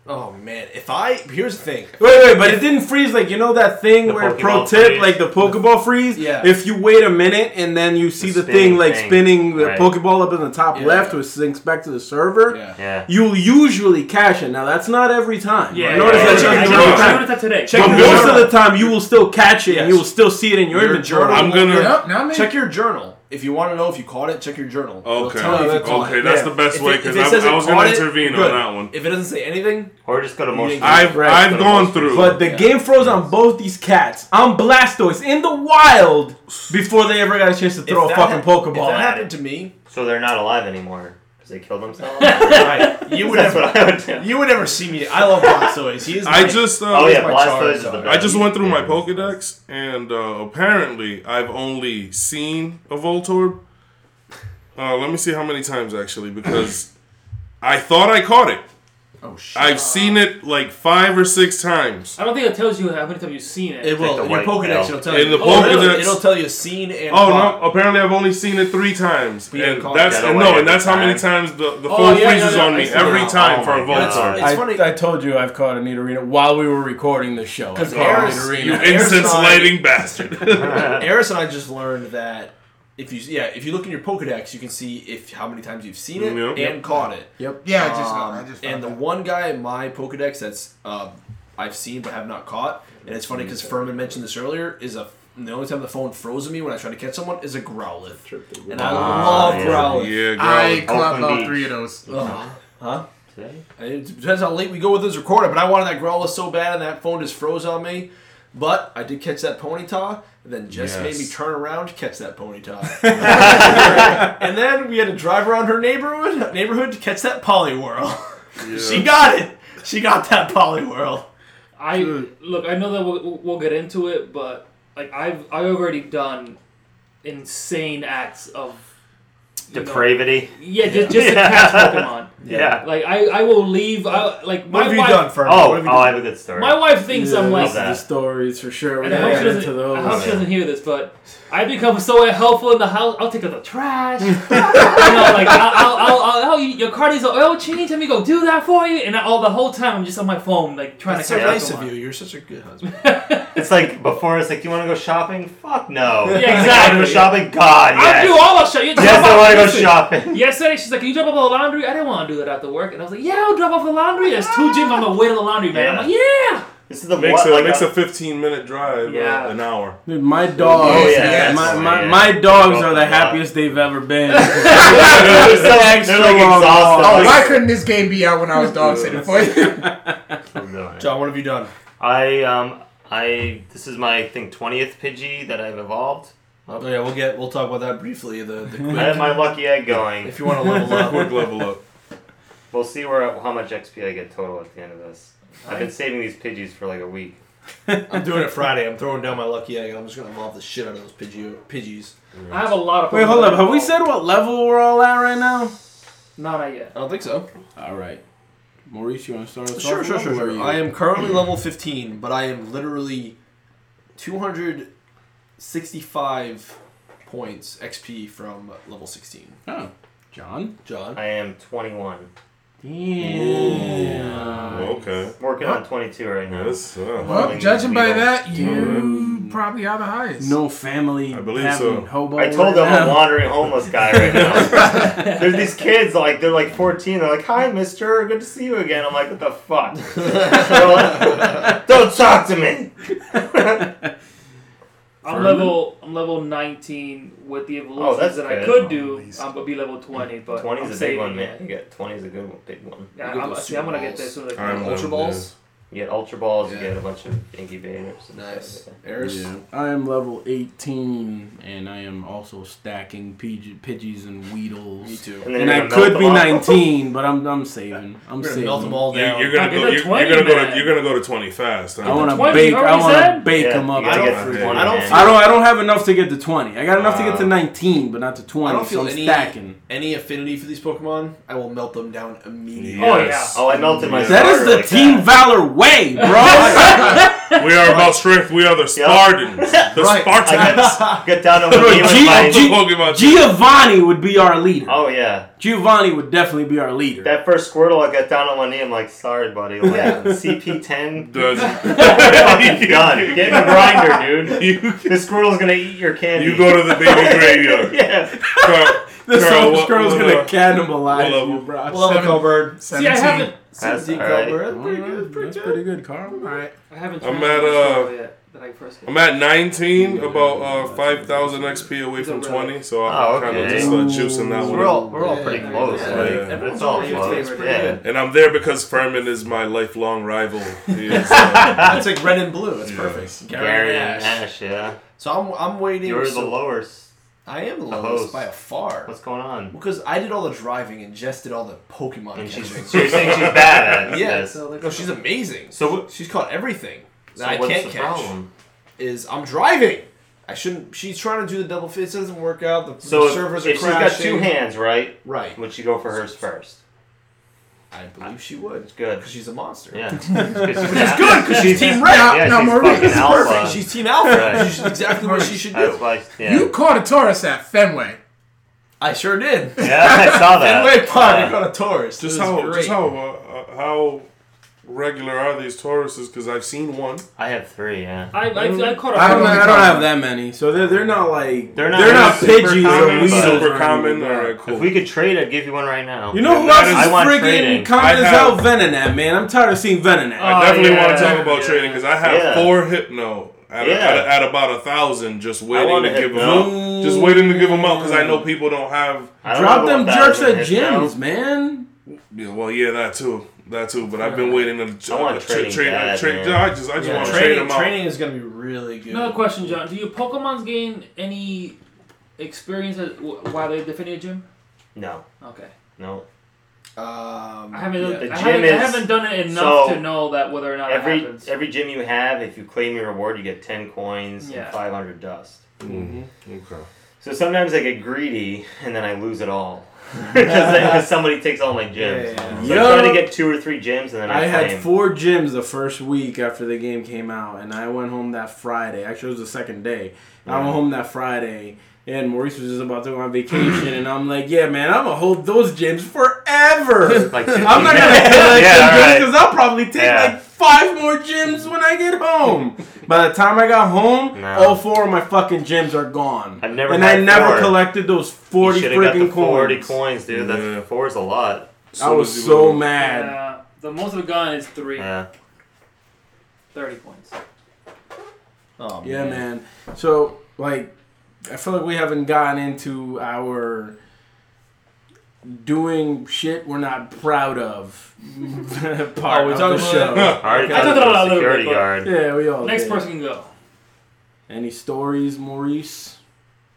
Speaker 2: Oh man, if I here's the thing.
Speaker 5: Wait, wait, but it didn't freeze. Like you know that thing where
Speaker 10: Pokeball
Speaker 5: pro tip,
Speaker 10: freeze.
Speaker 5: like the Pokeball freeze.
Speaker 2: Yeah.
Speaker 5: If you wait a minute and then you see the,
Speaker 3: The
Speaker 5: thing
Speaker 3: spinning
Speaker 5: like
Speaker 3: thing.
Speaker 5: spinning the
Speaker 3: Right.
Speaker 5: Pokeball up in the top left, which sinks back to the server.
Speaker 2: Yeah.
Speaker 3: Yeah.
Speaker 5: You'll usually cash it. Now that's not every time.
Speaker 4: Yeah,
Speaker 5: I noticed
Speaker 7: yeah,
Speaker 5: that
Speaker 7: yeah,
Speaker 5: doesn't
Speaker 7: yeah.
Speaker 5: every
Speaker 7: Yeah.
Speaker 5: time.
Speaker 4: I noticed that today.
Speaker 2: Check
Speaker 5: But
Speaker 2: your
Speaker 5: most of
Speaker 2: journal.
Speaker 5: the time, you will still catch it, and you will still see it in your,
Speaker 2: Your
Speaker 5: inventory.
Speaker 2: journal.
Speaker 7: I'm gonna.
Speaker 6: Yep, now me.
Speaker 2: Check your journal. If you want to know if you caught it, check your journal. It'll
Speaker 7: Okay,
Speaker 2: tell you if you caught
Speaker 7: okay,
Speaker 2: it.
Speaker 7: that's
Speaker 5: Yeah.
Speaker 7: the best
Speaker 2: If
Speaker 7: way
Speaker 2: it- if
Speaker 7: because
Speaker 2: it
Speaker 7: I,
Speaker 2: says it
Speaker 7: I was going
Speaker 2: caught
Speaker 7: to
Speaker 2: it,
Speaker 7: intervene on
Speaker 2: good.
Speaker 7: that one.
Speaker 2: If it doesn't say anything,
Speaker 3: Or just go to most.
Speaker 7: I've
Speaker 5: Right.
Speaker 7: I've gone through.
Speaker 5: But the game froze on both these cats. On Blastoise in the wild before they ever got a chance to
Speaker 2: if
Speaker 5: throw a
Speaker 2: that
Speaker 5: fucking
Speaker 2: hap- If
Speaker 5: Pokeball.
Speaker 2: that
Speaker 5: at
Speaker 2: happened to me,
Speaker 3: So they're not alive anymore because they killed themselves.
Speaker 2: right, you would
Speaker 3: That's
Speaker 2: never,
Speaker 3: what I would do.
Speaker 2: you would never see me. I love Blastoise. He is.
Speaker 7: I
Speaker 2: my-
Speaker 7: just uh,
Speaker 3: Oh yeah,
Speaker 2: my
Speaker 3: Blastoise is the
Speaker 2: Charizard.
Speaker 3: best.
Speaker 7: I just went through my Pokedex, and uh, apparently I've only seen a Voltorb. Uh, let me see how many times actually, because I thought I caught it.
Speaker 6: Oh shit.
Speaker 7: I've seen it like five or six times.
Speaker 4: I don't think it tells you how many times you've seen it.
Speaker 2: It will.
Speaker 3: the
Speaker 2: In your
Speaker 3: white
Speaker 2: Pokedex,
Speaker 3: pill.
Speaker 2: it'll tell
Speaker 7: In
Speaker 2: you.
Speaker 7: the
Speaker 2: Oh, really?
Speaker 7: Pokedex-
Speaker 2: It'll tell you scene and.
Speaker 7: Oh
Speaker 2: plot.
Speaker 7: no! Apparently, I've only seen it three times,
Speaker 2: you
Speaker 7: and
Speaker 2: caught it
Speaker 7: that's
Speaker 3: that
Speaker 7: and
Speaker 3: away
Speaker 7: no,
Speaker 3: every
Speaker 7: and that's how many
Speaker 3: time.
Speaker 7: times the, the
Speaker 2: Oh,
Speaker 7: phone
Speaker 2: yeah,
Speaker 7: freezes
Speaker 2: yeah,
Speaker 7: on
Speaker 2: yeah,
Speaker 7: me
Speaker 2: I see
Speaker 7: every
Speaker 2: that.
Speaker 7: time
Speaker 3: Oh,
Speaker 7: for a
Speaker 3: my God.
Speaker 7: Voltorb.
Speaker 2: It's funny-
Speaker 5: I, I told you I've caught an arena while we were recording the show. I
Speaker 2: 'Cause
Speaker 5: caught an
Speaker 2: Harris-
Speaker 5: Nidorino.
Speaker 7: You
Speaker 2: Air
Speaker 7: incense
Speaker 2: sign.
Speaker 7: lighting bastard.
Speaker 2: Eris and I just learned that if you yeah if you look in your Pokedex, you can see if how many times you've seen it
Speaker 7: Yep.
Speaker 2: and
Speaker 7: Yep.
Speaker 2: caught it.
Speaker 6: Yeah, I just,
Speaker 2: Um,
Speaker 6: I just
Speaker 2: and the
Speaker 6: found
Speaker 2: one guy in my Pokedex that's um, I've seen but have not caught, and it's funny
Speaker 6: Mm,
Speaker 2: because Furman mentioned this earlier, is a the only time the phone froze on me when I tried to catch someone is a Growlithe, and I love
Speaker 3: yeah.
Speaker 2: Growlithe.
Speaker 7: yeah,
Speaker 6: that. I
Speaker 7: girl.
Speaker 6: caught
Speaker 3: Open
Speaker 6: about
Speaker 3: beach.
Speaker 6: three of those.
Speaker 2: Ugh.
Speaker 3: Today?
Speaker 2: It depends how late we go with this recorder, but I wanted that Growlithe so bad, and that phone just froze on me. But I did catch that Ponyta, and then Jess made me
Speaker 7: Yes.
Speaker 2: turn around to catch that Ponyta. and then we had to drive around her neighborhood neighborhood to catch that Poliwhirl. she got it. She got that Poliwhirl.
Speaker 4: I look. I know that we'll, we'll get into it, but like I've I've already done insane acts of you know-
Speaker 3: Depravity.
Speaker 4: yeah, just just to catch Pokemon.
Speaker 3: Yeah.
Speaker 4: Like I, I will leave. I like my
Speaker 2: What have you
Speaker 4: wife.
Speaker 2: done, Fern?
Speaker 3: Oh,
Speaker 2: What have you
Speaker 3: oh, I
Speaker 2: done?
Speaker 3: have a good story.
Speaker 4: My wife thinks I'm like.
Speaker 3: love that.
Speaker 5: The stories for sure. We're
Speaker 4: And I
Speaker 5: gonna
Speaker 4: hope, she
Speaker 5: get into
Speaker 4: doesn't, I hope she
Speaker 5: those.
Speaker 4: doesn't hear this, but I become so helpful in the house. I'll take out the trash. you know, like I'll, I'll, I'll, I'll, oh, your card is oil change. Let me go do that for you. And I, all the whole time, I'm just on my phone, like trying
Speaker 2: That's
Speaker 4: to
Speaker 2: so
Speaker 4: catch up
Speaker 2: nice
Speaker 4: on
Speaker 2: of
Speaker 4: my-
Speaker 2: you. You're such a good husband.
Speaker 3: It's like before. It's like, do you want to go shopping? Fuck no. Like,
Speaker 4: Yeah,
Speaker 3: "You wanna
Speaker 4: exactly.
Speaker 3: Go shopping? God,
Speaker 4: I do
Speaker 3: yes.
Speaker 4: all the shit. You
Speaker 3: Yes,
Speaker 4: drop
Speaker 3: I want to go
Speaker 4: off-
Speaker 3: shopping.
Speaker 4: Yesterday, she's like, "Can you drop off all the laundry?" I didn't want to do that after work, and I was like, "Yeah, I'll drop off the laundry." There's two gyms on the way to the laundry, man. I'm like, "Yeah."
Speaker 3: This is the
Speaker 7: Makes
Speaker 3: one.
Speaker 7: a
Speaker 3: like,
Speaker 7: makes
Speaker 3: uh,
Speaker 7: a 15 minute drive.
Speaker 4: Yeah.
Speaker 7: Uh, an hour.
Speaker 5: Dude, my dogs.
Speaker 3: Oh, yeah.
Speaker 5: My,
Speaker 3: Yes.
Speaker 5: my,
Speaker 3: Yeah.
Speaker 5: my dogs
Speaker 3: Go
Speaker 5: are
Speaker 3: for
Speaker 5: the
Speaker 3: that.
Speaker 5: happiest they've ever been.
Speaker 3: they're, so-
Speaker 5: Extra
Speaker 3: they're like
Speaker 5: long
Speaker 6: Oh,
Speaker 3: exhausted.
Speaker 6: why couldn't this game be out when I was dog sitting for you?
Speaker 3: Like,
Speaker 2: John, what have you done?
Speaker 3: I um I this is my I think twentieth Pidgey that I've evolved.
Speaker 2: Oh, yeah, we'll get we'll talk about that briefly. The, the
Speaker 3: I have
Speaker 2: quick,
Speaker 3: my lucky egg going.
Speaker 2: if you want to level
Speaker 7: Quick
Speaker 2: up.
Speaker 7: level up.
Speaker 3: We'll see where how much XP I get total at the end of this. I've been saving these Pidgeys for like a week.
Speaker 2: I'm doing it Friday. I'm throwing down my lucky egg. and I'm just gonna evolve the shit out of those Pidgey, Pidgeys.
Speaker 4: I have a lot of.
Speaker 5: Wait, hold up. Have we
Speaker 4: said?
Speaker 5: said what level we're all at right now?
Speaker 4: No, not yet.
Speaker 2: I don't think so.
Speaker 5: All right. Maurice, you want to start us
Speaker 2: Sure,
Speaker 5: off?
Speaker 2: sure,
Speaker 5: Where
Speaker 2: sure,
Speaker 5: are you?
Speaker 2: sure. I am currently level 15, but I am literally 265 points XP from level 16.
Speaker 5: Oh, John.
Speaker 2: John,
Speaker 3: I am twenty one.
Speaker 5: Damn.
Speaker 7: Okay.
Speaker 3: Working on twenty two right now.
Speaker 7: Yes. uh,
Speaker 6: Well, judging by that, you
Speaker 5: Dude.
Speaker 6: probably are the highest.
Speaker 5: No family.
Speaker 7: I believe
Speaker 5: having
Speaker 7: so.
Speaker 5: Hobo
Speaker 3: I told
Speaker 5: right
Speaker 3: them I'm a
Speaker 5: now.
Speaker 3: wandering homeless guy right now. There's these kids like they're like 14. They're like, "Hi, Mister, good to see you again." I'm like, "What the fuck?" They're like, Don't talk to me.
Speaker 4: I'm
Speaker 5: Furman?
Speaker 4: level I'm level 19 with the evolutions
Speaker 3: Oh, that's
Speaker 4: that I
Speaker 3: good.
Speaker 4: could do. I'm gonna be level 20, but
Speaker 3: 20
Speaker 4: I'm
Speaker 3: is a big
Speaker 4: saving
Speaker 3: one,
Speaker 4: it.
Speaker 3: man. You get 20 is a good one, big one.
Speaker 4: Yeah,
Speaker 2: You get
Speaker 4: I'm,
Speaker 2: those
Speaker 4: see, I'm
Speaker 2: Super
Speaker 4: gonna get
Speaker 2: Balls.
Speaker 4: this sooner than
Speaker 7: I'm
Speaker 2: Ultra
Speaker 7: level-
Speaker 2: Balls.
Speaker 3: You get Ultra Balls, you
Speaker 2: Yeah.
Speaker 3: get a bunch of incubators. and
Speaker 2: Nice.
Speaker 3: stuff like
Speaker 2: Eris?
Speaker 5: I am level 18, and I am also stacking Pidge- Pidgeys and Weedles.
Speaker 2: Me too.
Speaker 3: that. And, then
Speaker 5: And
Speaker 3: you're
Speaker 5: I
Speaker 3: gonna melt
Speaker 5: could
Speaker 3: them
Speaker 5: be
Speaker 3: all.
Speaker 5: 19, but I'm I'm saving. I'm
Speaker 2: We're gonna
Speaker 5: saving.
Speaker 2: melt them all
Speaker 7: You,
Speaker 2: down.
Speaker 7: are gonna
Speaker 8: Get
Speaker 7: go.
Speaker 8: the
Speaker 7: You're,
Speaker 8: 20,
Speaker 7: you're gonna go.
Speaker 8: man.
Speaker 7: To, you're gonna go to twenty fast.
Speaker 5: I want to
Speaker 8: 20,
Speaker 5: bake.
Speaker 8: you
Speaker 5: I
Speaker 8: already
Speaker 5: want to
Speaker 8: said?
Speaker 5: bake
Speaker 3: Yeah,
Speaker 5: them up.
Speaker 3: you
Speaker 5: I
Speaker 3: gotta
Speaker 5: don't,
Speaker 3: get through
Speaker 7: I
Speaker 3: one,
Speaker 2: don't
Speaker 3: man.
Speaker 2: think-
Speaker 5: I don't. I don't have enough to get to 20. I got enough to get to
Speaker 7: Uh,
Speaker 5: 19, but not to 20.
Speaker 2: I don't feel
Speaker 5: so I'm
Speaker 2: any
Speaker 5: stacking.
Speaker 2: any affinity for these Pokemon. I will melt them down immediately.
Speaker 8: Oh, yeah.
Speaker 3: Oh, I melted my.
Speaker 5: That is
Speaker 3: starter
Speaker 5: the
Speaker 3: like
Speaker 5: Team
Speaker 3: that.
Speaker 5: Valor way, bro.
Speaker 7: We are about strength. We are the Spartans. The
Speaker 2: Right.
Speaker 3: I
Speaker 7: Spartans.
Speaker 3: got, got down on one
Speaker 5: Bro,
Speaker 3: knee with
Speaker 5: G-
Speaker 3: my-
Speaker 5: G-
Speaker 7: Pokemon.
Speaker 5: Giovanni would be our leader.
Speaker 3: Oh yeah,
Speaker 5: Giovanni would definitely be our leader.
Speaker 3: that first Squirtle, I got down on one knee. I'm like, sorry, buddy. Like, CP ten. fucking done. Get in the grinder, dude.
Speaker 7: you,
Speaker 3: This Squirtle's gonna eat your candy.
Speaker 7: you go to the baby graveyard.
Speaker 3: yeah.
Speaker 7: Carl,
Speaker 5: this
Speaker 7: Carl,
Speaker 5: Soul
Speaker 7: what-
Speaker 5: girl's
Speaker 7: what,
Speaker 5: gonna
Speaker 7: uh,
Speaker 5: cannibalize
Speaker 7: what
Speaker 5: you,
Speaker 7: level?
Speaker 5: bro.
Speaker 2: Well,
Speaker 6: Seven.
Speaker 2: Cobert.
Speaker 8: See, I
Speaker 6: 17.
Speaker 8: haven't.
Speaker 3: That's all
Speaker 2: Dean
Speaker 3: right.
Speaker 2: Cobert. That's pretty
Speaker 5: Alright,
Speaker 2: good. Pretty
Speaker 5: that's
Speaker 2: good.
Speaker 5: pretty good, Carl.
Speaker 6: All right.
Speaker 8: I haven't.
Speaker 7: I'm
Speaker 8: transferred
Speaker 7: at,
Speaker 8: the
Speaker 7: uh,
Speaker 8: show yet that I first got.
Speaker 7: I'm at 19, about uh, 5,000 XP away from 20, so I'll
Speaker 3: Oh,
Speaker 7: kind of
Speaker 3: okay.
Speaker 7: just uh, juicing that
Speaker 3: We're
Speaker 7: one. up.
Speaker 3: all we're all pretty
Speaker 2: Yeah.
Speaker 3: close.
Speaker 7: Yeah.
Speaker 3: Like,
Speaker 7: Yeah.
Speaker 3: It's all
Speaker 8: Yeah.
Speaker 3: close.
Speaker 8: Yeah.
Speaker 3: Yeah.
Speaker 7: And I'm there because Furman is my lifelong rival. He is, uh,
Speaker 2: That's like red and blue. That's perfect. Gary
Speaker 3: Gary
Speaker 2: Nash.
Speaker 3: and Ash. Yeah.
Speaker 2: So I'm I'm waiting.
Speaker 3: You're the
Speaker 2: so
Speaker 3: lowest.
Speaker 2: I am the
Speaker 3: the
Speaker 2: lowest
Speaker 3: host.
Speaker 2: by a far.
Speaker 3: What's going on?
Speaker 2: Because I did all the driving and Jess did all the Pokemon
Speaker 3: And she's, so
Speaker 2: catching.
Speaker 3: you're saying she's bad at
Speaker 2: yeah,
Speaker 3: this.
Speaker 2: so like, no, she's amazing.
Speaker 3: So what-
Speaker 2: she's caught everything that
Speaker 3: So
Speaker 2: I
Speaker 3: what's
Speaker 2: can't
Speaker 3: the
Speaker 2: catch.
Speaker 3: problem?
Speaker 2: Is I'm driving. I shouldn't. She's trying to do the double fit. It doesn't work out. The,
Speaker 3: So
Speaker 2: the
Speaker 3: if,
Speaker 2: servers
Speaker 3: if she's
Speaker 2: are crashing.
Speaker 3: got two hands, right?
Speaker 2: Right.
Speaker 3: Would she go for hers first?
Speaker 2: I believe she would.
Speaker 3: It's good.
Speaker 2: Because she's a monster.
Speaker 3: Yeah. It's good.
Speaker 2: Good, because she's Team Red.
Speaker 6: Now,
Speaker 3: Yeah,
Speaker 6: now
Speaker 3: she's
Speaker 6: Maurice,
Speaker 3: fucking alpha.
Speaker 2: Perfect. She's Team Alpha.
Speaker 3: Right.
Speaker 2: She's exactly what she should
Speaker 3: That's
Speaker 2: do.
Speaker 3: why. Yeah.
Speaker 6: you caught a Taurus at Fenway.
Speaker 2: I sure did.
Speaker 3: yeah, I saw that.
Speaker 2: Anyway, Pod,
Speaker 3: Yeah.
Speaker 2: we got a Taurus.
Speaker 7: just
Speaker 2: This is
Speaker 7: how,
Speaker 2: great.
Speaker 7: just how, uh, uh, how regular are these Tauruses? Because I've seen one.
Speaker 3: I have three. Yeah.
Speaker 8: I, I, I caught a
Speaker 5: I don't.
Speaker 8: Pokemon
Speaker 5: I don't have that many, so they're they're not like
Speaker 3: They're not
Speaker 5: they're not
Speaker 3: super
Speaker 5: Pidgeys
Speaker 3: common,
Speaker 5: or
Speaker 3: but-
Speaker 5: Weedles
Speaker 7: Super
Speaker 5: or
Speaker 7: common.
Speaker 5: anything.
Speaker 7: All right, cool.
Speaker 3: If we could trade, I'd give you one right now.
Speaker 5: You know who
Speaker 7: That
Speaker 5: else
Speaker 7: is-
Speaker 5: is
Speaker 3: I want trading.
Speaker 5: friggin' common
Speaker 7: I
Speaker 5: as hell?
Speaker 7: have-
Speaker 5: Venonat, man. I'm tired of seeing Venonat.
Speaker 7: I definitely
Speaker 3: Oh, yeah.
Speaker 7: want to talk about trading because I have
Speaker 3: Yeah.
Speaker 7: four hypno at,
Speaker 3: Yeah.
Speaker 7: at, at about a thousand, just waiting
Speaker 3: want
Speaker 7: to
Speaker 3: a Mm.
Speaker 7: give them
Speaker 3: Hypno.
Speaker 5: Mm.
Speaker 7: out. Just waiting to give them out because I know people don't have.
Speaker 3: I don't
Speaker 5: Drop
Speaker 3: know
Speaker 5: them
Speaker 3: about
Speaker 5: jerks
Speaker 3: thousand
Speaker 5: at
Speaker 3: hits now.
Speaker 5: gyms, man.
Speaker 7: Yeah, well, yeah, that too, that too. But I've been waiting to.
Speaker 3: Mm. I want
Speaker 7: uh,
Speaker 3: trading bad,
Speaker 7: trade-
Speaker 3: man.
Speaker 7: yeah, I just, I just
Speaker 2: Yeah,
Speaker 7: want to trade
Speaker 2: training,
Speaker 7: them out.
Speaker 2: training is going to be really good.
Speaker 8: Another question, John. Do your Pokemon's gain any experience as, w- while they're defending a gym?
Speaker 3: No,
Speaker 8: Okay.
Speaker 3: no.
Speaker 2: Um,
Speaker 8: I haven't,
Speaker 2: yeah.
Speaker 3: The
Speaker 8: I,
Speaker 3: gym
Speaker 8: haven't I
Speaker 3: is-
Speaker 8: haven't done it enough
Speaker 3: so,
Speaker 8: to know that whether or not it
Speaker 3: Every
Speaker 8: happens.
Speaker 3: every gym you have, if you claim your reward, you get ten coins
Speaker 8: Yeah.
Speaker 3: and five hundred dust.
Speaker 5: Mm-hmm.
Speaker 7: Okay.
Speaker 3: So sometimes I get greedy and then I lose it all because somebody takes all my gyms.
Speaker 2: Yeah.
Speaker 3: So I try
Speaker 5: Yo.
Speaker 3: to get two or three gyms and then I,
Speaker 5: I had
Speaker 3: claim.
Speaker 5: four gyms the first week after the game came out, and I went home that Friday. Actually, it was the second day. I went home that Friday, and Maurice was just about to go on vacation, and I'm like, "Yeah, man, I'm gonna hold those gyms forever.
Speaker 3: Like
Speaker 5: I'm not gonna collect
Speaker 3: Yeah,
Speaker 5: them
Speaker 3: alright.
Speaker 5: because I'll probably take
Speaker 3: Yeah.
Speaker 5: like five more gyms when I get home. By the time I got home,
Speaker 3: No.
Speaker 5: all four of my fucking gyms are gone,
Speaker 3: I've never
Speaker 5: and
Speaker 3: had
Speaker 5: I never
Speaker 3: four.
Speaker 5: collected those
Speaker 3: You
Speaker 5: forty
Speaker 3: shoulda got the
Speaker 5: freaking
Speaker 3: forty
Speaker 5: coins.
Speaker 3: coins, dude. That's
Speaker 7: Yeah.
Speaker 3: four is a lot.
Speaker 5: I
Speaker 7: So
Speaker 5: was
Speaker 7: you-
Speaker 5: so mad.
Speaker 8: Uh, the most of the gun is three.
Speaker 3: Yeah.
Speaker 8: 30 points.
Speaker 2: Oh,
Speaker 5: Yeah, man. So like, I feel like we haven't gotten into our doing shit we're not proud of part
Speaker 2: Oh, we talked
Speaker 5: of the
Speaker 2: about
Speaker 5: show.
Speaker 7: that?
Speaker 3: I already
Speaker 8: I
Speaker 3: talked
Speaker 8: thought about it a
Speaker 3: about the
Speaker 8: little
Speaker 3: security
Speaker 8: bit, but-
Speaker 3: guard.
Speaker 5: Yeah, we all.
Speaker 8: Next
Speaker 5: did.
Speaker 8: person can go.
Speaker 5: Any stories, Maurice?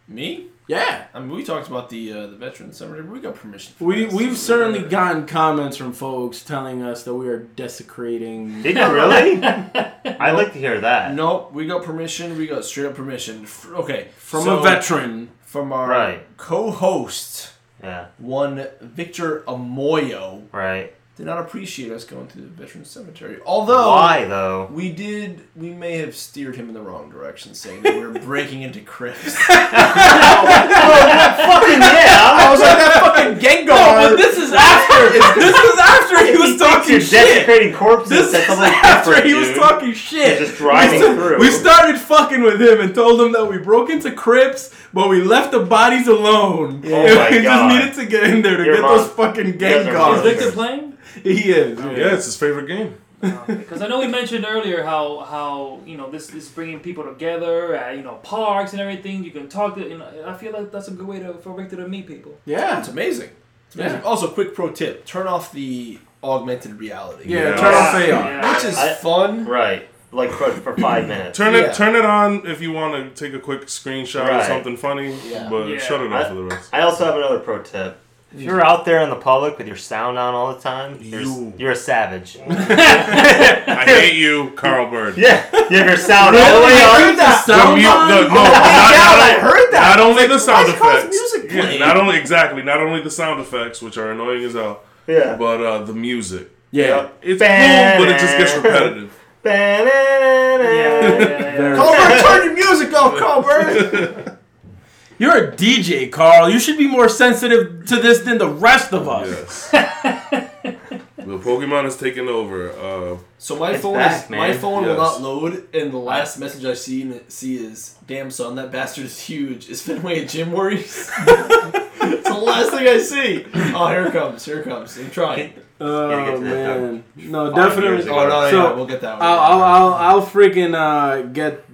Speaker 2: Me?
Speaker 5: Yeah,
Speaker 2: I mean, we talked about the uh, the veteran cemetery. but We got permission. For
Speaker 5: we
Speaker 2: that, so
Speaker 5: we've
Speaker 2: we're-
Speaker 5: certainly gotten comments from folks telling us that we are desecrating.
Speaker 3: Did you really? I'd like to hear that.
Speaker 2: Nope, we got permission. We got straight up permission. F- Okay,
Speaker 5: From
Speaker 2: so,
Speaker 5: a veteran,
Speaker 2: from our
Speaker 3: Right.
Speaker 2: co-host,
Speaker 3: Yeah.
Speaker 2: one Victor Amoyo,
Speaker 3: Right.
Speaker 2: did not appreciate us going through the veteran cemetery. Although
Speaker 3: Why though?
Speaker 2: we did, we may have steered him in the wrong direction, saying that we were breaking into crypts.
Speaker 3: Fucking yeah!
Speaker 2: I was like that fucking Gengar. No, but this is after. this is after he was
Speaker 3: You're desecrating corpses. That's something different,
Speaker 5: he was
Speaker 3: dude.
Speaker 5: talking shit.
Speaker 3: You're just driving through.
Speaker 5: We started fucking with him and told him that we broke into Crips, but we left the bodies alone.
Speaker 3: Oh
Speaker 5: and
Speaker 3: my
Speaker 5: we
Speaker 3: God.
Speaker 5: just needed to get in there to
Speaker 3: You're
Speaker 5: get
Speaker 3: mon-
Speaker 5: those fucking
Speaker 3: guys
Speaker 5: gang
Speaker 3: are
Speaker 5: guards.
Speaker 3: monsters.
Speaker 8: Victor playing? Uh,
Speaker 5: He is. yeah.
Speaker 7: Yeah, it's his favorite game.
Speaker 8: Because I know we mentioned earlier how how you know this is bringing people together at you know parks and everything. You can talk to you know. and I feel like that's a good way to for Victor to meet people.
Speaker 5: Yeah.
Speaker 2: It's amazing. It's amazing. Also, quick pro tip: turn off the augmented reality.
Speaker 5: Yeah,
Speaker 7: Yeah.
Speaker 5: turn on
Speaker 7: Yeah.
Speaker 5: Fayard.
Speaker 8: Yeah.
Speaker 2: Which is
Speaker 3: I-
Speaker 2: fun.
Speaker 3: Right. Like for, for five minutes.
Speaker 7: Turn it,
Speaker 2: Yeah.
Speaker 7: turn it on if you want to take a quick screenshot or
Speaker 3: Right.
Speaker 7: something funny,
Speaker 2: Yeah.
Speaker 7: but
Speaker 8: Yeah.
Speaker 7: shut it off
Speaker 3: I-
Speaker 7: for the rest.
Speaker 3: I also have another pro tip. If you're out there in the public with your sound on all the time, you're,
Speaker 7: You.
Speaker 3: you're a savage.
Speaker 7: I hate you, Carl Bird.
Speaker 3: yeah, you have your sound all the way
Speaker 5: Turn
Speaker 3: up.
Speaker 5: the
Speaker 7: The
Speaker 5: sound
Speaker 7: mu-
Speaker 5: on?
Speaker 7: the- no, not,
Speaker 2: I heard that.
Speaker 7: Not only the sound
Speaker 2: is Carl's
Speaker 7: effects.
Speaker 2: music
Speaker 7: Yeah,
Speaker 2: playing?
Speaker 7: not only exactly, not only the sound effects, which are annoying as hell,
Speaker 3: Yeah.
Speaker 7: but uh, the music.
Speaker 5: Yeah.
Speaker 7: It's cool, but it just gets repetitive.
Speaker 8: Yeah, yeah, yeah.
Speaker 2: Carlberg, turn your music off, Carlberg.
Speaker 5: You're a DJ, Carl. You should be more sensitive to this than the rest of us.
Speaker 7: Yes. the Pokemon has taken over. Uh,
Speaker 2: so my
Speaker 3: It's
Speaker 2: phone,
Speaker 3: back,
Speaker 2: is,
Speaker 3: man.
Speaker 2: my phone
Speaker 7: Yes.
Speaker 2: will not load, and the last message I see see is, "Damn son, that bastard is huge. Is Fenway at gym worries?" it's the last thing I see. Oh, here it comes, here it comes. I'm trying.
Speaker 3: Gotta
Speaker 5: Oh
Speaker 3: get to that
Speaker 5: man, no,
Speaker 3: Five years
Speaker 5: definitely.
Speaker 3: ago.
Speaker 2: Oh no, no,
Speaker 5: So,
Speaker 2: yeah, we'll get that one.
Speaker 5: I'll, I'll, I'll, I'll freaking uh, get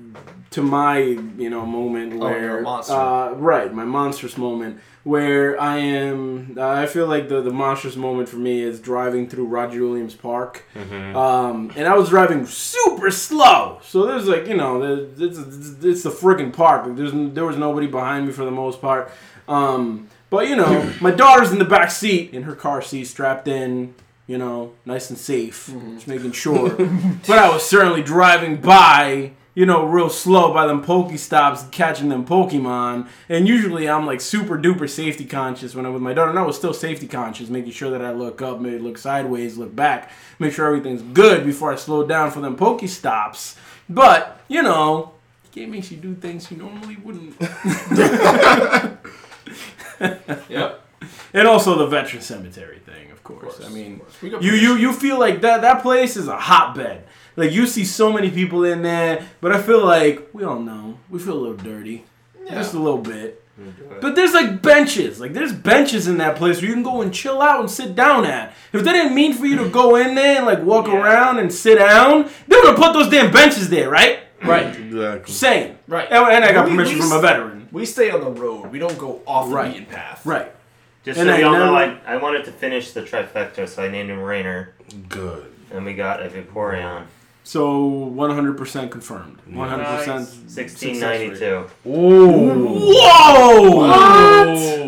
Speaker 5: to my you know moment
Speaker 2: you're
Speaker 5: where
Speaker 2: a monster.
Speaker 5: uh, right my monstrous moment where I am uh, I feel like the the monstrous moment for me is driving through Roger Williams Park um, and I was driving super slow so there's like you know there's- it's it's, it's the freaking park Like, there's n- there was nobody behind me for the most part um, but you know my daughter's in the back seat in her car seat strapped in you know, nice and safe, just making sure. but I was certainly driving by, you know, real slow by them Pokestops, catching them Pokemon. And usually I'm like super duper safety conscious when I'm with my daughter. And I was still safety conscious, making sure that I look up, maybe look sideways, look back, make sure everything's good before I slow down for them Pokestops. But, you know, it makes you do things you normally wouldn't.
Speaker 2: Yep.
Speaker 5: And also the veteran cemetery thing, of course. I mean,
Speaker 2: We got
Speaker 5: you you you feel like that that place is a hotbed. Like you see so many people in there, but I feel like we all know we feel a little dirty, just a little bit. But there's like benches, like there's benches in that place where you can go and chill out and sit down at. If they didn't mean for you to go in there and like walk around and sit down, they would have put those damn benches there, right? Right.
Speaker 7: exactly.
Speaker 5: Same.
Speaker 2: Right.
Speaker 5: And, and I got
Speaker 2: We-
Speaker 5: permission
Speaker 2: we
Speaker 5: from a veteran.
Speaker 2: We stay on the road. We don't go off
Speaker 5: Right.
Speaker 2: the beaten path.
Speaker 5: Right.
Speaker 3: Just
Speaker 5: And
Speaker 3: so
Speaker 5: I
Speaker 3: y'all know,
Speaker 5: know-
Speaker 3: I, I wanted to finish the trifecta, so I named him Rainer,
Speaker 7: Good.
Speaker 3: and we got a Vaporeon.
Speaker 5: So 100% confirmed. 100% success rate.
Speaker 3: 1692.
Speaker 7: Ooh.
Speaker 5: Whoa!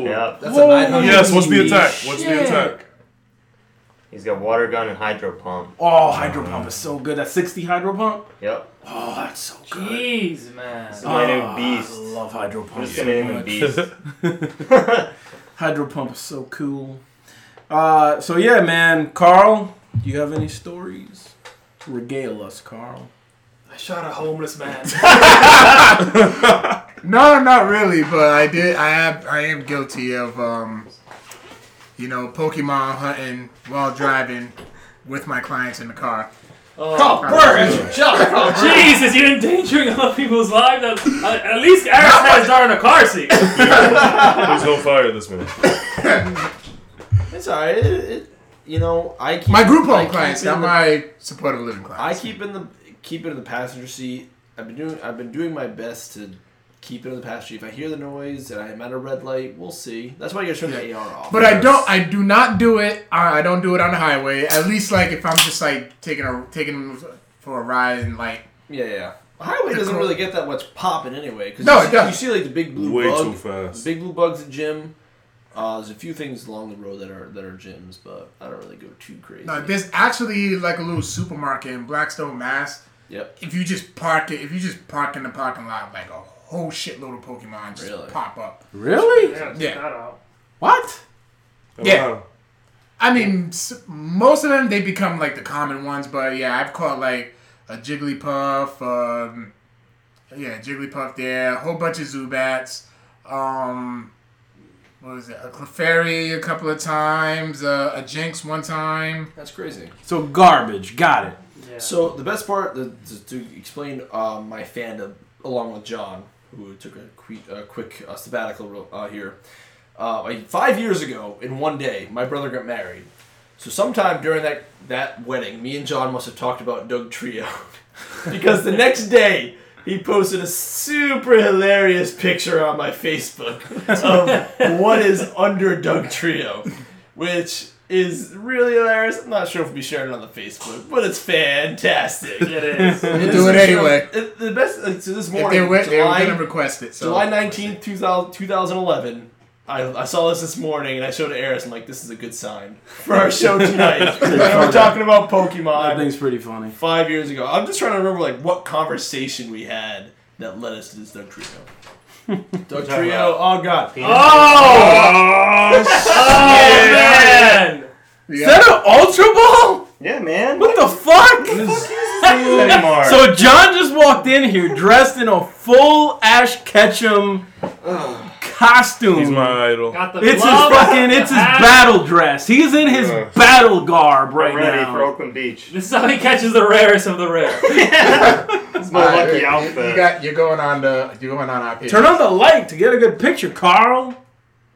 Speaker 3: Yep.
Speaker 2: That's a 900.
Speaker 7: Yes, what's the attack? What's the attack?
Speaker 3: He's got water gun and hydro pump.
Speaker 5: Oh, hydro pump is so good. That 60 hydro pump?
Speaker 3: Yep.
Speaker 5: Oh, that's so good.
Speaker 8: Jeez, man.
Speaker 3: He's my
Speaker 5: Ah,
Speaker 3: new beast.
Speaker 5: I love hydro
Speaker 3: I'm
Speaker 5: pump.
Speaker 3: just gonna name him Beast.
Speaker 5: Hydro pump is so cool. Uh, so yeah, man, Carl, do you have any stories? Regale us, Carl.
Speaker 8: I shot a homeless man.
Speaker 6: No, not really, but I did. I have. I am guilty of, um, you know, Pokemon hunting while driving with my clients in the car.
Speaker 2: Oh, burn! Shut up!
Speaker 8: Oh, Jesus, you're endangering other people's lives. At- At least Eric had his daughter in a car seat.
Speaker 7: There's no fire this man.
Speaker 2: It's alright. It, it, you know, I keep
Speaker 6: My group
Speaker 2: I
Speaker 6: home
Speaker 2: keep
Speaker 6: clients,
Speaker 2: in
Speaker 6: not
Speaker 2: the-
Speaker 6: my supportive living
Speaker 2: I
Speaker 6: clients.
Speaker 2: keep in the keep it in the passenger seat. I've been doing I've been doing my best to keep it in the passenger seat. If I hear the noise and I'm at a red light, we'll see. That's why you gotta turn the AR off.
Speaker 6: But I don't. I do not do it. I I don't do it on the highway. At least, like if I'm just like taking a taking them for a ride and like
Speaker 2: yeah, yeah. Highway doesn't
Speaker 6: car-
Speaker 2: really get that much popping anyway. Cause
Speaker 6: No,
Speaker 2: you
Speaker 6: it
Speaker 2: see,
Speaker 6: doesn't.
Speaker 2: You see like the big blue
Speaker 7: Way
Speaker 2: bug,
Speaker 7: too fast.
Speaker 2: big blue bugs at gym. Uh, there's a few things along the road that are that are gyms, but I don't really go too crazy.
Speaker 6: No, there's actually like a little supermarket in Blackstone, Mass.
Speaker 2: Yep.
Speaker 6: If you just park it, if you just park in the parking lot, like a whole shitload of Pokemon just
Speaker 2: Really?
Speaker 6: pop up.
Speaker 5: Really?
Speaker 6: Yeah.
Speaker 8: Shout out.
Speaker 5: What?
Speaker 6: Yeah.
Speaker 7: Wow.
Speaker 6: I mean, s- most of them they become like the common ones, but yeah, I've caught like a Jigglypuff, um, yeah, Jigglypuff there, a whole bunch of Zubats, um, what was it, a Clefairy a couple of times, uh, a Jinx one time.
Speaker 2: That's crazy.
Speaker 5: So garbage. Got it.
Speaker 8: Yeah.
Speaker 2: So the best part the, to, to explain um, my fandom along with John, who took a, que- a quick uh, sabbatical real- uh, here. Uh, like five years ago, in one day, my brother got married. So sometime during that that wedding, me and John must have talked about Doug Trio, because the next day he posted a super hilarious picture on my Facebook of what is under Doug Trio, which
Speaker 9: is really hilarious. I'm not sure if we'll be sharing it on the Facebook, but it's fantastic.
Speaker 4: It is.
Speaker 6: We'll do it anyway.
Speaker 9: It- the best. like, so this
Speaker 6: If
Speaker 9: morning,
Speaker 6: they were, they were
Speaker 9: July,
Speaker 6: gonna request it. So
Speaker 9: July 19th, 2000, 2011. I, I saw this this morning and I showed it to Eris. I'm like, this is a good sign for our show tonight. we're talking about
Speaker 5: That
Speaker 9: Pokemon
Speaker 5: thing's pretty funny.
Speaker 9: five years ago. I'm just trying to remember like what conversation we had that led us to this Doug Trio. Doug Trio. Oh God.
Speaker 7: Oh,
Speaker 4: Man!
Speaker 6: We
Speaker 9: Is
Speaker 6: got-
Speaker 9: that an Ultra Ball?
Speaker 3: Yeah, man.
Speaker 5: What the fuck?
Speaker 3: anymore?
Speaker 5: so John just walked in here dressed in a full Ash Ketchum costume.
Speaker 7: He's my idol.
Speaker 4: Got the
Speaker 5: it's his
Speaker 4: glove.
Speaker 5: fucking, it's his battle dress. He's in his
Speaker 7: Ugh.
Speaker 5: battle garb right
Speaker 3: I'm ready
Speaker 5: now.
Speaker 3: for Oakland Beach.
Speaker 4: This is how he catches the rarest of the rare.
Speaker 3: It's my
Speaker 6: Alright,
Speaker 3: lucky
Speaker 6: you-
Speaker 3: outfit.
Speaker 6: You got, you're going on the. You're going on our page.
Speaker 5: Turn on the light to get a good picture, Carl.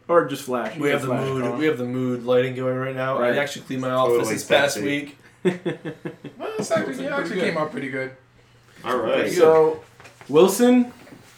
Speaker 5: Or just flash.
Speaker 2: We have the
Speaker 5: Flash,
Speaker 2: mood.
Speaker 5: Carl.
Speaker 2: We have the mood lighting going right now.
Speaker 5: Right.
Speaker 2: I actually cleaned my office
Speaker 3: Totally
Speaker 2: this past
Speaker 3: sexy.
Speaker 2: week.
Speaker 6: Well, it's actually, yeah, actually came out pretty good.
Speaker 3: All right.
Speaker 5: So, Wilson,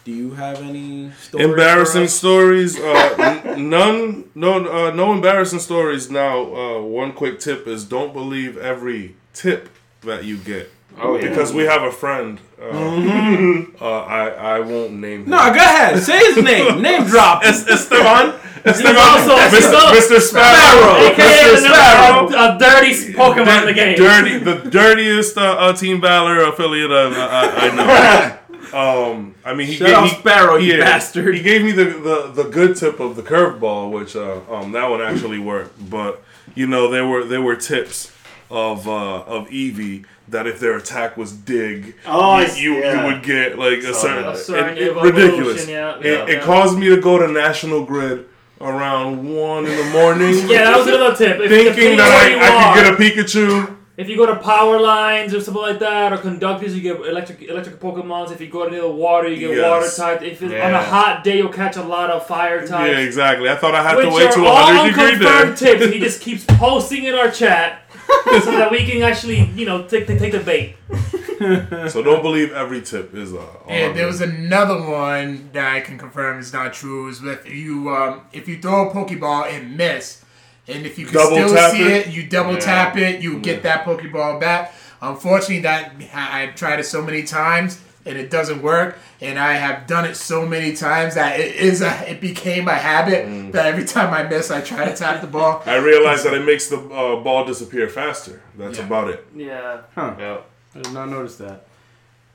Speaker 5: do you have any stories
Speaker 7: embarrassing
Speaker 5: for us?
Speaker 7: stories uh, n- none no uh, no embarrassing stories now uh, one quick tip is don't believe every tip that you get
Speaker 3: Oh, yeah.
Speaker 7: because we have a friend uh, uh, I, I won't name him
Speaker 5: No, go ahead. Say his name. name drop.
Speaker 7: Es- Esteban Esteban
Speaker 4: also-
Speaker 7: Mr. Mr. Sparrow
Speaker 5: Sparrow.
Speaker 4: AKA
Speaker 7: Mr.
Speaker 4: the
Speaker 7: Sparrow
Speaker 4: number one, a dirty Pokemon in the game.
Speaker 7: dirty the dirtiest uh, uh, Team Valor affiliate I, I, I know um, I mean he,
Speaker 5: Shut
Speaker 7: gave-
Speaker 5: up,
Speaker 7: he
Speaker 5: Sparrow, you bastard.
Speaker 7: Oh, He gave me the, the, the good tip of the curveball, which uh, um, that one actually worked. But you know, there were there were tips of uh, of Eevee that if their attack was dig,
Speaker 3: Oh,
Speaker 7: you,
Speaker 3: I-
Speaker 7: you,
Speaker 3: yeah.
Speaker 7: you would get like a certain
Speaker 4: A certain
Speaker 7: it- it-
Speaker 4: evolution,
Speaker 7: ridiculous.
Speaker 4: yeah,
Speaker 7: it,
Speaker 4: yeah,
Speaker 7: it
Speaker 4: yeah.
Speaker 7: caused me to go to National Grid around one in the morning,
Speaker 4: Yeah, that was another tip. If
Speaker 7: thinking
Speaker 4: depending
Speaker 7: that
Speaker 4: where
Speaker 7: I,
Speaker 4: you
Speaker 7: I
Speaker 4: are,
Speaker 7: could get a Pikachu.
Speaker 4: If you go to power lines or something like that, or conductors, you get electric electric Pokemons. If you go to the water, you get
Speaker 7: Yes.
Speaker 4: water type. If it's on a
Speaker 3: Yeah.
Speaker 4: hot day, you'll catch a lot of fire
Speaker 7: Yeah,
Speaker 4: types.
Speaker 7: exactly. I thought I had
Speaker 4: Which
Speaker 7: to wait
Speaker 4: are
Speaker 7: to
Speaker 4: all
Speaker 7: 100 degree
Speaker 4: unconfirmed
Speaker 7: day.
Speaker 4: tips. He just keeps posting in our chat so that we can actually, you know, take take, take the bait.
Speaker 7: So don't believe every tip is uh, all
Speaker 6: And there
Speaker 7: I'm-
Speaker 6: was another one that I can confirm is not true. Is if you um, if you throw a Pokeball and miss, and if you can
Speaker 7: Double
Speaker 6: still
Speaker 7: tap
Speaker 6: see
Speaker 7: it?
Speaker 6: it, you double
Speaker 3: Yeah.
Speaker 6: tap it, you get that Pokeball back. Unfortunately, that I- I've tried it so many times and it doesn't work. And I have done it so many times that it is a, it became a habit
Speaker 7: Mm.
Speaker 6: that every time I miss, I try to tap the ball.
Speaker 7: I realized that it makes the uh, ball disappear faster. That's
Speaker 6: Yeah.
Speaker 7: about it.
Speaker 4: Yeah.
Speaker 3: Yeah.
Speaker 5: I did not notice that.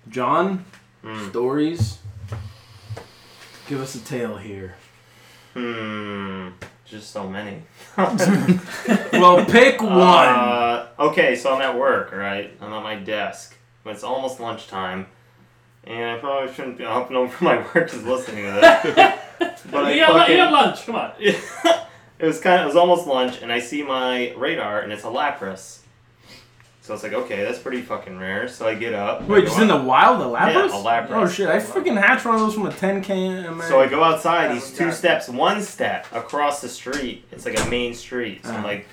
Speaker 5: John, stories. Give us a tale here.
Speaker 3: Hmm. Just so many.
Speaker 5: Well, pick one.
Speaker 3: Uh, okay, so I'm at work, right? I'm at my desk. It's almost lunchtime. And I probably shouldn't be. I hope no one from my work is listening to this. but
Speaker 4: You
Speaker 3: I
Speaker 4: got, you got
Speaker 3: fucking,
Speaker 4: lunch. Come on.
Speaker 3: it was kind of. It was almost lunch, and I see my radar, and it's a Lapras. So it's like, okay, that's pretty fucking rare. So I get up. I
Speaker 5: Wait,
Speaker 3: go
Speaker 5: just in
Speaker 3: out-
Speaker 5: the wild, the
Speaker 3: Yeah,
Speaker 5: Lapras?
Speaker 3: a Lapras.
Speaker 5: Oh shit, I freaking hatched one of those from a 10 can.
Speaker 3: So I go outside. He's two steps, one step across the street. It's like a main street. So I'm
Speaker 5: Uh-huh.
Speaker 3: like,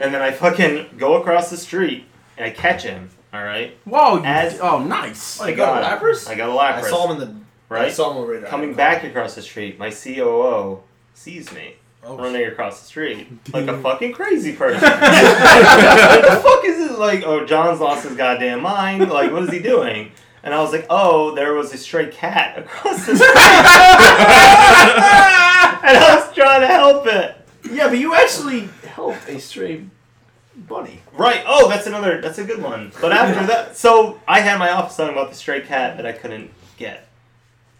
Speaker 3: and then I fucking go across the street and I catch him. All right.
Speaker 5: Whoa, you,
Speaker 3: As-
Speaker 5: oh, nice.
Speaker 3: I
Speaker 2: You got a
Speaker 3: him.
Speaker 2: Lapras?
Speaker 3: I got a Lapras.
Speaker 2: I saw him in the. I
Speaker 3: Right.
Speaker 2: saw him on the radar.
Speaker 3: Coming back across the street, my COO sees me
Speaker 2: Oh,
Speaker 3: running across the street like a fucking crazy person. what the fuck is this? Like, oh, John's lost his goddamn mind. Like, what is he doing? And I was like, oh, there was a stray cat across the street. and I was trying to help it.
Speaker 2: Yeah, but you actually helped a stray bunny.
Speaker 3: Right. Oh, that's another. That's a good one. But after that, so I had my office on about the stray cat that I couldn't get,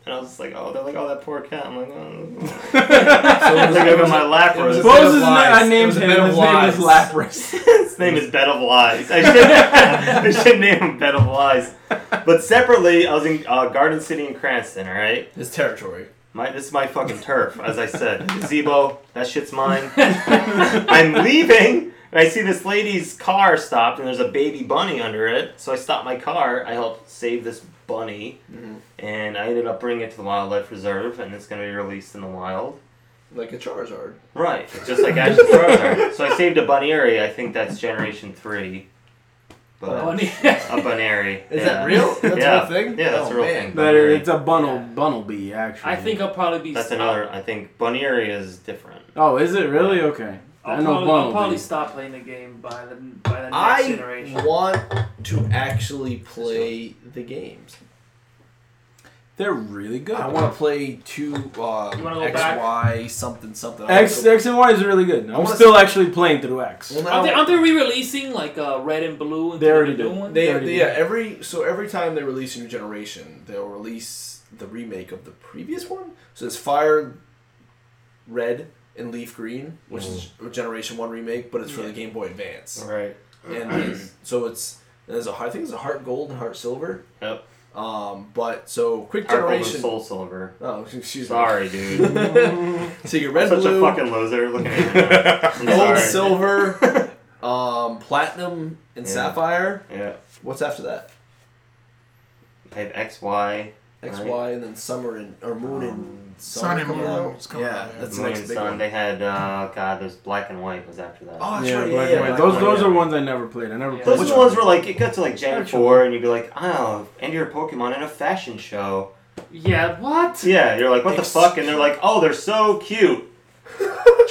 Speaker 3: and I was just like, oh, they're like, oh, that poor cat. I'm like, oh. I think I got my Lapras.
Speaker 2: Well-
Speaker 5: Suppose his na- I
Speaker 2: It
Speaker 5: named
Speaker 2: was a
Speaker 5: him.
Speaker 2: bit of
Speaker 5: His name is
Speaker 2: lies.
Speaker 5: Lapras.
Speaker 3: His name is Bed of Lies. I should, I should name him Bed of Lies. But separately, I was in uh, Garden City and Cranston. All right.
Speaker 2: His territory.
Speaker 3: My, this is my fucking turf, as I said. Gazebo, that shit's mine. I'm leaving, and I see this lady's car stopped, and there's a baby bunny under it. So I stop my car. I help save this bunny,
Speaker 2: Mm-hmm.
Speaker 3: and I ended up bringing it to the wildlife reserve, and it's gonna be released in the wild.
Speaker 2: Like a Charizard.
Speaker 3: Right, just like Ash's brother. So I saved a bunny. I think that's generation three. But
Speaker 4: Bunny.
Speaker 3: a bunny.
Speaker 2: Is that real? That's a real
Speaker 3: yeah.
Speaker 2: thing?
Speaker 3: Yeah, that's
Speaker 2: Oh,
Speaker 3: a real
Speaker 2: man.
Speaker 3: thing.
Speaker 5: Better,
Speaker 3: Bunary.
Speaker 5: it's a bunnel, bunnelby, actually.
Speaker 4: I think I'll probably be.
Speaker 3: That's
Speaker 4: I'll-
Speaker 3: another. I think bunny is different.
Speaker 5: Oh, is it really? Okay.
Speaker 8: I'll
Speaker 5: I know
Speaker 8: probably,
Speaker 5: one
Speaker 8: I'll
Speaker 5: will
Speaker 8: probably
Speaker 5: be.
Speaker 8: stop playing the game by the by the next
Speaker 2: I
Speaker 8: generation.
Speaker 2: want to actually play the games.
Speaker 5: They're really good.
Speaker 2: I want to play two uh,
Speaker 8: You wanna go
Speaker 2: X,
Speaker 8: back?
Speaker 2: Y, something, something. I wanna
Speaker 5: X
Speaker 2: go-
Speaker 5: X and Y is really good. I'm
Speaker 2: wanna
Speaker 5: still actually playing through X.
Speaker 2: Well, now-
Speaker 4: Aren't they, aren't they re-releasing like uh, red and blue? And
Speaker 5: They already
Speaker 4: new
Speaker 5: did.
Speaker 4: one?
Speaker 2: They,
Speaker 5: There you
Speaker 2: they-
Speaker 5: go.
Speaker 2: yeah, every so every time they release a new generation, they'll release the remake of the previous one. So it's Fire Red and Leaf Green, which is
Speaker 3: Mm.
Speaker 2: a Generation One remake, but it's for the Game Boy Advance.
Speaker 3: Right.
Speaker 2: And so it's there's a heart- I think it's a Heart Gold and Heart Silver.
Speaker 3: Yep.
Speaker 2: Um, but so quick
Speaker 3: Our golden
Speaker 2: generation.
Speaker 3: Soul Silver.
Speaker 2: Oh, excuse
Speaker 3: Sorry, dude.
Speaker 2: me. Sorry. so you red
Speaker 3: Such
Speaker 2: blue,
Speaker 3: a fucking loser. Look at me now. I'm
Speaker 2: gold,
Speaker 3: sorry.
Speaker 2: silver, um, platinum, and
Speaker 3: Yeah.
Speaker 2: sapphire.
Speaker 3: Yeah.
Speaker 2: What's after that?
Speaker 3: I have X, Y,
Speaker 2: X,
Speaker 3: Right.
Speaker 2: Y, and then summer and or moon and
Speaker 6: Sun and
Speaker 2: coming
Speaker 6: Moon
Speaker 2: out.
Speaker 6: is coming
Speaker 2: yeah,
Speaker 6: out, yeah.
Speaker 2: that's the
Speaker 3: Moon
Speaker 2: next
Speaker 3: and
Speaker 2: big
Speaker 3: Sun.
Speaker 2: one.
Speaker 3: They had, uh, God, there's Black and White was after that.
Speaker 2: Oh, that's
Speaker 5: Yeah,
Speaker 2: right.
Speaker 5: Black
Speaker 2: yeah,
Speaker 5: and White.
Speaker 2: Black
Speaker 5: those
Speaker 2: and
Speaker 5: those
Speaker 2: White,
Speaker 5: are
Speaker 2: yeah.
Speaker 5: ones I never played. I never
Speaker 8: Yeah.
Speaker 5: played.
Speaker 3: Those
Speaker 5: them.
Speaker 3: ones were like, it got to like Gen
Speaker 5: Actually.
Speaker 3: 4, and you'd be like, oh, enter your Pokemon in a fashion show.
Speaker 8: Yeah, what?
Speaker 3: Yeah, you're like, what the fuck? And they're like, oh, they're so cute.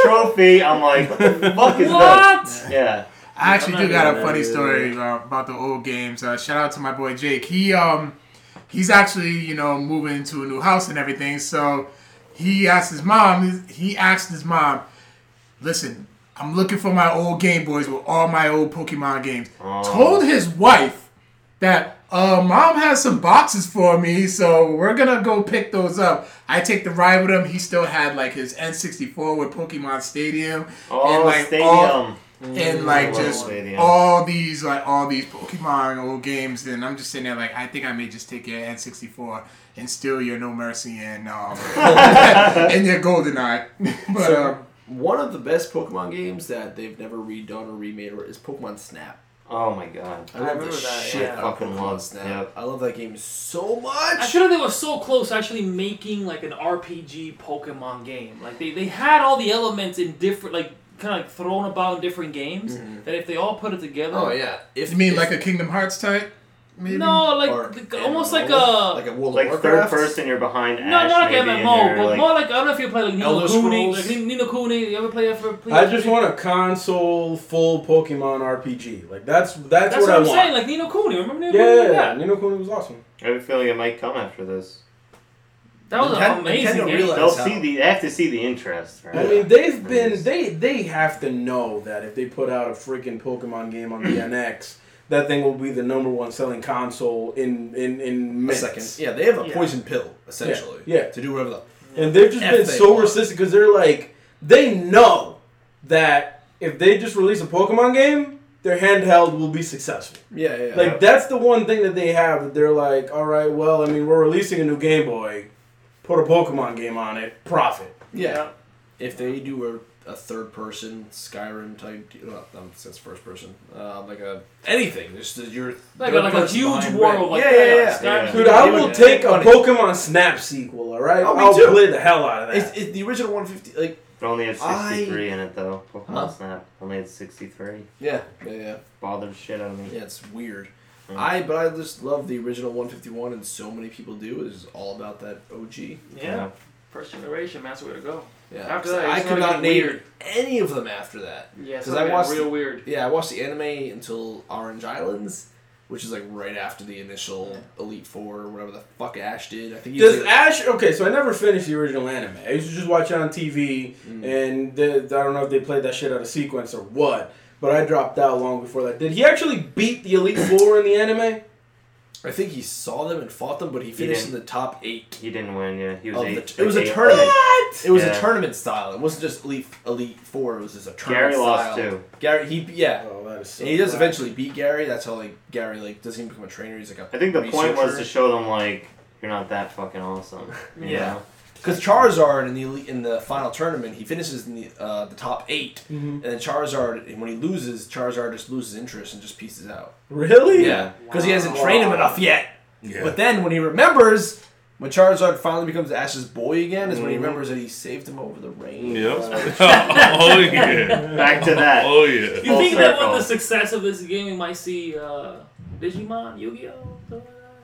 Speaker 3: Trophy. I'm like, what the fuck is that?
Speaker 8: What?
Speaker 3: Yeah.
Speaker 6: I actually
Speaker 5: I'm
Speaker 6: do
Speaker 5: not
Speaker 6: got a
Speaker 5: gonna
Speaker 6: funny
Speaker 5: do
Speaker 6: story uh, about the old games. Uh, shout out to my boy Jake. He um, he's actually you know moving into a new house and everything. So he asked his mom. He asked his mom, "Listen, I'm looking for my old Game Boys with all my old Pokemon games."
Speaker 5: Oh.
Speaker 6: Told his wife that uh, mom has some boxes for me, so we're gonna go pick those up. I take the ride with him. He still had like his N64 with Pokemon Stadium
Speaker 3: Oh,
Speaker 6: like,
Speaker 3: Stadium.
Speaker 6: all- and like
Speaker 3: Love
Speaker 6: just
Speaker 3: Stadium.
Speaker 6: all these like all these Pokemon old games, and I'm just sitting there like I think I may just take your N64 and steal your No Mercy and um and your Goldeneye. but
Speaker 2: So,
Speaker 6: um,
Speaker 2: one of the best Pokemon games that they've never redone or remade or is Pokemon Snap.
Speaker 3: Oh my god.
Speaker 2: I, love the
Speaker 8: remember that,
Speaker 2: shit
Speaker 8: yeah.
Speaker 2: out of
Speaker 3: Fucking
Speaker 2: Pokemon
Speaker 3: love,
Speaker 2: Snap.
Speaker 3: yep.
Speaker 2: I love that game so much.
Speaker 4: I feel like they were so close to actually making like an RPG Pokemon game. Like they, they had all the elements in different like kind of like thrown about in different games that if they all put it together.
Speaker 2: oh yeah. If
Speaker 6: you mean
Speaker 2: if-
Speaker 6: like a Kingdom Hearts type? Maybe?
Speaker 4: No,
Speaker 2: or
Speaker 4: like the, almost like
Speaker 2: MMO,
Speaker 4: a
Speaker 2: like a World
Speaker 3: Like
Speaker 2: of
Speaker 3: third
Speaker 2: Warcraft.
Speaker 3: person, you're behind
Speaker 4: no,
Speaker 3: Ash.
Speaker 4: not like
Speaker 3: maybe, and
Speaker 4: MMO,
Speaker 3: you're,
Speaker 4: but
Speaker 3: like-
Speaker 4: more like I don't know if you play like Nino
Speaker 2: Elder
Speaker 4: Kuni,
Speaker 2: Scrolls?
Speaker 4: like Ni- Nino Kuni. You ever play that for? please?
Speaker 5: I just want a console full Pokemon RPG. Like that's that's,
Speaker 4: That's
Speaker 5: what,
Speaker 4: what
Speaker 5: I
Speaker 4: I'm
Speaker 5: want.
Speaker 4: saying. Like Nino Kuni, remember Nino
Speaker 5: yeah,
Speaker 4: Kuni?
Speaker 5: yeah, yeah. Nino Kuni was awesome.
Speaker 3: I have a feeling it might come after this.
Speaker 4: that was
Speaker 2: Nintendo-
Speaker 4: an amazing
Speaker 2: Nintendo
Speaker 4: game.
Speaker 2: realized-
Speaker 3: They'll
Speaker 2: how-
Speaker 3: see the. They have to see the interest, right?
Speaker 5: I mean, they've been they they have to know that if they put out a freaking Pokemon game on the NX, that thing will be the number one selling console in in in
Speaker 2: A
Speaker 5: minutes.
Speaker 2: second. Yeah, they have a
Speaker 4: Yeah.
Speaker 2: poison pill essentially.
Speaker 5: yeah.
Speaker 2: To do whatever the
Speaker 5: And they've just
Speaker 2: F
Speaker 5: been
Speaker 2: they
Speaker 5: so
Speaker 2: want.
Speaker 5: resistant because they're like, they know that if they just release a Pokemon game, their handheld will be successful.
Speaker 2: yeah yeah.
Speaker 5: Like that's the one thing that they have that they're like, all right, well, I mean, we're releasing a new Game Boy, put a Pokemon game on it, profit.
Speaker 2: Yeah. If they do a, a third person Skyrim type, de- well, um, that's first person, uh, like a anything, just that you're
Speaker 4: Like a,
Speaker 2: third
Speaker 4: like a
Speaker 2: person
Speaker 4: huge
Speaker 2: behind
Speaker 4: world.
Speaker 2: red.
Speaker 4: Like
Speaker 5: Yeah,
Speaker 4: that, like,
Speaker 5: yeah, yeah.
Speaker 4: Skyrim.
Speaker 2: Yeah.
Speaker 5: Dude, I will
Speaker 2: Yeah.
Speaker 5: take a
Speaker 2: Money.
Speaker 5: Pokemon Snap sequel. All right,
Speaker 2: Oh, me
Speaker 5: I'll
Speaker 2: too.
Speaker 5: play the hell out of that.
Speaker 2: It's, it's the original 150. Like
Speaker 3: It only had
Speaker 2: I-
Speaker 3: 63 in it though. Pokemon
Speaker 2: Huh?
Speaker 3: Snap only had 63.
Speaker 2: yeah, yeah, yeah,
Speaker 3: Bothered the shit out of me.
Speaker 2: yeah. It's weird.
Speaker 3: Mm.
Speaker 2: I but I just love the original 151, and so many people do. It's just all about that OG.
Speaker 8: Yeah, first generation, man, that's the way to go.
Speaker 2: Yeah,
Speaker 8: After that,
Speaker 2: I
Speaker 8: it's
Speaker 2: could
Speaker 8: not
Speaker 2: not
Speaker 8: even
Speaker 2: name
Speaker 8: weird.
Speaker 2: any of them after that.
Speaker 8: Yeah,
Speaker 2: 'Cause I watched
Speaker 8: real
Speaker 2: the-
Speaker 8: weird.
Speaker 2: Yeah, I watched the anime until Orange Islands, which is like right after the initial Elite Four or whatever the fuck Ash did. I think he
Speaker 5: Does
Speaker 2: did-
Speaker 5: Ash? Okay, so I never finished the original anime. I used to just watch it on TV,
Speaker 2: Mm.
Speaker 5: and the, I don't know if they played that shit out of sequence or what. But I dropped out long before that. Did he actually beat the Elite Four in the anime?
Speaker 2: I think he saw them and fought them, but he finished in
Speaker 3: didn't.
Speaker 2: the top eight.
Speaker 3: He didn't win. Yeah, he was.
Speaker 2: Of
Speaker 3: eight,
Speaker 2: the t- it was a
Speaker 3: eight.
Speaker 2: tournament. It was
Speaker 3: Yeah.
Speaker 2: a tournament style. It wasn't just elite elite four. It was just a tournament
Speaker 3: Gary lost
Speaker 2: style.
Speaker 3: too.
Speaker 2: Gary, he yeah,
Speaker 5: Oh, that is. So
Speaker 2: and he does
Speaker 5: crap.
Speaker 2: eventually beat Gary. That's how like Gary like doesn't even become a trainer. He's like a
Speaker 3: I think the point was to
Speaker 2: researcher.
Speaker 3: show them like you're not that fucking awesome. you
Speaker 8: Yeah.
Speaker 3: know?
Speaker 2: Because Charizard in the elite, in the final tournament, he finishes in the uh, the top 8
Speaker 3: Mm-hmm.
Speaker 2: and then Charizard and when he loses, Charizard just loses interest and just pieces out.
Speaker 5: Really?
Speaker 2: Yeah, because he hasn't trained him enough yet.
Speaker 7: Yeah.
Speaker 2: But then when he remembers, when Charizard finally becomes Ash's boy again, is when he remembers that he saved him over the rain.
Speaker 7: Yep. oh yeah.
Speaker 3: Back to that.
Speaker 7: Oh yeah.
Speaker 4: You
Speaker 3: Full
Speaker 4: think that with
Speaker 3: circle.
Speaker 4: the success of this game, we might see uh, Digimon, Yu-Gi-Oh. something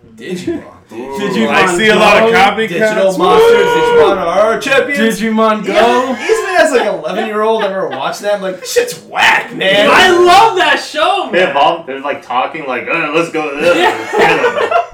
Speaker 4: like that?
Speaker 2: Digimon.
Speaker 5: Digimon
Speaker 7: I see a lot of
Speaker 5: Go,
Speaker 7: copycats.
Speaker 9: Digital monsters, Digimon are our champions.
Speaker 5: Digimon Go.
Speaker 9: Even as like an 11 year old, ever watched that, I'm like, this shit's whack, man.
Speaker 8: I love that show,
Speaker 3: They
Speaker 8: man.
Speaker 3: evolved. They're like talking, like, "Uh, let's go. to this."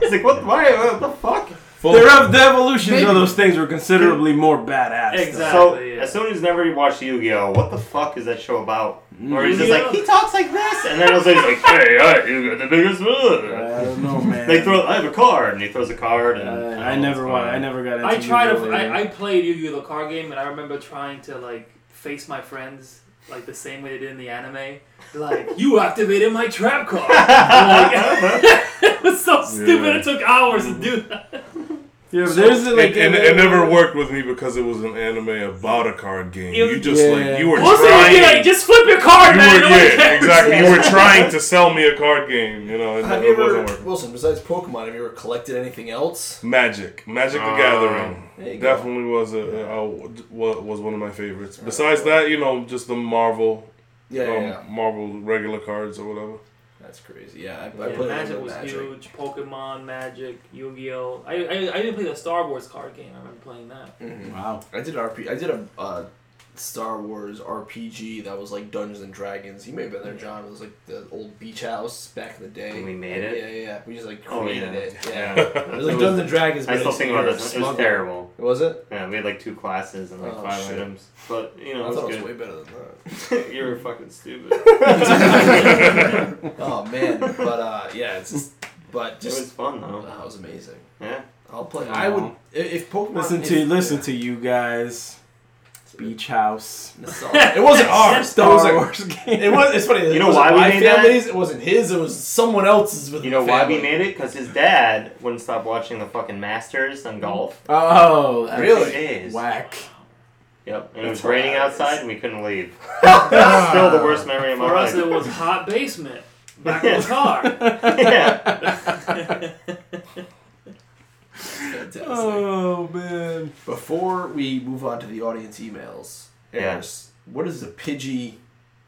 Speaker 3: It's like, what? Why? What the fuck?
Speaker 5: Their ev- the evolutions
Speaker 6: Maybe.
Speaker 5: of those things were considerably more badass. though.
Speaker 8: Exactly.
Speaker 3: So,
Speaker 8: yeah.
Speaker 3: as someone who's never watched Yu-Gi-Oh, what the fuck is that show about? Or he's
Speaker 2: Mm.
Speaker 3: just like, he talks like this, and then it was like, he's like, hey, I, you got the biggest one.
Speaker 5: I don't know, man.
Speaker 3: They throw, I have a card, and he throws a card, and
Speaker 5: Uh, I never wa- I never got into.
Speaker 8: I tried
Speaker 5: Yu-Gi-Oh!
Speaker 8: to. I, I played Yu Yu the card game, and I remember trying to like face my friends like the same way they did in the anime. Like you activated my trap card. Like, it was so stupid. It took hours to do that.
Speaker 5: yeah, but there's like
Speaker 7: it, and it never worked with me because it was an anime about a card game. You just like
Speaker 5: Yeah.
Speaker 7: you were
Speaker 8: Mostly,
Speaker 7: trying.
Speaker 8: you'd be like, just flip your card,
Speaker 7: you
Speaker 8: man.
Speaker 7: were,
Speaker 8: No one
Speaker 7: yeah,
Speaker 8: cares.
Speaker 7: exactly. You were trying to sell me a card game. You know, and
Speaker 2: Have
Speaker 7: it
Speaker 2: you
Speaker 7: wasn't
Speaker 2: ever,
Speaker 7: working.
Speaker 2: Wilson, besides Pokemon, have you ever collected anything else?
Speaker 7: Magic, Magic the Gathering,
Speaker 2: there you go.
Speaker 7: definitely was a, a, wa- was one of my favorites. Besides that, you know, just the Marvel,
Speaker 2: Yeah,
Speaker 7: um,
Speaker 2: yeah, yeah.
Speaker 7: Marvel regular cards or whatever.
Speaker 2: That's crazy. Yeah, I, I
Speaker 8: Yeah,
Speaker 2: played a little
Speaker 8: Magic
Speaker 2: bit
Speaker 8: was
Speaker 2: of Magic.
Speaker 8: huge. Pokemon, Magic, Yu Gi Oh. I, I I didn't play the Star Wars card game. I remember playing that.
Speaker 5: wow.
Speaker 2: Mm-hmm. I did RP. I did a uh, Star Wars RPG that was like Dungeons and Dragons. You may have been there, John. It was like the old beach house back in the day.
Speaker 3: we made it.
Speaker 2: Yeah, yeah, yeah. We just like
Speaker 3: Oh,
Speaker 2: created
Speaker 3: yeah.
Speaker 2: it. Yeah. it was like
Speaker 3: It was-
Speaker 2: Dungeons and Dragons.
Speaker 3: I
Speaker 2: but
Speaker 3: still
Speaker 2: it's
Speaker 3: think about
Speaker 2: you're a
Speaker 3: this. It was
Speaker 2: smuggler.
Speaker 3: terrible.
Speaker 2: Was it?
Speaker 3: Yeah, we had like two classes and like
Speaker 2: Oh,
Speaker 3: five
Speaker 2: shit.
Speaker 3: items, but you know,
Speaker 2: I
Speaker 3: it
Speaker 2: thought it was
Speaker 3: was
Speaker 2: way better than that.
Speaker 3: good. you were fucking stupid.
Speaker 2: Oh man, but uh, yeah, it's just, but
Speaker 3: it was
Speaker 2: just uh,
Speaker 3: fun though.
Speaker 2: that was amazing.
Speaker 3: Yeah.
Speaker 2: I'll play. I would i- if Pokemon.
Speaker 5: Listen to
Speaker 2: if-
Speaker 5: listen to you guys. Beach House.
Speaker 2: yeah, nostalgia. It wasn't ours.
Speaker 5: Star
Speaker 2: it was like,
Speaker 5: Wars game.
Speaker 2: it was. It's funny. it
Speaker 3: know
Speaker 2: wasn't
Speaker 3: why we
Speaker 2: my
Speaker 3: made that?
Speaker 2: family's. It wasn't his. It was someone else's. With
Speaker 3: You know why we made it? Because his dad wouldn't stop watching the fucking Masters
Speaker 2: Mm.
Speaker 3: on golf.
Speaker 5: Oh, that's
Speaker 2: Really?
Speaker 3: Days.
Speaker 5: Whack.
Speaker 3: Yep. And it
Speaker 2: That's
Speaker 3: was raining
Speaker 2: hilarious.
Speaker 3: outside and we couldn't leave.
Speaker 2: Ah,
Speaker 3: That's still the worst memory of my
Speaker 8: For us,
Speaker 3: life.
Speaker 8: it was hot basement. Back in the car.
Speaker 3: yeah.
Speaker 5: Oh man.
Speaker 2: Before we move on to the audience emails,
Speaker 3: Yeah.
Speaker 2: Eris, what is the Pidgey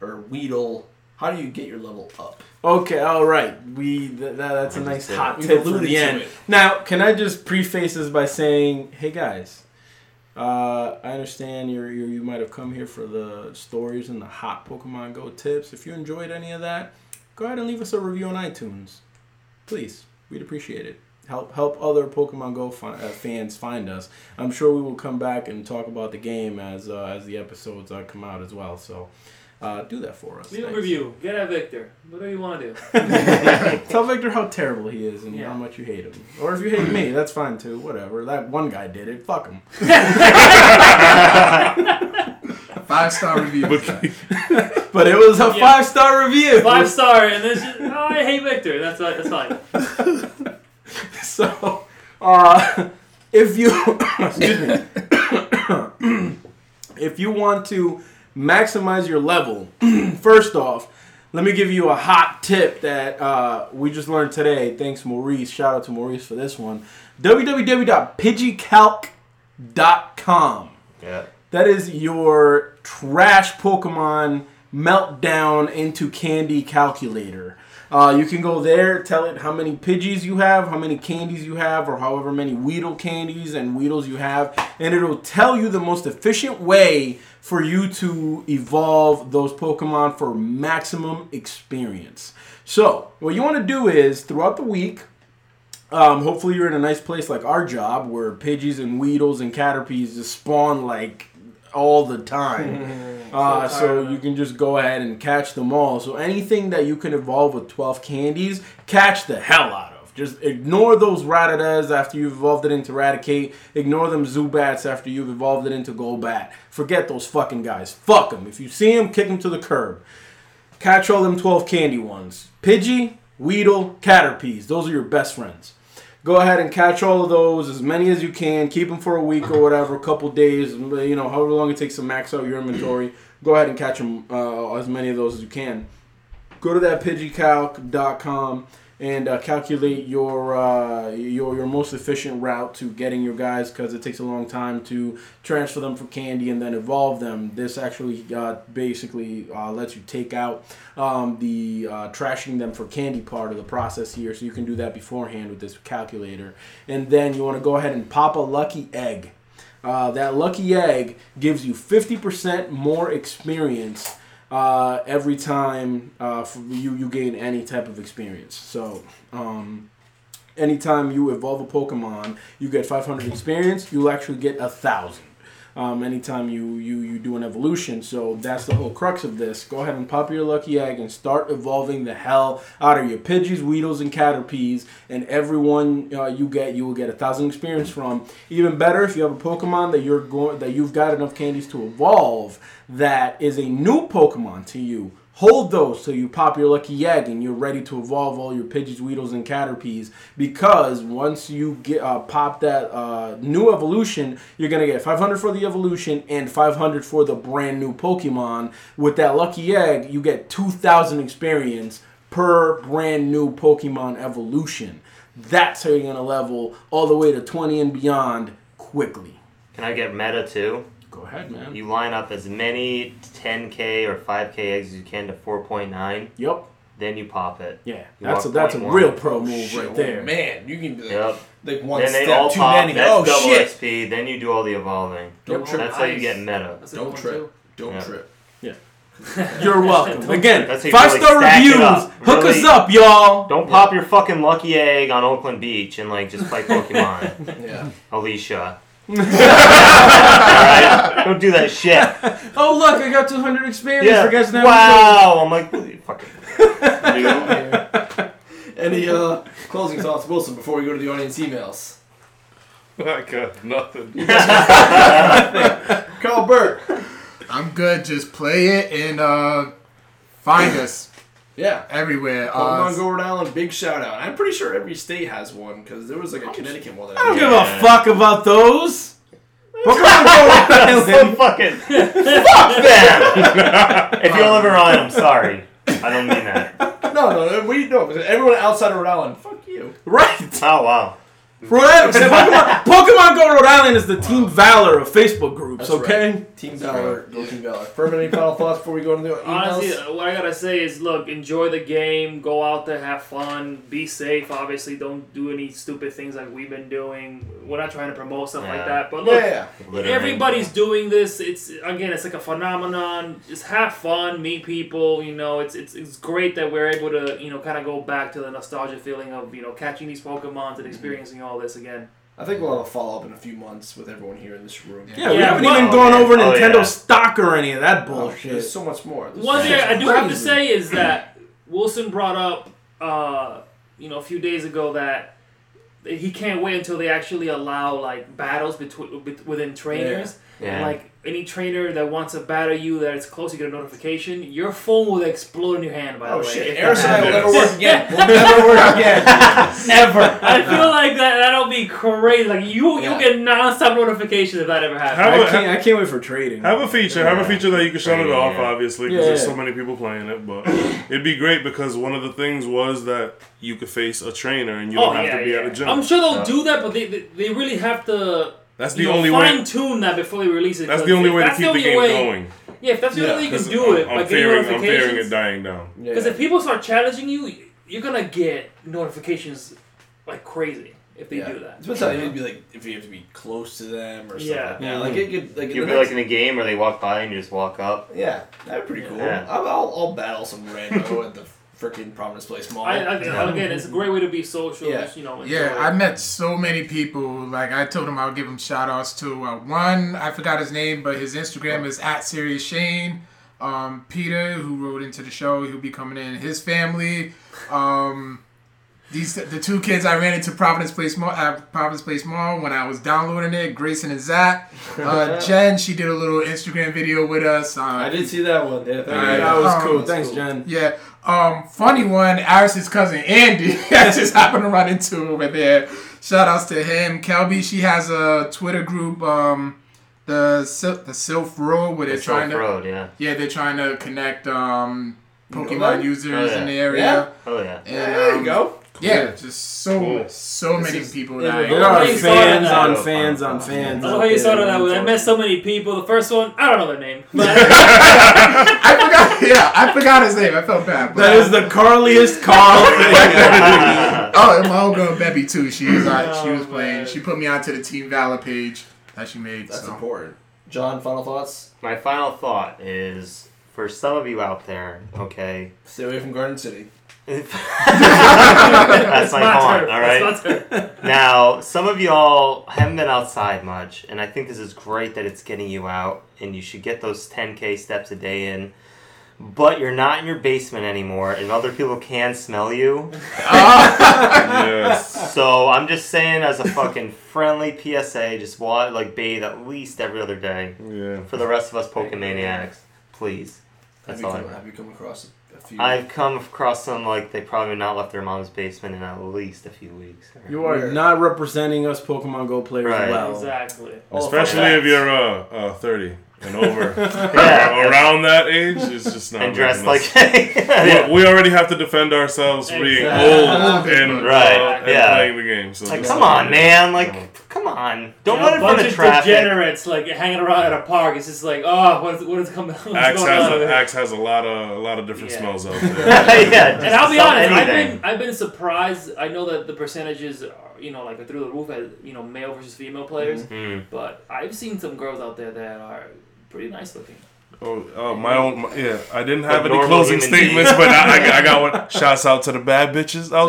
Speaker 2: or Weedle? How do you get your level up?
Speaker 5: Okay, all right. We th- that, that's a nice
Speaker 3: did
Speaker 5: hot
Speaker 2: We've
Speaker 5: tip for
Speaker 2: alluded
Speaker 5: the
Speaker 2: to
Speaker 5: end.
Speaker 2: it.
Speaker 5: Now, can I just preface this by saying, hey guys, uh, I understand you you you might have come here for the stories and the hot Pokemon Go tips. If you enjoyed any of that, go ahead and leave us a review on iTunes, please. We'd appreciate it. Help help other Pokemon Go fi- uh, fans find us. I'm sure we will come back and talk about the game as uh, as the episodes uh, come out as well. So. Uh, do that for us.
Speaker 8: Leave a
Speaker 5: Thanks.
Speaker 8: review. Get at Victor. Whatever you want to do.
Speaker 5: Tell Victor how terrible he is and
Speaker 8: Yeah.
Speaker 5: how much you hate him. Or if you hate me, that's fine too. Whatever. That one guy did it. Fuck him.
Speaker 6: Five star review.
Speaker 5: But it was a
Speaker 8: Yeah.
Speaker 5: five star review.
Speaker 8: Five star, and then just, oh, I hate Victor. That's fine. That's fine.
Speaker 5: So, uh, if you excuse me, if you want to maximize your level, first off, let me give you a hot tip that uh, we just learned today. Thanks, Maurice. Shout out to Maurice for this one. www.pidgeycalc.com.
Speaker 3: Yeah.
Speaker 5: That is your trash Pokemon meltdown into candy calculator. Uh, you can go there, tell it how many Pidgeys you have, how many candies you have, or however many Weedle candies and Weedles you have, and it'll tell you the most efficient way for you to evolve those Pokemon for maximum experience. So, what you want to do is throughout the week, um, hopefully you're in a nice place like our job where Pidgeys and Weedles and Caterpies just spawn like all the time. uh, so you can just go ahead and catch them all. So anything that you can evolve with 12 candies, catch the hell out of. Just ignore those Rattatas after you've evolved it into Raticate. Ignore them Zubats after you've evolved it into Golbat. Forget those fucking guys. Fuck them. If you see them, kick them to the curb. Catch all them 12 candy ones. Pidgey, Weedle, Caterpies. Those are your best friends. Go ahead and catch all of those, as many as you can. Keep them for a week or whatever, a couple days, you know, however long it takes to max out your inventory. Go ahead and catch them, uh, as many of those as you can. Go to that pidgeycalc.com. and uh, calculate your uh, your your most efficient route to getting your guys because it takes a long time to transfer them from candy and then evolve them. This actually uh, basically uh, lets you take out um, the uh, trashing them for candy part of the process here, so you can do that beforehand with this calculator. And then you want to go ahead and pop a lucky egg. Uh, that lucky egg gives you 50% more experience uh, every time uh, f you, you gain any type of experience. So, um, anytime you evolve a Pokemon, you get 500 experience, you'll actually get a 1,000. Um, anytime you, you, you do an evolution. So that's the whole crux of this. Go ahead and pop your lucky egg and start evolving the hell out of your Pidgeys, Weedles, and Caterpies. And everyone uh, you get, you will get a thousand experience from. Even better, if you have a Pokemon that you're going that you've got enough candies to evolve, that is a new Pokemon to you. Hold those till you pop your lucky egg and you're ready to evolve all your Pidgeys, Weedles, and Caterpies. Because once you get uh, pop that uh, new evolution, you're gonna get 500 for the evolution and 500 for the brand new Pokemon. With that lucky egg, you get 2,000 experience per brand new Pokemon evolution. That's how you're gonna level all the way to 20 and beyond quickly.
Speaker 3: Can I get meta too?
Speaker 5: Go ahead, man.
Speaker 3: You line up as many 10k or 5k eggs as you can to 4.9,
Speaker 5: Yep.
Speaker 3: then you pop it.
Speaker 5: Yeah,
Speaker 3: You
Speaker 5: that's a,
Speaker 3: want
Speaker 5: that's a
Speaker 3: point
Speaker 5: real
Speaker 3: one.
Speaker 5: pro move right there.
Speaker 2: Man, you can be like,
Speaker 3: Yep.
Speaker 2: like one
Speaker 3: then they all
Speaker 2: step too
Speaker 3: pop.
Speaker 2: many.
Speaker 3: That's
Speaker 2: Oh
Speaker 3: double
Speaker 2: shit!
Speaker 3: XP. Then you do all the evolving.
Speaker 2: Don't trip.
Speaker 3: That's how you get meta.
Speaker 4: That's a good
Speaker 2: Don't
Speaker 4: one,
Speaker 2: trip.
Speaker 4: too.
Speaker 2: Don't
Speaker 3: Yeah.
Speaker 2: trip.
Speaker 5: You're welcome. Again,
Speaker 3: That's how you
Speaker 5: five star
Speaker 3: really stack it
Speaker 5: reviews.
Speaker 3: up.
Speaker 5: Hook
Speaker 3: Really-
Speaker 5: us up, y'all.
Speaker 3: Don't pop your fucking lucky egg on Oakland Beach and like just play Pokemon,
Speaker 2: Yeah.
Speaker 3: Alicia. Alright? Don't do that shit.
Speaker 5: Oh look, I got 200 experience.
Speaker 3: Yeah.
Speaker 5: I guess now
Speaker 3: Wow. I'm like, what the fuck?
Speaker 2: Any uh, closing thoughts, Wilson, before we go to the audience emails?
Speaker 7: I got nothing.
Speaker 9: Carl Burt.
Speaker 6: I'm good. Just play it and uh, find us
Speaker 9: Yeah.
Speaker 6: everywhere.
Speaker 9: Pokemon
Speaker 6: Uh,
Speaker 9: Go Rhode Island, big shout out. I'm pretty sure every state has one because there was like a Connecticut one. That
Speaker 5: I don't
Speaker 9: I
Speaker 5: give a fuck about those. Pokemon Go Rhode
Speaker 3: So
Speaker 5: Island.
Speaker 3: fucking fuck them. if you're ever on, I'm sorry. I don't mean that.
Speaker 9: no, no, we no. because Everyone outside of Rhode Island, fuck you.
Speaker 5: Right.
Speaker 3: Oh wow.
Speaker 5: Rhode Island. Pokemon, Pokemon Go Rhode Island is the Team Valor of Facebook groups.
Speaker 2: That's
Speaker 5: okay.
Speaker 9: Team
Speaker 2: Valor,
Speaker 9: Valor.
Speaker 2: go Team Valor.
Speaker 9: Furman, any final thoughts before we go into the emails?
Speaker 4: Honestly, uh, what I gotta say is, look, enjoy the game, go out there, have fun, be safe. Obviously, don't do any stupid things like we've been doing. We're not trying to promote stuff
Speaker 3: Yeah.
Speaker 4: like that, but
Speaker 9: yeah,
Speaker 4: look,
Speaker 9: yeah.
Speaker 3: Littering.
Speaker 4: everybody's doing this. It's again, it's like a phenomenon. Just have fun, meet people. You know, it's it's, it's great that we're able to you know kind of go back to the nostalgia feeling of you know catching these Pokemon and experiencing all this again.
Speaker 9: I think we'll have a follow up in a few months with everyone here in this room.
Speaker 5: Yeah, we
Speaker 4: Yeah,
Speaker 5: haven't
Speaker 4: well-
Speaker 5: even gone over
Speaker 3: Oh,
Speaker 5: Nintendo
Speaker 3: yeah.
Speaker 5: stock or any of that
Speaker 9: Oh,
Speaker 5: bullshit.
Speaker 9: there's so much more. There's
Speaker 4: One
Speaker 9: so
Speaker 4: thing
Speaker 9: much
Speaker 4: I do have to
Speaker 5: crazy.
Speaker 4: say is that Wilson brought up, uh, you know, a few days ago that he can't wait until they actually allow like battles between bet- within trainers.
Speaker 3: Yeah.
Speaker 4: Like any trainer that wants to battle you that is close, you get a notification. Your phone will explode in your hand. By
Speaker 9: Oh
Speaker 4: the way,
Speaker 9: shit!
Speaker 4: if
Speaker 9: Eris
Speaker 4: that
Speaker 9: and I will
Speaker 4: happens.
Speaker 9: never work again. We'll never work again.
Speaker 5: Ever.
Speaker 4: I feel like that that'll be crazy. Like you,
Speaker 9: Yeah.
Speaker 4: you'll get nonstop notifications if that ever happens.
Speaker 7: How
Speaker 5: I
Speaker 7: about-
Speaker 5: can't, I can't wait for trading.
Speaker 7: Have a feature. Have a feature that you can shut it
Speaker 3: Yeah.
Speaker 7: off, obviously, because
Speaker 5: Yeah.
Speaker 7: there's so many people playing it. But it'd be great because one of the things was that you could face a trainer and you don't have to be at a gym.
Speaker 4: Oh, I'm sure they'll do that, but they, they, they really have to
Speaker 7: that's
Speaker 4: you
Speaker 7: the
Speaker 4: know,
Speaker 7: only
Speaker 4: fine
Speaker 7: way.
Speaker 4: tune that before they release it.
Speaker 7: That's
Speaker 4: 'cause
Speaker 7: the only
Speaker 4: if
Speaker 7: way to
Speaker 4: that's
Speaker 7: keep the
Speaker 4: only
Speaker 7: game
Speaker 4: way-
Speaker 7: going.
Speaker 4: Yeah, if that's the
Speaker 9: Yeah,
Speaker 4: only way you can
Speaker 7: 'Cause
Speaker 4: do it,
Speaker 7: I'm,
Speaker 4: by
Speaker 7: I'm
Speaker 4: getting
Speaker 7: fearing, I'm fearing it
Speaker 4: notifications.
Speaker 7: dying down.
Speaker 4: Because if people start challenging you, you're gonna get notifications like crazy if they do that.
Speaker 2: Depends on you'd be like if you have to be close to them or something.
Speaker 4: Yeah.
Speaker 2: Yeah, like it could like,
Speaker 3: You'll
Speaker 2: the
Speaker 3: be like
Speaker 2: next,
Speaker 3: in a game where they walk by and you just walk up.
Speaker 2: yeah, that'd be pretty cool.
Speaker 3: Yeah.
Speaker 2: I'll, I'll, I'll battle some rando at the freaking Prominence Place Mall.
Speaker 4: I, I, Again, it's a great way to be social.
Speaker 2: Yeah.
Speaker 4: just, you know,
Speaker 6: yeah,
Speaker 4: enjoy.
Speaker 6: I met so many people. Like I told him, I'll give him shout outs to uh, one. I forgot his name, but his Instagram is at Serious Shane. Um, Peter, who wrote into the show, he'll be coming in. His family. Um, these the two kids I ran into Providence Place Mall at Providence Place Mall when I was downloading it. Grayson and Zach. Uh, Jen, she did a little Instagram video with us. Uh,
Speaker 9: I did see that one. Yeah, thank
Speaker 6: Alright.
Speaker 9: you.
Speaker 5: that was
Speaker 6: Oh,
Speaker 5: cool.
Speaker 6: that's
Speaker 5: Thanks,
Speaker 6: cool.
Speaker 5: Jen.
Speaker 6: Yeah. Um, funny one, Iris's cousin Andy. I just happened to run into over there. Shout outs to him. Kelby, she has a Twitter group, um, the Sil- the Sylph Road, where they're
Speaker 3: It's
Speaker 6: trying
Speaker 3: off
Speaker 6: to
Speaker 3: road, yeah.
Speaker 6: yeah they're trying to connect um
Speaker 9: know that?
Speaker 6: Pokemon users
Speaker 3: Oh, yeah.
Speaker 6: in the
Speaker 9: Yeah?
Speaker 6: area.
Speaker 3: Oh yeah.
Speaker 6: And,
Speaker 9: There you
Speaker 6: um,
Speaker 9: go.
Speaker 6: Yeah, just so
Speaker 7: Cool.
Speaker 6: so many people Oh,
Speaker 5: There are
Speaker 4: Nobody saw
Speaker 5: fans
Speaker 4: that.
Speaker 5: on fans on fans.
Speaker 4: I
Speaker 5: out
Speaker 4: love how you
Speaker 5: there.
Speaker 4: started that with. I met so many people. The first one, I don't know their name. But
Speaker 6: I forgot. Yeah, I forgot his name. I felt bad. But,
Speaker 5: That is the Carliest Carl thing.
Speaker 6: oh, and my old girl Bebby too. She was like, she was
Speaker 4: Oh,
Speaker 6: playing.
Speaker 4: man.
Speaker 6: She put me onto the Team Valor page that she made.
Speaker 2: That's
Speaker 6: so.
Speaker 2: important. John, final thoughts?
Speaker 3: My final thought is for some of you out there, okay?
Speaker 2: Stay away from Garden City.
Speaker 3: That's my haunt,
Speaker 4: turf.
Speaker 3: alright?
Speaker 4: It's my turf.
Speaker 3: Now, some of y'all haven't been outside much, and I think this is great that it's getting you out, and you should get those 10K steps a day in. But you're not in your basement anymore, and other people can smell you.
Speaker 7: Yes.
Speaker 3: So I'm just saying, as a fucking friendly PSA, just wa like bathe at least every other day.
Speaker 7: Yeah.
Speaker 3: For the rest of us Pokemaniacs, please.
Speaker 2: have,
Speaker 3: That's
Speaker 2: you
Speaker 3: all I
Speaker 2: come,
Speaker 3: want.
Speaker 2: have you come across a few?
Speaker 3: I've come across some like they probably not left their mom's basement in at least a few weeks.
Speaker 5: You are not representing us Pokemon Go players
Speaker 3: Right.
Speaker 7: Oh.
Speaker 5: well.
Speaker 4: Exactly.
Speaker 7: Especially if you're uh, uh 30 and over.
Speaker 3: Yeah.
Speaker 7: Around that age, it's just not.
Speaker 3: and dressed like
Speaker 7: making us-
Speaker 3: yeah.
Speaker 7: We, we already have to defend ourselves for being old
Speaker 6: Exactly.
Speaker 7: and,
Speaker 3: Right,
Speaker 7: uh, and
Speaker 3: yeah.
Speaker 7: playing the game. So
Speaker 3: Like,
Speaker 7: just-
Speaker 3: come on, man. Like, come on. Don't
Speaker 4: You know,
Speaker 3: let it
Speaker 4: a bunch
Speaker 3: for the
Speaker 4: of
Speaker 3: traffic.
Speaker 4: degenerates like hanging around at a park. It's just like, oh, what is, what is coming? What's
Speaker 7: Axe
Speaker 4: going
Speaker 7: has
Speaker 4: on?
Speaker 7: a, Axe has a lot of a lot of different
Speaker 4: Yeah.
Speaker 7: smells out
Speaker 3: yeah,
Speaker 7: there.
Speaker 3: just
Speaker 4: and I'll be
Speaker 3: sell
Speaker 4: honest,
Speaker 3: anything.
Speaker 4: I've been I've been surprised. I know that the percentages are you know like they're through the roof as you know male versus female players,
Speaker 7: Mm-hmm.
Speaker 3: Mhm.
Speaker 4: but I've seen some girls out there that are pretty nice looking.
Speaker 7: Oh, oh, my own. My, yeah, I didn't have any
Speaker 3: normal
Speaker 7: closing
Speaker 3: human being.
Speaker 7: statements, but I, I, got- I got one. Shouts out to the bad bitches out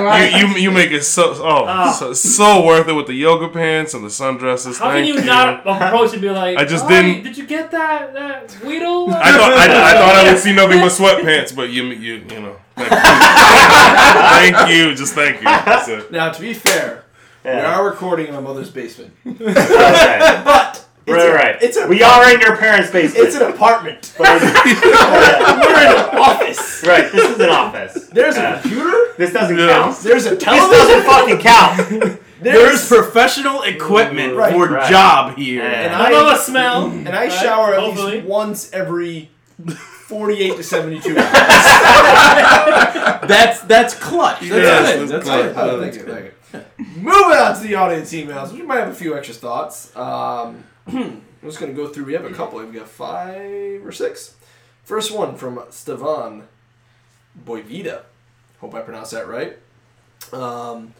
Speaker 7: playing. You, you, you make it so oh so, so worth it with the yoga pants and the sundresses.
Speaker 4: Ah. How
Speaker 7: Thank
Speaker 4: can you, not approach and be like,
Speaker 7: I just
Speaker 4: "Hi,
Speaker 7: didn't-
Speaker 4: Did you get that that Weedle?
Speaker 7: I thought I, I thought I would see nothing but sweatpants, but you you you know. Thank you, thank you just thank you. That's it.
Speaker 2: Now, to be fair, we
Speaker 3: Yeah.
Speaker 2: are recording in my mother's basement.
Speaker 3: Okay.
Speaker 2: But it's
Speaker 3: right,
Speaker 2: a-
Speaker 3: right.
Speaker 2: It's a
Speaker 3: we are in your parents' basement.
Speaker 2: it's an apartment.
Speaker 3: But it's-
Speaker 2: We're in an office.
Speaker 3: right, this is an office.
Speaker 2: There's
Speaker 3: Yeah.
Speaker 2: a computer.
Speaker 3: This doesn't
Speaker 7: Yeah.
Speaker 3: count.
Speaker 2: There's a
Speaker 3: This
Speaker 2: television.
Speaker 3: doesn't fucking count.
Speaker 5: There's professional equipment
Speaker 2: Right,
Speaker 5: for
Speaker 3: right.
Speaker 5: job here.
Speaker 3: Yeah.
Speaker 2: And
Speaker 4: I love a smell.
Speaker 2: And I shower at
Speaker 4: Hopefully.
Speaker 2: least once every 48 to 72 hours.
Speaker 5: That's that's clutch. That's
Speaker 7: Yes,
Speaker 5: good.
Speaker 7: that's
Speaker 5: That's
Speaker 7: clutch.
Speaker 5: good.
Speaker 2: Oh, thank you, thank you. Moving on to the audience emails. We might have a few extra thoughts. Um, I'm just going to go through. We have a couple. We've got five or six. First one from Stevan Boivida. Hope I pronounced that right. Um,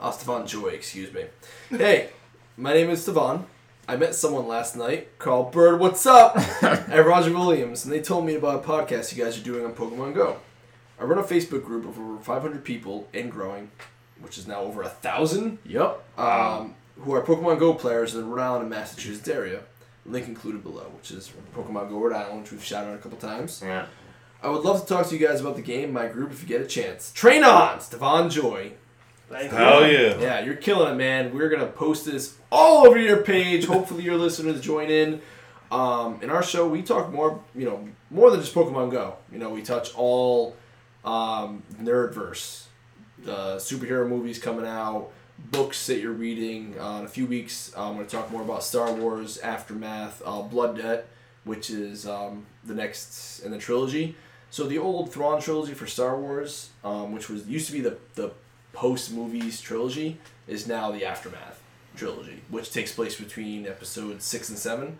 Speaker 2: uh, Stevan Joy, excuse me. Hey, my name is Stevan. I met someone last night called Bird What's Up at Roger Williams, and they told me about a podcast you guys are doing on Pokemon Go. I run a Facebook group of over 500 people and growing, which is now over a thousand,
Speaker 5: Yep.
Speaker 2: um, who are Pokemon Go players in the Rhode Island and Massachusetts area. Link included below, which is Pokemon Go Rhode Island, which we've shouted out a couple times.
Speaker 3: Yeah.
Speaker 2: I would love to talk to you guys about the game, my group, if you get a chance. Train on, Stefan Joy.
Speaker 7: Hell yeah.
Speaker 2: Yeah, you're killing it, man. We're gonna post this all over your page. Hopefully, your listeners join in. Um, in our show, we talk more, you know, more than just Pokemon Go. You know, we touch all um, nerdverse, the superhero movies coming out, books that you're reading. Uh, in a few weeks, I'm gonna talk more about Star Wars Aftermath, uh, Blood Debt, which is um, the next in the trilogy. So the old Thrawn trilogy for Star Wars, um, which was used to be the the post movies trilogy, is now the aftermath trilogy, which takes place between episodes six and seven.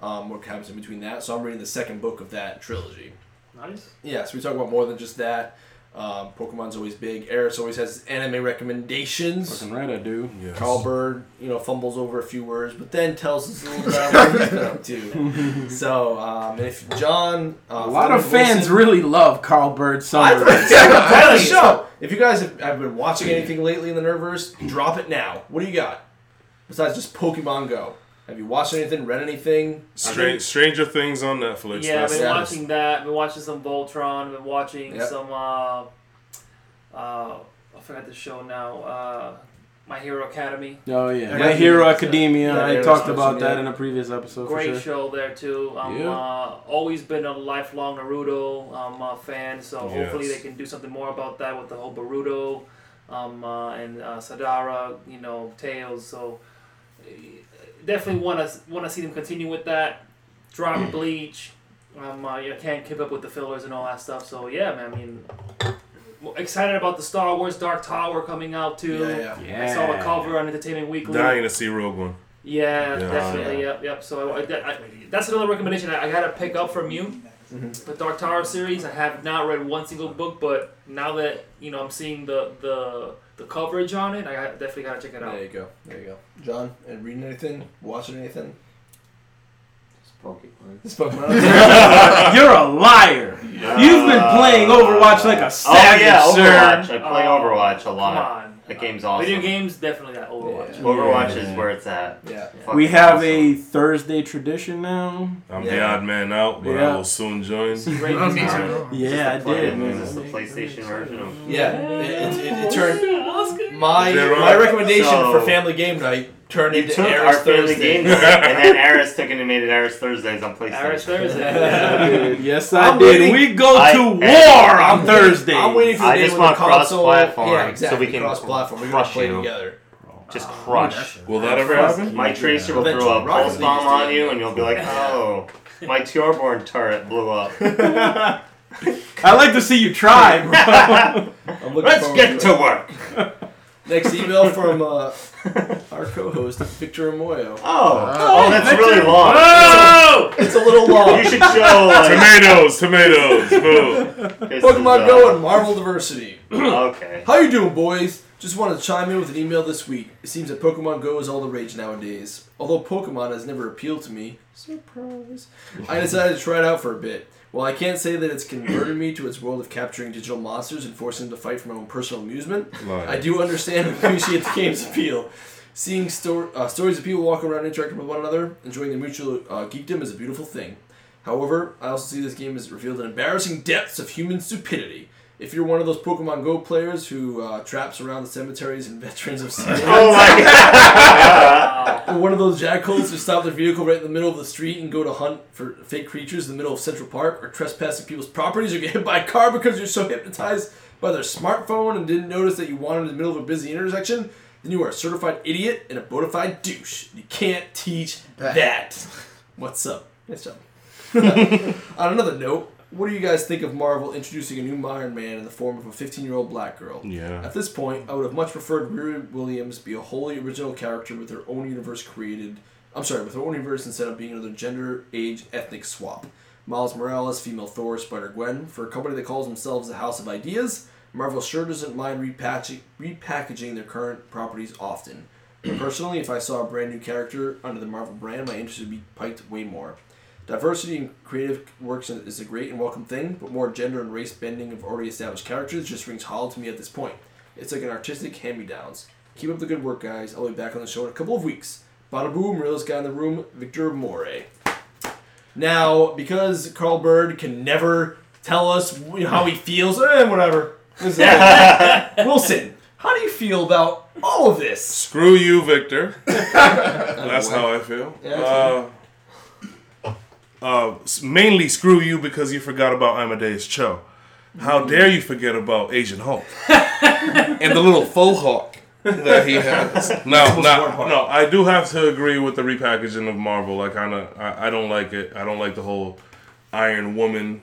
Speaker 2: Um, what happens in between that? So I'm reading the second book of that trilogy.
Speaker 4: Nice.
Speaker 2: Yeah, so we talk about more than just that. Um, Pokemon's always big. Eris always has anime recommendations.
Speaker 5: Fucking right, I do.
Speaker 7: Yes.
Speaker 2: Carl Bird, you know, fumbles over a few words, but then tells us a little about what he's been up to. So, um, and if John, uh,
Speaker 5: A lot of
Speaker 2: Fleming
Speaker 5: fans
Speaker 2: Wilson-
Speaker 5: really love Carl Bird
Speaker 2: I thought
Speaker 5: Summers.
Speaker 2: that was the show. If you guys have, have been watching anything lately in the Nerverse, drop it now. What do you got? Besides just Pokemon Go. Have you watched anything, read anything?
Speaker 7: Stra- Stranger Things on Netflix.
Speaker 4: Yeah, I've
Speaker 7: That's
Speaker 4: been
Speaker 2: yeah.
Speaker 4: watching that. Been watching some Voltron. Been watching
Speaker 2: Yep.
Speaker 4: some. Uh, uh, I forgot the show now. Uh, My Hero Academy.
Speaker 5: Oh yeah,
Speaker 2: Yeah.
Speaker 5: My Hero Academia.
Speaker 2: Yeah,
Speaker 5: I
Speaker 2: yeah,
Speaker 5: talked
Speaker 2: yeah.
Speaker 5: about that
Speaker 2: Yeah.
Speaker 5: in a previous episode.
Speaker 4: Great
Speaker 5: for sure.
Speaker 4: show there too. I'm
Speaker 5: Yeah.
Speaker 4: uh, always been a lifelong Naruto um, uh, fan, so hopefully
Speaker 7: Yes.
Speaker 4: they can do something more about that with the whole Baruto um, uh, and uh, Sadara, you know, Tails. So eh, definitely want to want to see them continue with that. Drop Bleach. Um, uh, I can't keep up with the fillers and all that stuff. So yeah, man. I mean, excited about the Star Wars Dark Tower coming out too.
Speaker 2: Yeah,
Speaker 9: yeah.
Speaker 4: I saw the cover on Entertainment Weekly.
Speaker 7: Dying to see Rogue One.
Speaker 4: Yeah,
Speaker 7: Yeah.
Speaker 4: definitely. Yep, yep. So I, that- I, that's another recommendation I, I gotta pick up from you.
Speaker 2: Mm-hmm.
Speaker 4: The Dark Tower series. I have not read one single book, but now that you know I'm seeing the the, the coverage on it, I gotta- definitely gotta check it out.
Speaker 2: There you go. There you go. John, and reading anything? Watching anything? This Pokemon.
Speaker 5: You're a liar. You've been playing Overwatch like a
Speaker 3: Oh
Speaker 5: savage,
Speaker 3: yeah, Overwatch.
Speaker 5: sir.
Speaker 3: I play
Speaker 4: Oh,
Speaker 3: Overwatch a
Speaker 4: Come
Speaker 3: lot.
Speaker 4: on.
Speaker 3: That game's awesome.
Speaker 4: Video games definitely got Overwatch.
Speaker 2: Yeah.
Speaker 3: Overwatch
Speaker 5: Yeah.
Speaker 3: is where it's at.
Speaker 2: yeah.
Speaker 3: Fucking
Speaker 5: We have
Speaker 3: awesome.
Speaker 5: a Thursday tradition now.
Speaker 7: I'm the
Speaker 2: Yeah.
Speaker 7: odd man out, but I
Speaker 5: Yeah.
Speaker 7: will soon join.
Speaker 4: Great
Speaker 6: Oh, me
Speaker 4: design.
Speaker 6: too.
Speaker 5: Yeah, I
Speaker 3: Play it.
Speaker 5: did.
Speaker 3: Is
Speaker 5: man.
Speaker 3: this the PlayStation version of?
Speaker 2: Yeah. It, it, it, it turned
Speaker 4: Oscar.
Speaker 2: my
Speaker 7: They're
Speaker 2: my
Speaker 7: on.
Speaker 2: recommendation
Speaker 3: So-
Speaker 2: for family game night turned
Speaker 3: You
Speaker 2: into
Speaker 3: took
Speaker 2: Ares
Speaker 3: our family
Speaker 2: Thursday.
Speaker 3: game night, and then Aris took it and made it Aris Thursdays on PlayStation.
Speaker 4: Irish Thursday.
Speaker 5: Yeah, dude. Yes, I
Speaker 2: I'm
Speaker 5: did.
Speaker 2: waiting-
Speaker 5: We go
Speaker 3: I-
Speaker 5: to war
Speaker 3: I'm
Speaker 5: on Thursday.
Speaker 2: I'm waiting for the
Speaker 3: I
Speaker 2: day
Speaker 3: just
Speaker 2: when
Speaker 3: want
Speaker 2: the console.
Speaker 3: cross-platform,
Speaker 2: yeah, exactly.
Speaker 3: so we can
Speaker 2: cross platform. We're gonna
Speaker 3: crush
Speaker 2: play
Speaker 3: you.
Speaker 2: together.
Speaker 3: Just crush.
Speaker 7: Will that ever happen?
Speaker 3: My Tracer will
Speaker 2: Eventually,
Speaker 3: throw a
Speaker 2: Rocket
Speaker 3: pulse
Speaker 2: League
Speaker 3: bomb
Speaker 2: is the
Speaker 3: on
Speaker 2: end.
Speaker 3: you, and you'll be like, "Oh, my Tjorborn turret blew up."
Speaker 5: I like to see you try, bro.
Speaker 2: I'm looking
Speaker 3: Let's
Speaker 2: forward
Speaker 3: get
Speaker 2: it.
Speaker 3: to work.
Speaker 2: Next email from uh, our co-host Victor Moyo.
Speaker 3: Oh, oh, that's really long.
Speaker 5: oh!
Speaker 2: It's a little long.
Speaker 3: You should show like
Speaker 7: tomatoes, tomatoes. Boom.
Speaker 3: this is,
Speaker 2: Pokemon
Speaker 3: uh,
Speaker 2: Go and Marvel Diversity.
Speaker 3: Okay.
Speaker 2: How you doing, boys? Just wanted to chime in with an email this week. It seems that Pokemon Go is all the rage nowadays. Although Pokemon has never appealed to me, surprise, I decided to try it out for a bit. While I can't say that it's converted me to its world of capturing digital monsters and forcing them to fight for my own personal amusement, I do understand and appreciate the game's appeal. Seeing sto- uh, stories of people walking around interacting with one another, enjoying their mutual uh, geekdom is a beautiful thing. However, I also see this game has revealed an embarrassing depths of human stupidity. If you're one of those Pokemon Go players who uh, traps around the cemeteries and veterans of
Speaker 3: Oh
Speaker 2: Seattle,
Speaker 3: my god.
Speaker 2: or one of those jackholes who stop their vehicle right in the middle of the street and go to hunt for fake creatures in the middle of Central Park, or trespassing people's properties, or get hit by a car because you're so hypnotized by their smartphone and didn't notice that you wanted in the middle of a busy intersection, then you are a certified idiot and a bona fide douche. You can't teach that. What's up? Nice job. On another note, what do you guys think of Marvel introducing a new Iron Man in the form of a 15 year old black girl?
Speaker 7: Yeah.
Speaker 2: At this point, I would have much preferred Riri Williams be a wholly original character with her own universe created. I'm sorry, with her own universe instead of being another gender, age, ethnic swap. Miles Morales, female Thor, Spider Gwen. For a company that calls themselves the House of Ideas, Marvel sure doesn't mind repatching, repackaging their current properties often. But personally, if I saw a brand new character under the Marvel brand, my interest would be piked way more. Diversity in creative works is a great and welcome thing, but more gender and race bending of already established characters just rings hollow to me at this point. It's like an artistic hand me downs. Keep up the good work, guys. I'll be back on the show in a couple of weeks. Bada boom, realest guy in the room, Victor More. Now, because Carl Bird can never tell us how he feels, eh, whatever. This is- Wilson, how do you feel about all of this?
Speaker 7: Screw you, Victor. That's how I feel. Uh, uh, s- mainly screw you because you forgot about Amadeus Cho. How dare you forget about Asian Hulk and the little faux hawk that he has? No, no, no. I do have to agree with the repackaging of Marvel. I kind of, I, I don't like it. I don't like the whole Iron Woman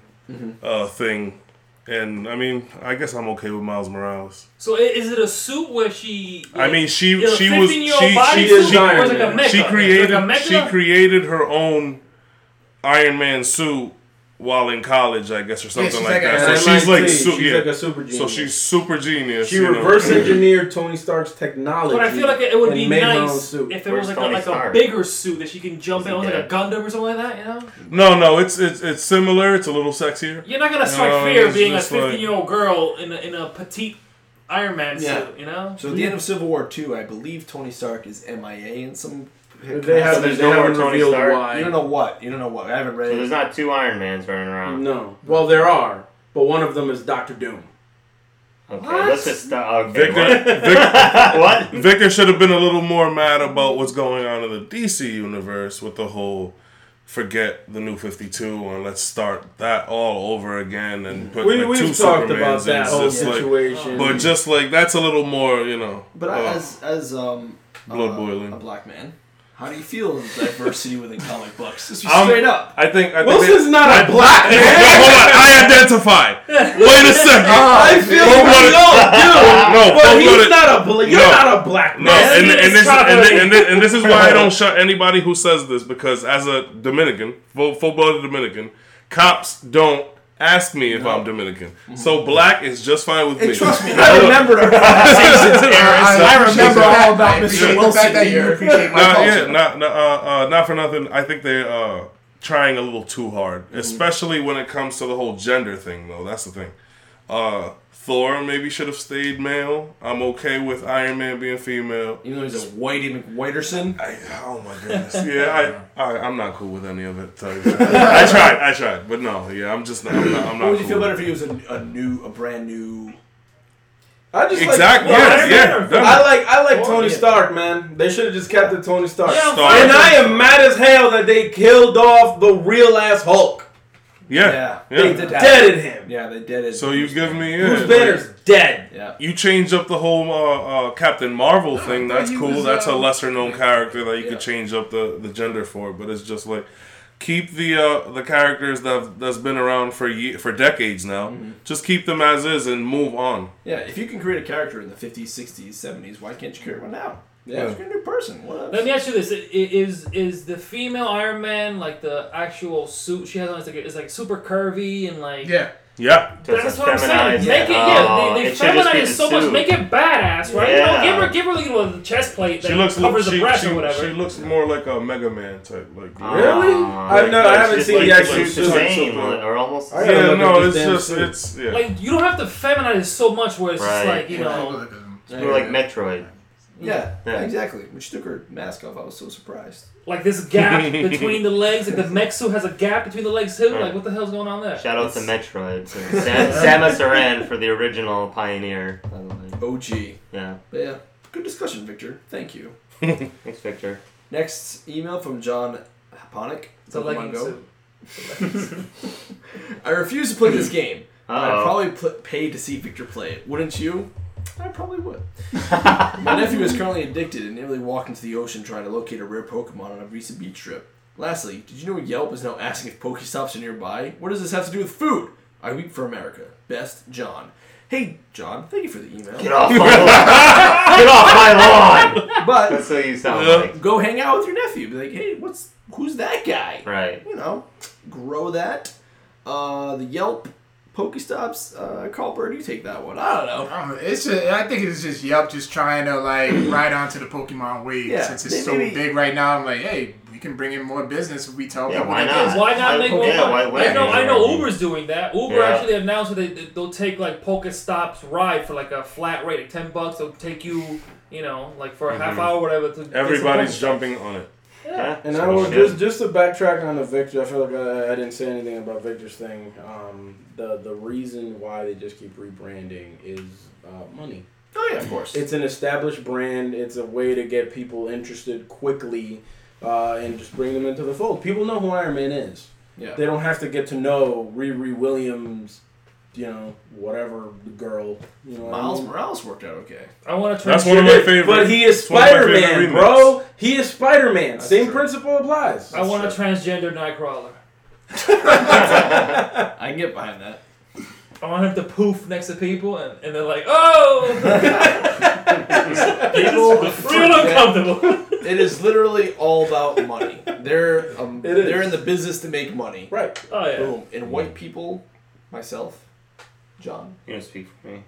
Speaker 7: uh, thing. And I mean, I guess I'm okay with Miles Morales.
Speaker 4: So i- is it a suit where she?
Speaker 7: I mean, she
Speaker 4: Is it a
Speaker 7: she was she
Speaker 4: 15-year-old
Speaker 7: she,
Speaker 4: body
Speaker 7: she,
Speaker 4: suit
Speaker 5: is Iron
Speaker 4: or is it
Speaker 5: Man.
Speaker 4: like a
Speaker 7: she
Speaker 4: mecha?
Speaker 7: created
Speaker 4: Like a mecha?
Speaker 7: she created her own Iron Man suit while in college, I guess, or something
Speaker 6: she's like
Speaker 7: like, that.
Speaker 6: a-
Speaker 7: so she's like, su-
Speaker 5: she's
Speaker 7: yeah.
Speaker 5: like a super genius.
Speaker 7: so she's super genius.
Speaker 5: she
Speaker 7: you know.
Speaker 5: reverse engineered Tony Stark's technology.
Speaker 4: But I feel like it, it would
Speaker 5: and
Speaker 4: be
Speaker 5: made her own
Speaker 4: nice
Speaker 5: suit.
Speaker 4: if it
Speaker 3: Where's
Speaker 4: was like a,
Speaker 3: Tony
Speaker 4: like a
Speaker 3: Stark?
Speaker 4: bigger suit that she can jump in,
Speaker 3: he
Speaker 4: almost like a Gundam or something like that. You know,
Speaker 7: No, no, it's it's it's similar. It's a little sexier.
Speaker 4: you're not gonna strike
Speaker 7: No,
Speaker 4: fear
Speaker 7: it's
Speaker 4: being a
Speaker 7: just like-
Speaker 4: 15 year old girl in a, in a petite Iron Man
Speaker 2: Yeah.
Speaker 4: suit. You know,
Speaker 2: So at the end of Civil War 2, I believe Tony Stark is MIA in some.
Speaker 5: they have
Speaker 3: there's
Speaker 5: they
Speaker 3: no more
Speaker 5: haven't
Speaker 3: Tony
Speaker 5: revealed
Speaker 3: Stark?
Speaker 2: You don't
Speaker 5: why.
Speaker 2: know what. You don't know what. I haven't read
Speaker 3: So
Speaker 2: it.
Speaker 3: there's not two Iron Mans running around.
Speaker 5: No. Well, there are, but one of them is Doctor Doom.
Speaker 3: Okay, let's just stop. Okay,
Speaker 7: Victor,
Speaker 3: what?
Speaker 7: Victor,
Speaker 3: what?
Speaker 7: Victor should have been a little more mad about what's going on in the DC universe with the whole forget the new 52 and let's start that all over again and put
Speaker 5: We
Speaker 7: like,
Speaker 5: we've
Speaker 7: two
Speaker 5: talked
Speaker 7: Supermans
Speaker 5: about
Speaker 7: in.
Speaker 5: that
Speaker 7: It's
Speaker 5: whole
Speaker 7: just like-
Speaker 5: situation.
Speaker 7: But just like that's a little more, you know. uh,
Speaker 2: But I as as um
Speaker 7: Blood
Speaker 2: uh,
Speaker 7: boiling.
Speaker 2: a black man, How do you feel of the diversity within comic books? Just
Speaker 7: I'm-
Speaker 2: straight up.
Speaker 7: I think. I think
Speaker 5: Wilson's not a black
Speaker 7: Wait,
Speaker 5: man.
Speaker 7: hold on, I identify. Wait a second.
Speaker 2: I feel
Speaker 7: Don't
Speaker 2: you,
Speaker 7: wanna-
Speaker 5: No,
Speaker 7: no,
Speaker 5: Oh. but
Speaker 7: don't
Speaker 5: he's
Speaker 7: wanna-
Speaker 5: not a black. You're
Speaker 7: No.
Speaker 5: not a black man.
Speaker 7: No, and,
Speaker 5: It's
Speaker 7: and, this,
Speaker 5: not
Speaker 7: and,
Speaker 5: like-
Speaker 7: thi- and, thi- and this is why I don't shut anybody who says this because as a Dominican, full blooded Dominican, cops don't ask me if I'm Dominican. So black is just fine with me.
Speaker 5: Hey, trust me, I remember.
Speaker 6: I
Speaker 2: remember all about Mr.
Speaker 6: The
Speaker 2: Wilson
Speaker 6: fact that you
Speaker 2: here.
Speaker 6: appreciate my
Speaker 7: Nah,
Speaker 6: culture.
Speaker 7: yeah, not, not, uh, uh, not for nothing. I think they're uh, trying a little too hard,
Speaker 2: Mm-hmm.
Speaker 7: especially when it comes to the whole gender thing, though. That's the thing. Uh, Thor maybe should have stayed male. I'm okay with Iron Man being female.
Speaker 2: Even though he's a Whitey McWhiterson.
Speaker 7: I, oh my goodness. Yeah, I, I I'm not cool with any of it. tell you the truth. I tried, I tried, but no, yeah, I'm just not. I'm not, I'm not
Speaker 2: What would you
Speaker 7: cool
Speaker 2: feel better if
Speaker 7: with
Speaker 2: he was a, a new, a brand new?
Speaker 5: I just
Speaker 7: Exactly,
Speaker 5: Like,
Speaker 7: yes,
Speaker 5: Iron
Speaker 7: yeah,
Speaker 5: Man.
Speaker 7: definitely.
Speaker 5: I like I
Speaker 2: Oh,
Speaker 5: like Tony Stark, man. They should have just kept it Tony Stark.
Speaker 7: it. Star-
Speaker 5: And I am mad as hell that they killed off the real ass Hulk.
Speaker 7: Yeah, yeah.
Speaker 5: They deaded him.
Speaker 2: Yeah, they did it.
Speaker 7: So you give me yeah,
Speaker 5: Bruce
Speaker 7: like,
Speaker 5: Banner's dead.
Speaker 2: Yeah.
Speaker 7: You change up the whole uh, uh, Captain Marvel thing. That's cool. That's a lesser known character that you could change up the, the gender for. But it's just like keep the uh, the characters that that's been around for ye- for decades now. Just keep them as is and move on.
Speaker 2: Yeah, if you can create a character in the 50s, 60s, 70s, why can't you create one now? Yeah,
Speaker 7: Yeah.
Speaker 2: create a new person. What else?
Speaker 4: Let me ask you this: I- i- Is is the female Iron Man like the actual suit she has on? It's like it's like super curvy and like
Speaker 6: Yeah.
Speaker 7: Yeah,
Speaker 4: That's
Speaker 3: Doesn't
Speaker 4: what I'm saying.
Speaker 3: feminize
Speaker 4: Make it,
Speaker 3: it.
Speaker 4: yeah.
Speaker 3: Oh,
Speaker 4: They, they
Speaker 3: it should just be
Speaker 4: feminize it
Speaker 3: the
Speaker 4: so much.
Speaker 3: suit.
Speaker 4: Make it badass, right?
Speaker 3: Yeah.
Speaker 4: You know, give her, give her like a little chest plate that
Speaker 7: she looks
Speaker 4: covers
Speaker 7: she,
Speaker 4: the breast
Speaker 7: she,
Speaker 4: or whatever.
Speaker 7: she looks more like a Mega Man type. Like
Speaker 3: Ah.
Speaker 5: Really? I've no, I
Speaker 3: Oh, It's
Speaker 5: haven't
Speaker 3: just
Speaker 5: seen
Speaker 3: like
Speaker 5: the
Speaker 3: it
Speaker 5: actual
Speaker 3: looks the
Speaker 5: suit.
Speaker 3: same,
Speaker 7: Super-
Speaker 3: or almost.
Speaker 5: I gotta
Speaker 7: Yeah,
Speaker 5: look
Speaker 7: no,
Speaker 5: at
Speaker 7: it's
Speaker 5: this damn
Speaker 7: just
Speaker 5: suit.
Speaker 7: it's yeah.
Speaker 4: like you don't have to feminize it so much where it's just
Speaker 3: Right.
Speaker 4: like you know.
Speaker 3: It's more like Metroid.
Speaker 2: Yeah,
Speaker 3: Yeah.
Speaker 2: exactly. When she took her mask off, I was so surprised.
Speaker 4: Like this gap between the legs, like the mech suit has a gap between the legs too.
Speaker 3: Right.
Speaker 4: Like what the hell's going on there?
Speaker 3: Shout out to Metroid. So Sam, Samus Aran for the original pioneer, by the way.
Speaker 2: OG.
Speaker 3: Yeah.
Speaker 2: But yeah, good discussion, Victor. Thank you.
Speaker 3: Thanks, Victor.
Speaker 2: Next email from John Haponic.
Speaker 4: It's a legging suit.
Speaker 2: I refuse to play this game. but I'd
Speaker 3: Uh-oh.
Speaker 2: probably pl- pay to see Victor play it. Wouldn't you? I probably would. My nephew is currently addicted and nearly walked into the ocean trying to locate a rare Pokemon on a recent beach trip. Lastly, did you know Yelp is now asking if Pokestops are nearby? What does this have to do with food? I weep for America. Best, John. Hey, John, thank you for the email.
Speaker 3: Get off my lawn! Get off my lawn!
Speaker 2: But
Speaker 3: That's what you sound
Speaker 7: Yeah.
Speaker 3: like.
Speaker 2: go hang out with your nephew. Be like, hey, what's who's that guy?
Speaker 3: Right.
Speaker 2: you know, grow that. Uh, the Yelp, Pokestops, uh, Carl Bird, you take that one. I don't know.
Speaker 6: I don't know, It's just, I think it's just Yelp just trying to like ride onto the Pokemon wave
Speaker 2: Yeah,
Speaker 6: since it's
Speaker 2: they-
Speaker 6: so
Speaker 2: maybe-
Speaker 6: big right now. I'm like, hey, we can bring in more business if we tell
Speaker 3: Yeah,
Speaker 6: people.
Speaker 3: why
Speaker 6: that
Speaker 3: not?
Speaker 4: Why not
Speaker 3: I-
Speaker 4: make more
Speaker 3: yeah,
Speaker 4: money?
Speaker 3: why- why
Speaker 4: I know,
Speaker 3: not?
Speaker 4: I know Uber's doing that. Uber
Speaker 3: Yeah.
Speaker 4: actually announced that they, they'll take like Pokestops ride for like a flat rate of ten bucks. They'll take you, you know, like for a half hour, or whatever. To get some
Speaker 7: Everybody's
Speaker 4: Pokestops.
Speaker 7: jumping on it.
Speaker 3: Yeah.
Speaker 5: And
Speaker 3: so
Speaker 5: I will
Speaker 3: shit.
Speaker 5: just just to backtrack on the Victor. I feel like I, I didn't say anything about Victor's thing. Um, the the reason why they just keep rebranding is uh, money.
Speaker 2: Oh yeah, of course.
Speaker 5: It's an established brand. It's a way to get people interested quickly, uh, and just bring them into the fold. People know who Iron Man is.
Speaker 2: Yeah.
Speaker 5: They don't have to get to know Riri Williams, you know, whatever girl. You know, what I
Speaker 2: Miles
Speaker 5: mean?
Speaker 2: Morales worked out okay.
Speaker 4: I want to
Speaker 7: That's one of my favorite.
Speaker 5: But he is
Speaker 7: it's one of my
Speaker 5: Spider
Speaker 7: favorite
Speaker 5: Man,
Speaker 7: remakes.
Speaker 5: bro. He is Spider Man.
Speaker 2: That's
Speaker 5: Same
Speaker 2: true.
Speaker 5: principle applies.
Speaker 4: I want a transgender Nightcrawler.
Speaker 2: I can get behind that.
Speaker 4: I want him to poof next to people, and, and they're like, oh,
Speaker 2: People,
Speaker 4: real uncomfortable. Oh,
Speaker 2: it is literally all about money. They're um,
Speaker 5: It is.
Speaker 2: they're in the business to make money.
Speaker 5: Right.
Speaker 4: Oh yeah.
Speaker 2: Boom. And white people, myself, John,
Speaker 3: You don't speak for me.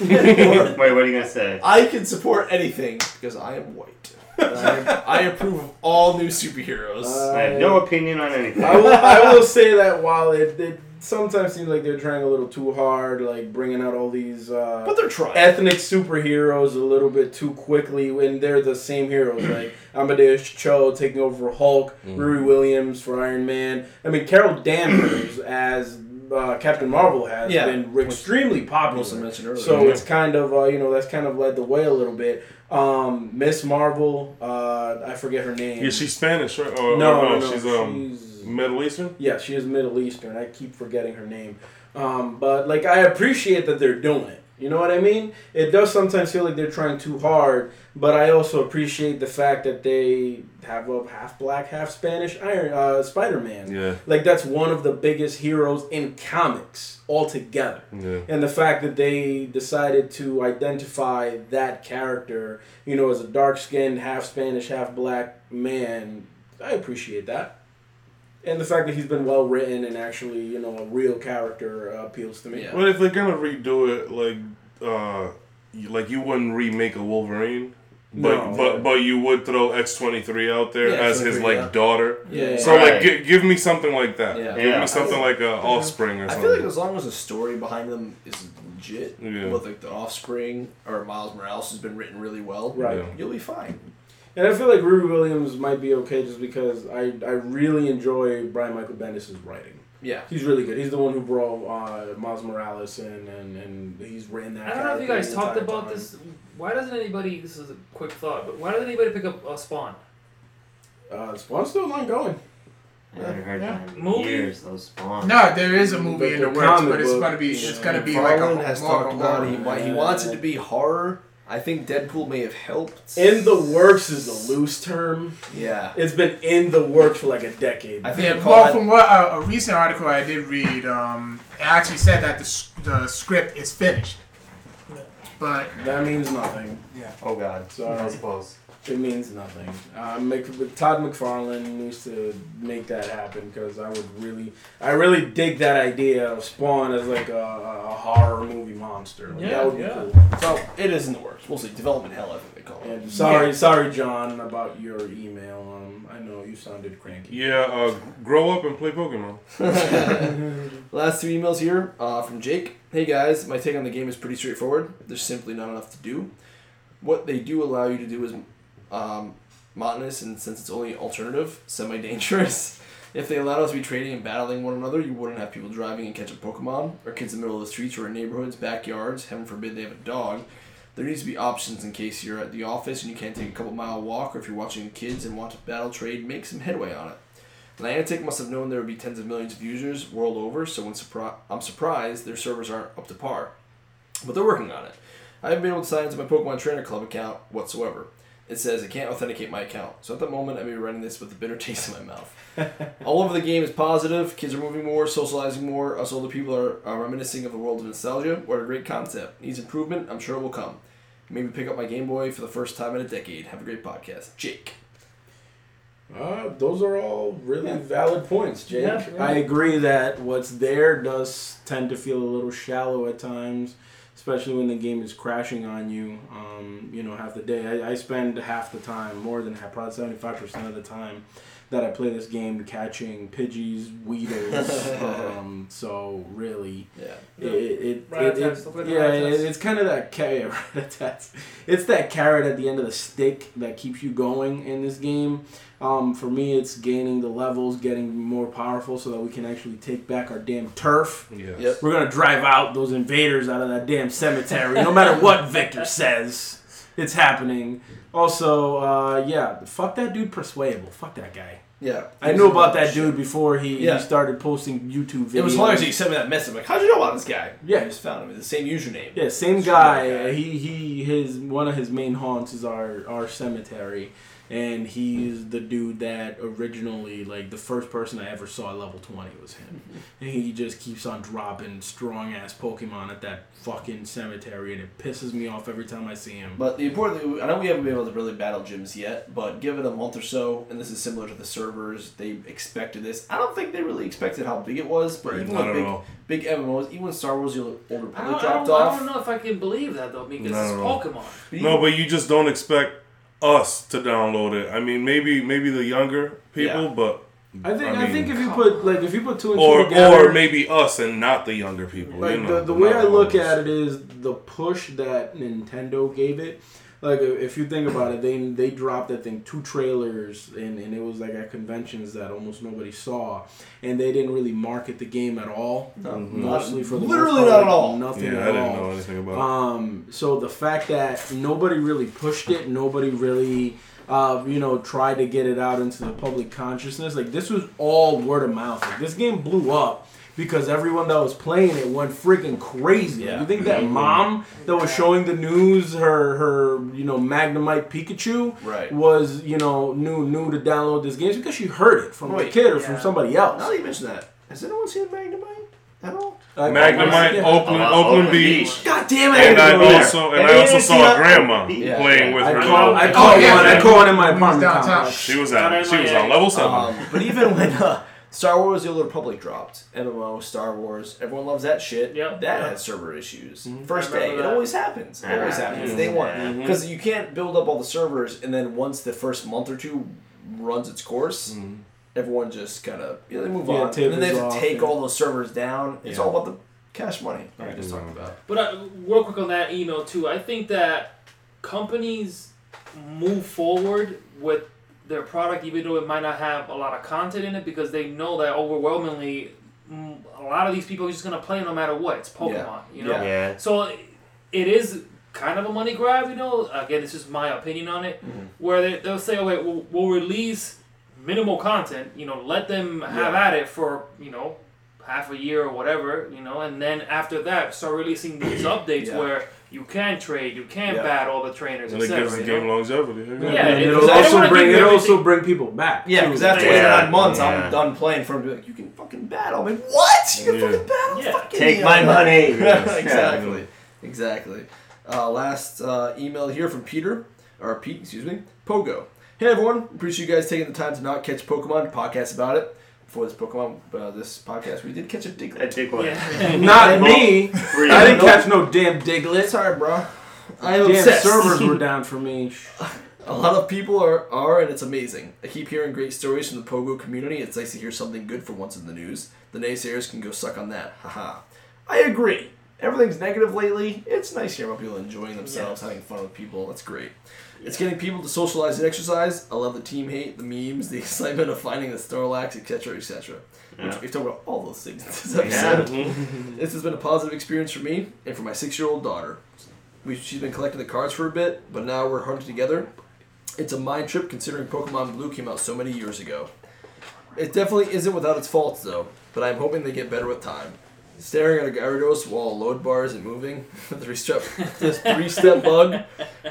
Speaker 3: Wait, what are you gonna say?
Speaker 2: I can support anything because I am white. I, I approve of all new superheroes.
Speaker 3: I have no opinion on anything.
Speaker 5: I will, I will say that while it, it sometimes seems like they're trying a little too hard, like bringing out all these
Speaker 2: but
Speaker 5: uh,
Speaker 2: they're trying.
Speaker 5: ethnic superheroes a little bit too quickly when they're the same heroes. Like Amadeus Cho taking over Hulk,
Speaker 7: Mm-hmm.
Speaker 5: Riri Williams for Iron Man. I mean, Carol Danvers as uh, Captain Marvel has
Speaker 2: Yeah.
Speaker 5: been extremely popular.
Speaker 2: Wilson mentioned earlier.
Speaker 5: So it's kind of uh, you know that's kind of led the way a little bit. Um, Miss Marvel, uh, I forget her name.
Speaker 7: yeah, she's Spanish, right? Or,
Speaker 5: no,
Speaker 7: or
Speaker 5: no,
Speaker 7: no,
Speaker 5: no,
Speaker 7: she's um
Speaker 5: she's-
Speaker 7: Middle Eastern.
Speaker 5: yeah, she is Middle Eastern. I keep forgetting her name. Um, but like I appreciate that they're doing it. You know what I mean? It does sometimes feel like they're trying too hard, but I also appreciate the fact that they have a half black, half Spanish Iron uh, Spider Man.
Speaker 7: Yeah.
Speaker 5: Like that's one of the biggest heroes in comics altogether.
Speaker 7: Yeah.
Speaker 5: And the fact that they decided to identify that character, you know, as a dark skinned, half Spanish, half black man, I appreciate that. And the fact that he's been well written and actually, you know, a real character uh, appeals to me.
Speaker 2: Yeah.
Speaker 7: Well, if they're gonna redo it, like, uh, you- like you wouldn't remake a Wolverine, but
Speaker 5: No.
Speaker 7: but but you would throw X twenty three out there
Speaker 2: Yeah,
Speaker 7: as his
Speaker 2: X23,
Speaker 7: like
Speaker 2: yeah.
Speaker 7: daughter.
Speaker 5: Yeah.
Speaker 7: So like,
Speaker 3: Right.
Speaker 7: gi- give me something like that.
Speaker 2: Yeah.
Speaker 7: Give
Speaker 3: Yeah.
Speaker 7: me something like a
Speaker 5: Uh-huh.
Speaker 7: offspring or
Speaker 2: I
Speaker 7: something.
Speaker 2: feel like as long as the story behind them is legit,
Speaker 7: Yeah.
Speaker 2: with like the offspring or Miles Morales has been written really well,
Speaker 5: Right.
Speaker 7: Yeah.
Speaker 2: You'll be fine.
Speaker 5: And I feel like Ruby Williams might be okay just because I, I really enjoy Brian Michael Bendis' writing.
Speaker 2: Yeah.
Speaker 5: He's really good. He's the one who brought uh, Miles Morales in, and, and he's written that.
Speaker 8: I don't know if you
Speaker 5: character
Speaker 8: guys
Speaker 5: the
Speaker 8: talked
Speaker 5: entire
Speaker 8: about
Speaker 5: time.
Speaker 8: this. Why doesn't anybody? This is a quick thought, but why doesn't anybody pick up uh, Spawn?
Speaker 5: Uh, Spawn's still ongoing.
Speaker 3: I haven't heard that in
Speaker 8: Movie.
Speaker 3: years. Those spawns.
Speaker 6: No, there is a movie
Speaker 5: But
Speaker 6: in the
Speaker 5: the
Speaker 6: works,
Speaker 5: comic
Speaker 6: but it's
Speaker 5: book-
Speaker 6: gonna be it's gonna be like
Speaker 2: McFarlane
Speaker 6: a
Speaker 2: has
Speaker 6: more of
Speaker 2: talked
Speaker 6: a
Speaker 2: about
Speaker 6: horror.
Speaker 2: he, wa- he wants it to be horror. I think Deadpool may have helped.
Speaker 5: In the works is a loose term.
Speaker 2: yeah.
Speaker 5: It's been in the works for like a decade.
Speaker 2: I think
Speaker 6: Yeah,
Speaker 2: they call
Speaker 6: well,
Speaker 2: that-
Speaker 6: from what uh, a recent article I did read, um, it actually said that the, s- the script is finished. But
Speaker 5: That means nothing.
Speaker 3: Oh God.
Speaker 5: Sorry.
Speaker 3: That was close.
Speaker 5: It means nothing. Uh, Mc, Todd McFarlane needs to make that happen because I would really, I really dig that idea of Spawn as like a, a horror movie monster. Like,
Speaker 8: Yeah,
Speaker 5: that would be
Speaker 8: yeah.
Speaker 5: cool.
Speaker 2: So it is in the works. We'll see. Development hell, I think they call it.
Speaker 5: And sorry, sorry, John, about your email. Um, I know you sounded cranky.
Speaker 7: Yeah, uh, grow up and play Pokemon.
Speaker 2: Last two emails here uh, from Jake. Hey guys, my take on the game is pretty straightforward. There's simply not enough to do. What they do allow you to do is um, monotonous, and since it's only alternative, semi dangerous. If they allowed us to be trading and battling one another, you wouldn't have people driving and catching Pokemon, or kids in the middle of the streets or in neighborhoods, backyards, heaven forbid they have a dog. There needs to be options in case you're at the office and you can't take a couple mile walk, or if you're watching kids and want to battle trade, make some headway on it. Niantic must have known there would be tens of millions of users world over, so when surpri- I'm surprised their servers aren't up to par. But they're working on it. I haven't been able to sign into my Pokemon Trainer Club account whatsoever. It says I can't authenticate my account, so at the moment I may be running this with a bitter taste in my mouth. All over the game is positive, kids are moving more, socializing more, us older people are, are reminiscing of the world of nostalgia. What a great concept. Needs improvement, I'm sure it will come. Maybe pick up my Game Boy for the first time in a decade. Have a great podcast. Jake.
Speaker 5: Uh, those are all really valid points, Jake.
Speaker 8: Yeah, yeah.
Speaker 5: I agree that what's there does tend to feel a little shallow at times, especially when the game is crashing on you. Um, you know, half the day. I, I spend half the time, more than half, probably seventy five percent of the time that I play this game catching Pidgeys, Weedles. um, so really,
Speaker 2: Yeah.
Speaker 5: it, it, it,
Speaker 8: Rat-a-tat,
Speaker 5: it-
Speaker 8: stuff like the
Speaker 5: yeah, it,
Speaker 8: rat-a-tats.
Speaker 5: it's kind of that carrot. It's that carrot at the end of the stick that keeps you going in this game. Um, for me, it's gaining the levels, getting more powerful, so that we can actually take back our damn turf.
Speaker 7: Yeah.
Speaker 2: Yep.
Speaker 5: We're gonna drive out those invaders out of that damn cemetery, no matter what Victor says. It's happening. Also, uh, yeah, fuck that dude, persuadable. Fuck that guy.
Speaker 2: Yeah.
Speaker 5: I knew about that dude before he,
Speaker 2: Yeah.
Speaker 5: he started posting YouTube videos.
Speaker 2: It was hilarious. that You sent me that message. I'm like, how'd you know about this guy?
Speaker 5: Yeah.
Speaker 2: I just found him with the same username.
Speaker 5: Yeah, same
Speaker 2: Sure,
Speaker 5: guy.
Speaker 2: guy.
Speaker 5: He he his one of his main haunts is our our cemetery, and he's the dude that originally like the first person I ever saw at level twenty was him, and he just keeps on dropping strong ass Pokemon at that fucking cemetery, and it pisses me off every time I see him.
Speaker 2: But the important thing, I know we haven't been able to really battle gyms yet, but given a month or so, and this is similar to the servers, they expected this. I don't think they really expected how big it was, but
Speaker 7: Right,
Speaker 2: even
Speaker 7: not
Speaker 2: with
Speaker 7: at
Speaker 2: big,
Speaker 7: all.
Speaker 2: big MMOs, even when Star Wars, the Old
Speaker 8: I don't,
Speaker 2: Republic
Speaker 8: I
Speaker 2: dropped
Speaker 8: don't- I
Speaker 2: off.
Speaker 8: don't know if I can believe that though because
Speaker 7: Not
Speaker 8: it's
Speaker 7: at all.
Speaker 8: Pokemon.
Speaker 7: No, but you just don't expect us to download it. I mean, maybe maybe the younger people,
Speaker 2: Yeah.
Speaker 7: but
Speaker 5: I think I,
Speaker 7: I mean-
Speaker 5: think if you put like if you put two and two
Speaker 7: or
Speaker 5: together,
Speaker 7: or maybe us and not the younger people.
Speaker 5: Like
Speaker 7: you know,
Speaker 5: the, the way I look
Speaker 7: millennials.
Speaker 5: at it is the push that Nintendo gave it. Like if you think about it, they they dropped that thing two trailers and, and it was like at conventions that almost nobody saw, and they didn't really market the game at all. Mostly for the most
Speaker 2: Literally
Speaker 5: part,
Speaker 2: not at
Speaker 5: like,
Speaker 2: all.
Speaker 5: Nothing
Speaker 7: Yeah,
Speaker 5: at
Speaker 7: I
Speaker 5: all.
Speaker 7: didn't know anything about. it.
Speaker 5: Um, so the fact that nobody really pushed it, nobody really, uh, you know, tried to get it out into the public consciousness. Like this was all word of mouth. Like, this game blew up because everyone that was playing it went freaking crazy.
Speaker 9: Yeah.
Speaker 5: You think that mom that was showing the news her her you know Magnemite Pikachu
Speaker 2: Right.
Speaker 5: was you know new new to download this game It's because she heard it from a
Speaker 9: Wait,
Speaker 5: kid or
Speaker 8: yeah.
Speaker 5: from somebody else.
Speaker 9: Now that you mention that, has anyone seen Magnemite at all?
Speaker 5: Like,
Speaker 7: Magnemite,
Speaker 5: yeah.
Speaker 7: Oakland,
Speaker 3: Uh,
Speaker 7: Oakland
Speaker 3: Oakland
Speaker 7: Beach.
Speaker 5: God damn it!
Speaker 7: And I
Speaker 5: didn't go there.
Speaker 7: also and
Speaker 3: And
Speaker 7: I
Speaker 3: you
Speaker 7: also
Speaker 3: didn't see
Speaker 7: saw
Speaker 3: how-
Speaker 7: grandma
Speaker 3: Yeah.
Speaker 7: playing with
Speaker 5: I
Speaker 7: her.
Speaker 5: call, I
Speaker 7: little-
Speaker 5: call
Speaker 6: Oh, yeah,
Speaker 5: one. I
Speaker 6: yeah.
Speaker 5: call one in my
Speaker 6: When he was
Speaker 5: apartment
Speaker 6: downtown.
Speaker 5: complex.
Speaker 7: She was on she was on level seven.
Speaker 2: Um, but even when uh, Star Wars: The Old Republic dropped, MMO, Star Wars, everyone loves that shit.
Speaker 8: Yep.
Speaker 2: That
Speaker 8: Yep.
Speaker 2: has server issues. First
Speaker 8: I remember
Speaker 2: day, it
Speaker 8: that.
Speaker 2: always happens. It always
Speaker 3: Yeah.
Speaker 2: happens. Day one, because you can't build up all the servers, and then once the first month or two runs its course.
Speaker 7: Mm-hmm. Mm.
Speaker 2: Everyone just kind of you know, they move
Speaker 5: Yeah,
Speaker 2: on, and then they
Speaker 5: tapers
Speaker 2: have to
Speaker 5: off,
Speaker 2: take
Speaker 5: yeah.
Speaker 2: all those servers down. It's all about the cash money. Like we just talking about.
Speaker 4: But uh, real quick on that email too, I think that companies move forward with their product, even though it might not have a lot of content in it, because they know that overwhelmingly, mm, a lot of these people are just gonna play no matter what. It's Pokemon, you know.
Speaker 3: Yeah.
Speaker 4: So it is kind of a money grab, you know. Again, it's just my opinion on it,
Speaker 2: Mm-hmm.
Speaker 4: where they, they'll say, "Oh wait, we'll, we'll release minimal content, you know, let them have at it for you know half a year or whatever, you know, and then after that, start releasing these updates
Speaker 2: Yeah.
Speaker 4: where you can trade, you can
Speaker 2: Yeah.
Speaker 4: battle the trainers,
Speaker 7: And it
Speaker 4: etc.
Speaker 7: gives the game longevity.
Speaker 4: Yeah,
Speaker 5: and
Speaker 4: it-
Speaker 5: it'll
Speaker 4: because I don't
Speaker 5: also
Speaker 4: wanna
Speaker 5: bring
Speaker 4: give
Speaker 5: it
Speaker 4: everything-
Speaker 5: also bring people back.
Speaker 2: Yeah,
Speaker 5: too.
Speaker 2: because after
Speaker 3: Yeah.
Speaker 2: eight or nine months,
Speaker 3: Yeah.
Speaker 2: I'm done playing for him. to be Like, you can fucking battle. I'm like, what? You can
Speaker 7: Yeah.
Speaker 2: fucking battle?
Speaker 4: Yeah.
Speaker 2: Fucking
Speaker 3: Take
Speaker 2: yeah."
Speaker 3: my money.
Speaker 2: exactly. Exactly. Uh, last uh, email here from Peter, or Pete, excuse me, Pogo. Hey everyone, appreciate you guys taking the time to not catch Pokemon to podcast about it. Before this Pokemon, uh, this podcast, we did catch a
Speaker 3: Yeah. I
Speaker 2: Diglett.
Speaker 3: take one.
Speaker 4: Yeah.
Speaker 5: Not me.
Speaker 3: Three.
Speaker 5: I didn't catch no damn Diglett.
Speaker 2: Sorry, bro. I am
Speaker 5: Damn
Speaker 2: obsessed.
Speaker 5: servers were down for me.
Speaker 2: A lot of people are, are, and it's amazing. I keep hearing great stories from the Pogo community. It's nice to hear something good for once in the news. The naysayers can go suck on that. Haha. I agree. Everything's negative lately. It's nice hearing about people enjoying themselves, having fun with people. That's great. It's getting people to socialize and exercise. I love the team hate, the memes, the excitement of finding the Snorlax, etc., etc. Which we've talked about all those things in this episode. this has been a positive experience for me and for my six-year-old daughter. We, she's been collecting the cards for a bit, but now we're hunting together. It's a mind trip considering Pokemon Blue came out so many years ago. It definitely isn't without its faults though, but I'm hoping they get better with time. Staring at a Gyarados while load bar isn't moving, three step, this three step bug,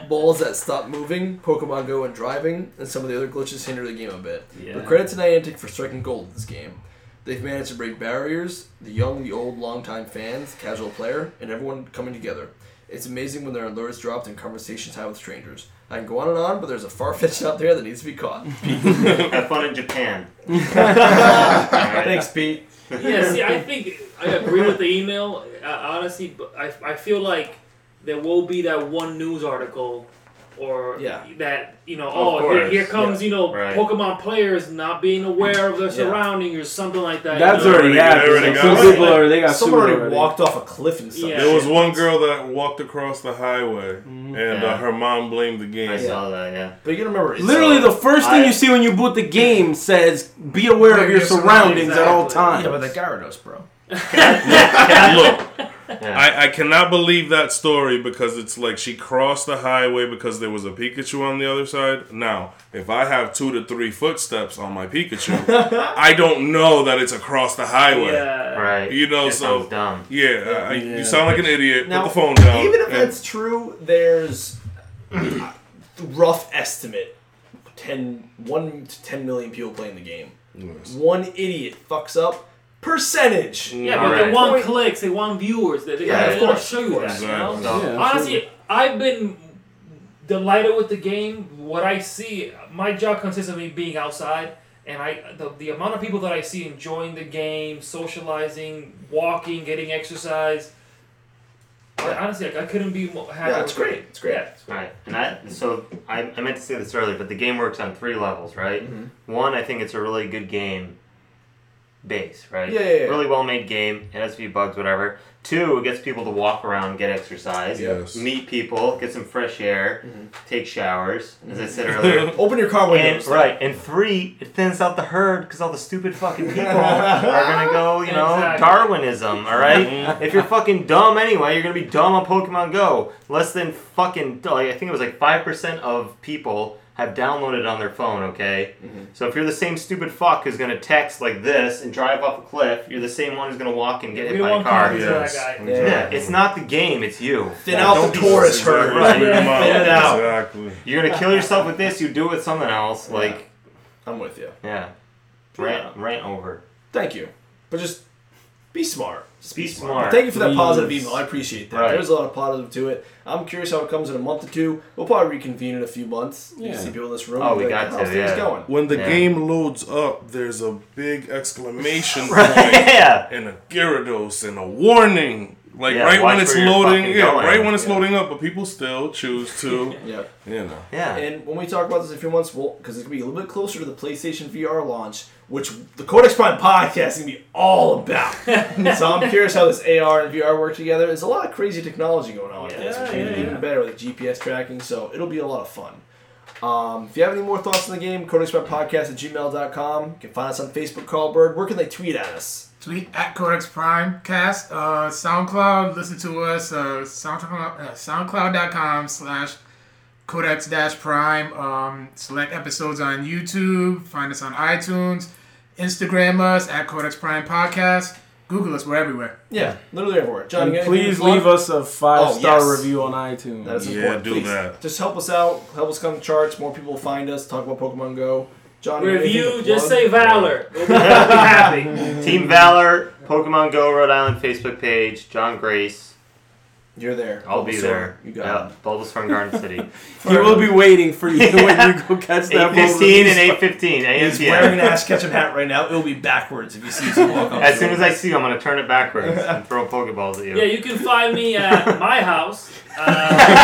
Speaker 2: balls that stop moving, Pokemon Go and driving, and some of the other glitches hinder the game a bit. But credit to Niantic for striking gold in this game. They've managed to break barriers, the young, the old, longtime fans, casual player, and everyone coming together. It's amazing when there are lures dropped and conversations had with strangers. I can go on and on, but there's a farfetch out there that needs to be caught.
Speaker 3: Have fun in Japan.
Speaker 2: Thanks, Pete.
Speaker 4: yeah, see, I think I agree with the email. Uh, honestly, but I, I feel like there will be that one news article or
Speaker 2: Yeah.
Speaker 4: that, you know,
Speaker 3: Of
Speaker 4: oh, here,
Speaker 3: course.
Speaker 4: here comes, you know,
Speaker 3: Right.
Speaker 4: Pokemon players not being aware of their surroundings or something like that.
Speaker 5: That's
Speaker 4: you know?
Speaker 5: already
Speaker 7: They already
Speaker 5: happened.
Speaker 7: got
Speaker 5: Some
Speaker 7: it.
Speaker 5: people are they got
Speaker 2: Someone
Speaker 5: sued
Speaker 2: already,
Speaker 5: already.
Speaker 2: walked off a cliff and stuff.
Speaker 4: Yeah.
Speaker 7: There was one girl that walked across the highway,
Speaker 5: Mm-hmm.
Speaker 7: and
Speaker 3: Yeah.
Speaker 7: uh, her mom blamed the
Speaker 3: I
Speaker 7: game.
Speaker 3: saw that. Yeah.
Speaker 2: But you gotta remember, it's
Speaker 5: Literally,
Speaker 2: uh,
Speaker 5: the first thing
Speaker 3: I-
Speaker 5: you see when you boot the game says, "Be aware of your surroundings at all times."
Speaker 2: yeah, but the Gyarados, bro.
Speaker 7: Look,
Speaker 3: Yeah.
Speaker 7: I, I cannot believe that story because it's like she crossed the highway because there was a Pikachu on the other side. Now, if I have two to three footsteps on my Pikachu, I don't know that it's across the highway.
Speaker 4: Yeah.
Speaker 3: right.
Speaker 7: You know,
Speaker 3: That
Speaker 7: so-
Speaker 3: sounds dumb.
Speaker 7: Yeah, I, you sound like an idiot.
Speaker 2: Now,
Speaker 7: Put the phone down.
Speaker 2: Even if
Speaker 7: and-
Speaker 2: that's true, there's rough estimate 10, 1 to 10 million people playing the game. One idiot fucks up. Percentage.
Speaker 4: Yeah, but they
Speaker 3: Alright.
Speaker 4: want clicks, they want viewers. They, they,
Speaker 2: Yeah,
Speaker 4: they
Speaker 2: of
Speaker 4: don't
Speaker 2: course,
Speaker 4: show
Speaker 2: of
Speaker 4: you
Speaker 2: course.
Speaker 4: that. You know?
Speaker 3: So,
Speaker 5: Yeah, absolutely.
Speaker 4: Honestly, I've been delighted with the game. What I see, my job consists of me being outside, and I the, the amount of people that I see enjoying the game, socializing, walking, getting exercise. I, honestly, like, I couldn't be more happy.
Speaker 2: Yeah, it's
Speaker 4: with it.
Speaker 2: great. It's great.
Speaker 4: Yeah.
Speaker 3: Right, and I so I, I meant to say this earlier, but the game works on three levels, right?
Speaker 2: Mm-hmm.
Speaker 3: One, I think it's a really good game base, right?
Speaker 2: Yeah, yeah, yeah.
Speaker 3: Really well made game. It has a few bugs, whatever. Two, it gets people to walk around, get exercise,
Speaker 7: Yes.
Speaker 3: meet people, get some fresh air,
Speaker 2: Mm-hmm.
Speaker 3: take showers, as I said earlier.
Speaker 2: Open your car
Speaker 3: And,
Speaker 2: windows.
Speaker 3: right, and three, it thins out the herd because all the stupid fucking people are gonna go, you know,
Speaker 4: Exactly.
Speaker 3: Darwinism. All right, if you're fucking dumb anyway, you're gonna be dumb on Pokemon Go. Less than fucking like I think it was like five percent of people have downloaded it on their phone, okay? So if you're the same stupid fuck who's gonna text like this and drive off a cliff, you're the same one who's gonna walk and get
Speaker 8: We
Speaker 3: hit
Speaker 8: don't
Speaker 3: by a
Speaker 8: want
Speaker 3: car.
Speaker 8: cops.
Speaker 3: Yeah.
Speaker 7: Yes.
Speaker 8: that guy.
Speaker 7: Exactly.
Speaker 3: it's not the game, it's you.
Speaker 2: Thin out the Taurus herd.
Speaker 7: Right.
Speaker 3: Right.
Speaker 7: Them out.
Speaker 3: Thin it out.
Speaker 7: Exactly.
Speaker 3: You're gonna kill yourself with this, you do it with something else. Like,
Speaker 2: I'm with you.
Speaker 3: yeah. Rant, rant over.
Speaker 2: Thank you. But just be smart. Just
Speaker 3: Be smart.
Speaker 2: Thank you for that
Speaker 5: Please.
Speaker 2: positive email. I appreciate that.
Speaker 3: Right.
Speaker 2: There's a lot of positive to it. I'm curious how it comes in a month or two. We'll probably reconvene in a few months. You
Speaker 5: Yeah.
Speaker 2: see people in this room.
Speaker 3: Oh,
Speaker 2: and
Speaker 3: we
Speaker 2: be
Speaker 3: got
Speaker 2: like,
Speaker 3: to,
Speaker 2: how's things
Speaker 3: yeah.
Speaker 2: going?
Speaker 7: When the
Speaker 3: Yeah.
Speaker 7: game loads up, there's a big exclamation point
Speaker 3: yeah.
Speaker 7: and a Gyarados and a warning. Like
Speaker 3: Yeah,
Speaker 7: right when
Speaker 3: watch
Speaker 7: it's
Speaker 3: where you're
Speaker 7: loading,
Speaker 3: fucking
Speaker 7: yeah,
Speaker 3: going.
Speaker 7: right when it's
Speaker 2: Yeah.
Speaker 7: loading up, but people still choose to,
Speaker 2: Yeah.
Speaker 7: you know.
Speaker 3: Yeah.
Speaker 2: And when we talk about this in a few months, we'll because it's gonna be a little bit closer to the PlayStation VR launch, which the Codex Prime podcast is gonna be all about. so I'm curious how this AR and VR work together. There's a lot of crazy technology going on. Yeah, it's yeah, even better with GPS tracking, so it'll be a lot of fun. Um, if you have any more thoughts on the game, codexprime.podcast at gmail.com. You can find us on Facebook, Callbird. Where can they tweet at us?
Speaker 6: Tweet at Codex Prime Cast, uh, SoundCloud. Listen to us, uh, SoundCloud, uh, SoundCloud.com slash Codex dash Prime. Um, select episodes on YouTube. Find us on iTunes. Instagram us at Codex Prime Podcast. Google us. We're everywhere.
Speaker 2: Yeah, literally everywhere. John, you got anything
Speaker 5: Please
Speaker 2: to plug?
Speaker 5: leave us a five star
Speaker 2: yes.
Speaker 5: review on iTunes.
Speaker 2: That is
Speaker 7: Yeah,
Speaker 2: important.
Speaker 7: do
Speaker 2: Please,
Speaker 7: that.
Speaker 2: Just help us out. Help us come charts. More people will find us. Talk about Pokemon Go. John, you got anything to
Speaker 8: Review, just
Speaker 2: plug?
Speaker 8: say Valor. We'll be happy.
Speaker 3: Team Valor, Pokemon Go Rhode Island Facebook page, John Grace.
Speaker 2: You're there.
Speaker 3: I'll be
Speaker 2: Bulbasaur.
Speaker 3: there.
Speaker 2: You got
Speaker 3: yeah,
Speaker 2: it.
Speaker 3: Bulbasaur in Garden City.
Speaker 5: He will be waiting for you
Speaker 3: Yeah.
Speaker 5: when you go catch that
Speaker 3: Eight
Speaker 5: ball.
Speaker 3: fifteen and eight fifteen a.m.
Speaker 2: He's wearing an Ash Ketchum hat right now. It'll be backwards if you see him walk up.
Speaker 3: As soon as I see you, I'm gonna turn it backwards and throw Pokeballs at you.
Speaker 8: yeah, you can find me at my house.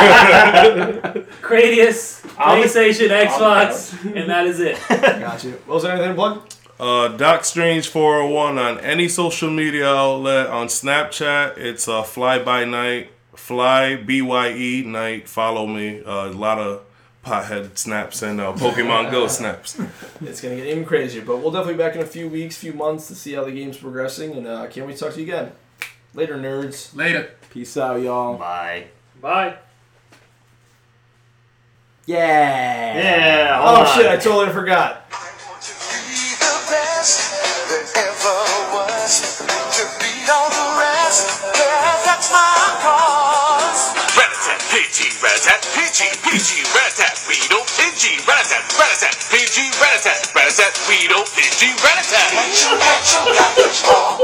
Speaker 8: Uh, Cradius,
Speaker 3: I'll be-
Speaker 8: PlayStation, Xbox, and that is it.
Speaker 2: got you. What was there anything to plug?
Speaker 7: Uh, Doc Strange 401 on any social media outlet on Snapchat. It's uh, Fly by Night, Fly B Y E Night. Follow me. Uh, a lot of pothead snaps and uh, Pokemon Go snaps.
Speaker 2: It's gonna get even crazier, but we'll definitely be back in a few weeks, few months to see how the game's progressing, and uh, can't wait to talk to you again. Later, nerds.
Speaker 6: Later.
Speaker 5: Peace out, y'all.
Speaker 3: Bye.
Speaker 8: Bye.
Speaker 5: Yeah.
Speaker 3: Yeah. hold
Speaker 2: Oh
Speaker 3: on.
Speaker 2: shit! I totally forgot.
Speaker 11: the best that ever was. To beat all the rest, yeah, that's my cause. Rat-a-tat, pidgey, rat-a-tat, pidgey, pidgey, rat-a-tat, weedle, pidgey, rat-a-tat, rat-a-tat, pidgey, rat-a-tat, rat-a-tat, weedle, pidgey, rat-a-tat. At you, at you, got the strong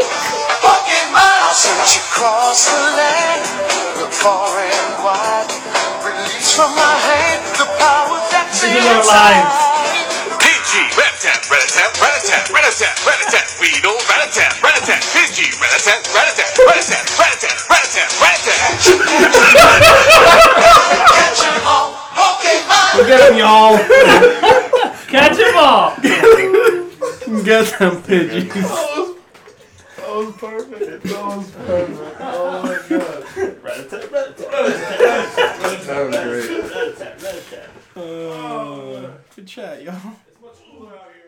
Speaker 11: Pokemon. I'll search across the land, look far and wide, release from my hand the power that's
Speaker 8: This is our
Speaker 11: inside.
Speaker 8: lives.
Speaker 11: Pidgey, rat-a-tat, rat-a-tat, rat-a-tat, rat-a-tat, rat-a-tat, weedle, rat-a-tat, rat-a-tat, pidgey, rat-a-tat, rat-a-tat, rat-a-tat, rat-a-tat, rat-a-tat, rat-a-tat. Catch 'em all, Pokemon.
Speaker 2: Forget him, y'all.
Speaker 8: Catch 'em all.
Speaker 5: Get them pigeons. Good chat, y'all.
Speaker 7: out here.